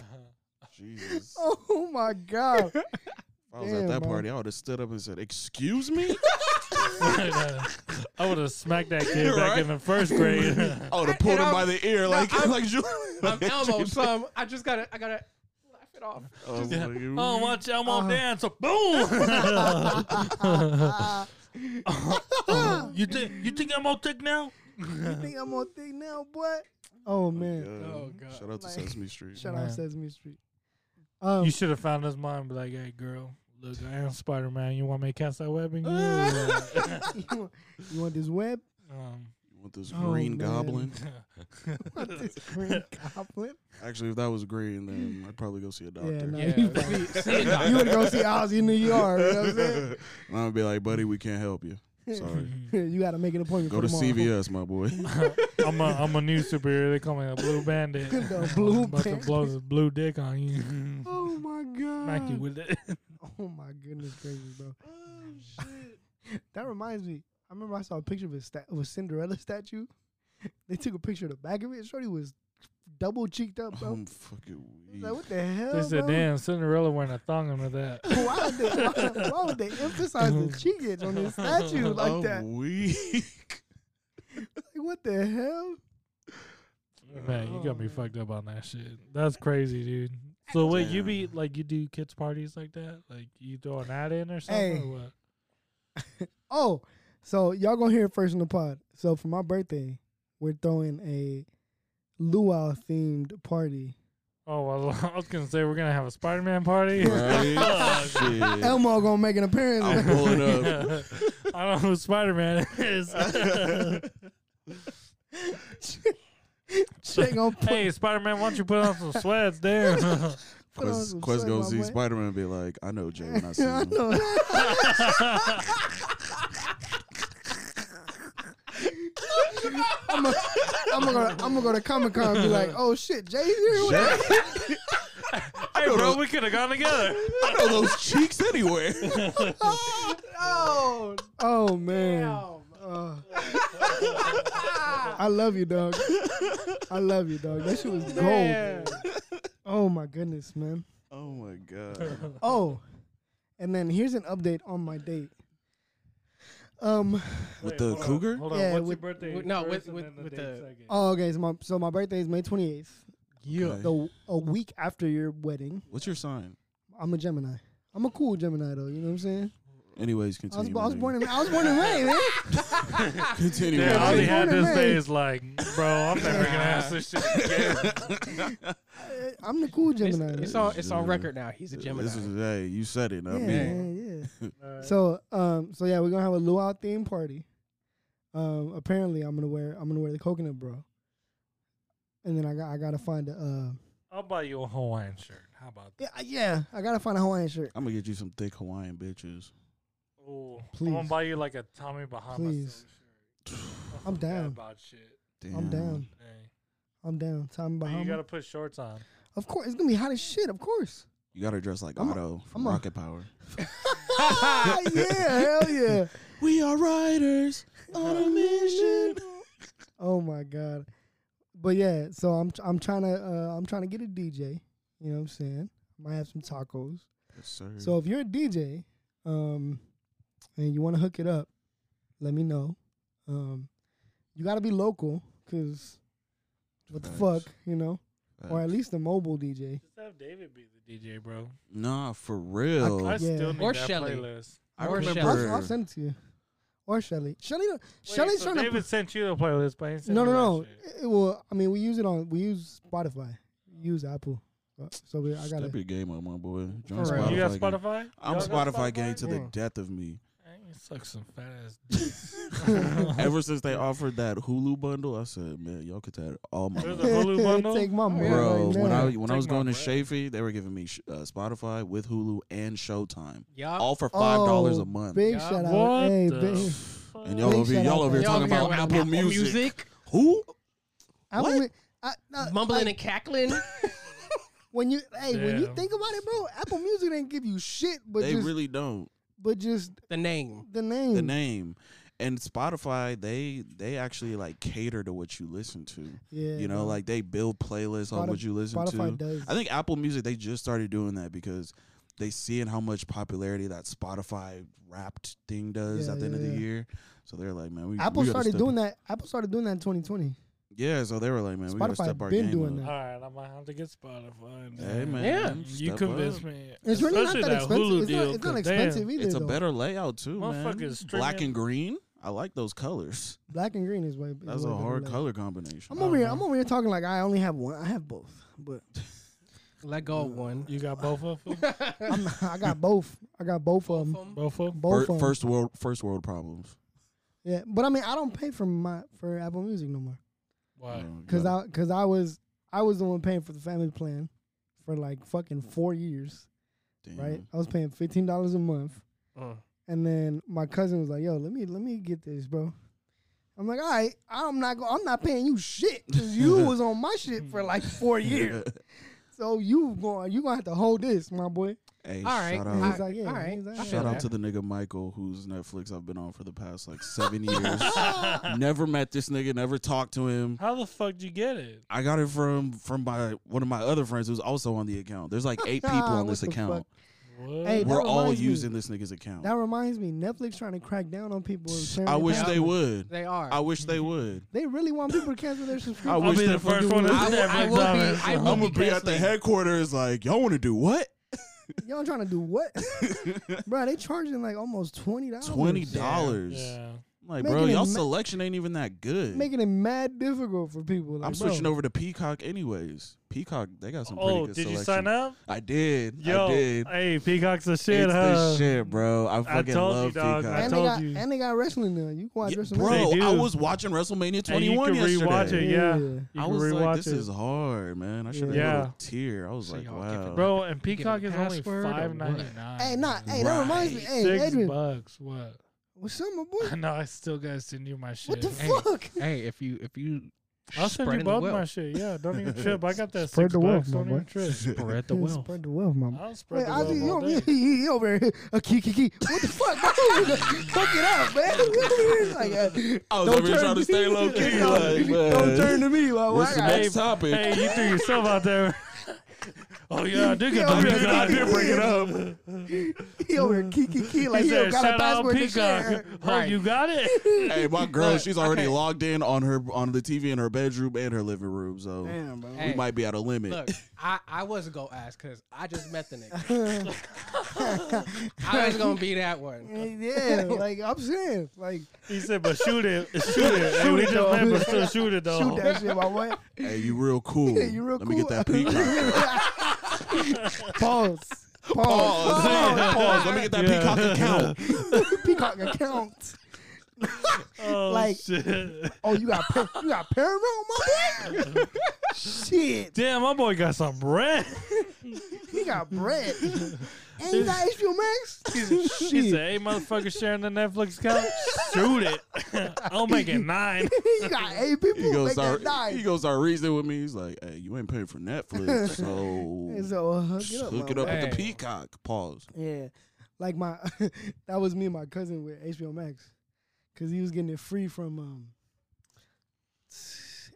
S2: Jesus.
S1: Oh my god,
S2: If I was
S1: damn,
S2: at that
S1: bro.
S2: party, I would have stood up and said, "Excuse me."
S4: I would have smacked that kid
S2: You're
S4: back
S2: right.
S4: in the first grade.
S2: I would
S3: I-
S2: have pulled
S3: and
S2: him by
S3: I'm-
S2: the ear, like
S3: I'm-
S2: like you.
S3: I'm
S2: like
S3: Elmo,
S2: you-
S3: so I'm- i just gotta, I gotta laugh it off.
S2: I was like,
S4: oh, watch Elmo dance. Boom. you think you think I'm all thick now?
S1: you think I'm on thing now, boy? Oh man,
S2: God.
S3: Oh, God.
S2: Shout out to
S1: Like-
S2: Sesame Street.
S1: shout out
S4: Man.
S1: Sesame Street. Um,
S4: You should have found his mom and be like, hey, girl, look, I am Spider Man. You want me to cast that web in you?
S1: you, want, you want this web?
S4: um,
S2: You want this
S1: Oh,
S2: green
S1: man.
S2: goblin?
S1: Want this green goblin?
S2: Actually, if that was green, then I'd probably go see a doctor.
S1: Yeah, no,
S3: Yeah,
S1: you, probably-
S3: see- see a
S1: you would go see Ozzy in New York. You know what I'm saying?
S2: and I'm gonna be like, buddy, we can't help you. Sorry.
S1: you got to make an appointment.
S2: Go
S1: for
S2: to
S1: tomorrow.
S2: CVS, my boy.
S4: I'm a I'm a new superhero. They call me a blue bandit.
S1: The blue
S4: I'm about to
S1: bandit.
S4: blow this blue dick on you.
S1: Oh my
S4: Smack you
S1: god!
S4: with it.
S1: Oh my goodness, crazy bro. Oh, that reminds me. I remember I saw a picture of a, sta- of a Cinderella statue. They took a picture of the back of it. Shorty was double cheeked up, bro.
S2: I'm fucking
S1: I was
S2: weak.
S1: like what the hell?
S4: They said,
S1: bro?
S4: "Damn, Cinderella wearing a thong under that."
S1: Why would they? Why, why would they emphasize the cheekage on this statue like
S2: I'm
S1: that?
S2: weak.
S1: Like, what the hell?
S4: Man, you got me fucked up on that shit. That's crazy, dude. So wait, you be like you do kids parties like that? Like you throwing that in or something?
S1: Hey.
S4: Or what?
S1: Oh, so y'all gonna hear it first in the pod. So for my birthday, we're throwing a luau themed party.
S4: Oh, well, I was gonna say we're gonna have a Spider-Man party.
S2: Right? Shit.
S1: Elmo gonna make an appearance.
S2: I'm pulling up.
S4: I don't know who Spider-Man is.
S1: Jay gonna put,
S4: hey, Spider-Man, why don't you put on some sweats, damn?
S1: Put on
S2: Quest,
S1: some
S2: Quest
S1: sweat,
S2: goes
S1: my
S2: see
S1: boy.
S2: Spider Man and be like, I know Jay when I see
S1: I
S2: him.
S1: know. I'm gonna, I'm gonna, I'm gonna go to Comic Con and be like, oh shit, Jay's here. What
S2: Jay,
S4: Hey,
S2: know
S4: bro,
S2: the-
S4: we could have gone together.
S2: I know those cheeks anywhere.
S3: Oh,
S1: Oh man,
S3: damn.
S1: Uh, I love you, dog. I love you, dog. That shit was gold.
S3: Man.
S1: Oh my goodness, man.
S2: oh my god.
S1: Oh, and then here's an update on my date. Um.
S2: With
S4: Wait,
S2: the
S4: hold on,
S2: cougar?
S4: Hold on.
S1: Yeah,
S4: What's
S1: with-
S4: your birthday?
S3: with- no,
S4: first
S3: with-
S4: and
S3: with-
S4: then the
S3: with
S4: date
S3: the-
S4: second?
S1: Oh, okay. So my so my birthday is May 28th.
S2: Yeah.
S1: The a week after your wedding.
S2: What's your sign?
S1: I'm a Gemini. I'm a cool Gemini though. You know what I'm saying?
S2: Anyways,
S1: I was,
S2: continue.
S1: I was
S2: my
S1: born
S2: nigga.
S1: in I was born in May, man.
S2: Continue.
S4: Yeah,
S2: my
S4: all he
S2: nigga.
S1: Alright.
S4: had
S1: Morning,
S4: this day
S1: man.
S4: is like, bro, I'm never gonna ask this shit again.
S1: I- I'm the cool
S3: It's,
S1: Gemini.
S3: it's
S1: though.
S3: on it's on record now. He's a Gemini.
S2: This is hey, you said it, not
S1: yeah,
S2: me.
S1: yeah, yeah.
S4: Alright.
S1: So um so yeah, we're gonna have a luau theme party. Um apparently I'm gonna wear I'm gonna wear the coconut bra. And then I got I gotta find a uh,
S4: I'll buy you a Hawaiian shirt. How about that?
S1: yeah, yeah I gotta find a Hawaiian shirt.
S2: I'm gonna get you some thick Hawaiian bitches.
S4: Ooh,
S1: Please.
S4: I'm gonna buy you like a Tommy Bahama.
S1: Please.
S4: silk shirt. Don't
S1: I'm
S4: forget
S1: down.
S4: about shit.
S2: Damn.
S1: I'm down.
S4: Hey.
S1: I'm down. Tommy
S4: But
S1: Bahama.
S4: Oh, you gotta put shorts on.
S1: of course, it's gonna be hot as shit. Of course.
S2: You gotta dress like
S1: I'm a-
S2: Otto from
S1: I'm a-
S2: Rocket Power.
S1: Ah, yeah, hell yeah.
S2: We are riders on a mission.
S1: Oh my god. But yeah, so I'm I'm trying to uh, I'm trying to get a DJ. You know what I'm saying? Might have some tacos.
S2: Yes, sir.
S1: So if you're a DJ, um, and you want to hook it up, let me know. Um, you got to be local, cause what the
S2: Facts.
S1: fuck, you know, or at least a mobile DJ.
S4: Just have David be the DJ, bro.
S2: nah, for
S4: I
S2: real. I,
S1: Yeah.
S4: still need
S3: Or
S4: that
S3: Shelly.
S4: playlist.
S3: I Or
S2: remember.
S3: remember-
S1: I'll, I'll send it to you, or Shelly. Shelly, don't-
S4: Wait,
S1: Shelly's
S4: so
S1: trying
S4: David
S1: to.
S4: sent you the playlist, but he didn't send
S1: No,
S4: you
S1: no,
S4: that
S1: no.
S4: shit.
S1: It- well, I mean, we use it on we use Spotify, we use Apple, Uh, so we, I got
S2: Step
S1: to
S2: your game up, my boy. Join
S1: For real.
S2: Spotify.
S4: You got
S2: gang.
S4: Spotify?
S2: I'm
S4: Y'all got
S2: Spotify, gang to the
S1: Yeah.
S2: death of me.
S4: Hey, You suck some fat ass. dicks.
S2: Ever since they offered that Hulu bundle, I said, man, y'all could have all my
S4: There's
S2: money.
S4: a Hulu bundle?
S1: Take my
S3: Oh,
S1: money
S3: yeah.
S2: Bro,
S1: right
S2: when
S1: now.
S2: I when I
S4: Take
S2: was
S4: my
S2: going to
S4: breath.
S2: Shafee, they were giving me sh- uh, Spotify with Hulu and Showtime,
S3: Yup.
S2: all for five dollars
S1: Uh, Oh,
S2: a month.
S1: Big
S3: Yeah.
S1: shout out.
S4: What
S1: Hey,
S4: the
S1: big,
S2: and y'all
S1: Big
S2: over
S1: shout
S2: y'all
S1: out
S2: over here
S1: to-
S3: Y'all
S2: talking
S3: over here
S2: about
S3: with
S2: Apple, music. Who?
S1: Apple
S2: What?
S1: Mi- I- no,
S3: mumbling
S1: like,
S3: and cackling.
S1: when you hey when you
S4: Damn.
S1: think about it, bro, Apple Music didn't give you shit, but
S2: They
S1: just Mm.
S2: really don't.
S1: but just
S3: the name.
S1: the name.
S2: The name. And Spotify, they they actually like cater to what you listen to.
S1: Yeah,
S2: You know,
S1: bro.
S2: like they build playlists on
S1: Spotif-
S2: what you listen
S1: Spotify
S2: to.
S1: does.
S2: I think Apple Music they just started doing that because they seeing how much popularity that Spotify Wrapped thing does
S1: Yeah,
S2: at the end
S1: yeah,
S2: of the
S1: yeah.
S2: year. So they're like, man, we
S1: Apple
S2: we gotta
S1: started
S2: step-
S1: doing that. Apple started doing that in 2020.
S2: Yeah, so they were like, man, we gotta
S1: Spotify
S2: step our
S1: been
S2: game
S1: doing
S2: up.
S4: All right, I might have to get Spotify.
S2: Hey man,
S3: Yeah.
S4: You
S2: step
S4: convinced
S2: up.
S4: me.
S1: It's really not
S4: Especially
S1: that, expensive.
S4: Hulu
S1: it's,
S4: deal.
S1: not, it's not
S4: 'cause
S1: expensive
S4: damn,
S1: either.
S2: It's a
S1: though.
S2: better layout too, man.
S4: Motherfuckers
S2: Black
S4: streaming-
S2: and green. I like those colors.
S1: black and green is way. is
S2: That's
S1: way
S2: a
S1: better
S2: hard
S1: laid.
S2: color combination.
S1: I'm over here.
S4: Uh-huh.
S1: I'm over here talking like I only have one. I have both, but
S3: Let go of one.
S4: You got both of them?
S1: I'm not, I got both. I got both of them.
S4: both of them?
S1: Both
S2: Fir-
S1: of 'em.
S2: first world, first world problems.
S1: Yeah, but I mean, I don't pay for my for Apple Music no more.
S4: Why?
S1: Cause I, cause I was, I was the one paying for the family plan, for like fucking four years, right? I was paying fifteen dollars a month,
S4: Uh.
S3: Mm.
S1: and then my cousin was like, "Yo, let me, let me get this, bro." I'm like, "All right, I'm not, go- I'm not paying you shit, cause you was on my shit for like four years, so you going, you gonna have to hold this, my boy."
S2: hey,
S3: All right,
S2: shout
S1: And
S2: out,
S1: he's like, "Yeah."
S3: all right.
S1: He's like,
S3: I
S1: "Yeah."
S2: shout out
S3: that.
S2: to the nigga Michael, whose Netflix I've been on for the past like seven years. never met this nigga, never talked to him.
S4: How the fuck did you get it?
S2: I got it from from my one of my other friends who's also on the account. There's like eight people on
S1: What
S2: this
S1: the
S2: account.
S1: fuck?
S4: What?
S1: Hey,
S2: We're
S1: that
S2: all
S1: reminds me.
S2: using this nigga's account.
S1: That reminds me, Netflix trying to crack down on people. with sharing
S2: I
S1: their
S2: wish
S1: passwords.
S2: they would.
S3: They are.
S2: I wish
S4: Mm-hmm.
S2: they would.
S1: They really want people to cancel their subscription.
S2: I
S4: I'll
S2: wish
S4: be
S2: they
S4: the first
S2: fucking
S4: one
S2: would.
S4: to
S3: I will- I will
S4: Damn
S3: be-
S4: it.
S3: I
S2: I'm
S3: will
S2: gonna
S3: be
S2: be at the
S3: canceling.
S2: headquarters. Like y'all want to do what?
S1: Y'all trying to do what, bro? They charging like almost twenty dollars.
S2: Twenty dollars.
S4: Yeah.
S2: like,
S1: Making
S2: bro,
S1: it
S2: y'all
S1: ma-
S2: selection ain't even that good.
S1: making it mad difficult for people. Like,
S2: I'm switching over to Peacock anyways. Peacock, they got some pretty
S4: Oh,
S2: good
S4: did you
S2: selection.
S4: sign up?
S2: I did. I
S4: Yo,
S2: did.
S4: hey, Peacock's the shit,
S2: it's
S4: huh?
S2: the shit, bro. I fucking
S4: told you,
S2: love
S4: dog.
S2: Peacock.
S4: I
S1: And they
S4: told
S1: got
S4: you.
S1: and they got wrestling now. You can watch
S2: Yeah,
S1: wrestling. now.
S2: bro,
S4: They
S2: I
S4: do.
S2: was watching WrestleMania
S4: And you
S2: 21
S4: can
S2: yesterday.
S4: rewatch it, yeah. You
S2: I
S4: can
S2: was
S4: rewatch
S2: like, this
S4: it.
S2: is hard, man. I should have
S4: Yeah.
S2: hit a tier. I was
S3: So
S2: like,
S3: y'all give
S2: wow.
S3: it-
S4: Bro, and
S3: You give
S4: Peacock
S3: them
S4: is only
S3: password or
S4: five
S3: what?
S4: ninety nine.
S1: Hey, nah, hey, that reminds me. Hey,
S4: six
S1: Adrian,
S4: bucks. What?
S1: what's up, my boy?
S4: No, I still gotta send you my shit.
S1: What the
S3: Hey,
S1: fuck?
S3: hey, if you if you
S4: I'll send you
S3: spreading the
S4: both my
S3: wealth.
S4: shit. Yeah, don't even trip. I got that
S1: Spread
S4: six
S1: the wealth,
S4: bucks.
S1: my
S4: Don't even
S1: boy.
S4: trip.
S3: spread the
S1: Yeah,
S3: wealth.
S1: Spread the wealth, mama.
S4: I'll spread
S1: Wait, I
S4: the
S1: just,
S4: wealth
S1: you,
S4: all
S1: you,
S4: day.
S1: you over here, a key, key, key. What the fuck, bro? Fuck it up, man. It's like, uh,
S2: I was
S1: Don't
S2: over here
S1: turn
S2: trying to stay low key. like,
S1: don't
S2: man,
S1: turn to me, my boy.
S2: What's
S1: I
S2: the
S1: got-
S2: next topic?
S4: Hey, you threw yourself out there. oh yeah, I did get
S1: Yeah,
S4: the
S1: yeah,
S4: Peacock.
S1: I did bring it
S2: up.
S1: He over here, key, key, key. Like,
S4: He
S1: he
S4: said,
S1: don't got a
S4: "Shout out
S1: password to
S4: Peacock."
S1: share.
S4: Oh,
S3: Right.
S4: you got it.
S2: hey, my girl, she's already
S3: okay.
S2: logged in on her on the TV in her bedroom and her living room, so
S1: Damn, bro.
S2: we
S3: Hey,
S2: might be at a limit.
S3: Look, I, I wasn't gonna ask because I just met the nigga. I was
S1: I
S3: gonna be that one.
S1: yeah, like I'm saying, like
S4: He said, "But shoot it, shoot it." Hey, we
S1: it,
S4: just
S1: dog.
S4: met, but still shoot
S2: Oh.
S4: it though.
S1: shoot that shit, my boy.
S2: hey, you real cool.
S1: Yeah, you real
S2: Let
S1: cool.
S2: me get that peacock.
S1: Pause. Pause.
S2: Pause.
S1: Pause.
S2: Pause. Let me get that
S4: Yeah.
S2: peacock account.
S1: Peacock account.
S4: Oh,
S1: Like-
S4: shit.
S1: Oh, you got par- you got Paramount, my boy. Shit,
S4: Damn, my boy got some bread.
S1: he got bread, and you got HBO Max.
S4: She said, hey, motherfucker, sharing the Netflix account? Shoot it. I'll make it nine.
S1: you got eight people.
S2: He
S1: Make
S2: goes,
S1: that
S2: start,
S1: nine.
S2: he goes, start reasoning with me. He's like, hey, you ain't paying for Netflix,
S1: And
S2: so
S1: so uh, hook
S2: just
S1: it up.
S2: hook
S1: my
S2: it up
S1: boy.
S2: with the
S3: Hey.
S2: peacock. Pause.
S1: Yeah, like my that was me and my cousin with HBO Max, cause he was getting it free from um,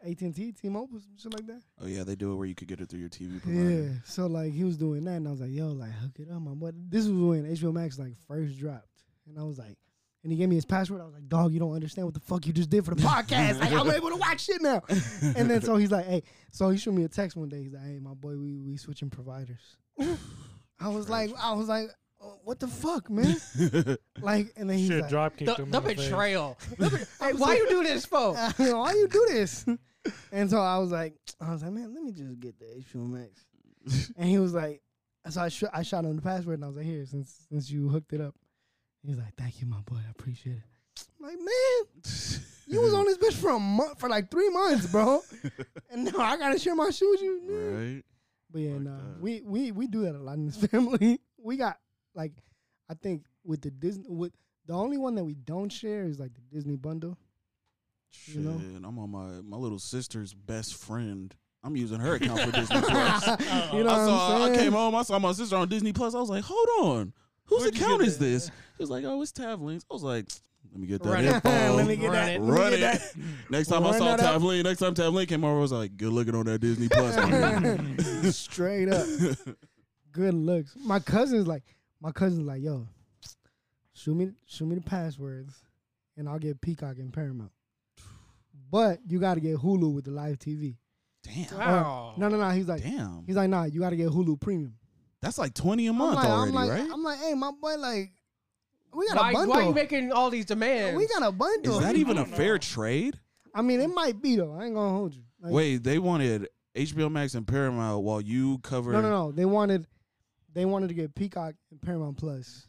S1: AT and T, T-Mobile, some shit like that.
S2: Oh, yeah, they do it where you could get it through your TV
S1: Yeah,
S2: provider.
S1: so like he was doing that, and I was like, "Yo, like hook it up, my boy." This was when HBO Max like first dropped, and I was like, and he gave me his password. I was like, "Dog, you don't understand what the fuck you just did for the podcast. like I'm able to watch shit now." And then so he's like, "Hey," so he showed me a text one day. He's like, "Hey, my boy, we we switching providers." I was like, I was like, "Oh, "What the fuck, man?" like, and then he's
S4: Shit,
S1: like,
S4: drop
S3: The,
S4: kicked him.
S3: the
S4: in the face.
S3: betrayal. The bet- hey, why you do this for?
S1: "Why you do this?" And so I was like, I was like, "Man, let me just get the HBO Max." And he was like, so I, sh- I shot him the password and I was like, here, since since you hooked it up. He's like, thank you, my boy. I appreciate it. I'm like, man, you was on this bitch for a month, for like three months, bro. and now I gotta share my shoes, you. man.
S2: right?
S1: But yeah,
S2: Like
S1: nah,
S2: that.
S1: we we we do that a lot in this family. we got like, I think with the Disney, with the only one that we don't share is like the Disney bundle.
S2: Shit,
S1: You know?
S2: I'm on my my little sister's best friend. I'm using her account for Disney Plus.
S1: you know
S2: I
S1: what
S2: saw.
S1: I'm
S2: I
S1: saying?
S2: came home. I saw my sister on Disney Plus. I was like, hold on, whose
S4: Where'd you
S2: account
S4: get
S2: is
S4: that?
S2: this? She was like, oh, it's Tavlin's. I was like, let me get that
S3: Run it.
S2: info.
S1: Let me get
S3: Run
S1: that.
S3: it.
S1: Let
S2: Run
S1: me get
S2: it. next time I
S1: Run
S2: saw
S1: it up.
S2: Tavlin, next time Tavlin came over, I was like, good looking on that Disney Plus. man."
S1: Straight up. Good looks. My cousin's like, my cousin's like, yo, shoot me, shoot me the passwords, and I'll get Peacock and Paramount. But you got to get Hulu with the live TV.
S2: damn,
S1: Or- no, no, no. He's like,
S2: damn,
S1: he's like, nah. You got to get Hulu Premium.
S2: that's like twenty a
S1: I'm
S2: month
S1: like,
S2: already,
S1: I'm like,
S2: right?
S1: I'm like, hey, my boy, like, we got
S3: Why,
S1: a
S3: why
S1: bundle.
S3: you making all these demands?
S1: we got a
S2: is
S1: bundle.
S2: that
S4: I
S2: even a
S4: don't
S2: fair
S4: know.
S2: trade?
S1: I mean, it might be though. I ain't gonna hold you. Like,
S2: Wait, they wanted HBO Max and Paramount while you cover.
S1: No, no, no. They wanted, they wanted to get Peacock and Paramount Plus.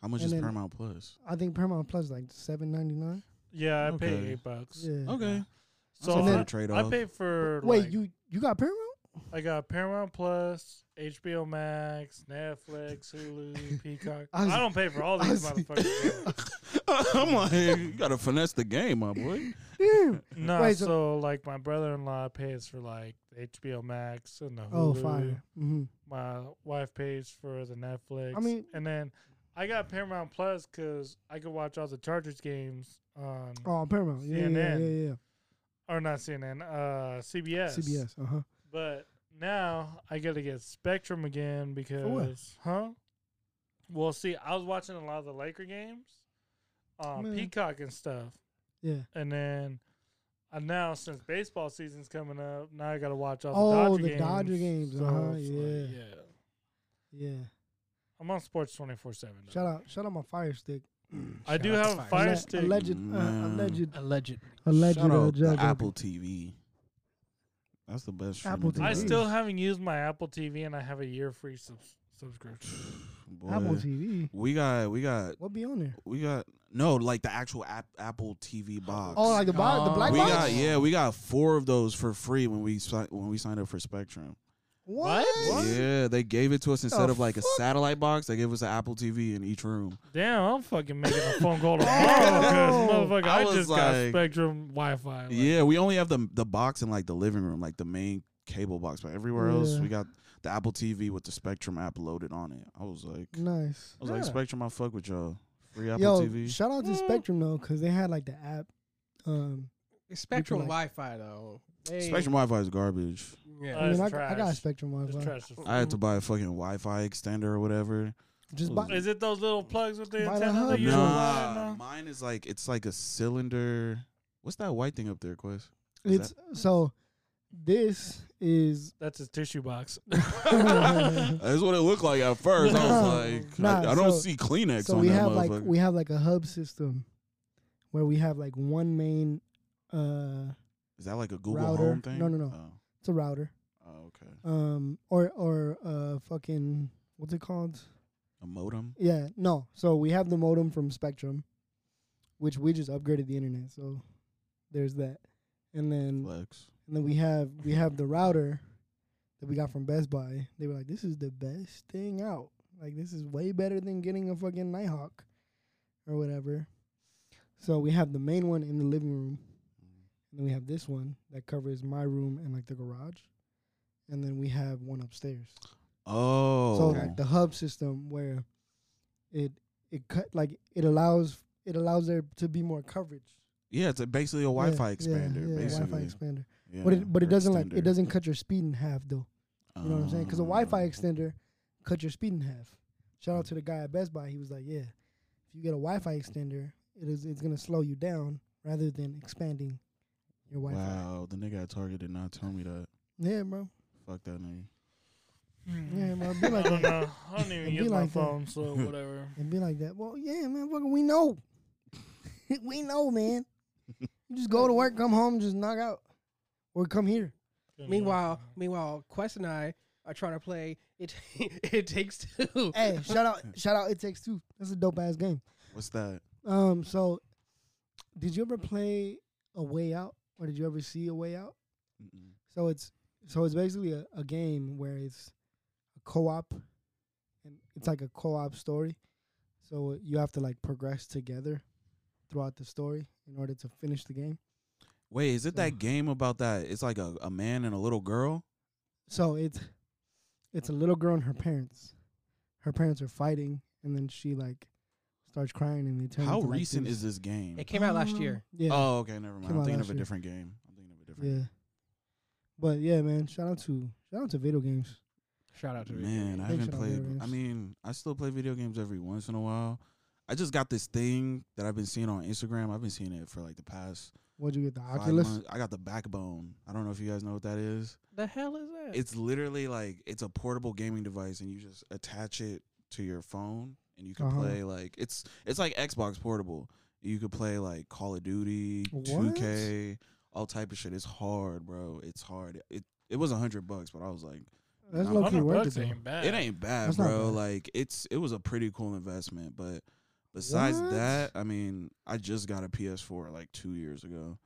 S2: How much
S1: And
S2: is
S1: then-
S2: Paramount Plus?
S1: I think Paramount Plus is like seven ninety nine.
S4: Yeah, I paid
S2: Okay.
S4: eight bucks.
S1: Yeah.
S2: Okay,
S4: So
S2: that's a
S1: And then-
S2: fair
S4: I,
S2: trade
S4: I
S2: off.
S4: paid for.
S1: Wait,
S4: like,
S1: you you got Paramount?
S4: I got Paramount Plus, HBO Max, Netflix, Hulu, Peacock.
S1: I
S4: I,
S1: was-
S4: don't pay for all
S1: I
S4: these
S1: was-
S4: motherfuckers. bro.
S2: I'm like, you gotta finesse the game, my boy.
S1: Damn.
S4: nah,
S1: Wait, so-
S4: so, like my brother-in-law pays for like HBO Max and the Hulu.
S1: Oh, fire. hmm
S4: my wife pays for the Netflix.
S1: I mean-
S4: and then I got Paramount Plus because I could watch all the Chargers games on,
S1: Oh, Paramount. Yeah, yeah,
S4: CNN.
S1: yeah, yeah.
S4: or not CNN, uh, CBS.
S1: CBS. Uh huh.
S4: But now I got to get Spectrum
S1: what?
S4: again because, huh? Well, see, I was watching a lot of the Laker games on
S1: Man.
S4: Peacock and stuff,
S1: Yeah.
S4: and then. I now since baseball season's coming up, now I gotta watch all the
S1: Oh,
S4: Dodger
S1: the
S4: games.
S1: Dodger games,
S2: Oh,
S4: so
S1: uh-huh,
S4: it's
S1: yeah.
S4: yeah.
S1: Yeah.
S4: I'm on sports twenty four seven.
S1: Shout out, shout out my Fire Stick.
S4: I do
S3: out to
S4: have a
S3: Fire
S4: Mm. fire
S1: Alle-
S4: stick.
S1: Alleged, uh,
S2: Man.
S1: alleged,
S3: Allegedly.
S1: alleged.
S2: Shout
S1: uh,
S2: out to
S1: judgment.
S2: Apple TV. That's the best.
S1: Apple
S2: streaming
S4: I
S1: TV.
S2: device.
S4: still haven't used my Apple TV, and I have a year free subs- subscription.
S2: Boy,
S1: Apple TV.
S2: We got, we got,
S1: What be on there?
S2: we got. No, like the actual app, Apple TV box.
S1: Oh, like the bo- the
S3: Oh.
S1: black
S2: we
S1: box.
S2: got yeah, we got four of those for free when we si- when we signed up for Spectrum.
S1: What?
S4: What?
S2: Yeah, they gave it to us instead of like a
S1: fuck?
S2: satellite box. They gave us an Apple TV in each room.
S4: Damn, I'm fucking making a phone call tomorrow because
S1: Oh.
S4: motherfucker,
S2: I
S4: I,
S2: was
S4: just got
S2: like-
S4: Spectrum Wi-Fi. Like,
S2: yeah, we only have the the box in like the living room, like the main cable box. But everywhere else,
S1: Yeah.
S2: we got the Apple TV with the Spectrum app loaded on it. I was like, I
S1: Nice.
S2: was like
S4: Yeah.
S2: Spectrum, I fuck with y'all. Free Apple
S1: Yo,
S2: TV.
S1: shout out to
S4: Mm.
S1: Spectrum though, because they had like the app. Um,
S3: Spectrum
S1: like-
S3: Wi-Fi though. They-
S2: Spectrum Wi-Fi is garbage.
S3: Yeah.
S4: Uh,
S1: I, mean, I,
S4: it's
S1: I got
S4: trash.
S1: Spectrum
S4: It's
S1: Wi-Fi.
S4: trash as
S2: I had to
S4: fuck.
S2: buy a fucking Wi-Fi extender or whatever.
S1: Just buy,
S4: Is it those little plugs with the
S1: Buy the
S4: antenna
S1: hub,
S4: that you
S1: bro.
S4: lie
S2: Nah, mine is like it's like a cylinder. What's that white thing up there, Quest? Is
S1: it's so. This is
S4: That's his tissue box.
S2: That's what it looked like at first. I
S1: Nah.
S2: was like,
S1: Nah,
S2: I, I don't
S1: so-
S2: see Kleenex
S1: so
S2: on
S1: we
S2: that
S1: have like
S2: motherfucker.
S1: we have like a hub system, where we have like one main. Uh,
S2: is that like a Google
S1: router.
S2: Home thing?
S1: No, no, no.
S2: Oh,
S1: it's a router.
S2: Oh, okay.
S1: Um, or or uh, fucking what's it called?
S2: A modem.
S1: Yeah, no. So we have the modem from Spectrum, which we just upgraded the internet. So there's that, and then
S2: Flex.
S1: and then we have we have the router that we got from Best Buy. They were like, "This is the best thing out. Like this is way better than getting a fucking Nighthawk or whatever." So we have the main one in the living room, and then we have this one that covers my room and like the garage, and then we have one upstairs.
S2: Oh.
S1: So like the hub system where it it cut like it allows it allows there to be more coverage.
S2: yeah, it's a, basically a
S1: Yeah,
S2: Wi-Fi
S1: yeah,
S2: expander.
S1: yeah,
S2: basically.
S1: Wi-Fi expander.
S2: Yeah,
S1: but it but
S2: or
S1: it doesn't like
S2: extender. Ah.
S1: it doesn't cut your speed in half though. You know what I'm saying? Because a
S2: Oh.
S1: Wi-Fi extender cut your speed in half. Shout out to the guy at Best Buy. He was like, "Yeah, if you get a Wi-Fi extender, it is it's gonna slow you down rather than expanding your Wi-Fi."
S2: Wow, the nigga at Target did not tell me that.
S1: Yeah, bro.
S2: Fuck that nigga.
S1: Yeah,
S4: Hmm.
S1: man. Be
S4: I
S1: like
S4: don't
S1: that.
S4: know. I don't even
S1: It'd
S4: use
S1: be
S4: my
S1: like that.
S4: phone, so whatever.
S1: And be like that. Well, yeah, man. Fucking, we know. we know, man. You just go to work, come home, just knock out, or come here.
S3: Meanwhile, meanwhile, Quest and I are trying to play it. it takes two.
S1: Hey, shout out, shout out. It takes two. That's a dope ass game.
S2: What's that?
S1: Um, so did you ever play A Way Out, or did you ever see A Way Out?
S2: Mm-mm.
S1: So it's so it's basically a, a game where it's a co-op, and it's like a co-op story. So uh, you have to like progress together throughout the story in order to finish the game.
S2: Wait, is it
S1: So-
S2: that game about that? It's like a, a man and a little girl.
S1: So it's it's a little girl and her parents. Her parents are fighting, and then she like starts crying, and they turn.
S2: How
S1: into, like,
S2: recent
S1: these-
S2: is this game?
S3: It came out last year.
S1: Yeah,
S2: Oh, okay, never mind.
S1: Came
S2: I'm
S1: out
S2: thinking
S1: last
S2: of a
S1: year.
S2: different game. I'm thinking of a different.
S1: yeah. But yeah, man, shout out to shout out to video games.
S3: Shout out to Ricky.
S2: Man, I haven't
S1: Big shout out to
S2: played.
S1: video
S2: I
S1: games.
S2: mean, I still play video games every once in a while. I just got this thing that I've been seeing on Instagram. I've been seeing it for like the past
S1: What'd you get? The
S2: five
S1: Oculus.
S2: months. I got the Backbone. I don't know if you guys know what that is.
S1: Um,
S3: the hell is that?
S2: It's literally like it's a portable gaming device, and you just attach it to your phone, and you can
S1: Uh-huh.
S2: play like it's it's like Xbox portable. You could play like Call of Duty,
S1: What?
S2: Two K, all type of shit. It's hard, bro. It's hard. It it was a hundred bucks, but I was like.
S1: That's
S2: I'm
S1: low key
S2: not-
S4: 100
S1: worth it
S4: bucks
S1: though.
S4: ain't bad.
S2: It ain't bad,
S1: That's not
S2: bro.
S1: bad.
S2: Like it's it was a pretty cool investment, but besides
S1: What?
S2: that, I mean, I just got a PS4 like two years ago.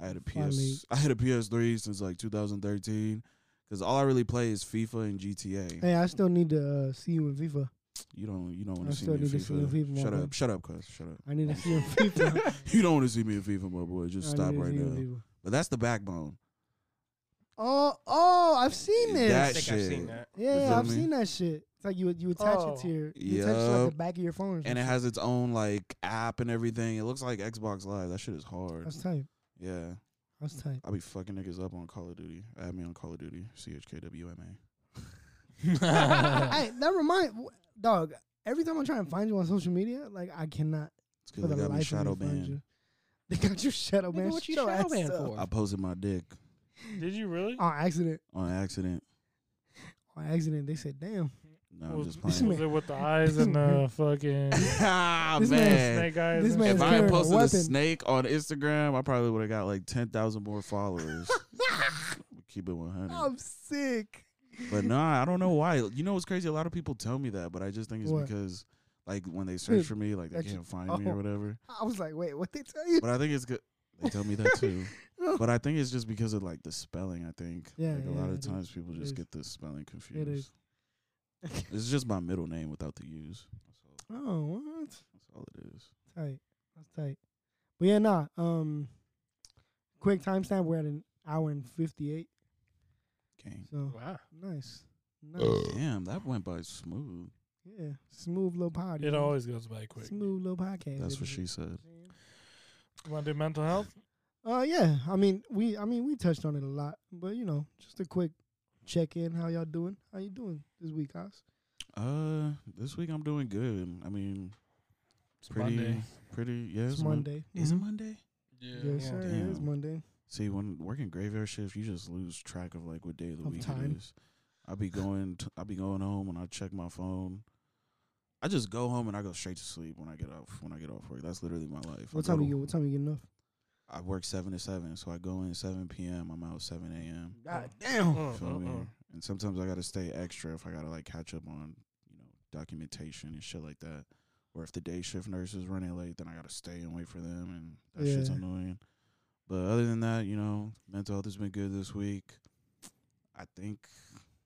S2: I had a PS
S1: Finally.
S2: I had a PS3 since like 2013 because all I really play is FIFA and GTA.
S1: Hey, I still need to uh, see you in FIFA.
S2: You don't you don't want
S1: I
S2: to see me
S1: still
S2: in
S1: need to see
S2: FIFA.
S1: you in FIFA,
S2: shut
S1: my
S2: up,
S1: boy.
S2: shut up, cuz shut up.
S1: I need to see you in FIFA.
S2: You don't want to see me in FIFA, my boy. Just
S1: I
S2: stop
S1: need to
S2: right
S1: see you
S2: now.
S1: in FIFA.
S2: But that's the backbone.
S1: Oh, oh, I've seen this.
S3: I
S2: That
S3: think I've
S2: shit.
S3: seen that.
S2: You
S1: yeah,
S2: feel
S1: I've
S2: me?
S1: seen that shit. It's like you you attach
S4: Oh.
S1: it to your you attach it to like
S2: Yup.
S1: the back of your phone. or some
S2: And it
S1: shit.
S2: has its own like app and everything. It looks like Xbox Live. That shit is hard.
S1: That's tight.
S2: Yeah.
S1: That's tight.
S2: I'll be fucking niggas up on Call of Duty. Add me on Call of Duty. CHKWMA.
S1: hey, that remind wh- dog. Every time I try and find you on social media, like I cannot
S2: It's
S1: for
S2: because
S1: the
S2: they got me
S1: life
S2: shadow
S1: of me find
S2: banned.
S1: you. They got you shadow
S3: Nigga,
S1: banned.
S3: what you
S1: Shut your
S3: shadow
S1: ass
S3: banned
S1: up.
S3: for?
S2: I posted my dick
S4: Did you really?
S1: On accident.
S2: on accident.
S1: On accident. They said, "Damn,
S2: No, I'm
S4: was,
S2: just
S4: was
S2: playing.
S1: man-
S4: it with the eyes and the fucking
S2: ah,
S1: This man-
S2: man.
S4: snake eyes?
S1: this
S4: and
S1: man
S2: If
S4: shit?
S1: is
S2: I had
S1: carrying a
S2: posted a
S1: weapon.
S2: snake on Instagram, I probably would have got like 10,000 more followers. Keep it 100.
S1: I'm sick.
S2: But nah, I don't know why. You know what's crazy? A lot of people tell me that, but I just think it's
S1: What?
S2: because like when they search for me, like they
S1: That's-
S2: can't find me
S1: oh.
S2: or whatever.
S1: I was like, wait, what they tell you?
S2: But I think it's good. They tell me that too. But I think it's just because of like the spelling. I think
S1: Yeah,
S2: like a
S1: yeah,
S2: lot of
S1: it is.
S2: times people
S1: It
S2: just
S1: is.
S2: get the spelling confused.
S1: It is.
S2: It's just my middle name without the U's. That's all,
S1: oh, what?
S2: that's all it is.
S1: Tight. That's tight. But yeah, nah. Um, quick timestamp. We're at an hour and fifty-eight.
S2: Gang.
S1: So
S3: Wow.
S1: nice, nice.
S2: Damn, that went by smooth.
S1: Yeah, smooth little pod. you
S4: It
S1: know?
S4: always goes by quick.
S1: smooth little podcast.
S2: That's
S1: baby.
S2: what she said.
S4: Want to do mental health?
S1: Uh, yeah. I mean, we. I mean, we touched on it a lot, but you know, just a quick check in. How y'all doing? How you doing this week, guys?
S2: Uh, this week I'm doing good. I mean,
S4: It's
S2: pretty,
S4: Monday.
S2: pretty. Yeah,
S1: It's,
S2: it's Mon-
S1: Monday.
S2: Is it
S1: Mhm.
S2: Monday?
S1: Yes, sir. It is
S2: Damn.
S1: Monday.
S2: See, when working graveyard shifts, you just lose track of like what day of the
S1: Of
S2: week
S1: time.
S2: it is. I be going, t- I be going home, and I check my phone. I just go home and I go straight to sleep when I get off. When I get off work, that's literally my life.
S1: What
S2: I go
S1: time
S2: to-
S1: you get? What time you getting up?
S2: Oh, I work seven to seven, so I go in seven p.m. I'm out seven a.m.
S1: God damn.
S4: Mm,
S2: Feel
S4: mm,
S1: uh-uh.
S2: me?
S4: mm.
S2: And sometimes I gotta stay extra if I gotta like catch up on, you know, documentation and shit like that. Or if the day shift nurse is running late, then I gotta stay and wait for them and that shit's
S1: Yeah.
S2: annoying. But other than that, you know, mental health has been good this week. I think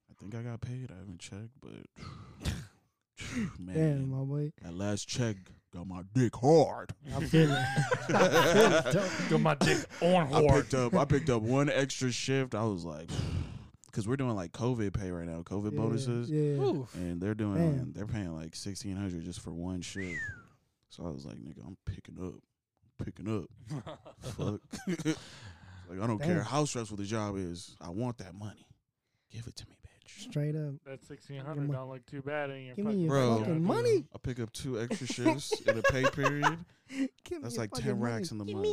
S2: I think I got paid. I haven't checked, but man,
S1: Damn, my boy.
S2: that last check got my dick hard.
S1: I feel it.
S4: Got my dick on
S2: I
S4: hard.
S2: picked up I picked up one extra shift. I was like, because we're doing like COVID pay right now, COVID
S1: Yeah,
S2: bonuses.
S1: Yeah.
S3: Oof.
S2: and they're doing
S1: Man.
S2: like, they're paying like sixteen hundred just for one shift. So I was like, nigga, I'm picking up, picking up. Fuck, like I don't care
S1: Damn.
S2: how stressful the job is. I want that money. Give it to me, bitch.
S1: Straight up.
S4: That sixteen hundred don't look too bad in your
S1: Give me
S4: fucking
S1: your
S2: Bro.
S1: fucking money.
S2: I pick up two extra shifts in a pay period.
S1: Give
S2: That's
S1: me your
S2: like ten
S1: fucking money.
S2: racks in the month.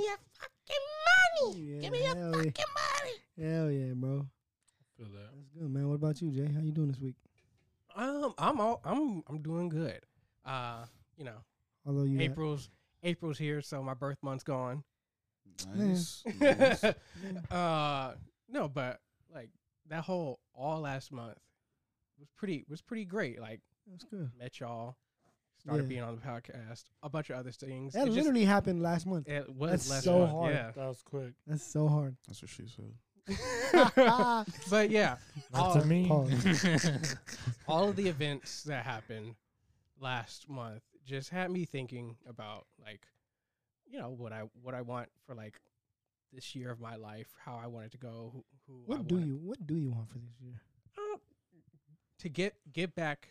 S1: Yeah, Give me your fucking money. Hell yeah, bro.
S4: Feel that.
S1: That's good, man. What about you, Jay? How you doing this week?
S3: Um, I'm all, I'm I'm doing good. Uh, you know,
S1: Although you got-
S3: April's April's here, so my birth month's gone.
S2: Nice. nice.
S3: uh, no, but like that whole all last month was pretty was pretty great. Like
S1: that's good.
S3: met y'all, started
S1: Yeah.
S3: being on the podcast, a bunch of other things.
S1: That
S3: It just-
S1: literally happened last month.
S3: it was
S1: that's
S3: last
S1: so
S3: month,
S1: hard.
S3: Yeah.
S4: That was quick.
S1: That's so hard. Ah,
S2: That's what she said.
S3: But yeah,
S4: Not
S3: all,
S4: to me.
S3: all of the events that happened last month just had me thinking about like you know what I what I want for like this year of my life, how I want it to go, who, who I
S1: what do
S3: wanna-
S1: you What do you want for this year?
S3: Uh, to get get back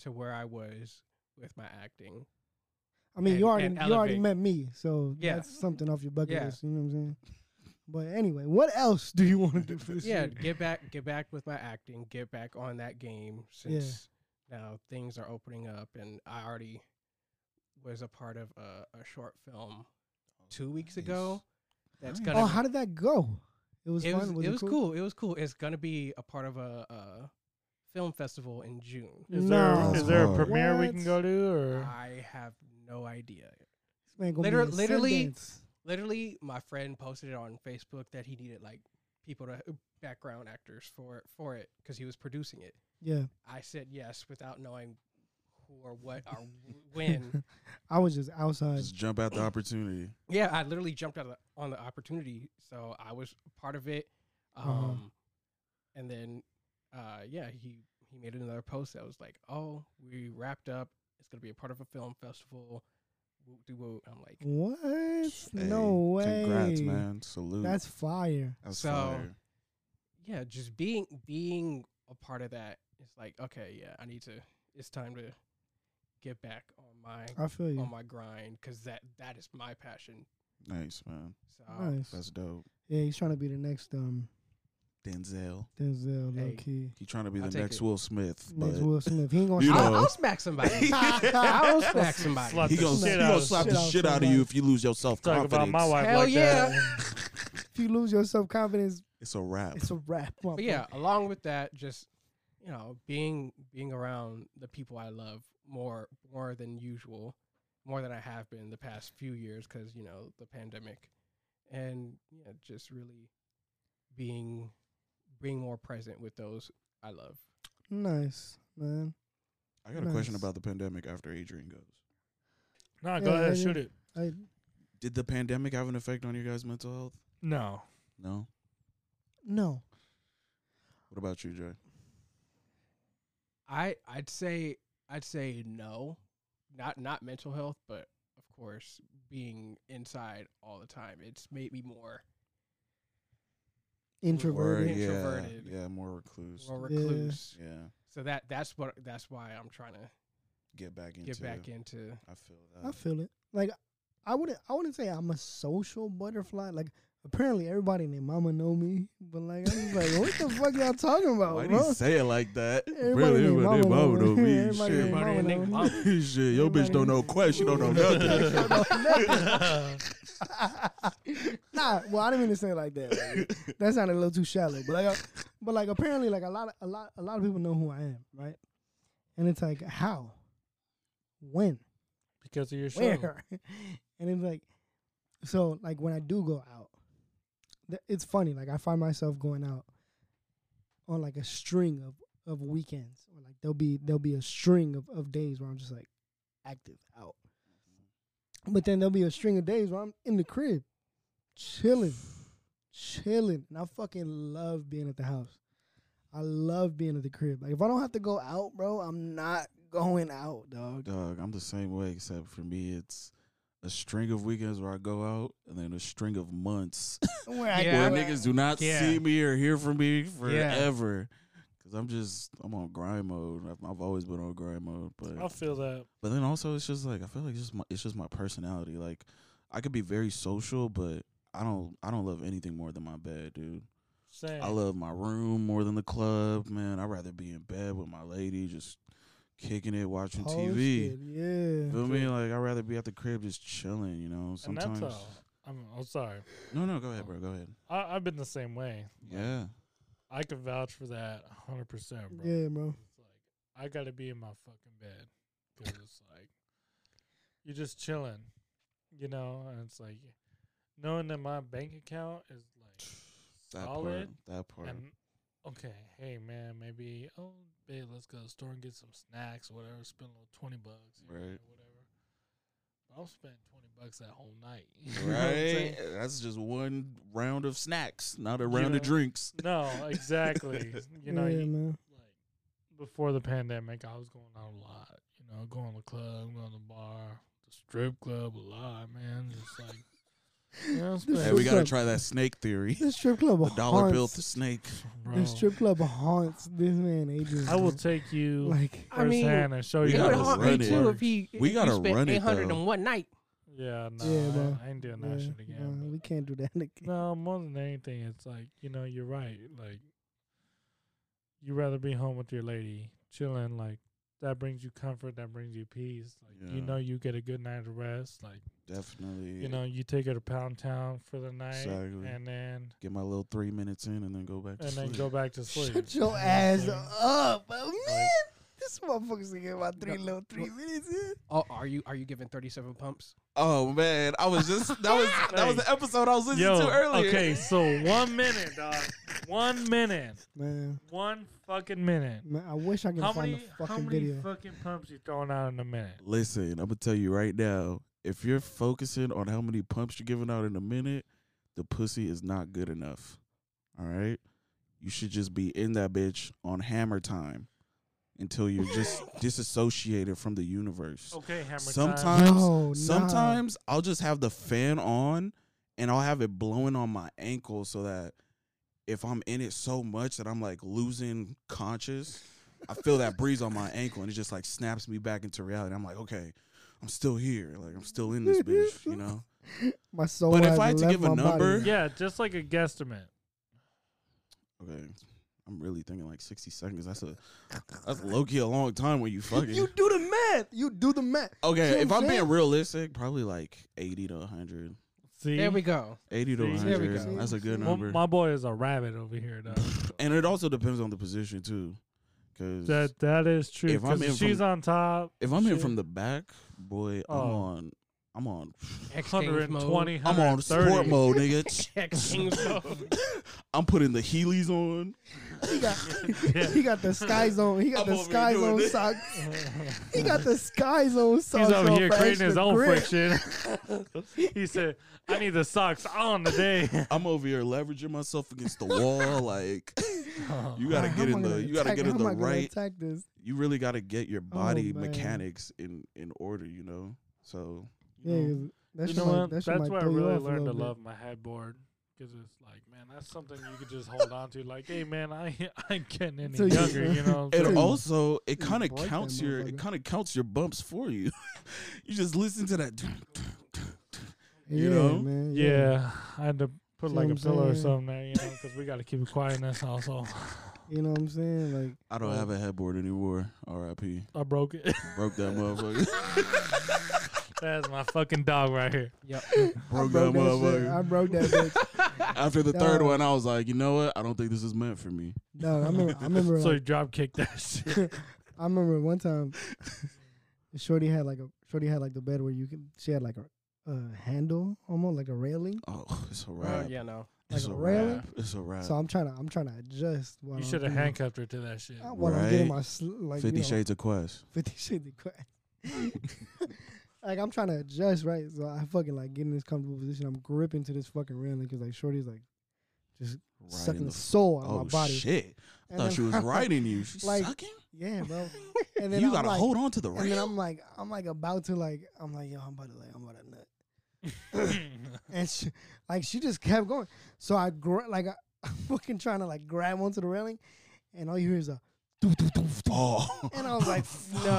S3: to where I was with my acting.
S1: I mean,
S3: And-
S1: you already
S3: and
S1: you already
S3: elevate.
S1: met me, so
S3: Yeah.
S1: that's something off your bucket
S3: Yeah.
S1: list. You know what I'm saying? But anyway, what else do you want to do for this
S3: Yeah,
S1: year?
S3: get back get back with my acting, get back on that game
S1: Yeah.
S3: since now things are opening up and I already was a part of a, a short film two weeks ago. That's
S2: Nice.
S3: gonna
S1: Oh,
S3: be-
S1: how did that go? It was
S3: it
S1: fun.
S3: was,
S1: was
S3: it was cool? It was cool. It's gonna be a part of a, a film festival in June.
S4: Is there
S1: No.
S4: is there a
S2: Hard.
S4: premiere we can
S1: What?
S4: go to or
S3: I have no idea.
S1: This man gonna
S3: Liter-
S1: be in
S3: literally-
S1: Sundance.
S3: Literally, my friend posted it on Facebook that he needed like people to uh, background actors for for it because he was producing it.
S1: Yeah,
S3: I said yes without knowing who or what or when.
S1: I was just outside.
S2: Just jump at the opportunity.
S3: yeah, I literally jumped out of the, on the opportunity, so I was part of it. Um,
S1: Uh-huh.
S3: and then, uh, yeah, he he made another post that was like, "Oh, we wrapped up. It's gonna be a part of a film festival." Woot de woot. I'm like,
S1: What? no way.
S2: Hey, Congrats, man. Salute.
S1: That's
S2: That's,
S1: fire.
S3: So-
S2: fire.
S3: yeah, just being being a part of that. It's like, okay, yeah, I need to. It's time to get back on my
S1: I feel you.
S3: on Oh my grind because that that is my passion.
S2: Nice, man.
S3: So
S1: nice.
S2: That's dope.
S1: Yeah, he's trying to be the next um
S2: Denzel.
S1: Denzel
S3: Hey.
S1: low key.
S2: He trying to be
S3: I'll
S2: the
S3: take
S2: next
S3: it.
S2: Will Smith, but
S1: Next Will Smith. He ain't gonna
S2: You
S1: stop.
S3: I'll,
S2: know.
S3: I'll smack somebody. I'll smack somebody.
S4: Slap
S2: he
S4: the
S2: gonna,
S1: shit
S2: he
S1: out
S2: gonna
S1: of-
S2: slap
S1: shit
S2: the
S1: out of
S2: shit out of
S1: somebody.
S2: you if you lose your self
S4: talk
S2: confidence.
S4: about my wife
S3: Hell
S4: like
S3: yeah.
S1: if you lose your self confidence,
S2: It's a wrap.
S1: it's a wrap. my
S3: But yeah,
S1: boy.
S3: along with that, just you know, being being around the people I love more more than usual, more than I have been the past few years because you know the pandemic, and yeah, just really being being more present with those I love.
S1: Nice, man.
S2: I got a question
S1: Nice.
S2: about the pandemic after Adrian goes.
S4: No, go
S1: Yeah,
S4: ahead,
S1: yeah.
S4: shoot it.
S1: I
S2: Did the pandemic have an effect on your guys' mental health?
S4: No,
S2: No.
S1: no.
S2: What about you, Jay?
S3: I I'd say I'd say no, not not mental health, but of course being inside all the time. It's made me more
S2: Or,
S1: Introverted.
S3: Worried. Introverted.
S2: Yeah, yeah, more recluse.
S3: more
S1: Yeah.
S3: recluse.
S2: Yeah,
S3: So that that's what that's why I'm trying to
S2: get back into.
S3: get back into
S2: I feel that.
S1: I feel it. Like I wouldn't. I wouldn't say I'm a social butterfly. Like apparently everybody and their mama know me, but like I'm just like, what the fuck y'all talking about,
S2: Why do
S1: bro?
S2: you say it like that?
S1: Everybody named
S2: everybody
S1: Mama
S2: mama
S1: know
S2: know
S1: me.
S2: me. Shit.
S1: Everybody named Mama
S3: Everybody named
S1: know
S3: Mama.
S1: me.
S2: Shit, your bitch
S1: Everybody-
S2: don't know Quest. She don't know nothing.
S1: nah, well, I didn't mean to say it like that. like, that sounded a little too shallow. But like, uh, but like, apparently, like a lot, a lot, a lot of people know who I am, right? And it's like, how, when,
S4: because of your show.
S1: where, and it's like, so like when I do go out, th- it's funny. Like I find myself going out on like a string of of weekends, or like there'll be there'll be a string of of days where I'm just like active out.
S4: Mm-hmm.
S1: But then there'll be a string of days where I'm in the crib, chilling, chilling, and I fucking love being at the house. I love being at the crib. Like if I don't have to go out, bro, I'm not going out, dog.
S2: Dog, I'm the same way, except for me, it's a string of weekends where I go out, and then a string of months
S1: Where I
S2: where
S3: Yeah.
S2: niggas do not
S3: Yeah.
S2: see me or hear from me forever. Cause I'm just I'm on grind mode. I've, I've always been on grind mode, but
S4: I feel that.
S2: but then also it's just like I feel like it's just my it's just my personality. Like I could be very social, but I don't I don't love anything more than my bed, dude.
S4: Same.
S2: I love my room more than the club, man. I'd rather be in bed with my lady, just kicking it, watching TV.
S1: Posted, Yeah.
S2: Feel me? Like I'd rather be at the crib just chilling, you know.
S4: and
S2: Sometimes
S4: that's all. I'm, I'm sorry.
S2: No, no, go ahead, bro. Go ahead.
S4: I, I've been the same way.
S2: Yeah.
S4: I can vouch for that 100%, bro.
S1: Yeah, bro.
S4: It's like, I got to be in my fucking bed. Because it's like, you're just chilling, you know? And it's like, knowing that my bank account is like
S2: That
S4: solid.
S2: part. That part.
S4: And okay, hey man, maybe oh babe, let's go to the store and get some snacks or whatever. Spend a little twenty bucks, you know,
S2: Right.
S4: Whatever. I'll spend twenty bucks that whole night. you know what I'm
S2: right?
S4: saying?
S2: That's just one round of snacks, not a
S4: You
S2: round
S4: know?
S2: of drinks.
S4: no, exactly. you know,
S1: yeah,
S4: you-
S1: man.
S4: like before the pandemic, I was going out a lot. You know, going to the club, going to the bar, the strip club a lot, man. Just like you
S1: The
S4: know,
S2: Hey,
S4: spend-
S2: we
S1: What's
S2: gotta
S1: up?
S2: try that snake theory.
S1: This strip club
S2: The
S1: haunts.
S2: dollar bill the snake.
S4: Bro,
S1: the strip club haunts this man Adrian.
S4: I will
S1: man.
S4: take you
S1: like
S3: I mean,
S4: firsthand and show
S2: we
S4: you.
S3: It
S4: how
S3: would
S2: gotta
S4: this
S3: haunt
S2: run
S3: me
S2: it.
S3: too if he
S2: We
S3: if
S2: gotta
S3: you spent
S2: run it,
S3: 800
S2: though.
S3: in one night.
S4: Yeah, no,
S1: Yeah,
S4: I-
S1: bro.
S4: I, ain't doing
S1: yeah,
S4: that shit again.
S1: nah,
S4: but-
S1: we can't do that again.
S4: no, more than anything, it's like you know, you're right. Like, you rather be home with your lady, chilling. Like, that brings you comfort. That brings you peace. Like, you
S2: Yeah.
S4: know, you get a good night of rest. Like,
S2: Definitely.
S4: you know, you take her to Pound Town for the night,
S2: Exactly.
S4: and then
S2: Get my little three minutes in and then go back to
S4: and then
S2: sleep.
S4: go back to sleep.
S1: Shut
S4: You know
S1: your
S4: what I'm
S1: ass
S4: saying?
S1: up, man. This motherfucker's gonna get about three
S3: No,
S1: little three
S3: no.
S1: minutes in.
S3: Oh, are you are you giving 37 pumps?
S2: Oh man, I was just that was that was the episode I was listening
S4: Yo,
S2: to earlier.
S4: okay, so one minute, dog. One minute.
S1: Man,
S4: One fucking minute.
S1: man, I wish I could
S4: How
S1: find
S4: many,
S1: the
S4: how
S1: fucking
S4: many
S1: video.
S4: fucking pumps you throwing out in a minute?
S2: Listen, I'm gonna tell you right now. If you're focusing on how many pumps you're giving out in a minute, the pussy is not good enough. All right, you should just be in that bitch on hammer time until you're just disassociated from the universe.
S4: Okay, hammer.
S2: Sometimes-
S1: no, nah.
S2: Sometimes I'll just have the fan on and I'll have it blowing on my ankle so that if I'm in it so much that I'm like losing conscious, I feel that breeze on my ankle and it just like snaps me back into reality. I'm like, okay, I'm still here. Like I'm still in this bitch, you know?
S1: my soul.
S2: But if
S1: has
S2: I had to
S1: left
S2: give a
S1: my body.
S2: number-
S4: Yeah, just like a guesstimate.
S2: Okay. I'm really thinking like 60 seconds. That's a that's low key a long time when you
S1: you
S2: fucking.
S1: do the math. You do the math. See
S2: Okay,
S1: what
S2: if
S1: I'm
S2: I'm being
S1: saying?
S2: realistic, probably like 80 to 100.
S4: See,
S3: There we go.
S2: 80 to
S4: See?
S3: There we
S2: 100.
S3: go.
S2: That's a good
S4: Well,
S2: number.
S4: my boy is a rabbit over here, dog.
S2: And it also depends on the position too. Cause
S4: That that is true.
S2: If I'm
S4: 'cause
S2: in
S4: she's
S2: from-
S4: on top.
S2: if I'm in
S4: shit.
S2: from the back, boy, I'm
S4: Oh.
S2: on. I'm on.
S3: X Games mode.
S4: 120,
S2: I'm on
S4: 130.
S2: sport mode, nigga.
S3: X Games mode.
S2: I'm putting the Heelys on.
S1: He got, he got the sky zone. He got
S2: I'm
S1: the
S2: over here
S1: sky
S2: doing
S1: zone
S2: this.
S1: socks. He got the sky zone socks.
S4: He's over
S1: on
S4: here
S1: for
S4: creating his
S1: extra
S4: own
S1: grip.
S4: friction. he said, "I need the socks on today."
S2: I'm over here leveraging myself against the wall. Like you gotta
S1: How
S2: get in
S1: am
S2: the
S1: I gonna
S2: you gotta
S1: attack-
S2: get in
S1: how
S2: the
S1: am I gonna
S2: right.
S1: Attack this.
S2: You really gotta get your body
S1: man.
S2: mechanics in in order. You know. So you
S1: Yeah,
S2: know,
S1: 'cause that
S4: you
S1: shit
S4: know
S1: might-
S4: what?
S1: that shit
S4: That's
S1: might
S4: where I
S1: throw you
S4: really
S1: off a
S4: learned to
S1: little bit.
S4: love my headboard because it's like, man, that's something you could just hold on to. Like, hey, man, I I ain't getting any
S1: So you-
S4: younger. You know, what I'm
S2: It
S1: Dude.
S4: saying?
S2: also it
S1: Dude,
S2: kind of
S1: break that
S2: counts your it
S1: motherfucker.
S2: kind of counts your bumps for you. you just listen to that. you
S1: yeah,
S2: know?
S1: man.
S4: yeah, I had to put
S1: See
S4: like
S1: what
S4: a
S1: I'm
S4: pillow or
S1: saying?
S4: something there, you know, because we got to keep it quiet in this Oh, household.
S1: You know what I'm saying? Like
S2: I don't have a headboard anymore. R.I.P.
S4: I broke it.
S2: Broke that motherfucker.
S4: that's my fucking dog right here.
S3: Yep.
S2: broke, that
S1: broke that shit. I
S2: motherfucker.
S1: broke that bitch.
S2: After the third
S1: Dog.
S2: one, I was like, you know what? I don't think this is meant for me.
S1: No, I remember. I remember.
S4: So
S1: like,
S4: he drop kicked that shit.
S1: I remember one time, Shorty had like a Shorty had like the bed where you could. She had like a, a handle, almost like a railing.
S2: Oh, it's a
S3: Oh,
S2: wrap.
S3: yeah, no.
S2: It's
S1: Like
S2: a
S1: a railing?
S2: wrap. It's a wrap.
S1: So I'm trying to. I'm trying to adjust. While I'm
S4: You should have
S1: doing-
S4: handcuffed her to that shit.
S1: I- While I'm getting
S2: Right.
S1: my sl- like
S2: Fifty
S1: you know,
S2: Shades of Quest.
S1: Fifty Shades of Grey. like I'm trying to adjust, right? So I fucking like get in this comfortable position. I'm gripping to this fucking railing because like Shorty's like
S2: Right
S1: sucking
S2: in
S1: the
S2: the
S1: soul out of
S2: oh
S1: my body.
S2: shit! I
S1: And
S2: thought
S1: then-
S2: she was riding you. She's
S1: Like,
S2: sucking.
S1: Yeah, bro. And then
S2: You
S1: I'm
S2: gotta
S1: like,
S2: hold on to the
S1: And then
S2: rail.
S1: I'm like, I'm like about to like, I'm like, yo, I'm about to like, I'm about to nut. And she, like, she just kept going. So I gra- like, I, I'm fucking trying to like grab onto the railing, and all you hear is a, doo, doo, doo, doo.
S2: Oh,
S1: and I was like,
S3: No.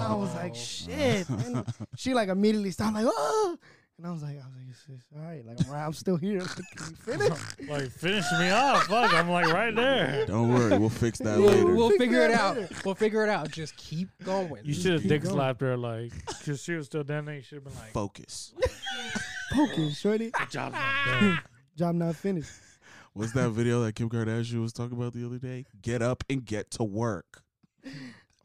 S1: I
S3: I
S1: was like, shit. And she like immediately stopped, like, oh. And I was like, I was like, it's, it's all right. Like, I'm, right, I'm still here. Like, Can you finish?
S4: like finish me off. Fuck, I'm like right there.
S2: don't worry, we'll fix that
S1: You-
S2: later.
S3: We'll figure it
S1: that
S3: out.
S1: later.
S3: We'll figure it out. Just keep going.
S4: You should have
S1: keep
S4: dick
S1: going.
S4: slapped her, like, because she was still down there. You should have been like,
S2: Focus.
S1: Poking, shorty.
S4: "Good job, not done."
S1: Job not finished.
S2: What's that video that Kim Kardashian was talking about the other day? Get up and get to work.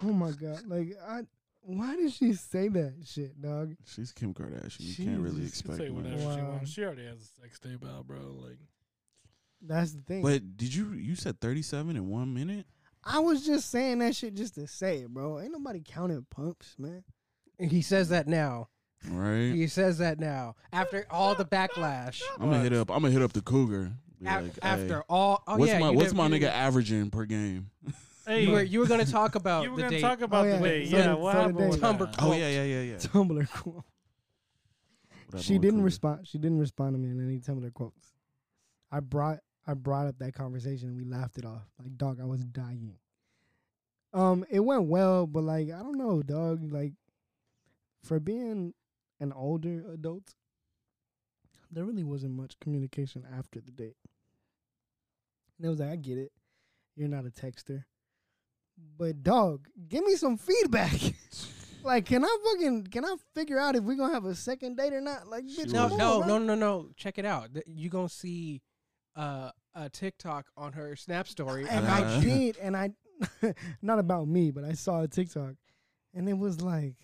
S1: Oh my god. Like, I. Why did she say that shit, dog?
S2: She's Kim Kardashian. You
S1: She
S2: can't really
S1: just-
S4: She can
S2: expect
S4: say whatever
S2: much.
S4: she
S1: Wow.
S4: wants. She already has a sex tape out, bro. Like,
S1: That's the thing.
S2: But did you you said 37 in 1 minute?
S1: I was just saying that shit just to say it, bro. Ain't nobody counting pumps, man.
S3: He says that now.
S2: Right?
S3: He says that now. After all the backlash.
S2: I'm gonna hit up I'm gonna hit up the Cougar. Be
S3: Af-
S2: like, "Hey,
S3: after all, oh
S2: what's
S3: yeah,
S2: my
S3: you
S2: what's
S3: did-
S2: my
S3: you-
S2: nigga averaging per game?
S4: hey,
S3: You were you were gonna talk about
S4: you were
S3: the
S4: gonna
S3: date.
S4: talk about
S1: Oh,
S4: the
S1: yeah,
S4: date.
S1: so
S4: yeah,
S1: did-
S4: what
S1: so did
S4: happened?
S1: they.
S4: with that?
S3: Tumblr
S2: Oh
S3: Well,
S2: yeah, yeah, yeah, yeah.
S1: Tumblr quote.
S2: What happened
S1: She
S2: with
S1: didn't
S2: Cougar?
S1: respond. She didn't respond to me in any Tumblr quotes. I brought I brought up that conversation and we laughed it off. Like, dog, I was dying. Um, it went well, but like, I don't know, dog. Like, for being an older adult, there really wasn't much communication after the date. And it was like, I get it, you're not a texter, but dog, give me some feedback. like, can I fucking can I figure out if we're gonna have a second date or not? Like,
S2: She
S1: bitch,
S3: No,
S2: was-
S1: come on,
S3: no,
S1: bro.
S3: no, no, no. Check it out. Th- You gonna see uh, a TikTok on her Snap story
S1: and
S3: about
S2: Uh.
S1: I did, and I not about me, but I saw a TikTok, and it was like,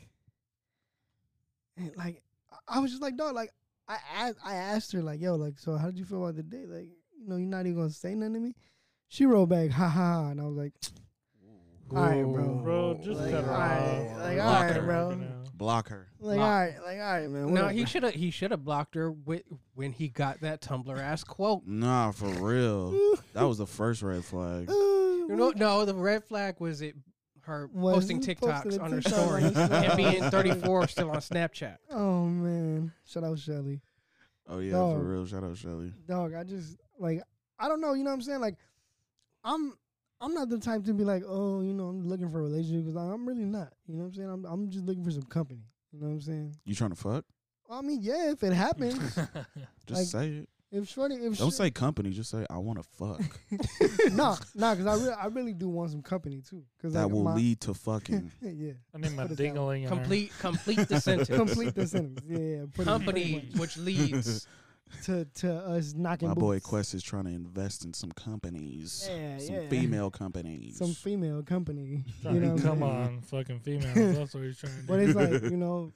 S1: and like I- I was just like, dog, like I asked, I asked her like, yo, like, so how did you feel about the date? Like, you know, you're not even gonna say nothing to me. She wrote back, ha ha, ha," and I was like, all right, bro.
S4: Bro, just
S1: Like,
S4: cut her
S1: alright,
S4: off.
S1: like,
S4: Block
S2: alright,
S4: her,
S1: bro.
S4: you know.
S2: Block her.
S1: like, all
S3: Nah.
S1: right, like, all right, man.
S3: No,
S1: whatever."
S3: he should have. He should have blocked her with, when he got that Tumblr ass quote.
S2: Nah, for real. That was the first red flag.
S1: Ooh,
S3: You know, no, the red flag was it her
S1: Was
S3: posting
S1: posting
S3: TikToks
S1: the
S3: on her
S1: TikTok on
S3: story
S1: her story.
S3: and being 34 still on Snapchat.
S1: Oh man, shout out Shelly.
S2: Oh yeah,
S1: Dog.
S2: for real. Shout out Shelly.
S1: dog i just like i don't know you know what i'm saying like i'm i'm not the type to be like oh you know i'm looking for a relationship because i'm really not you know what i'm saying I'm, I'm just looking for some company you know what i'm saying
S2: You trying to fuck?
S1: i mean yeah if it happens
S2: Just say it.
S1: if shorty if
S2: Don't
S1: sh-
S2: say company. Just say I want to fuck.
S1: no no because i really i really do want some company too because
S2: that
S1: like,
S2: will
S1: my,
S2: lead to fucking.
S1: yeah
S4: I need my
S1: Put it down.
S4: dingling. in her.
S3: Complete, complete the sentence.
S1: complete the sentence yeah, yeah put it- pretty
S3: Company
S1: much.
S3: which leads
S1: to to us knocking.
S2: My boy
S1: boots.
S2: Quest is trying to invest in some companies,
S1: Yeah,
S2: some
S1: yeah.
S2: female companies.
S1: Some female company.
S4: Trying
S1: you know,
S4: to come
S1: what I'm
S4: on, fucking females. That's what he's trying to do.
S1: saying? But it's like you know,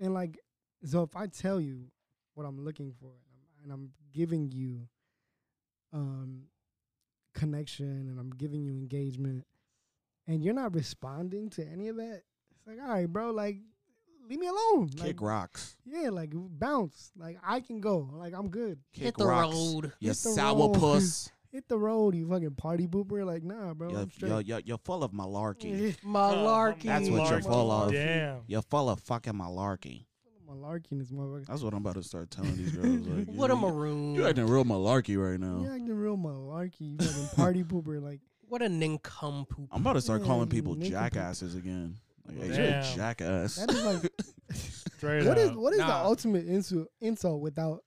S1: and like so if I tell you what I'm looking for and I'm, and I'm giving you um connection and I'm giving you engagement, and you're not responding to any of that, it's like all right, bro, like leave me alone. Like,
S2: Kick rocks.
S1: yeah, like bounce. Like I can go. Like I'm good.
S2: Kick rocks. You
S1: Hit the
S2: sour
S1: road.
S2: puss.
S1: Hit the road, you fucking party pooper. Like nah, bro.
S2: You're,
S1: I'm straight.
S2: you're, you're, you're full of malarkey.
S3: Malarkey.
S2: That's what you're
S4: Malarkey.
S2: full of.
S4: Damn.
S2: You're full of fucking malarkey.
S1: Malarkey in this motherfucker.
S2: That's what I'm about to start telling these girls. Like,
S3: What a
S2: you,
S3: maroon.
S2: you acting real malarkey right now.
S1: You're acting real malarkey. You fucking party pooper. Like,
S3: What a nincompoop.
S2: I'm about to start
S1: Yeah,
S2: calling
S1: you
S2: people
S1: nincompoop.
S2: jackasses again. Like, hey, you're a
S4: Damn.
S2: jackass.
S1: that is like,
S4: Straight
S1: what is
S4: up.
S1: what is the
S3: Nah.
S1: ultimate insult, insult without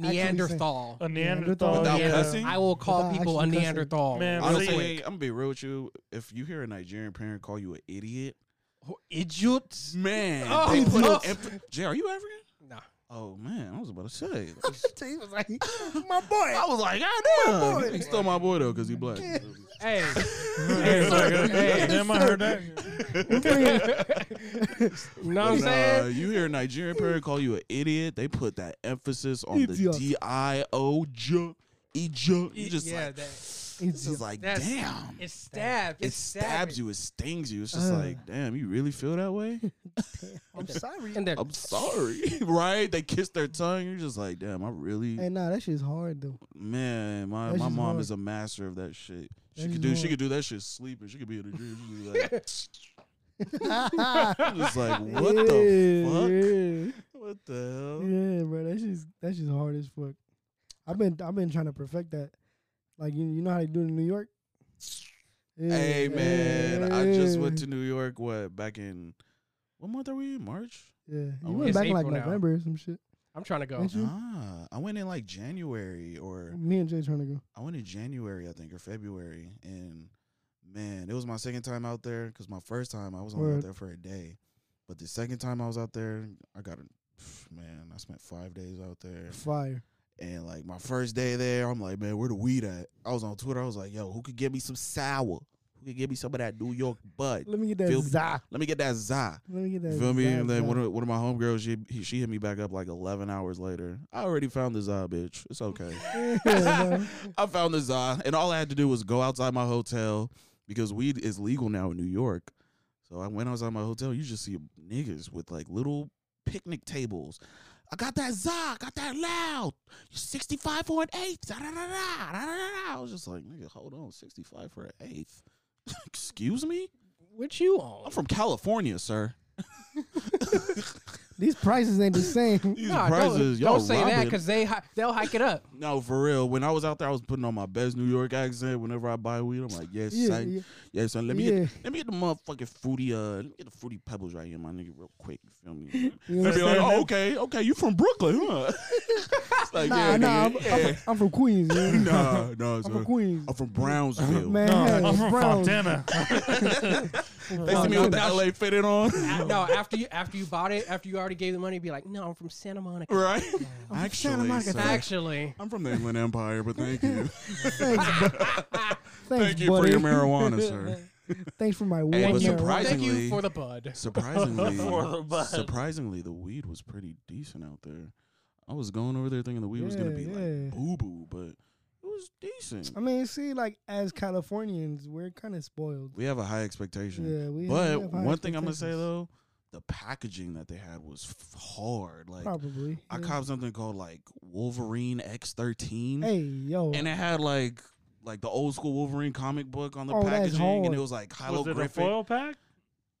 S1: saying-
S3: Neanderthal.
S4: a Neanderthal.
S1: Without
S4: Uh, yeah.
S2: cussing?
S3: I will call
S1: Without
S3: people a
S1: actually cussing.
S3: Neanderthal.
S4: Man,
S2: I'm
S4: Real
S2: gonna,
S4: really?
S2: say,
S4: quick.
S2: I'm gonna be real with you. If you hear a Nigerian parent call you an idiot,
S3: idiots.
S2: man,
S3: Oh,
S2: they put
S3: no.
S2: an emph- Jay, are you African?
S3: Nah.
S2: Oh man, I was about to say.
S1: he was like, my boy.
S2: I was like,
S1: My
S2: God
S1: boy.
S2: damn. He stole my boy though, cause he black.
S3: Hey,
S4: Hey, like,
S3: Hey,
S4: damn, I heard that.
S3: you know what I'm
S2: But, uh,
S3: saying?
S2: you hear a Nigerian parent call you an idiot, they put that emphasis on the
S1: Idiot.
S2: D I O J. Ija. You just
S3: E, yeah,
S2: like,
S3: that,
S2: it's just like,
S3: That's-
S2: damn.
S3: it stabs.
S2: It stabs you. It stings you. It's just
S1: Uh.
S2: like, damn, you really feel that way?
S1: I'm sorry.
S3: And then
S2: I'm sorry, right? They kiss their tongue. You're just like, damn, I really,
S1: Hey, nah, that shit's hard though.
S2: man. My,
S1: That's
S2: my
S1: just
S2: mom
S1: hard.
S2: is a master of that shit. She
S1: That's
S2: could
S1: just
S2: do, she
S1: hard.
S2: could do that shit sleeping. She could be in a dream. She'd be like,
S1: what
S2: I'm just like, what the fuck? What the
S1: Yeah,
S2: hell?
S1: yeah, bro. That shit's that shit's hard as fuck. I've been I've been trying to perfect that. Like you you know how they do it in New York. Yeah,
S2: Hey man, I just went
S1: yeah.
S2: to New York. What back in what month are we in? March?
S1: Yeah,
S2: I
S1: you
S2: went-
S1: went back in like
S3: It's April now.
S1: November or some shit.
S3: I'm trying to go.
S1: Didn't you?
S2: Ah, I went in like January or
S1: Me and Jay trying to go.
S2: I went in January, I think, or February, and man, it was my second time out there because my first time I was only out
S1: Word.
S2: there for a day, but the second time I was out there, I got a man. I spent five days out there,
S1: Fire.
S2: and like my first day there, I'm like, man, where the weed at? I was on Twitter. I was like, yo, who could give me some sour? Who could give me some of that New York bud?
S1: Let me get that
S2: Feel-
S1: za.
S2: Let me get that za.
S1: Let me get that.
S2: You feel me?
S1: za,
S2: And then
S1: za.
S2: one of, one of my homegirls, she he, she hit me back up like eleven hours later. I already found the za, bitch. It's okay.
S1: Yeah, bro.
S2: I found the za, and all I had to do was go outside my hotel because weed is legal now in New York. So I went outside my hotel. You just see niggas with like little picnic tables. I got that za, I got that loud. Sixty five for an eighth. Da, da, da, da, da, da, da. I was just like, nigga, hold on, sixty five for an eighth. Excuse me?
S3: What you on?
S2: I'm from California, sir.
S1: These prices ain't the same.
S2: These
S3: Nah,
S2: prices,
S3: don't,
S2: y'all
S3: don't say that
S2: robbing.
S3: because they hi- they'll hike it up.
S2: No, for real. When I was out there, I was putting on my best New York accent. Whenever I buy weed, I'm like, yes,
S1: Yeah,
S2: son,
S1: yeah.
S2: yes, son. Let me
S1: Yeah.
S2: get, let me get the motherfucking fruity, uh, let me get the fruity pebbles right here, my nigga, real quick. You feel me?
S1: You know
S2: They
S1: what
S2: be
S1: I'm
S2: like,
S1: saying?
S2: oh, okay, okay, you from Brooklyn, huh? It's like,
S1: Nah,
S2: yeah,
S1: nah, I'm,
S2: nigga,
S1: I'm,
S2: yeah.
S1: from, I'm from Queens. Man.
S2: nah, nah,
S1: I'm
S2: son.
S1: from Queens.
S2: I'm from Brownsville.
S1: Man,
S4: No,
S1: hey,
S4: I'm from
S1: Browns.
S4: Fontana.
S2: they see me with the LA fitted on,
S3: A- no, after you after you bought it, after you already gave the money, be like, no, I'm from Santa Monica.
S2: right? Actually,
S1: Monica.
S2: sir,
S3: Actually,
S2: I'm from the Inland Empire, but thank you,
S1: Thanks, bu- thanks,
S2: thank you for
S1: buddy.
S2: your marijuana, sir.
S1: Thanks for my one
S2: Hey, but
S1: marijuana.
S2: surprise-
S3: thank you
S2: Surprisingly-
S3: for the bud.
S2: Surprisingly,
S4: For the bud.
S2: surprisingly, the weed was pretty decent out there. I was going over there thinking the weed was gonna
S1: Yeah,
S2: be
S1: yeah.
S2: like boo boo, but it was decent.
S1: I mean, see, like as Californians, we're kind of spoiled.
S2: We have a high expectation,
S1: Yeah, we.
S2: but
S1: we have high
S2: one thing I'm gonna say
S1: expectations.
S2: though, the packaging that they had was f- hard. Like
S1: probably.
S2: I
S1: yeah.
S2: copped something called like Wolverine X13,
S1: Hey, yo.
S2: and it had like like the old school Wolverine comic book on the
S1: Oh, that's
S2: packaging, and
S1: hard.
S2: it was like
S4: Was it a
S2: holographic.
S4: foil pack?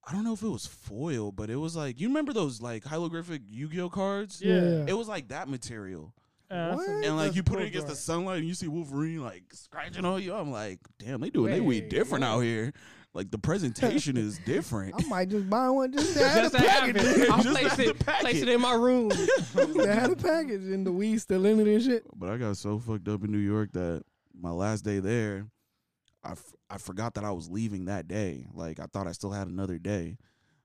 S2: I don't know if it was foil, but it was like you remember those like holographic Yu-Gi-Oh cards?
S1: yeah.
S2: It was like that material.
S4: Uh,
S1: What?
S2: And like
S4: that's
S2: you put
S4: cool
S2: it against the
S4: jar.
S2: sunlight and you see Wolverine like scratching on you. I'm like, damn, they doing they
S3: Hey,
S2: weed different
S3: yeah.
S2: out here. Like the presentation is different.
S1: I might just buy one just to have
S3: Just
S1: the
S3: to have
S1: package.
S3: it. I'll
S2: Just
S3: place
S2: have the
S3: it, place
S2: packet.
S3: it in my room.
S1: Just to have the package and the weed still in it and shit.
S2: but I got so fucked up in New York that my last day there, I, f- I forgot that I was leaving that day. Like I thought I still had another day.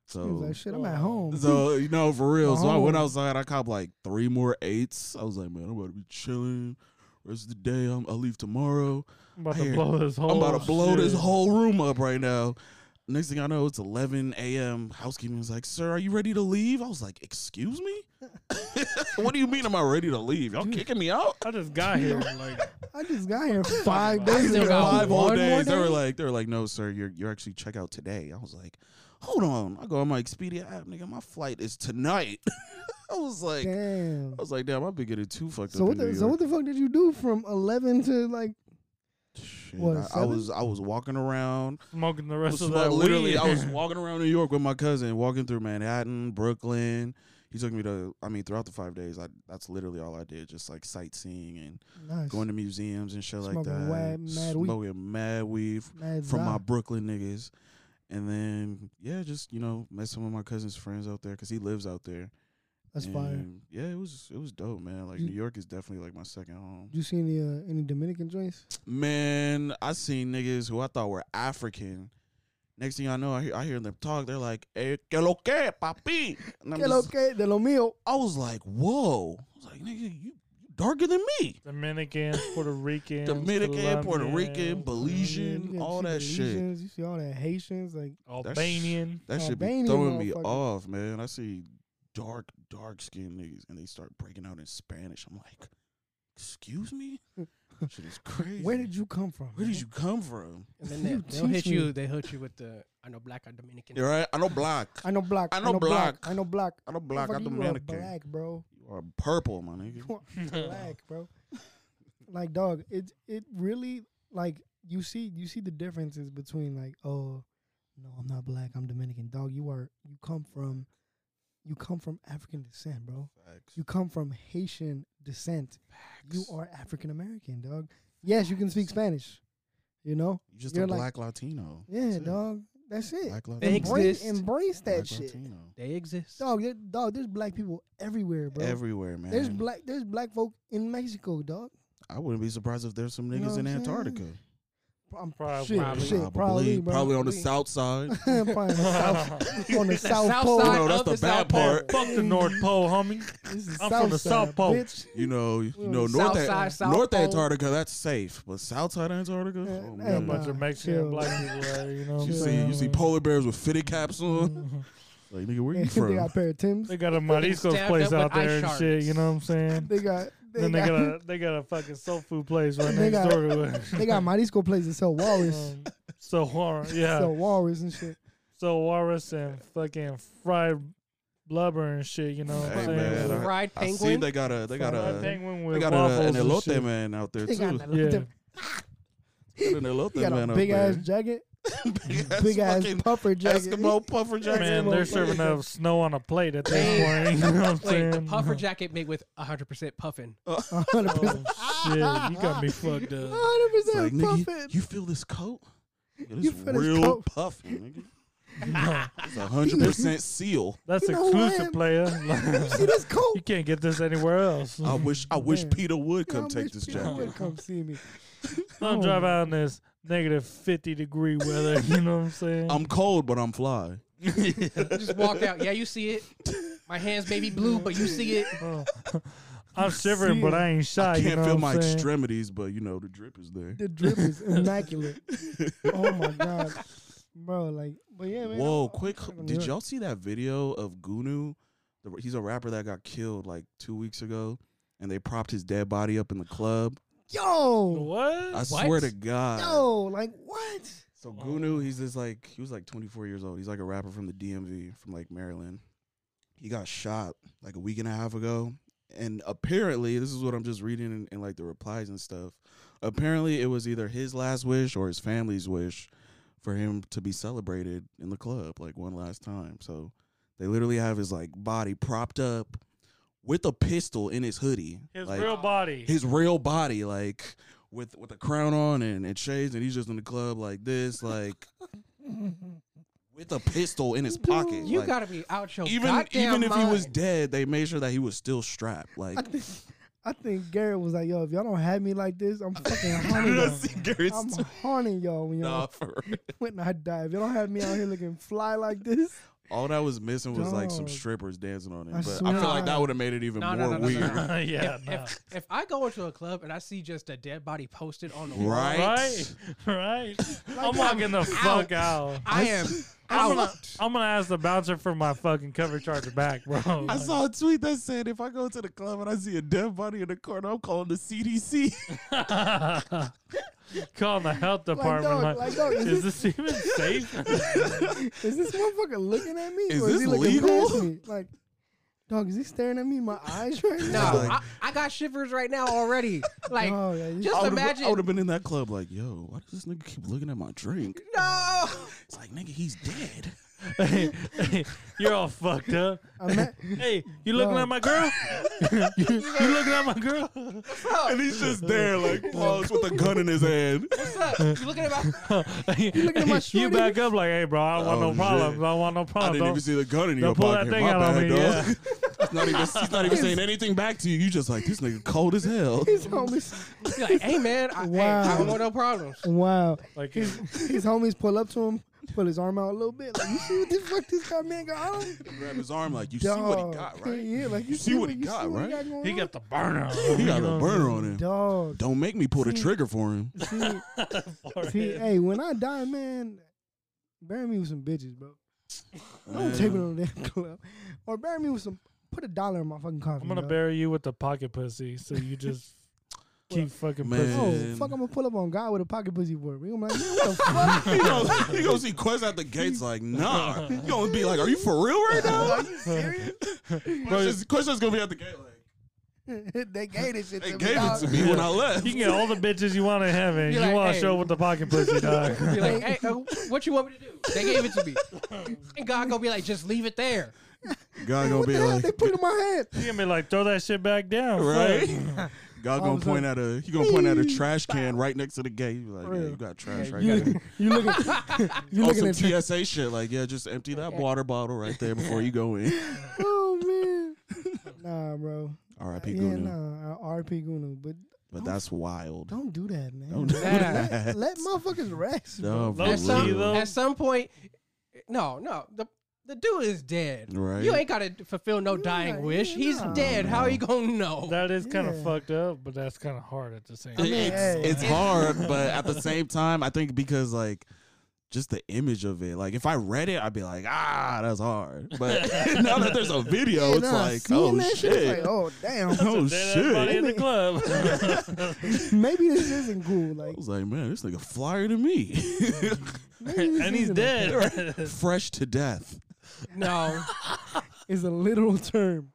S1: He
S2: So
S1: was
S2: oh.
S1: like, shit, I'm at home.
S2: So you know, for real. So I went
S1: Oh.
S2: outside. I copped like three more eights. I was like, man, I'm about to be chilling. Rest of the day. I'm, I leave tomorrow.
S4: I'm about
S2: Here.
S4: to blow this whole.
S2: I'm about
S1: Oh,
S2: to blow this
S4: shit.
S2: whole room up right now. Next thing I know, it's 11 a.m. Housekeeping is like, sir, are you ready to leave? I was like, excuse me. what do you mean? Am I ready to leave? Y'all kicking me out?
S4: I just got here. Like,
S1: I just got here five
S3: about- I
S1: days
S3: still
S1: ago.
S3: got
S2: Five whole
S3: one more
S2: days. They were
S3: day?
S2: like, they were like, no, sir, you're you're actually check out today. I was like, hold on. I go on my Expedia app, nigga. My flight is tonight. I was like,
S1: Damn.
S2: I was like, damn, I've been getting too fucked
S1: So
S2: up.
S1: what
S2: in New
S1: the so
S2: York.
S1: what the fuck did you do from eleven to like
S2: Shit,
S1: what,
S2: I, I
S1: seven?
S2: was I was walking around.
S4: smoking the
S2: I
S4: rest
S2: was
S4: of
S2: smoking-
S4: that
S2: literally,
S4: weed.
S2: I was walking around New York with my cousin, walking through Manhattan, Brooklyn. He took me to. I mean, throughout the five days, I that's literally all I did, just like sightseeing and
S1: nice
S2: going to museums and shit like
S1: Smoking
S2: that.
S1: wad- mad weed.
S2: smoking mad weed
S1: mad
S2: from my
S1: vibe.
S2: Brooklyn niggas. And then yeah, just you know, met some of my cousin's friends out there because he lives out there.
S1: That's fire.
S2: And, Yeah, it was it was dope, man. Like
S1: You-
S2: New York is definitely like my second home.
S1: Did you see any uh, any Dominican joints?
S2: Man, I seen niggas who I thought were African. Next thing I know, I hear, I hear them talk. They're like, "Hey, que lo que, papi?" And I'm
S1: Que lo
S2: just-
S1: que de lo mío.
S2: I was like, "Whoa!" I was like, "Nigga, you, you darker than me."
S4: Dominican, Puerto Rican,
S2: Dominican, Puerto Rican,
S4: Colombian,
S1: Yeah,
S2: Belizean,
S1: you
S2: all
S1: see
S2: that shit.
S1: Belizeans, You see all that Haitians, like
S4: Albanian.
S2: That shit be
S1: Albanian
S2: throwing me
S1: motherfucker.
S2: off, man. I see dark, dark skinned niggas, and they start breaking out in Spanish. I'm like, "Excuse me." shit is crazy.
S1: where did you come from?
S2: Where did
S1: man?
S2: you come from?
S3: And then
S1: You
S3: they, they'll hit
S1: teach me.
S3: you. They hit you with the I know black or Dominican.
S2: You're right. I know black.
S1: I know black.
S2: I know black.
S1: I know black.
S2: I know black.
S1: Motherfucker,
S2: I'm
S1: you are
S2: Dominican.
S1: Black, bro.
S2: You are purple, my nigga.
S1: You are black, bro. Like dog, it it really like you see you see the differences between like oh no I'm not black I'm Dominican dog you are you come from you come from African descent bro you come from Haitian descent you
S2: Facts.
S1: are African American dog yes you can speak Spanish you know
S2: You just
S1: You're
S2: a
S1: like-
S2: black Latino.
S1: yeah
S2: That's it.
S1: dog that's it
S2: Black Latino.
S3: Thanks,
S1: embrace,
S3: exist.
S1: embrace that
S2: Black
S1: shit
S2: Latino.
S3: They exist.
S1: dog there, dog there's black people everywhere bro
S2: Everywhere, man.
S1: there's black there's black folk in Mexico dog
S2: I wouldn't be surprised if there's some
S1: You know
S2: niggas
S1: what
S2: in
S1: I'm saying?
S2: Antarctica.
S1: I'm
S4: Probably.
S1: shit,
S3: Probably.
S1: shit, probably, bro.
S2: Probably on the south side.
S1: probably on the south, on the
S3: That
S1: south,
S3: south
S1: pole.
S3: side
S2: No, that's
S3: of
S2: the
S3: the
S2: bad
S3: south pole.
S2: part.
S4: Fuck the North Pole, homie.
S1: This is
S4: I'm from the South
S1: side,
S4: Pole.
S1: bitch.
S2: You know, you
S1: Well,
S2: know,
S3: south
S2: North, A-
S3: side, south
S2: North
S3: pole.
S2: Antarctica, that's safe, but south side Antarctica,
S1: Yeah,
S2: oh, we
S1: yeah,
S4: Got a
S2: got
S1: nah.
S4: bunch of Mexican
S1: chill.
S4: and black people there, you know.
S2: You
S1: Yeah.
S2: see,
S1: Mm-hmm.
S2: you see polar bears with fitted caps on. Like, nigga, where you
S1: they
S2: from?
S1: got a pair of Tims.
S4: They got a
S3: Stabbed
S4: mariscos
S3: up
S4: place
S3: with
S4: out
S3: ice
S4: there and shit. You know what I'm saying?
S1: They got they,
S4: then they
S1: got,
S4: got a they got a fucking soul food place right
S1: They
S4: next
S1: got-
S4: door to it.
S1: they got Marisco places that sell walrus,
S4: Um, so war, yeah.
S1: sell
S4: So,
S1: walrus and shit.
S4: walrus and fucking fried blubber and shit. You know what
S2: Hey,
S4: I'm saying?
S2: man, I-
S3: Fried
S2: I see
S3: penguin.
S2: they got a, they got
S4: Fried
S2: a,
S4: penguin
S2: they
S4: with
S2: got a, an
S4: waffles and
S2: elote
S4: shit.
S2: man out there
S1: They got,
S2: too.
S1: that
S4: Yeah.
S1: little-
S2: They got an elote
S1: they got
S2: man
S1: a
S2: out
S1: big ass
S2: there.
S1: jacket,
S2: Big ass
S1: big ass
S2: fucking
S1: puffer jacket.
S2: Eskimo puffer jacket.
S4: Man,
S1: Jackson
S4: they're
S1: Hole.
S4: serving up snow on a plate at this point. You know what I'm
S3: Wait,
S4: saying?
S3: the puffer jacket made with 100% puffin.
S1: hundred percent,
S4: Oh, shit, you got me fucked up.
S1: hundred
S2: It's like,
S1: percent
S2: nigga,
S1: puffin.
S2: you, you feel this coat? It
S1: You
S2: is
S1: feel this
S2: real
S1: coat?
S2: puffy, nigga. It's a hundred
S1: You-
S2: percent seal.
S4: That's
S1: You know who I
S4: exclusive,
S1: am?
S4: player.
S1: You see this coat?
S4: you can't get this anywhere else.
S2: I wish, I wish
S1: Man.
S2: Peter would come
S1: Y'all
S2: take
S1: bitch
S2: this
S1: people
S2: jacket.
S1: would Come see me.
S4: Don't drive out in this negative fifty degree weather. You know what I'm saying?
S2: I'm cold, but I'm fly.
S3: Just walk out. Yeah, you see it. My hands may be blue, but you see it.
S4: Oh. I'm shivering,
S1: See
S4: but
S1: ya.
S4: I ain't shy.
S2: I
S4: you
S2: can't
S4: know
S2: feel
S4: what
S2: my
S4: I'm saying?
S2: extremities, but you know the drip is there.
S1: The drip is immaculate. oh my god, bro! Like, but yeah, man.
S2: Whoa,
S1: I'm- I'm
S2: quick!
S1: fucking
S2: Did
S1: good.
S2: y'all see that video of Gunu? The, he's a rapper that got killed like two weeks ago, and they propped his dead body up in the club.
S1: Yo,
S4: What?
S2: I swear
S3: What?
S2: to God.
S1: yo, like what?
S2: So Gunu, he's this like he was like 24 years old. He's like a rapper from the DMV from like Maryland. He got shot like a week and a half ago, and apparently this is what I'm just reading in, in like the replies and stuff. Apparently it was either his last wish or his family's wish for him to be celebrated in the club like one last time. So they literally have his like body propped up with a pistol in his hoodie,
S4: His
S2: like
S4: real body.
S2: his real body, like with with a crown on and, and shades, and he's just in the club like this, like with a pistol in his pocket.
S3: You
S2: like,
S3: gotta be out your
S2: even
S3: goddamn
S2: even if he was
S3: mind.
S2: dead, they made sure that he was still strapped. Like
S1: I think I think Garrett was like, yo, if y'all don't have me like this, I'm fucking haunting
S2: I
S1: y'all.
S2: see
S1: Oh
S2: Garrett's
S1: I'm haunting y'all when y'all
S2: nah, for real.
S1: when I die. If y'all don't have me out here looking fly like this,
S2: All that was missing was like some
S1: Dog.
S2: strippers dancing on it.
S1: I
S2: but I
S1: swear
S2: feel
S3: to
S2: like that
S1: God.
S2: would have made it even
S3: No, no,
S2: more
S3: no, no, no,
S2: weird.
S3: no.
S4: yeah,
S3: if,
S4: no.
S3: if, if I go into a club and I see just a dead body posted on the wall,
S2: Right.
S4: right, right. I'm walking the fuck out.
S3: I am
S4: I'm gonna,
S3: out.
S4: I'm gonna ask the bouncer for my fucking cover charge back, bro.
S2: I
S4: Like,
S2: saw a tweet that said, "If I go to the club and I see a dead body in the corner, I'm calling the CDC."
S4: Call the health department.
S1: dog,
S4: like,
S1: like, dog,
S4: is
S1: is
S4: this even safe?
S1: Is this motherfucker looking at me?
S2: Is
S1: or
S2: this
S1: is he looking
S2: legal?
S1: past me? Like, dog, is he staring at me in my eyes right
S3: No,
S1: now?
S2: Like-
S3: I, I got shivers right now already. Like,
S1: oh, yeah, you-
S3: just-
S2: I would've-
S3: imagine-
S2: I would have been in that club like, "Yo, why does this nigga keep looking at my drink?"
S3: no.
S2: It's like, "Nigga, he's dead."
S4: Hey, hey, you're all fucked up.
S1: I'm at-
S4: Hey, you looking
S1: No.
S4: at my girl? you, you looking at my girl?
S2: and he's just there, like paused with a gun in his hand.
S3: What's up? You looking at my?
S4: you
S1: looking at my
S4: You
S1: shorty?
S4: back up like, hey, bro, I don't
S2: Oh,
S4: want no problems.
S2: shit.
S4: I don't want no
S2: I
S4: problems.
S2: didn't
S4: Don't-
S2: even see the gun in
S4: Don't
S2: your
S4: pull
S2: pocket.
S4: that thing
S2: My
S4: out on
S2: bad,
S4: me,
S2: dog.
S4: yeah.
S2: He's not even, he's not even saying anything back to you. You just like this nigga cold as hell.
S1: his homies.
S3: You're like, hey man, I, hey, I
S1: Wow.
S3: don't want no problems.
S1: Wow.
S4: like,
S1: His, his homies pull up to him, pull his arm out a little bit. Like, you see what the fuck this guy man got on?
S2: Grab his arm like you see what he
S1: Dog.
S2: got, right?
S1: Yeah, like you,
S2: see what he
S1: you
S2: got,
S1: see what
S2: right?
S1: He got, going
S4: he
S1: on?
S4: got the burner.
S2: He got a burner on him.
S1: dog.
S2: Don't make me pull the
S1: See-
S2: trigger for him.
S1: See, see, hey, when I die, man, bury me with some bitches, bro. Don't take me to the damn club, or bury me with some. Put a dollar in my fucking coffin.
S4: I'm gonna
S1: dog.
S4: bury you with the pocket pussy, so you just keep fucking
S2: Man.
S4: pussy.
S1: Oh,
S2: And-
S1: fuck, I'm gonna pull up on God with a pocket pussy for me. I'm like, man, what the fuck?
S2: He goes, he goes, he quest at the gates like, nah. You gonna be like, are you for real right now? Are you serious? Quest Quest's gonna be at the gate like,
S1: they gave this shit
S2: they
S1: to
S2: gave
S1: me.
S2: it
S1: dog.
S2: to me when I left.
S4: You can get all the bitches you want in heaven.
S3: Be
S4: You
S3: like,
S4: want to
S3: hey.
S4: show up with the pocket pussy, dog.
S3: Be like, hey, uh, what you want me to do? They gave it to me, and God gonna be like, just leave it there.
S2: God
S1: What
S2: gonna
S1: the
S2: be
S1: hell
S2: like,
S1: they put in my head?
S4: You can be like, throw that shit back down,
S2: right?
S4: fuck.
S2: God
S1: All
S2: gonna
S1: of a sudden,
S2: point at a, he gonna point at a trash can right next to the gate. He be like,
S1: For
S2: yeah,
S1: real.
S2: you got trash right
S1: You,
S2: there.
S1: you looking? You
S2: on
S1: looking
S2: some
S1: at? the-
S2: TSA shit. Like, yeah, just empty that water bottle right there before you go in.
S1: oh man, nah, bro.
S2: R.I.P.
S1: Yeah,
S2: Gunu.
S1: nah, I- R.P. Gunu, but
S2: But that's wild.
S1: don't do that, man.
S2: Don't do
S1: let,
S2: that.
S1: Let, motherfuckers rest.
S2: No, for
S1: Bro.
S4: Low
S3: At some,
S4: key,
S2: real.
S4: though.
S3: at some point, no, no, the the dude is dead.
S2: Right.
S3: You ain't gotta fulfill no
S1: Yeah,
S3: dying
S1: yeah,
S3: wish. He's
S1: nah.
S3: dead. How you gonna know?
S4: That is kind of
S1: Yeah.
S4: fucked up, but that's kind of hard at the same time.
S1: mean,
S2: it's,
S1: hey.
S2: it's hard, but at the same time, I think because like just the image of it. Like if I read it, I'd be like, ah, that's hard. But now that there's a video,
S1: Yeah,
S2: it's
S1: nah,
S2: like,
S1: seeing
S2: oh
S1: that
S2: shit.
S1: it's like, oh damn.
S2: oh
S4: Dead ass body
S2: shit.
S4: in the club.
S1: Maybe this isn't cool.
S2: I
S1: Like,
S2: was like, man, this nigga flyer to me.
S1: maybe this
S4: and he's
S1: isn't-
S4: dead.
S2: Fresh to death.
S3: no,
S1: Is a literal term.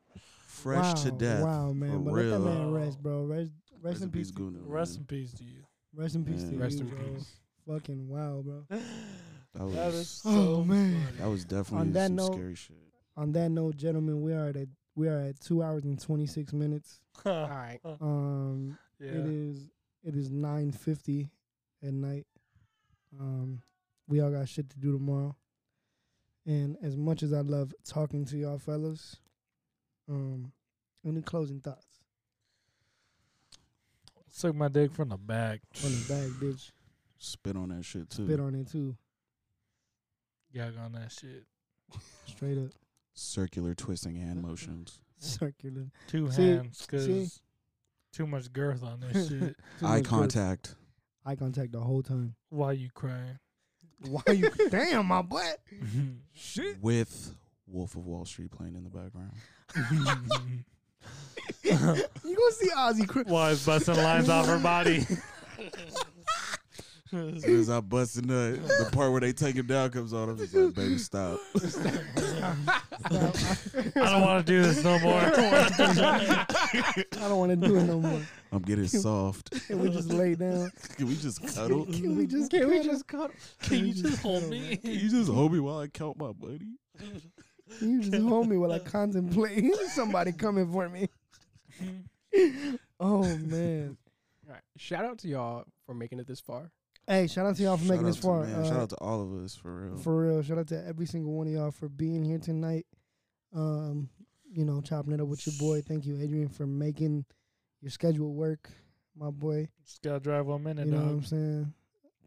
S2: Fresh to
S1: Wow,
S2: death.
S1: Wow, man.
S2: For
S1: but
S2: real.
S1: let that man rest, bro. Rest, rest, in peace.
S2: Gunu,
S4: Rest in
S2: man.
S4: peace to you.
S1: Rest in peace to
S2: Rest
S1: you,
S3: in
S1: bro.
S3: peace.
S1: Fucking wow, bro.
S2: That was,
S4: That is
S1: Oh,
S4: so
S1: man.
S4: funny.
S2: that was definitely
S1: that
S2: some
S1: note-
S2: scary shit.
S1: On that note, gentlemen, we are at we are at two hours and twenty six minutes.
S3: all right.
S1: Um,
S4: yeah.
S1: it is it is nine fifty at night. Um, we all got shit to do tomorrow. And as much as I love talking to y'all fellas, um, any closing thoughts
S4: Suck my dick from the back.
S1: on the bag, bitch?
S2: Spit on that shit too.
S1: Spit on it too,
S4: Gag on that shit.
S1: straight up,
S2: Circular twisting hand motions.
S1: circular.
S4: Two hands
S1: See,
S4: 'cause
S1: see.
S4: too much girth on this shit.
S1: Too
S2: Eye
S1: much growth.
S2: contact.
S1: Eye contact the whole time.
S4: Why you crying?
S1: Why you? damn, my butt. Shit.
S2: with Wolf of Wall Street playing in the background.
S1: You gonna see Ozzy cr-
S4: Why is busting lines off her body?
S2: As soon as I bust a nut, the part where they take him down comes on. I'm just like, baby, stop.
S4: I don't want to do this no more.
S1: I don't want to do it no more.
S2: I'm getting soft.
S1: Can we just lay down?
S2: Can we just cuddle? Can
S1: Can we just?
S3: Can we
S1: cuddle?
S3: just cuddle?
S4: Can you just hold me?
S2: you just hold me while I count my money?
S1: Can you just hold me while I contemplate somebody coming for me? oh man!
S3: All right. Shout out to y'all for making it this far.
S1: Hey, shout out to y'all for
S2: Shout
S1: making this
S2: out to-
S1: far.
S2: man,
S1: Uh,
S2: shout out to all of us for real.
S1: for real. Shout out to every single one of y'all for being here tonight. Um, you know, chopping it up with your boy. Thank you, Adrian, for making your schedule work, my boy.
S4: Just gotta drive one minute,
S1: You know what
S4: dog.
S1: I'm saying?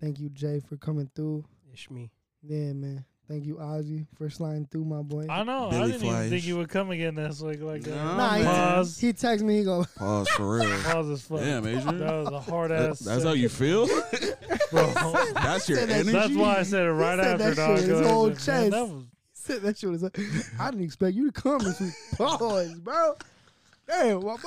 S1: Thank you, Jay, for coming through.
S3: It's me.
S1: Yeah, man. Thank you, Ozzy, for sliding through my boy.
S4: I know. I
S2: Billy
S4: didn't even think
S2: flies.
S4: you would come again this week. Like, that.
S2: No,
S1: Nah, he-
S4: pause,
S1: He texted me. He go,
S2: Pause for real.
S4: pause as fuck.
S2: Damn, Adrian.
S4: That was a hard
S2: That-
S4: ass.
S2: that's how you feel.
S4: Bro.
S2: That's your
S1: Said that
S2: energy.
S4: That's why I said it right
S1: said
S4: after,
S1: that
S4: dog.
S1: shit in his
S4: I
S1: whole
S4: was like, man, that
S1: chest.
S4: was
S1: said that shit was. Up. I didn't expect you to come this week. Pause, bro. Damn, my boy.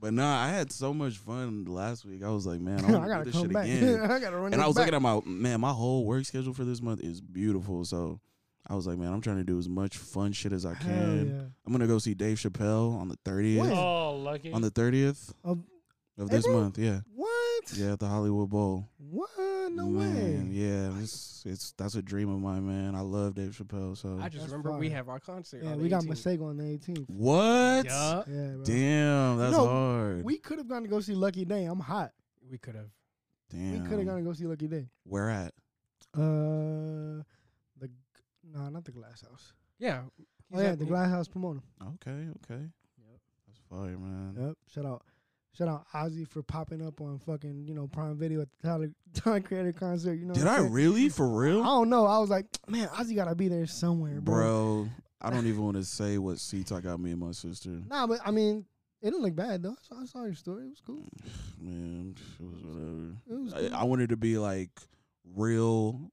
S2: But nah, I had so much fun last week. I was like, man, I
S1: I
S2: want to do
S1: gotta
S2: this
S1: come
S2: shit
S1: back.
S2: again.
S1: I gotta run.
S2: and
S1: this
S2: I was
S1: back.
S2: looking at my man, my whole work schedule for this month is beautiful. So I was like, man, I'm trying to do as much fun shit as I
S1: Hell
S2: can. I'm gonna go see Dave Chappelle on the
S1: When?
S2: thirtieth.
S4: oh lucky.
S2: On the thirtieth
S1: Of-
S2: of this
S1: April?
S2: month, yeah,
S1: What?
S2: yeah, at the Hollywood Bowl.
S1: What? No
S2: Man,
S1: way.
S2: Yeah, it's it's that's a dream of mine, man. I love Dave Chappelle. So
S3: I just
S1: That's
S3: remember we
S1: fire.
S3: have our concert.
S1: Yeah,
S3: on
S1: we got
S3: 18th.
S1: mistake on the 18th.
S2: what?
S3: Yeah,
S1: Yeah, bro.
S2: Damn, that's
S1: know,
S2: hard.
S1: We could have gone to go see Lucky Day. I'm hot.
S3: we could have.
S1: We
S2: Damn,
S1: could have gone to go see Lucky Day.
S2: where at?
S1: Uh, the no, nah, not the Glass House.
S3: Yeah.
S1: Oh yeah, the Glass House Pomona.
S2: Okay, okay.
S1: Yep.
S2: That's fire, man.
S1: Yep. Shout out, shout out Ozzy for popping up on fucking you know Prime Video at the Tyler, Tyler Creator concert. You know,
S2: Did
S1: what
S2: I
S1: I'm saying?
S2: really? For
S1: I
S2: real?
S1: don't know. I was like, man, Ozzy gotta be there somewhere, bro.
S2: Bro, I don't even want to say what seats I got me and my sister.
S1: Nah, but I mean, it didn't look bad though. I saw, I saw your story. It was cool.
S2: Man, it was whatever.
S1: It was. Cool.
S2: I, I wanted to be like real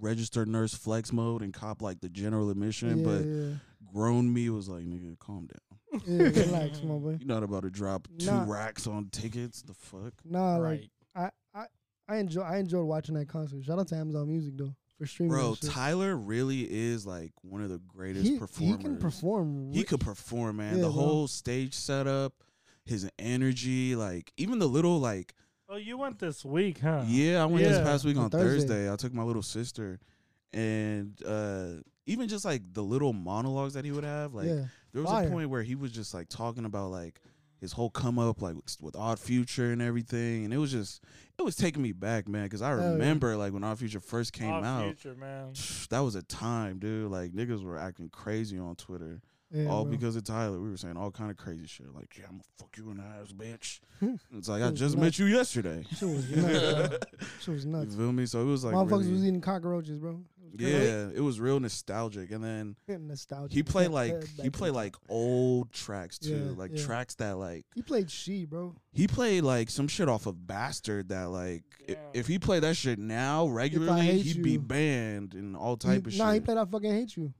S2: registered nurse flex mode and cop like the general admission, but grown me was like, nigga, calm down.
S1: yeah, yeah, relax, my boy.
S2: You're not about to drop two
S1: Nah.
S2: racks on tickets. The fuck?
S1: Nah, like
S4: right.
S1: I, I, I enjoy I enjoyed watching that concert. Shout out to Amazon Music though for streaming.
S2: Bro,
S1: that shit.
S2: Tyler really is like one of the greatest
S1: he,
S2: performers.
S1: he can perform.
S2: he
S1: re-
S2: could perform, man.
S1: Yeah,
S2: the
S1: bro.
S2: whole stage setup, his energy, like even the little like
S4: Oh, you went this week, huh?
S2: yeah, I went this
S4: Yeah.
S2: past week
S1: On
S2: on
S1: Thursday.
S2: Thursday. I took my little sister, and uh even just like the little monologues that he would have, like
S1: yeah,
S2: there was
S1: fire.
S2: a point where he was just like talking about like his whole come up like with- with Odd Future and everything, and it was just it was taking me back, man, because I
S1: yeah.
S2: remember like when Odd Future first came
S4: Odd
S2: out.
S4: Future, man.
S2: That was a time, dude. Like niggas were acting crazy on Twitter
S1: yeah,
S2: all
S1: bro.
S2: because of Tyler. We were saying all kind of crazy shit, like, "Yeah, I'm gonna fuck you in the ass, bitch."
S1: Hmm.
S2: it's like I
S1: was
S2: just met
S1: nuts.
S2: you yesterday.
S1: Shit was nuts.
S2: you
S1: Shit was nuts.
S2: feel me? So it was like,
S1: Motherfuckers
S2: really-
S1: was eating cockroaches, bro. It was crazy.
S2: yeah, it was real nostalgic. And then
S1: nostalgia.
S2: he played
S1: Yeah,
S2: like
S1: back
S2: he
S1: in
S2: played
S1: the-
S2: like old tracks too,
S1: Yeah,
S2: like
S1: yeah.
S2: tracks that like
S1: He played she, bro.
S2: he played like some shit off of Bastard that like i-
S4: Yeah.
S2: if, he played that shit now regularly,
S1: Hate
S2: he'd be
S1: You.
S2: banned and all type
S1: he,
S2: of
S1: Nah, he
S2: shit.
S1: played I fucking hate you.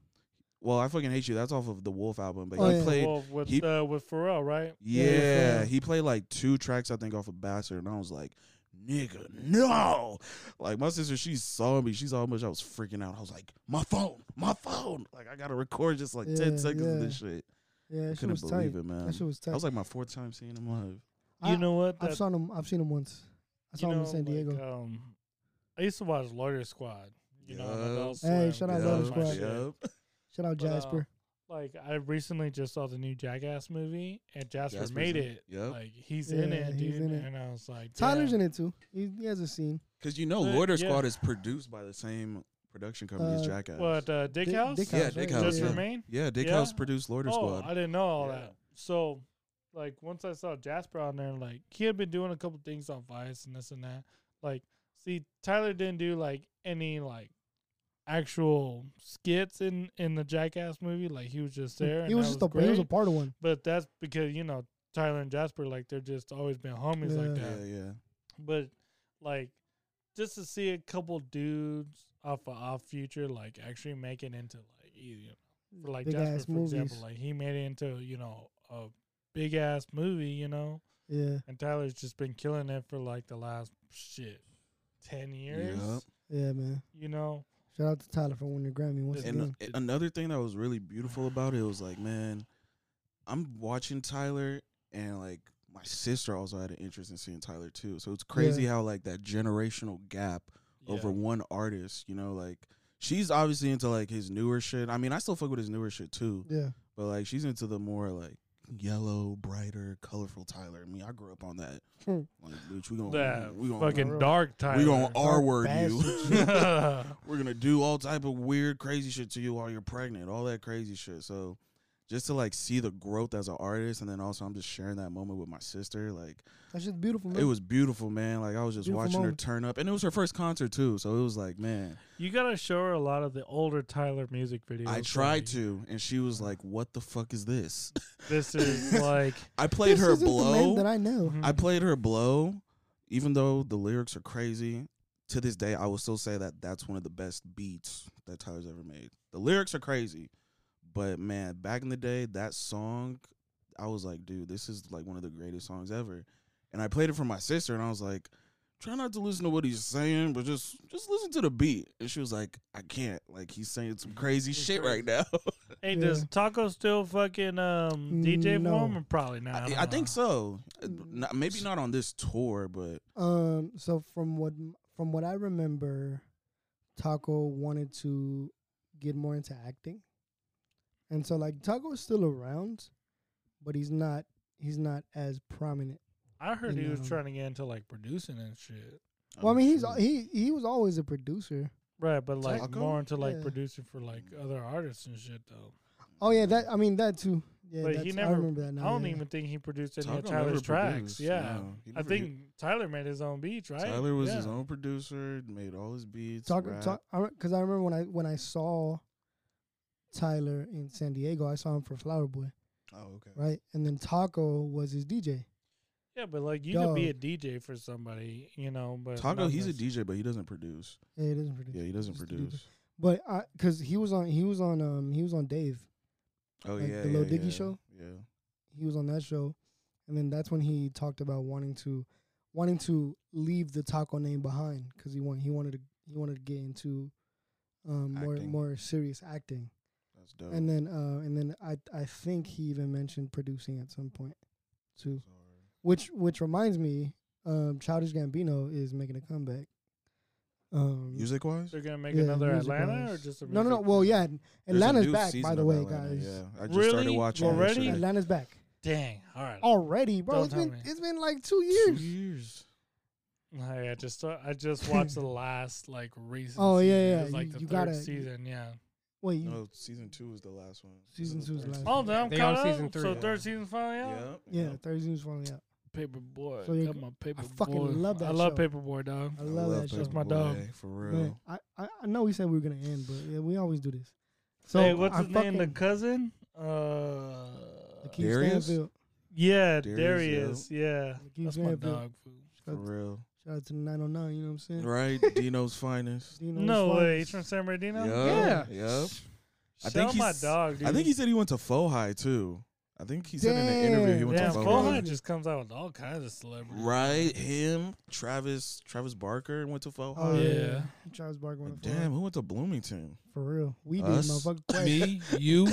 S2: well, I fucking hate you. That's off of the Wolf album, but
S1: Oh,
S2: he
S1: yeah.
S2: played.
S4: Wolf with
S2: he-
S4: uh, with Pharrell, right?
S1: Yeah,
S2: Yeah,
S1: yeah, yeah.
S2: he played like two tracks I think off of Bastard, and I was like, "Nigga, no!" Like my sister, she saw me. She saw how much I was freaking out. I was like, "My phone, my phone!" Like I gotta record just like
S1: Yeah,
S2: ten seconds of this shit.
S1: Yeah,
S2: I
S1: she
S2: couldn't
S1: was
S2: believe
S1: tight.
S2: it, man.
S1: That shit was tight.
S2: That was like my fourth time seeing him live.
S1: I-
S4: you know what?
S1: I've
S4: That-
S1: seen him. I've seen him once. I saw
S4: you
S1: him
S4: know,
S1: in San Diego.
S4: Like, um, I used to watch Lawyer Squad. You know, on
S2: Yeah.
S4: Adult
S1: Hey,
S4: Swim.
S1: shout out
S4: That
S1: Lawyer
S4: was my
S1: Squad.
S4: shit.
S2: Yep.
S1: Shout out
S4: But, uh,
S1: Jasper.
S4: Like I recently just saw the new Jackass movie, and Jasper
S2: Jasper's
S4: made
S2: in-
S4: it.
S2: yep.
S4: Like he's in
S1: Yeah,
S4: it, dude.
S1: he's in it.
S4: And I was like,
S1: Tyler's
S4: damn.
S1: in it too. He, he has a scene.
S2: Because you know,
S4: But,
S2: Loiter
S4: yeah.
S2: Squad is produced by the same production company as
S1: Uh,
S2: Jackass.
S4: What uh, Dick
S1: Dick-
S4: House?
S1: Dick
S2: Yeah,
S1: House,
S2: Dick
S1: right?
S2: House,
S4: Just
S2: yeah.
S4: remain.
S2: Yeah, Dick
S4: Yeah?
S2: House produced Loiter
S4: oh,
S2: Squad.
S4: I didn't know all
S2: Yeah.
S4: that. So, like, once I saw Jasper on there, like, he had been doing a couple things on Vice and this and that. Like, see, Tyler didn't do like any like actual skits in in the Jackass movie. Like, he was just there.
S1: He
S4: and
S1: was
S4: that
S1: just a he was a
S4: great.
S1: part of one.
S4: but that's because you know Tyler and Jasper, like, they're just always been homies like
S1: Yeah.
S4: that.
S2: yeah, yeah.
S4: But like, just to see a couple dudes off of Off Future like actually make it into like you know, for like
S1: Big
S4: Jasper,
S1: ass
S4: for
S1: movies.
S4: example, like he made it into you know a big ass movie, you know,
S1: yeah,
S4: and Tyler's just been killing it for like the last shit ten years,
S2: Yup.
S1: yeah, man.
S4: you know.
S1: Shout out to Tyler for winning the Grammy once
S2: and uh,
S1: again.
S2: a- another thing that was really beautiful about it was like, man, I'm watching Tyler and like my sister also had an interest in seeing Tyler too. So it's crazy how like that generational gap over one artist, you know, like she's obviously into like his newer shit. I mean, I still fuck with his newer shit too,
S1: Yeah,
S2: but like she's into the more like yellow, brighter, colorful Tyler. I mean, I grew up on that.
S1: Hmm.
S2: like, bitch, we gonna
S4: that
S2: we gonna
S4: fucking
S1: real.
S4: dark Tyler.
S2: we gonna R
S1: Dark
S2: word you.
S1: bastard.
S2: We're gonna do all type of weird, crazy shit to you while you're pregnant, all that crazy shit. So just to like see the growth as an artist, and then also I'm just sharing that moment with my sister. Like
S1: That's just beautiful. Man.
S2: it was beautiful, man. Like I was just
S1: Mm-hmm. Beautiful
S2: watching
S1: moment.
S2: her turn up, and it was her first concert too. So it was like, man,
S4: You gotta show her a lot of the older Tyler music videos.
S2: I
S4: like,
S2: tried to, and she was like, "What the fuck is this?"
S4: This is like
S2: I played
S1: This
S2: her
S1: isn't the man
S2: blow.
S1: that I
S4: Mm-hmm.
S1: know.
S2: I played her blow, even though the lyrics are crazy. To this day, I will still say that that's one of the best beats that Tyler's ever made. The lyrics are crazy, but man, back in the day, that song, I was like, dude, this is like one of the greatest songs ever. And I played it for my sister, and I was like, try not to listen to what he's saying, but just just listen to the beat. And she was like, I can't. Like he's saying some crazy
S4: It's
S2: shit
S4: crazy.
S2: right now.
S4: Hey,
S1: Yeah.
S4: does Taco still fucking um DJ
S1: No.
S4: for him? Probably not.
S2: I,
S4: don't
S2: I think
S4: know.
S2: so. Uh, not- maybe not on this tour, but
S1: Um. So from what from what I remember, Taco wanted to get more into acting, and so like Taco is still around, but he's not he's not as prominent.
S4: I heard
S1: you
S4: he was
S1: know.
S4: trying to get into like producing and shit.
S1: Well, I mean, he's
S2: sure.
S1: he he was always a producer.
S4: Right, but like
S2: Taco?
S4: more into like
S1: Yeah.
S4: producing for like other artists and shit though.
S1: Oh yeah, that I mean that too. Yeah,
S4: But he
S1: that's- I
S4: never-
S1: remember that now.
S4: I don't
S1: yeah.
S4: even think he produced any of
S2: Taco never
S4: Tyler's tracks.
S2: produced,
S4: yeah.
S2: no. He
S4: I
S2: never
S4: think Tyler made his own beats, right?
S2: Tyler was his
S4: Yeah.
S2: own producer, made all his beats.
S1: talk
S2: rap.
S1: talk because I remember when I when I saw Tyler in San Diego, I saw him for Flower Boy,
S2: Oh, okay.
S1: right? And then Taco was his DJ.
S4: Yeah, but like you could be a DJ for somebody, you know, but
S2: Taco,
S4: not
S2: he's a
S4: necess-
S2: DJ, but he doesn't produce.
S1: Yeah, it isn't pretty.
S2: Yeah, he doesn't
S1: He's the
S2: produce.
S1: But I because he was on he was on um he was on Dave.
S2: Oh
S1: Like
S2: yeah,
S1: the Lil
S2: yeah,
S1: Dicky
S2: yeah,
S1: show?
S2: Yeah.
S1: He was on that show, and then that's when he talked about wanting to wanting to leave the Taco name behind because he want he wanted to he wanted to get into um more
S2: Acting. Oh.
S1: more serious acting.
S2: That's dope.
S1: And then uh and then I I think he even mentioned producing at some point too. Which which reminds me, um Childish Gambino is making a comeback. Um
S2: Music wise,
S4: They're gonna make
S1: yeah,
S4: another
S1: music
S4: Atlanta
S1: wise.
S4: or just a
S1: No no no
S4: music-
S1: well yeah Atlanta's back by the way guys.
S2: Yeah, I just started
S4: Really?
S2: watching it
S4: Already?
S2: yesterday.
S1: Atlanta's back.
S4: Dang. All right.
S1: Already, bro.
S4: Don't
S1: it's
S4: tell
S1: been
S4: me.
S1: it's been like two
S2: Two
S1: years.
S2: years.
S4: Hey, I just saw- I just watched the last like recent.
S1: Oh, yeah,
S4: season. It
S1: yeah,
S4: was, like
S1: you-
S4: the
S1: you
S4: third
S1: gotta-
S4: season. Yeah.
S1: Wait, you,
S2: No, season two was the last one.
S1: Season two is
S2: the
S1: last
S2: third
S1: one.
S4: Oh, then I'm
S3: They
S4: caught
S3: on season
S4: up.
S3: three
S4: So
S3: now.
S4: third season finally out.
S2: Yep,
S1: yeah,
S2: yep.
S1: Thursday was finally out.
S4: Paperboy.
S1: So you-
S4: got my paper
S1: fucking love that
S4: I love
S1: show.
S4: Paperboy, dog.
S1: I love, that
S4: Paper
S1: show.
S4: That's my dog.
S2: Boy, For
S1: Man,
S2: real.
S1: I, I I know we said we were gonna end, but yeah, we always do this. So
S4: hey, what's
S1: I
S4: his name? The
S1: fucking-
S4: cousin? Uh,
S1: Lakeith
S2: Darius?
S1: Stanfield.
S4: yeah,
S2: Darius,
S4: Darius. Yeah,
S1: Lakeith
S4: that's my
S1: Stanfield.
S4: dog. fool.
S2: For real.
S1: Shout out to the 909. You know what I'm saying?
S2: Right? Dino's finest.
S1: You know
S4: No
S1: it's
S4: way,
S1: fine.
S4: he's from San Bernardino.
S2: Yeah. Yep. I
S4: Shout
S2: think
S4: out my
S2: he's-
S4: dog, dude.
S2: I think he said he went to Fohi too. I think he said in an interview he
S1: Damn.
S2: went
S4: Damn,
S2: to
S1: Fohi.
S2: Fohi.
S4: Fohai just comes out with all kinds of celebrities.
S2: Right, him, Travis, Travis Barker went to Fohi.
S1: Oh yeah.
S4: Yeah.
S1: Charles Barker went for
S2: Damn,
S1: it.
S2: who went to Bloomington?
S1: for real. We did,
S2: Us.
S1: motherfucker.
S4: Me, you,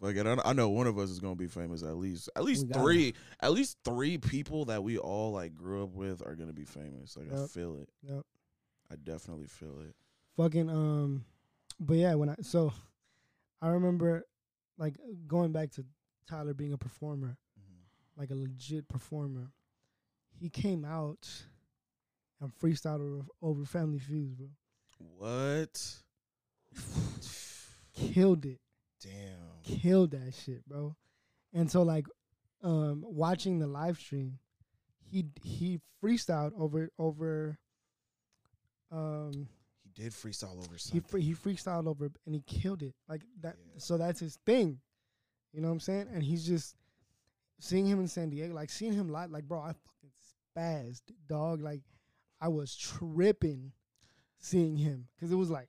S2: Like, I, I know one of us is gonna be famous. At least, at least
S1: We gotta.
S2: three, at least three people that we all like grew up with are gonna be famous. Like, I
S1: Yep.
S2: feel it.
S1: Yep.
S2: I definitely feel it.
S1: fucking um but yeah when i so i remember like going back to tyler being a performer like a legit performer he came out and freestyled over, over family feuds bro
S2: What?
S1: killed it
S2: Damn.
S1: killed that shit bro and so like um watching the live stream he he freestyled over over um
S2: He did freestyle over
S1: he
S2: something.
S1: free, he freestyled over it and he killed it like that
S2: Yeah.
S1: so that's his thing you know what i'm saying and he's just seeing him in san diego like seeing him live like bro i fucking spazzed dog like i was tripping seeing him because it was like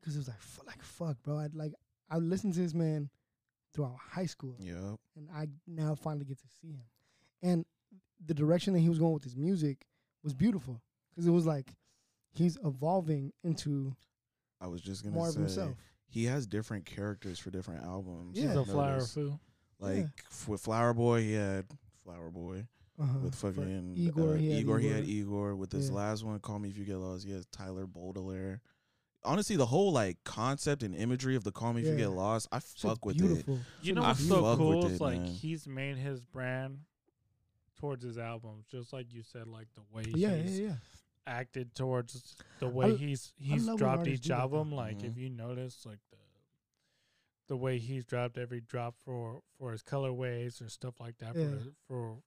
S1: because it was like fu- like fuck bro i like i listened to this man throughout high school
S2: yep.
S1: and i now finally get to see him and the direction that he was going with his music was beautiful because it was like he's evolving into
S2: I was just gonna
S1: more of
S2: say
S1: himself
S2: he has different characters for different albums.
S1: Yeah.
S4: She's
S2: I've
S4: a flower
S2: noticed.
S4: fool.
S2: Like
S1: Yeah.
S2: f- with Flower Boy, he had Flower Boy.
S1: Uh-huh.
S2: With
S1: For
S2: fucking
S1: Igor,
S2: uh,
S1: he had
S2: Igor, he
S1: Igor.
S2: had Igor. With this
S1: Yeah.
S2: last one, Call Me If You Get Lost, he has Tyler Baudelaire. Honestly, the whole like concept and imagery of the Call Me If You
S1: Yeah.
S2: Get Lost, I
S1: Shit's
S2: fuck with it.
S1: beautiful.
S4: You
S1: Shit
S4: know
S1: is
S2: I
S4: what's
S1: beautiful.
S4: so
S2: fuck with
S4: cool?
S2: it,
S4: It's like
S2: man.
S4: he's made his brand towards his albums, just like you said, like the way
S1: Yeah,
S4: he's
S1: yeah, yeah.
S4: acted towards the way
S1: l-
S4: he's he's
S1: love when
S4: dropped
S1: artists
S2: Mm-hmm.
S4: each
S1: do that, though.
S4: album. Like if
S2: Mhm.
S4: you notice, like the the way he's dropped every drop for for his colorways and stuff like that
S1: Yeah.
S4: for his- for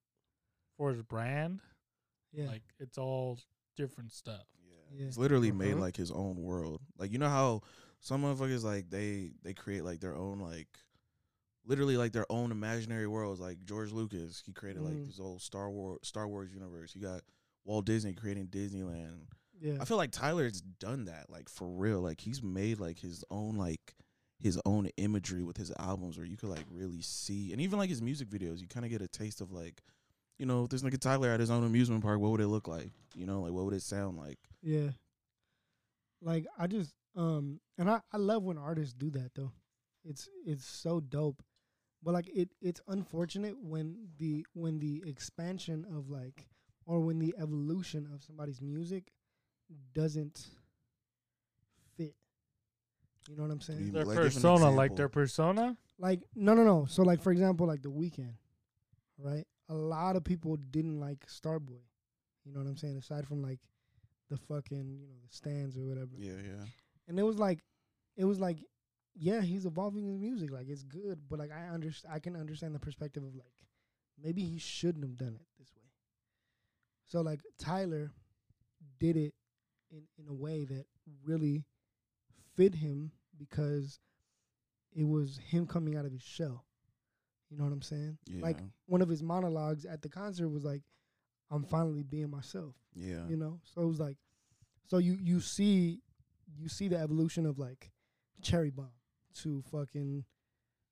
S4: for his brand.
S1: Yeah.
S4: Like it's all different stuff.
S1: Yeah. Uh-huh.
S2: He's literally made
S4: Mhm.
S2: like his own world. Like you know how some motherfuckers like they they create like their own like literally like their own imaginary worlds. Like George Lucas, he created
S1: Mhm.
S2: like this old Star Wars Star Wars universe. You got Walt Disney creating Disneyland.
S1: yeah.
S2: I feel like Tyler's done that like for real. Like he's made like his own like his own imagery with his albums where you could like really see and even like his music videos, you kind of get a taste of like you know, if this nigga Tyler had his own amusement park, what would it look like? You know, like what would it sound like?
S1: Yeah. Like I just um and I, I love when artists do that though. It's it's so dope. But like it it's unfortunate when the when the expansion of like or when the evolution of somebody's music doesn't fit. You know what I'm saying?
S2: mean?
S4: Their
S2: Like, give an
S4: persona, like their
S2: example.
S4: persona.
S1: like no no no so like for example like the weekend right a lot of people didn't like starboy you know what i'm saying aside from like the fucking you know the stands or whatever
S2: Yeah, yeah.
S1: and it was like it was like yeah he's evolving his music like it's good but like i understand i can understand the perspective of like maybe he shouldn't have done it this way so like tyler did it in in a way that really fit him because it was him coming out of his shell you know what i'm saying
S2: Yeah.
S1: like one of his monologues at the concert was like i'm finally being myself
S2: yeah.
S1: you know so it was like so you you see you see the evolution of like cherry bomb to fucking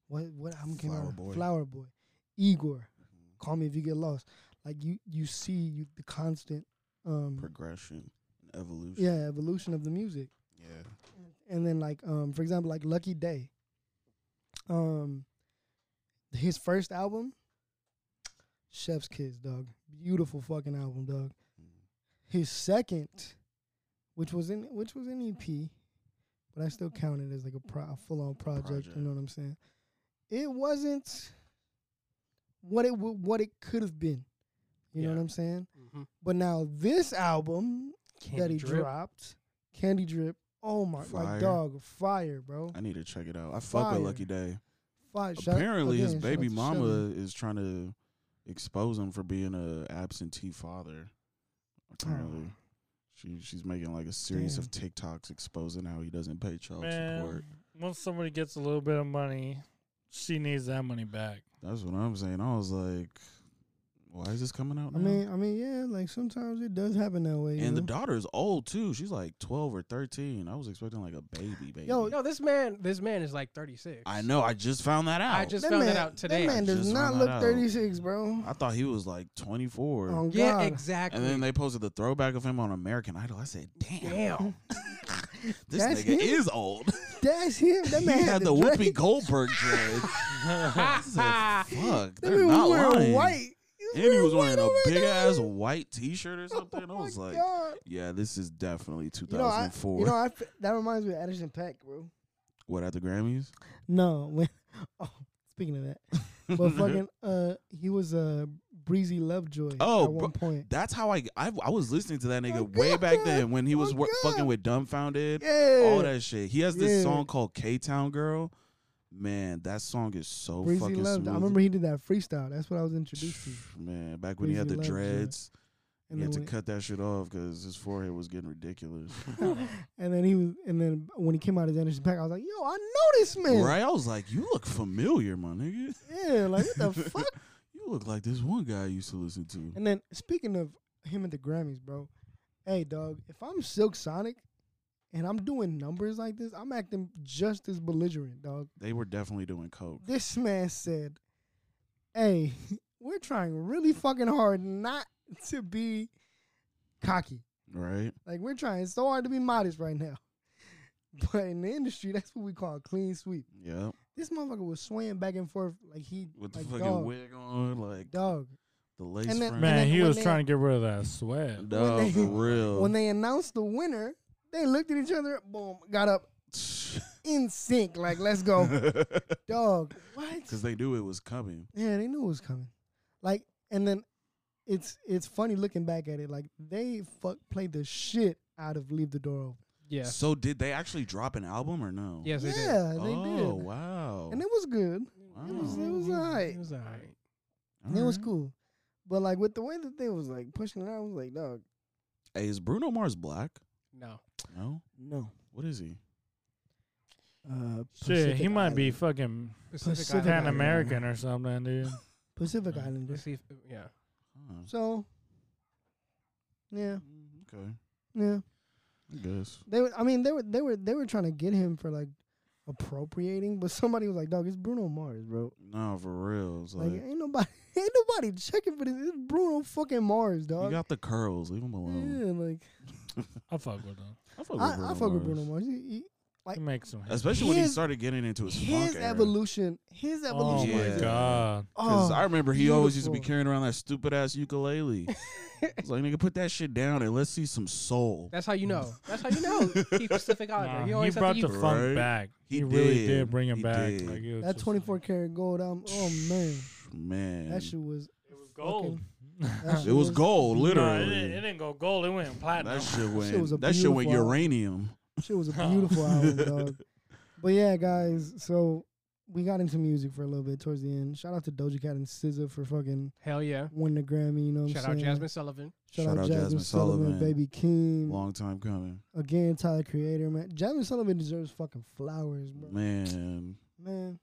S1: what what i'm
S2: Flower
S1: gonna
S2: Boy.
S1: flower boy igor
S2: Mhm.
S1: call me if you get lost like you you see you the constant um
S2: Progression and evolution.
S1: yeah evolution of the music
S2: Yeah.
S1: and then like um for example like lucky day um his first album chef's kiss dog beautiful fucking album dog his second, which was in which was an EP, but I still count it as like a, pro, a full on project,
S2: Project.
S1: You know what I'm saying? It wasn't what it w- what it could have been. You know
S4: Yeah.
S1: what I'm saying?
S3: Mm-hmm.
S1: But now this album that he
S3: drip.
S1: dropped, Candy Drip. Oh my,
S2: Fire.
S1: like dog, fire, bro,
S2: I need to check it out. I fuck
S1: Fire.
S2: with Lucky Day.
S1: fire. Shout-
S2: Apparently his
S1: again, shout out
S2: baby
S1: to
S2: mama
S1: Shelly.
S2: is trying to expose him for being a absentee father.
S1: Oh.
S2: Apparently. She she's making like a series of TikToks exposing how he doesn't pay child
S4: Man,
S2: support.
S4: once somebody gets a little bit of money, she needs that money back.
S2: That's what I'm saying. I was like, why is this coming out?
S1: I
S2: Now?
S1: mean, I mean, yeah, like sometimes it does happen that way. you
S2: Mm-hmm. and the
S1: know?
S2: daughter is old too. She's like 12 or 13. I was expecting like a baby baby.
S1: Yo,
S3: Oh, No, this man, this man is like 36.
S2: I know. I just found that out.
S3: I just found that out today.
S1: That man does
S2: Just
S1: not
S2: found
S1: look
S2: that out.
S1: 36, bro.
S2: I thought he was like 24.
S1: Oh,
S3: yeah,
S1: God.
S3: exactly.
S2: and then they posted the throwback of him on American Idol. I said, damn.
S3: Damn.
S2: This
S1: That's
S2: nigga
S1: him?
S2: is old.
S1: That's him. That
S2: he
S1: man
S2: had the
S1: dread.
S2: Whoopi Goldberg dread. I said, fuck.
S1: That
S2: They're
S1: man was
S2: not
S1: wearing
S2: lying.
S1: white.
S2: And he was wearing a
S1: over
S2: big
S1: there.
S2: ass white t shirt or something.
S1: Oh
S2: I was
S1: my
S2: like,
S1: God.
S2: yeah, this is definitely
S1: you know, I,
S2: 2004.
S1: you know, I, f- that reminds me of Addison Peck, bro.
S2: what, at the Grammys?
S1: No, when oh, speaking of that, but fucking, uh, he was uh, breezy Lovejoy.
S2: Oh,
S1: at one point,
S2: That's how I, I I was listening to that nigga
S1: Oh,
S2: way back
S1: God.
S2: then when he was
S1: Oh,
S2: wor-
S1: God.
S2: fucking with Dumbfounded,
S1: yeah,
S2: all that shit. He has this
S1: Yeah.
S2: song called K Town Girl. Man, that song is so
S1: breezy
S2: fucking
S1: Lovejoy.
S2: smooth.
S1: I remember he did that freestyle. That's what I was introduced to.
S2: Man, back when he had
S1: Breezy
S2: the
S1: Lovejoy.
S2: dreads,
S1: And
S2: he
S1: then,
S2: had to
S1: when it-
S2: cut that shit off because his forehead was getting ridiculous.
S1: Oh, and then he was, and then when he came out of Anderson Pack, I was like, "Yo, I know this man."
S2: Right? I was like, you look familiar, my nigga.
S1: Yeah, like what the fuck?
S2: You look like this one guy I used to listen to.
S1: And then speaking of him at the Grammys, bro, hey dog, if I'm Silk Sonic and I'm doing numbers like this, I'm acting just as belligerent, dog.
S2: They were definitely doing coke.
S1: This man said, Hey, we're trying really fucking hard not to be cocky.
S2: Right?
S1: Like we're trying so hard to be modest right now. But in the industry, that's what we call a clean sweep.
S2: Yep.
S1: This motherfucker was swaying back and forth like he
S2: With the
S1: like,
S2: fucking
S1: dog,
S2: wig on, like
S1: dog.
S2: the lace
S1: And then-
S2: front.
S1: Man,
S4: Man, he
S1: when
S4: was
S1: they-
S4: trying to get rid of that sweat.
S2: No,
S1: they-
S2: for real.
S1: When they announced the winner, they looked at each other, boom, got up, in sync. Like, let's go,
S2: Because
S1: dog. What?
S2: they knew it was coming.
S1: Yeah, they knew it was coming. Like, and then it's it's funny looking back at it. Like they fuck played the shit out of Leave the Door Open.
S3: yeah.
S2: So did they actually drop an album or no?
S3: Yes, they did.
S1: yeah, they
S2: oh
S1: did.
S2: wow. Wow.
S1: and it was good.
S2: Wow.
S1: It was it was alright.
S3: Mm-hmm. It was alright.
S1: It was cool, but like with the way that they was like pushing it out, I was like, dog,
S2: Hey, is Bruno Mars black?
S3: No,
S2: No.
S1: no.
S2: What is he?
S1: Uh,
S4: Shit, he
S1: Pacific
S4: might be
S1: Islander.
S4: fucking
S3: Pacific
S1: Pacific
S4: Pan
S3: Islander.
S1: Islander.
S4: American or something, dude.
S1: Pacific
S2: Uh,
S1: Islander.
S3: Let's see if, yeah.
S2: Huh.
S1: So, yeah,
S2: Mm, Okay.
S1: yeah.
S2: I guess.
S1: They were. I mean, they were. They were. They were trying to get him for like appropriating, but somebody was like, "Dog, it's Bruno Mars, bro.
S2: No, for real. It's
S1: Like,
S2: like,
S1: ain't nobody, ain't nobody checking for this. It's Bruno fucking Mars,
S2: you
S1: dog.
S2: got the curls. Leave him
S1: yeah,
S2: alone.
S1: like
S4: I fuck with him.
S2: I fuck with
S1: I,
S2: Bruno,
S1: I fuck
S2: Mars.
S1: with Bruno Mars. He, he,
S4: He makes some.
S2: Especially when he
S1: His-
S2: started getting into his, funk
S1: his
S2: era.
S1: evolution, his
S4: Oh
S1: evolution.
S2: Yeah.
S4: my
S1: is- oh,
S4: god.
S2: Because I remember he always used to be
S1: beautiful.
S2: carrying around that stupid ass ukulele. it's like, nigga, put that shit down and let's see some soul.
S3: That's how you know. That's how you know. He Pacific Islander.
S4: Nah,
S3: he
S4: he
S3: always
S4: brought the
S2: you-
S4: funk
S2: Right?
S4: back.
S2: He
S4: He, really
S2: did.
S4: did, bring it
S2: He
S4: back.
S2: did.
S4: Like, it was
S1: That
S4: just
S1: 24
S4: like-
S1: karat gold album. Oh man,
S2: Man.
S1: that shit was.
S4: It was
S1: gold.
S4: gold.
S1: That
S2: it was
S1: was-
S2: gold,
S4: it, didn't,
S2: literally.
S4: it didn't go gold. It went platinum.
S2: that shit went.
S1: was a
S2: that shit went
S1: beautiful album.
S2: uranium.
S1: Shit was a beautiful album, dog. But yeah, guys. So we got into music for a little bit towards the end. Shout out to Doja Cat and SZA for fucking
S3: Hell yeah.
S1: winning the Grammy. You know what
S3: Shout
S1: I'm
S3: out
S1: saying?
S3: Jasmine Sullivan.
S1: Shout, out Jasmine, Sullivan, Baby King.
S2: Long time coming,
S1: Again, Tyler Creator, man. Jasmine Sullivan deserves fucking flowers, bro. Man.
S2: man.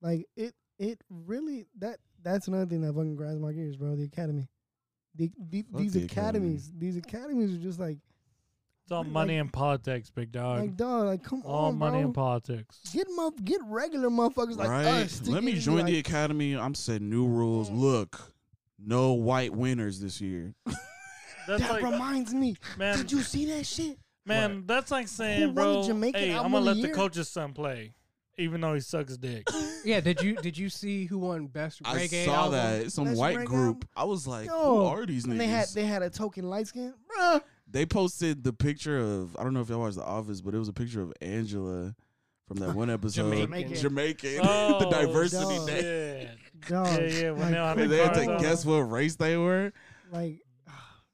S1: Like it it really that that's another thing that fucking grinds my gears, bro. The Academy. The, the,
S2: Fuck
S1: these
S2: the Academy.
S1: academies. These academies are just like
S4: It's all
S1: Like-
S4: money and politics, big dog.
S1: like dog, like come
S4: all
S1: on,
S4: money
S1: bro.
S4: and politics.
S1: get my get regular motherfuckers like
S2: right?
S1: us. to
S2: Let me
S1: get in,
S2: join
S1: like,
S2: the academy. I'm setting new rules. Look, no white winners this year.
S4: That's
S1: That
S4: like,
S1: reminds me.
S4: man,
S1: Did you see that shit?
S4: man,
S3: What?
S4: that's like saying,
S1: won the
S4: bro,
S1: Jamaican
S4: hey, I'm
S1: album
S4: gonna
S1: of the
S4: let the
S1: year?
S4: coach's son play, even though he sucks dick.
S3: Yeah. Did you did you see who won best
S2: I
S3: reggae
S2: saw
S3: album?
S2: that some
S1: Best
S2: white
S1: reggae
S2: group. I was like, who
S1: Yo,
S2: are these niggas?
S1: And they had they had a token light skin, bruh.
S2: They posted the picture of I don't know if y'all watched The Office, but it was a picture of Angela from that one episode.
S3: Jamaican.
S2: Jamaican.
S4: Oh,
S2: the diversity
S1: dog.
S2: day.
S4: shit.
S1: Dog,
S4: Yeah, yeah, well,
S1: like,
S4: now I
S2: And they had to
S4: Carlos.
S2: guess what race they were.
S1: like,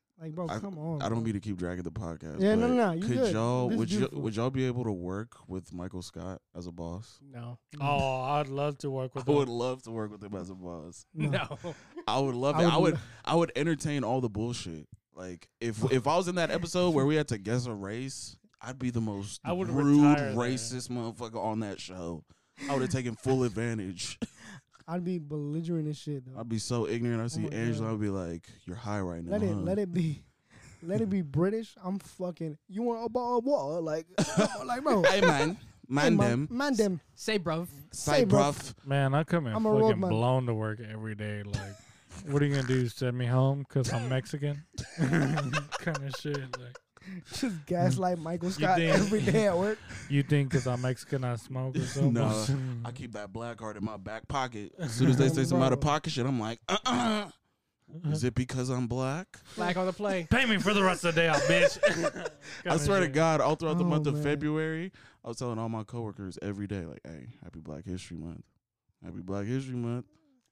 S1: like, bro,
S2: I-
S1: come on.
S2: I don't
S1: bro.
S2: mean to keep dragging the podcast.
S1: Yeah,
S2: but
S1: no, no, no, you
S2: Could
S1: good.
S2: y'all
S1: This is
S2: would you
S1: beautiful.
S2: would y'all be able to work with Michael Scott as a boss?
S3: No.
S4: Oh, I'd love to work with
S2: I would
S4: him.
S2: love to work with him as a boss.
S1: No.
S3: No.
S2: I would love
S1: I
S2: that. I
S1: would
S2: would I would entertain all the bullshit. Like if if I was in that episode where we had to guess a race, I'd be the most
S4: I would
S2: rude
S4: retire there.
S2: racist motherfucker on that show. I would have taken full advantage.
S1: I'd be belligerent as shit though.
S2: I'd be so ignorant. I see
S1: Oh my
S2: Angela.
S1: God.
S2: I'd be like, "You're high right now."
S1: let it,
S2: huh?"
S1: let it be, let it be British. I'm fucking. You want a ball of water? Like, like, bro.
S2: Hey man, man,
S1: Hey,
S2: them,
S1: man, them.
S3: Say, bruv.
S1: say,
S2: side
S1: bro.
S2: bruv.
S4: Man, I come in
S1: I'm a road
S4: fucking
S1: man.
S4: blown to work every day. Like, what are you gonna do? Send me home because I'm Mexican? kind of shit. Like,
S1: Just gaslight Michael Scott
S4: think-
S1: every day at work.
S4: you think because I'm Mexican I smoke or something?
S2: No, I keep that black card in my back pocket. As soon as they say some out of pocket shit, I'm like, uh uh Is it because I'm black?
S3: Flag on the play.
S4: Pay me for the rest of the day, out, bitch.
S2: I
S4: Kinda
S2: swear to
S4: shit.
S2: God, all throughout the
S1: Oh,
S2: month of
S1: man.
S2: February, I was telling all my coworkers every day, like, hey, happy Black History Month. Happy Black History Month.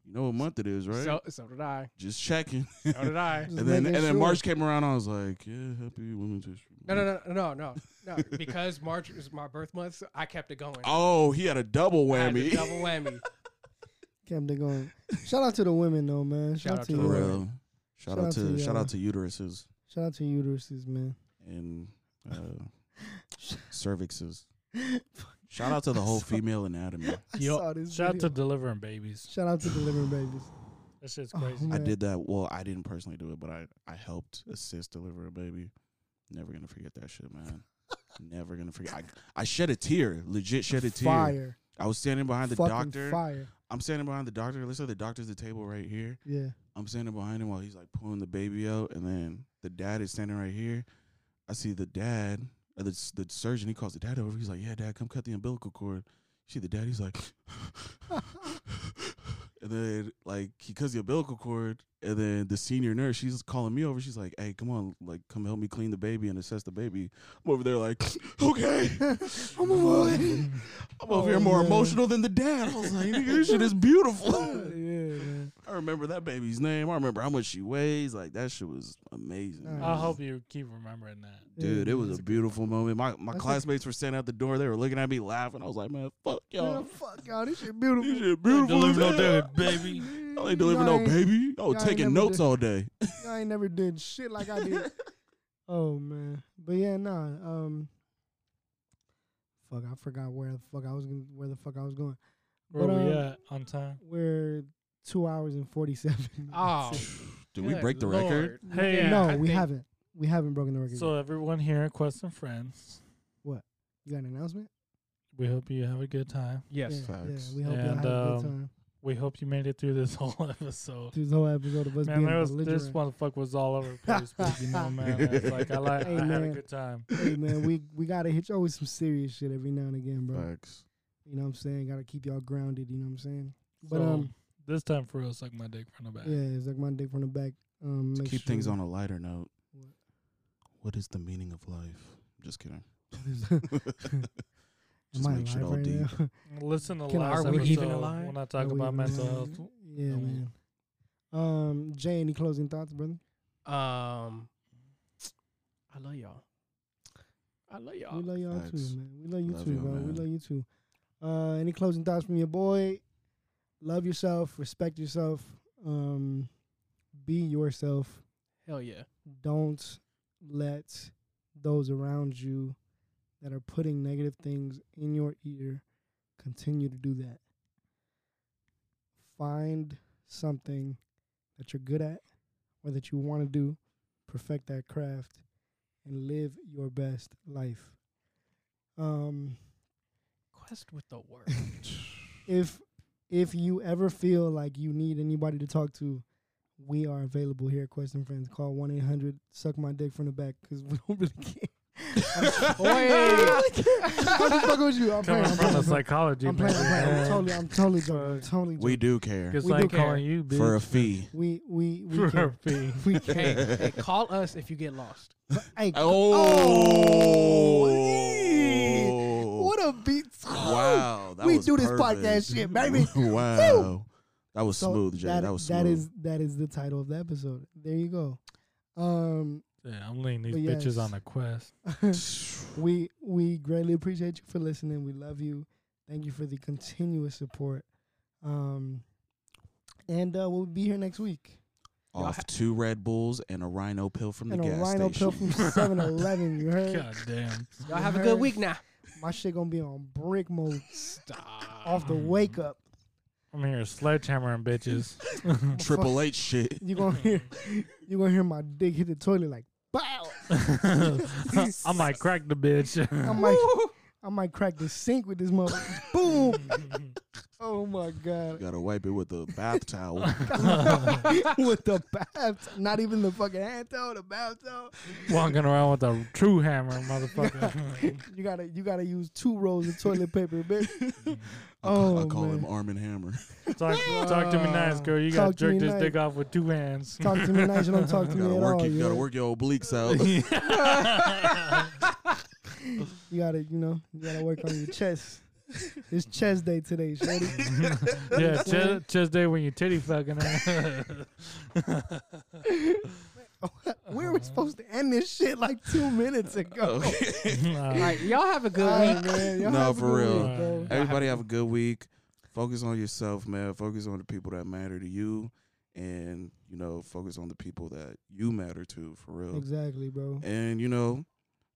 S2: You know what month it is, right?
S3: So, so did I.
S2: Just checking.
S3: So did I.
S1: Just
S2: And then
S1: making
S2: and then
S1: sure.
S2: March came around, I was like, yeah, happy Women's History Month.
S3: No, no, no, no, no, no. Because March was my birth month, so I kept it going.
S2: Oh, he had a double
S3: I had the
S2: whammy.
S3: double whammy.
S1: Kept it going. Shout out to the women though, man. Shout, out to you.
S2: For
S3: women.
S2: real. Shout, out to shout out to uteruses
S1: Shout out to uteruses, man.
S2: and uh, cervixes. Shout out to the whole female anatomy.
S1: I
S4: Yo,
S1: saw this
S4: Shout out to
S1: video.
S4: delivering babies.
S1: Shout out to delivering babies.
S4: That shit's
S1: Oh,
S4: crazy.
S2: I
S1: man.
S2: did that. Well, I didn't personally do it, but I, I helped assist deliver a baby. Never gonna forget that shit, man. Never gonna forget. I, I shed a tear, legit shed a tear.
S1: Fire.
S2: I was standing behind the
S1: Fucking
S2: doctor.
S1: fire.
S2: I'm standing behind the doctor. Let's say the doctor's at the table right here.
S1: Yeah.
S2: I'm standing behind him while he's like pulling the baby out, and then the dad is standing right here. I see the dad, uh, the s- the surgeon. He calls the dad over. He's like, "Yeah, dad, come cut the umbilical cord." You see the dad. He's like, and then like he cuts the umbilical cord, and then the senior nurse. She's calling me over. She's like, "Hey, come on, like come help me clean the baby and assess the baby." I'm over there like, "Okay."
S1: I'm a
S2: I'm over here
S1: Oh,
S2: more
S1: man.
S2: emotional than the dad. I was like, "Nigga, this shit is beautiful."
S1: yeah, man.
S2: I remember that baby's name. I remember how much she weighs. Like that shit was amazing.
S1: Nice.
S2: man.
S4: I hope you keep remembering that.
S2: Dude, it was
S1: That's
S2: a beautiful moment. My my
S1: That's a-
S2: classmates were standing at the door. They were looking at me laughing. I was like, man, fuck
S1: Man,
S2: y'all.
S1: fuck y'all, this shit
S2: This
S1: beautiful.
S2: shit beautiful. as
S4: Deliver no
S2: hell.
S4: damn baby.
S2: I ain't delivering no
S1: Y'all ain't-
S2: baby. I
S1: y'all
S2: was
S1: ain't
S2: taking
S1: never
S2: notes
S1: did-
S2: all day.
S1: Y'all ain't never did shit like I did. Oh man, but yeah, nah. Um, fuck, I forgot where the fuck I was going. Where the fuck I was going?
S4: Where
S1: But,
S4: we
S1: um,
S4: at on time?
S1: We're two hours and forty-seven. minutes
S3: Oh,
S1: in.
S2: Did we
S3: good
S2: break the record?
S3: lord.
S4: Hey,
S3: Yeah,
S1: no,
S3: I
S1: we
S3: think-
S1: haven't. We haven't broken the record. yet.
S4: So everyone here at Quest and Friends,
S1: you got an announcement?
S4: we hope you have a good time.
S3: Yes.
S1: yeah,
S2: Facts.
S1: yeah. We hope y'all
S4: And,
S1: had a
S4: um,
S1: good time.
S4: We hope you made it through this whole episode.
S1: This whole episode of us
S4: Man,
S1: being
S4: there was, this
S1: belligerent.
S4: motherfucker was all over the place, but you know, man, it's like I like
S1: Hey,
S4: I had a
S1: man.
S4: good time.
S1: hey man, we we gotta hit y'all with some serious shit every now and again, bro.
S2: Facts.
S1: You know what I'm saying? Gotta keep y'all grounded. You know what I'm saying? But
S4: But so,
S1: um,
S4: this time for real, suck my dick from the back.
S1: yeah, it's like my dick from the back. Um,
S2: To
S1: make
S2: keep things
S1: sure-
S2: on a lighter note,
S1: What?
S2: what is the meaning of life? Just kidding.
S1: Am
S2: Just
S1: I
S2: make shit
S1: alive
S2: all
S1: right
S2: deep.
S1: now?
S4: Listen to
S1: Can I-
S4: last
S1: are we
S4: episode
S1: even
S3: alive?
S4: when I
S1: Are
S4: talk
S1: we
S4: about
S1: even
S4: mental
S1: alive?
S4: health.
S1: Yeah,
S4: No.
S1: man. Um, Jay, any closing thoughts, brother?
S3: Um, I love y'all. I love y'all.
S1: We love y'all
S2: Facts.
S1: too, man. We love you
S2: Love
S1: too,
S2: y'all,
S1: bro. We
S2: man.
S1: love you too. Uh, any closing thoughts from your boy? Love yourself. Respect yourself. Um, be yourself.
S3: Hell yeah.
S1: don't let those around you that are putting negative things in your ear continue to do that. Find something that you're good at or that you want to do, perfect that craft, and live your best life. Um,
S3: Quest with the word.
S1: if if you ever feel like you need anybody to talk to, we are available here at Question Friends. Call one eight hundred suck my dick from the back because we don't really care.
S3: Wait.
S1: How the fuck was you? I'm playing. I'm
S4: Coming from
S1: playing.
S4: the psychology,
S1: I'm playing. I'm playing. I'm totally. I'm
S4: man.
S1: totally joking. I'm totally joking.
S2: We do care
S4: Just
S1: We
S4: like
S1: do
S4: calling you, bitch.
S2: for a fee.
S1: We we we
S4: For a
S1: care.
S4: fee.
S1: We
S3: hey,
S1: care.
S3: hey, call us if you get lost.
S1: hey,
S2: Oh.
S1: what a beat!
S2: Wow. That
S1: We
S2: was
S1: do this
S2: perfect.
S1: podcast shit, baby.
S2: wow. That was
S1: So
S2: smooth, Jay. That, was smooth.
S1: that is that is the title of the episode. There you go. Um,
S4: Yeah, I'm leading these
S1: But yes.
S4: bitches on a quest.
S1: we we greatly appreciate you for listening. We love you. Thank you for the continuous support. Um, and uh, we'll be here next week.
S2: off two Red Bulls and a Rhino pill from the
S1: And a
S2: gas
S1: rhino pill
S2: station.
S1: from 7 Eleven. You heard?
S4: God damn.
S3: Y'all have a good week now.
S1: My shit gonna be on brick mode
S3: Stop.
S1: off the wake up.
S4: I'm here sledgehammering bitches.
S2: Triple H shit.
S1: You gonna hear you gonna hear my dick hit the toilet like bow.
S4: I might crack the bitch.
S1: I might I might crack the sink with this motherfucker. Boom. Oh my god.
S2: Gotta wipe it with a bath towel.
S1: with the bath, not even the fucking hand towel, the bath towel.
S4: Walking around with a true hammer, motherfucker.
S1: You gotta you gotta use two rolls of toilet paper, bitch.
S2: I call, I
S1: Oh,
S2: call him
S1: man.
S2: Arm and Hammer.
S4: talk, talk to me nice, girl. You
S1: Talk
S4: got
S1: to
S4: jerk
S1: me
S4: this
S1: nice.
S4: dick off with two hands.
S1: Talk to me nice, you don't talk to
S2: Gotta
S1: me at
S2: work
S1: all.
S2: it.
S1: You,
S2: Gotta
S1: know?
S2: work your obliques out.
S1: you gotta you know you gotta work on your chest. It's chest day today, shorty.
S4: yeah, chest, chest day when you titty fucking. her.
S1: we were supposed to end this shit like two minutes ago.
S3: All right, y'all have a good
S1: All
S3: week.
S1: right, man. Y'all
S2: No,
S1: have a
S2: for
S1: good
S2: real.
S1: week, bro.
S2: Everybody have a good week. Focus on yourself, man. Focus on the people that matter to you, and you know, focus on the people that you matter to for real.
S1: Exactly, bro.
S2: And you know,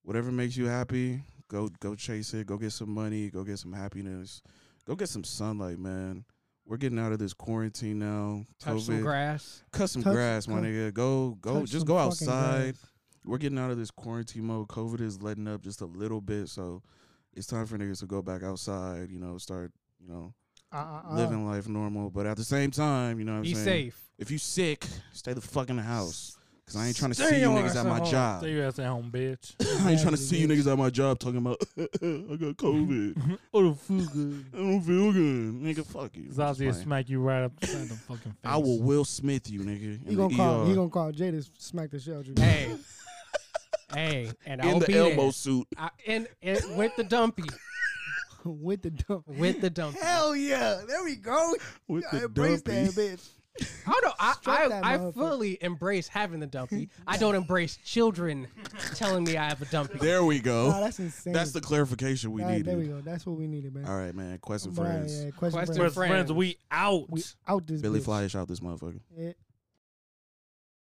S2: whatever makes you happy, go go chase it. Go get some money. Go get some happiness. Go get some sunlight, man. We're getting out of this quarantine now.
S3: Touch some
S2: COVID.
S3: grass.
S2: Cut some
S1: Touch-
S2: grass, my
S1: cut-
S2: nigga. Go go.
S1: Touch
S2: Just
S1: some
S2: go
S1: fucking
S2: outside.
S1: grass.
S2: We're getting out of this quarantine mode. COVID is letting up just a little bit, so it's time for niggas to go back outside. You know, start you know
S1: Uh, uh, uh.
S2: living life normal, but at the same time, you know what I'm
S3: Be
S2: saying?
S3: safe.
S2: If you sick, stay the fuck in the house. Cause I ain't trying to
S3: Stay
S2: see you
S3: your
S2: niggas
S3: ass
S2: at my
S3: at home.
S2: job.
S4: Stay your ass at home, bitch.
S2: I ain't trying to see you
S1: Exactly,
S2: niggas at my job talking about I got COVID.
S4: oh, the food good.
S2: I don't feel good, nigga. Fuck you. I'm just
S4: Zazie will
S2: playing.
S4: smack you right upside the fucking face.
S2: I will Will Smith you, nigga. In
S1: He gonna
S2: the
S1: call.
S2: ER,
S1: He gonna call Jay to smack the shit out you.
S3: Hey. hey. And I'll
S2: in the
S3: be
S2: elbow
S3: there.
S2: suit.
S3: I, and, and with the dumpy.
S1: with the dump.
S3: With the dumpy.
S1: Hell yeah! There we go.
S2: With
S1: Y'all
S2: the
S1: embrace
S2: dumpy.
S1: that bitch.
S3: I don't know. Oh, I,
S1: Strap that
S3: I, I
S1: motherfucker.
S3: fully embrace having the dumpy. I don't embrace children telling me I have a dumpy.
S2: There we go.
S1: Nah, that's insane.
S2: That's the clarification we
S1: All right,
S2: needed.
S1: there we go. That's what we needed, man.
S2: All right, man. Quest and
S1: All right,
S2: friends.
S1: yeah, question
S3: Question
S1: friends.
S4: friends, we out.
S1: We out this
S2: Billy
S1: bitch. Eh?
S2: Flyish out this motherfucker.
S1: Yeah.